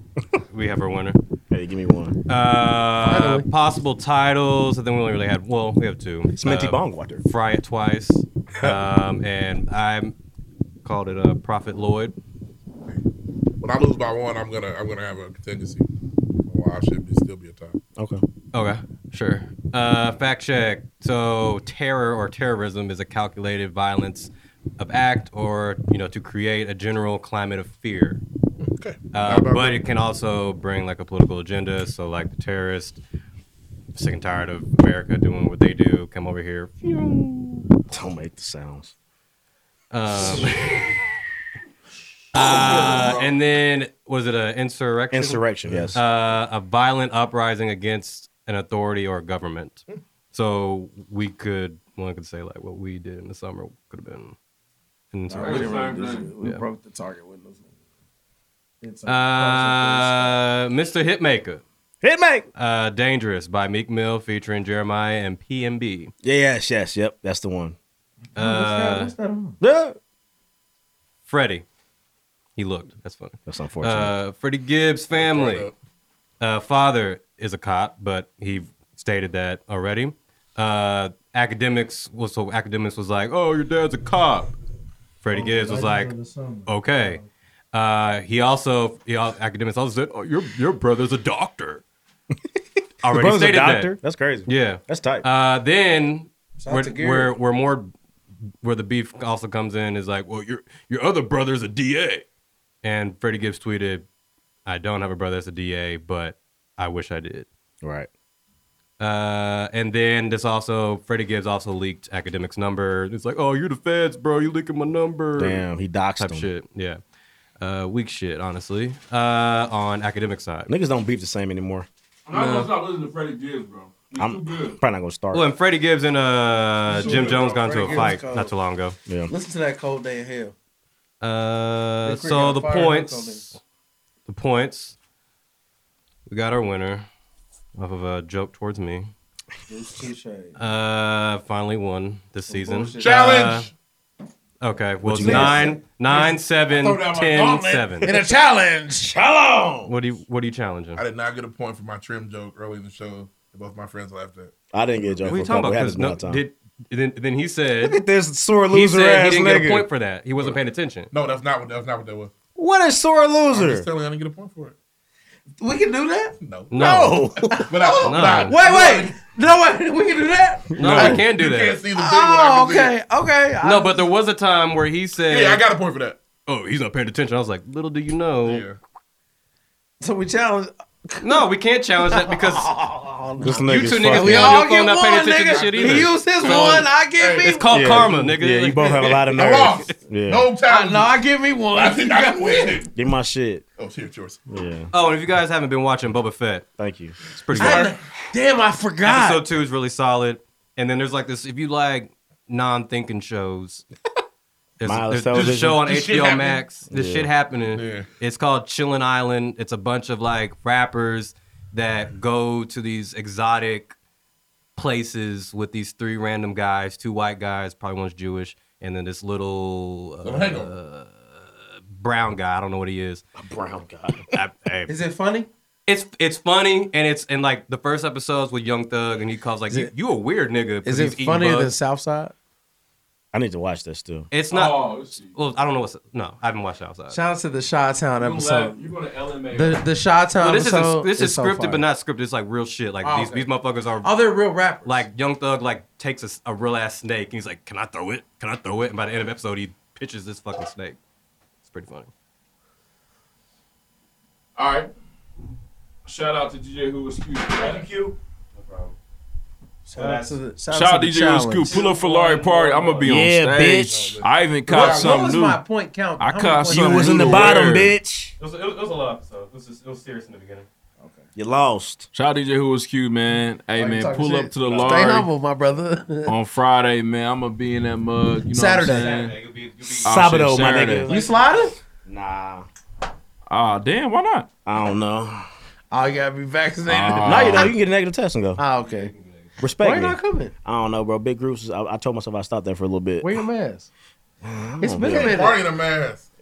we have our winner.
Hey, give me one.
Uh, possible titles, and then we only really had. Well, we have two. It's
Minty Bong Water.
Fry it twice, um, and I called it a uh, Prophet Lloyd.
When I lose by one, I'm gonna I'm gonna have a contingency. why I should be, still be a top.
Okay.
Okay, sure. Uh, fact check. So, terror or terrorism is a calculated violence of act or, you know, to create a general climate of fear.
Okay.
Uh, but it can also bring like a political agenda. So, like the terrorists, sick and tired of America doing what they do, come over here.
Don't make the sounds.
Um, uh, and then was it an insurrection?
Insurrection, yes.
Uh, a violent uprising against an authority or a government.
Hmm.
So we could one could say like what we did in the summer could have been an insurrection.
We
Yeah.
broke the target with those. It's a-
Uh, Mr. Hitmaker.
Hitmaker.
Uh, Dangerous by Meek Mill featuring Jeremiah and PMB.
Yes, yes, yep. That's the one.
Uh,
What's that- what's
yeah. Freddie. He looked. That's funny.
That's unfortunate.
Uh, Freddie Gibbs' family. Uh, father is a cop, but he stated that already. Uh, academics was so academics was like, "Oh, your dad's a cop." Freddie Gibbs was like, "Okay." Uh, he also he al- academics also said, "Oh, your your brother's a doctor." already
brother's a
stated
doctor?
that.
That's crazy.
Yeah,
That's tight.
Uh, then
Shout out
where,
to Gary.
where where more where the beef also comes in is like, well, your your other brother's a DA, and Freddie Gibbs tweeted, "I don't have a brother that's a DA, but I wish I did."
Right.
Uh, and then this also Freddie Gibbs also leaked academics' number. It's like, oh, you're the feds, bro. You leaking my number.
Damn, he doxed
type
him.
shit. Yeah, uh, weak shit, honestly. Uh, on academic side,
Niggas don't beef the same anymore.
No.
I'm not gonna stop listening to Freddie Gibbs, bro. He's too
I'm
good.
probably not gonna start.
Well, and Freddie Gibbs and uh,
Sure,
Jim Jones
bro.
got into a
Freddie
fight
Gibbs cold.
not too long ago.
Yeah.
Listen to that cold day in hell.
Uh,
They
so
created
the
a fire
points, the points. We got our winner off of a joke towards me.
It's touche.
Uh, finally won this season.
bullshit. Challenge!
Uh, okay, well
What
it's
you got?
nine, nine,
I
seven,
throw down my
ten,
gauntlet
seven.
in a challenge. Shalom.
What do you What are you challenging?
I did not get a point for my trim joke early in the show. that Both my friends laughed at.
I didn't get a joke.
What are you
for a
talking about?
couple- we had
'Cause
this
no-
amount of time.
did, then, then he said,
Look at this sore
He
loser
said
ass
he didn't get
nigga.
a point for that. He wasn't paying attention.
No, that's not what that's not what that was.
What a sore
I'm
loser.
just telling you, I didn't get a point for it.
We can do that?
No.
No.
but I,
No.
but I-
Wait, wait. No, wait. We can do that?
No, we can do
you
that.
can't see the big one. I
Oh,
can see
okay.
it.
Okay.
no, but there was a time where he said,
Yeah, I got a point for that.
Oh, he's not paying attention. I was like, little do you know.
So we challenge. Oh,
No, we can't challenge that because
This
you
nigga's
two
fucking-
niggas
We
be
all
on your phone
get
not paying
one,
attention
nigga.
to shit
He
either.
used his
one, I get me
It's called
Yeah,
karma, nigga.
Yeah, you both have a lot of
I
nerve.
lost.
Yeah.
time.
No, I give me one.
I think I can win it.
Get my shit.
Oh, here, it's yours.
Yeah.
Oh, and if you guys haven't been watching Boba Fett,
thank you.
It's pretty good.
Damn, I forgot.
Episode two is really solid, and then there's like this. If you like non-thinking shows, there's,
Miles
there's, there's a
Television.
show on
This shit
HBO
happening.
Max. This
Yeah.
shit happening. It's called Chillin' Island. It's a bunch of like rappers that go to these exotic places with these three random guys, two white guys, probably one's Jewish, and then this little uh,
Little hangover.
brown guy. I don't know what he is. A brown guy.
Is it funny?
It's it's funny and it's and like the first episodes with Young Thug and he calls like you, you a weird nigga. 'cause
Is
he's
it
eating
funnier than
bugs."
Southside?
I need to watch this too.
It's not. well, Oh, I don't know what's no. I haven't watched Outside.
Shout out to the Chi Town
You
episode.
laugh. You go to LMA.
The the Chi Town
Well, this
episode.
is this is,
so
scripted,
fire.
but not scripted. It's like real shit. Like
Oh,
these
okay.
these motherfuckers are.
Oh, they're real rappers.
Like Young Thug, like takes a, s- a real ass snake and he's like, "Can I throw it? Can I throw it?" And by the end of the episode, he pitches this fucking snake. It's pretty funny.
All right. Shout out to DJ Who was cute. Thank you. No problem.
Shout out to the-
Shout out DJ Who's Cool. Pull up for Larry Party. I'm gonna be
Yeah,
on stage.
bitch.
I even
What-
caught
what
something
was
new.
my point count?
I
How many
caught
points-
something.
You was in
new
the
to
bottom,
wear.
bitch.
It was, it was, it was a lot. So it was, just, it was serious in the beginning.
You lost.
Shout out DJ Who was cute, man. Hey
Why you
man,
talking
pull
shit?
up to the
Stay
Larry
humble, my brother.
on Friday, man. I'm gonna be in that mug. You know
Saturday.
What I'm saying?
Saturday. You'll be- you'll be-
Oh, shit,
Sabado, my
Saturday.
nigga.
You sliding?
Nah.
Ah, damn. Why not?
I don't know.
Oh, you gotta be vaccinated.
Ah.
no, you know you can get a negative test and go.
Ah, okay.
Respect.
Why you
me.
not coming?
I don't know, bro. Big groups. is- I, I told myself I stopped there for a little bit.
Wear your mask.
I
It's
don't
been a
know.
minute.
Party in a mask.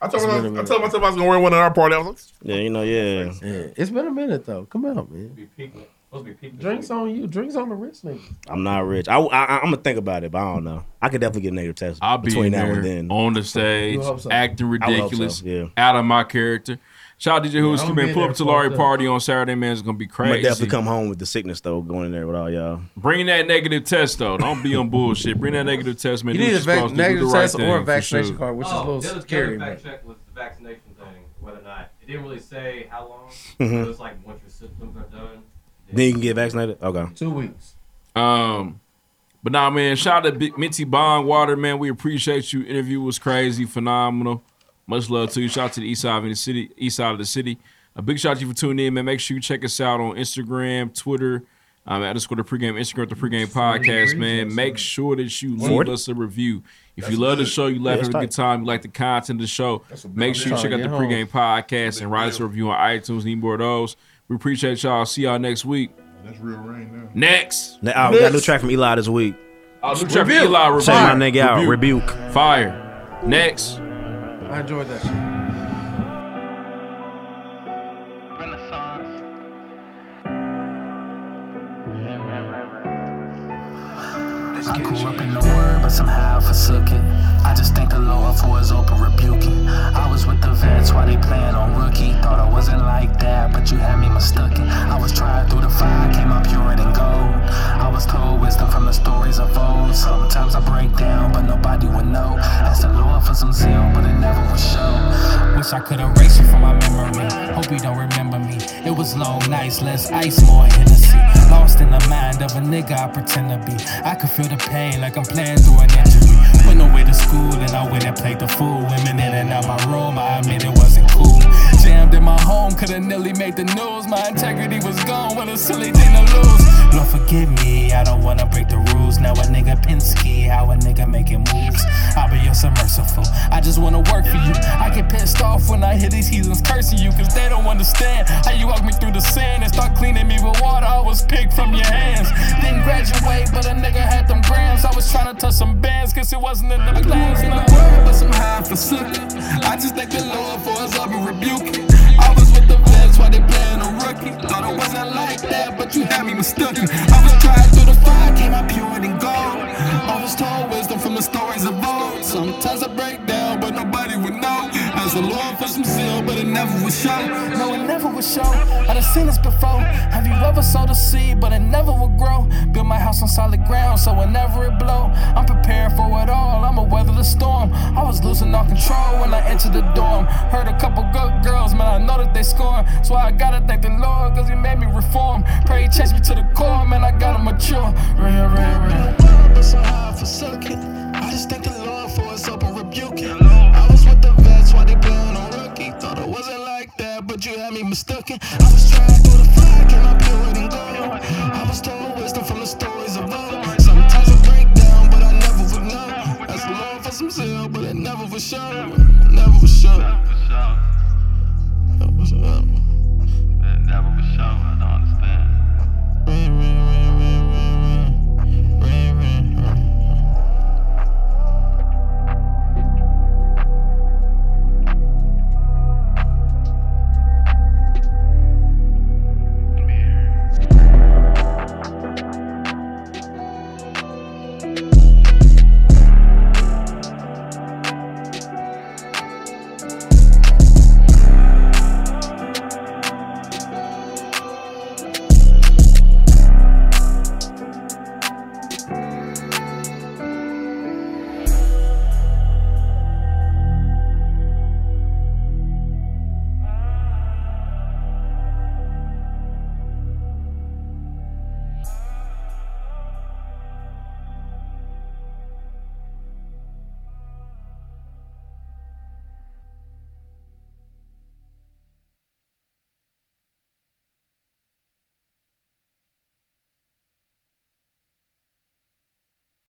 I told,
It's
myself-
been a minute.
I told myself I was gonna wear one at our party. I was like,
Yeah, you know, yeah.
It's been a minute though. Come out, man.
Supposed to be peak this
Drinks on you. Drinks on the rich nigga.
I'm not rich. I, am gonna think about it, but I don't know. I could definitely get a negative test
I'll be
between
in
now
there
and then.
on the stage,
You hope so.
acting
I would hope
ridiculous,
so, yeah.
out of my character. Shout out to DJ Who's
I'm
yeah,
gonna be
man.
in
Pull
there
up to Larry
fucked up.
party on Saturday, man. It's gonna be
I'm gonna
crazy.
definitely come home with the sickness though, going in there with all y'all.
Bring that negative test though. Don't be on bullshit. Bring that negative test, man.
You
Do
need
what
a vac-
supposed to do. Do
negative
the right
test
thing,
or a
for
vaccination
sure.
card, which is a
Oh,
little
the other,
scary.
The other
but-
fact check was the vaccination thing, whether or not it didn't really say how long.
Mhm.
Mm-hmm.
It was like once your symptoms are done.
Then you can get vaccinated. Okay.
Two weeks.
Um, but nah, man. Shout out to Big Minty Bondwater, man. We appreciate you. Interview was crazy, phenomenal. Much love to you. Shout out to the east side of the city. East side of the city. A big shout out to you for tuning in, man. Make sure you check us out on Instagram, Twitter. Um, at underscore the pregame Instagram, the pregame podcast, man. Make sure that you leave
Forty?
us a review. If
That's
you love the
good.
show, you laugh
Yeah,
at
that's
a
tight.
good time, you like the content of the show, make sure you
deal.
check out the
Trying to
pregame podcast and write us a review on iTunes. Need more of those. We appreciate y'all. See y'all next week.
That's real rain now.
Next.
Now, oh, we got a new track from Eli this week.
Oh, new track from
Rebuke.
Eli, Rebuke.
Check my nigga out.
Rebuke.
Rebuke.
Fire. Next.
I enjoyed that.
I grew up in the word, but somehow I forsook it. I just thank the Lord for his open rebuking. I was with the vets while they playing on rookie. Thought I wasn't like that, but you had me mistaken. I was tried through the fire, came out pure than gold. I was told wisdom from the stories of old. Sometimes I break down, but nobody would know. Asked the Lord for some zeal, but it never would show. Wish I could erase you from my memory. Hope you don't remember me. It was long nights, less ice, more Hennessy. Lost in the mind of a nigga I pretend to be. I could feel the pain like I'm playing through an injury. Went away to school and I went and played the fool. Women in and out my room, I admit it wasn't cool. Jammed in my home, coulda nearly made the news. My integrity was gone, what a silly thing to lose. Lord forgive me, I don't wanna break the rules. Now a nigga Penske, how a nigga making moves. I'll be your submersible. I just wanna work for you. I get pissed off when I hear these heathens cursing you, cause they don't understand how you walk me through the sand and start cleaning me with water I was picked from your hands. Didn't graduate, but a nigga had them grams. I was tryna touch some bands, cause it wasn't in the plans. In the word, but somehow I forsook it. I just thank the Lord for his love and rebuke. it. I was with the vets while they playing a rookie. Thought I wasn't like that, but you had me mistaken. I was tried through the fire, came out pure and gold. I was told wisdom from the stories of old. Sometimes I break down, but nobody would know. As the Lord for some zeal, but it never would show. No, it never would show. I done seen this before. Have you ever sowed a seed, but it never would grow? Build my house on solid ground, so whenever it blow, I'm prepared for it all. I'ma weather the storm. I was losing all control when I entered the dorm. Heard a couple good girls, man, I know that they scorn. So I gotta thank the Lord, cause he made me reform. Pray he chase me to the core, man, I gotta mature. Real, real, real. But somehow I forsook it. I just thank the Lord for his open rebuke. I was with the vets while they playing on rookie. Thought I wasn't like that, but you had me mistaken. I was trying through the fire, came out pure and gold. I was told wisdom from the stories of old. Sometimes I break down, but I never would know. That's love for some zeal, but it never would show.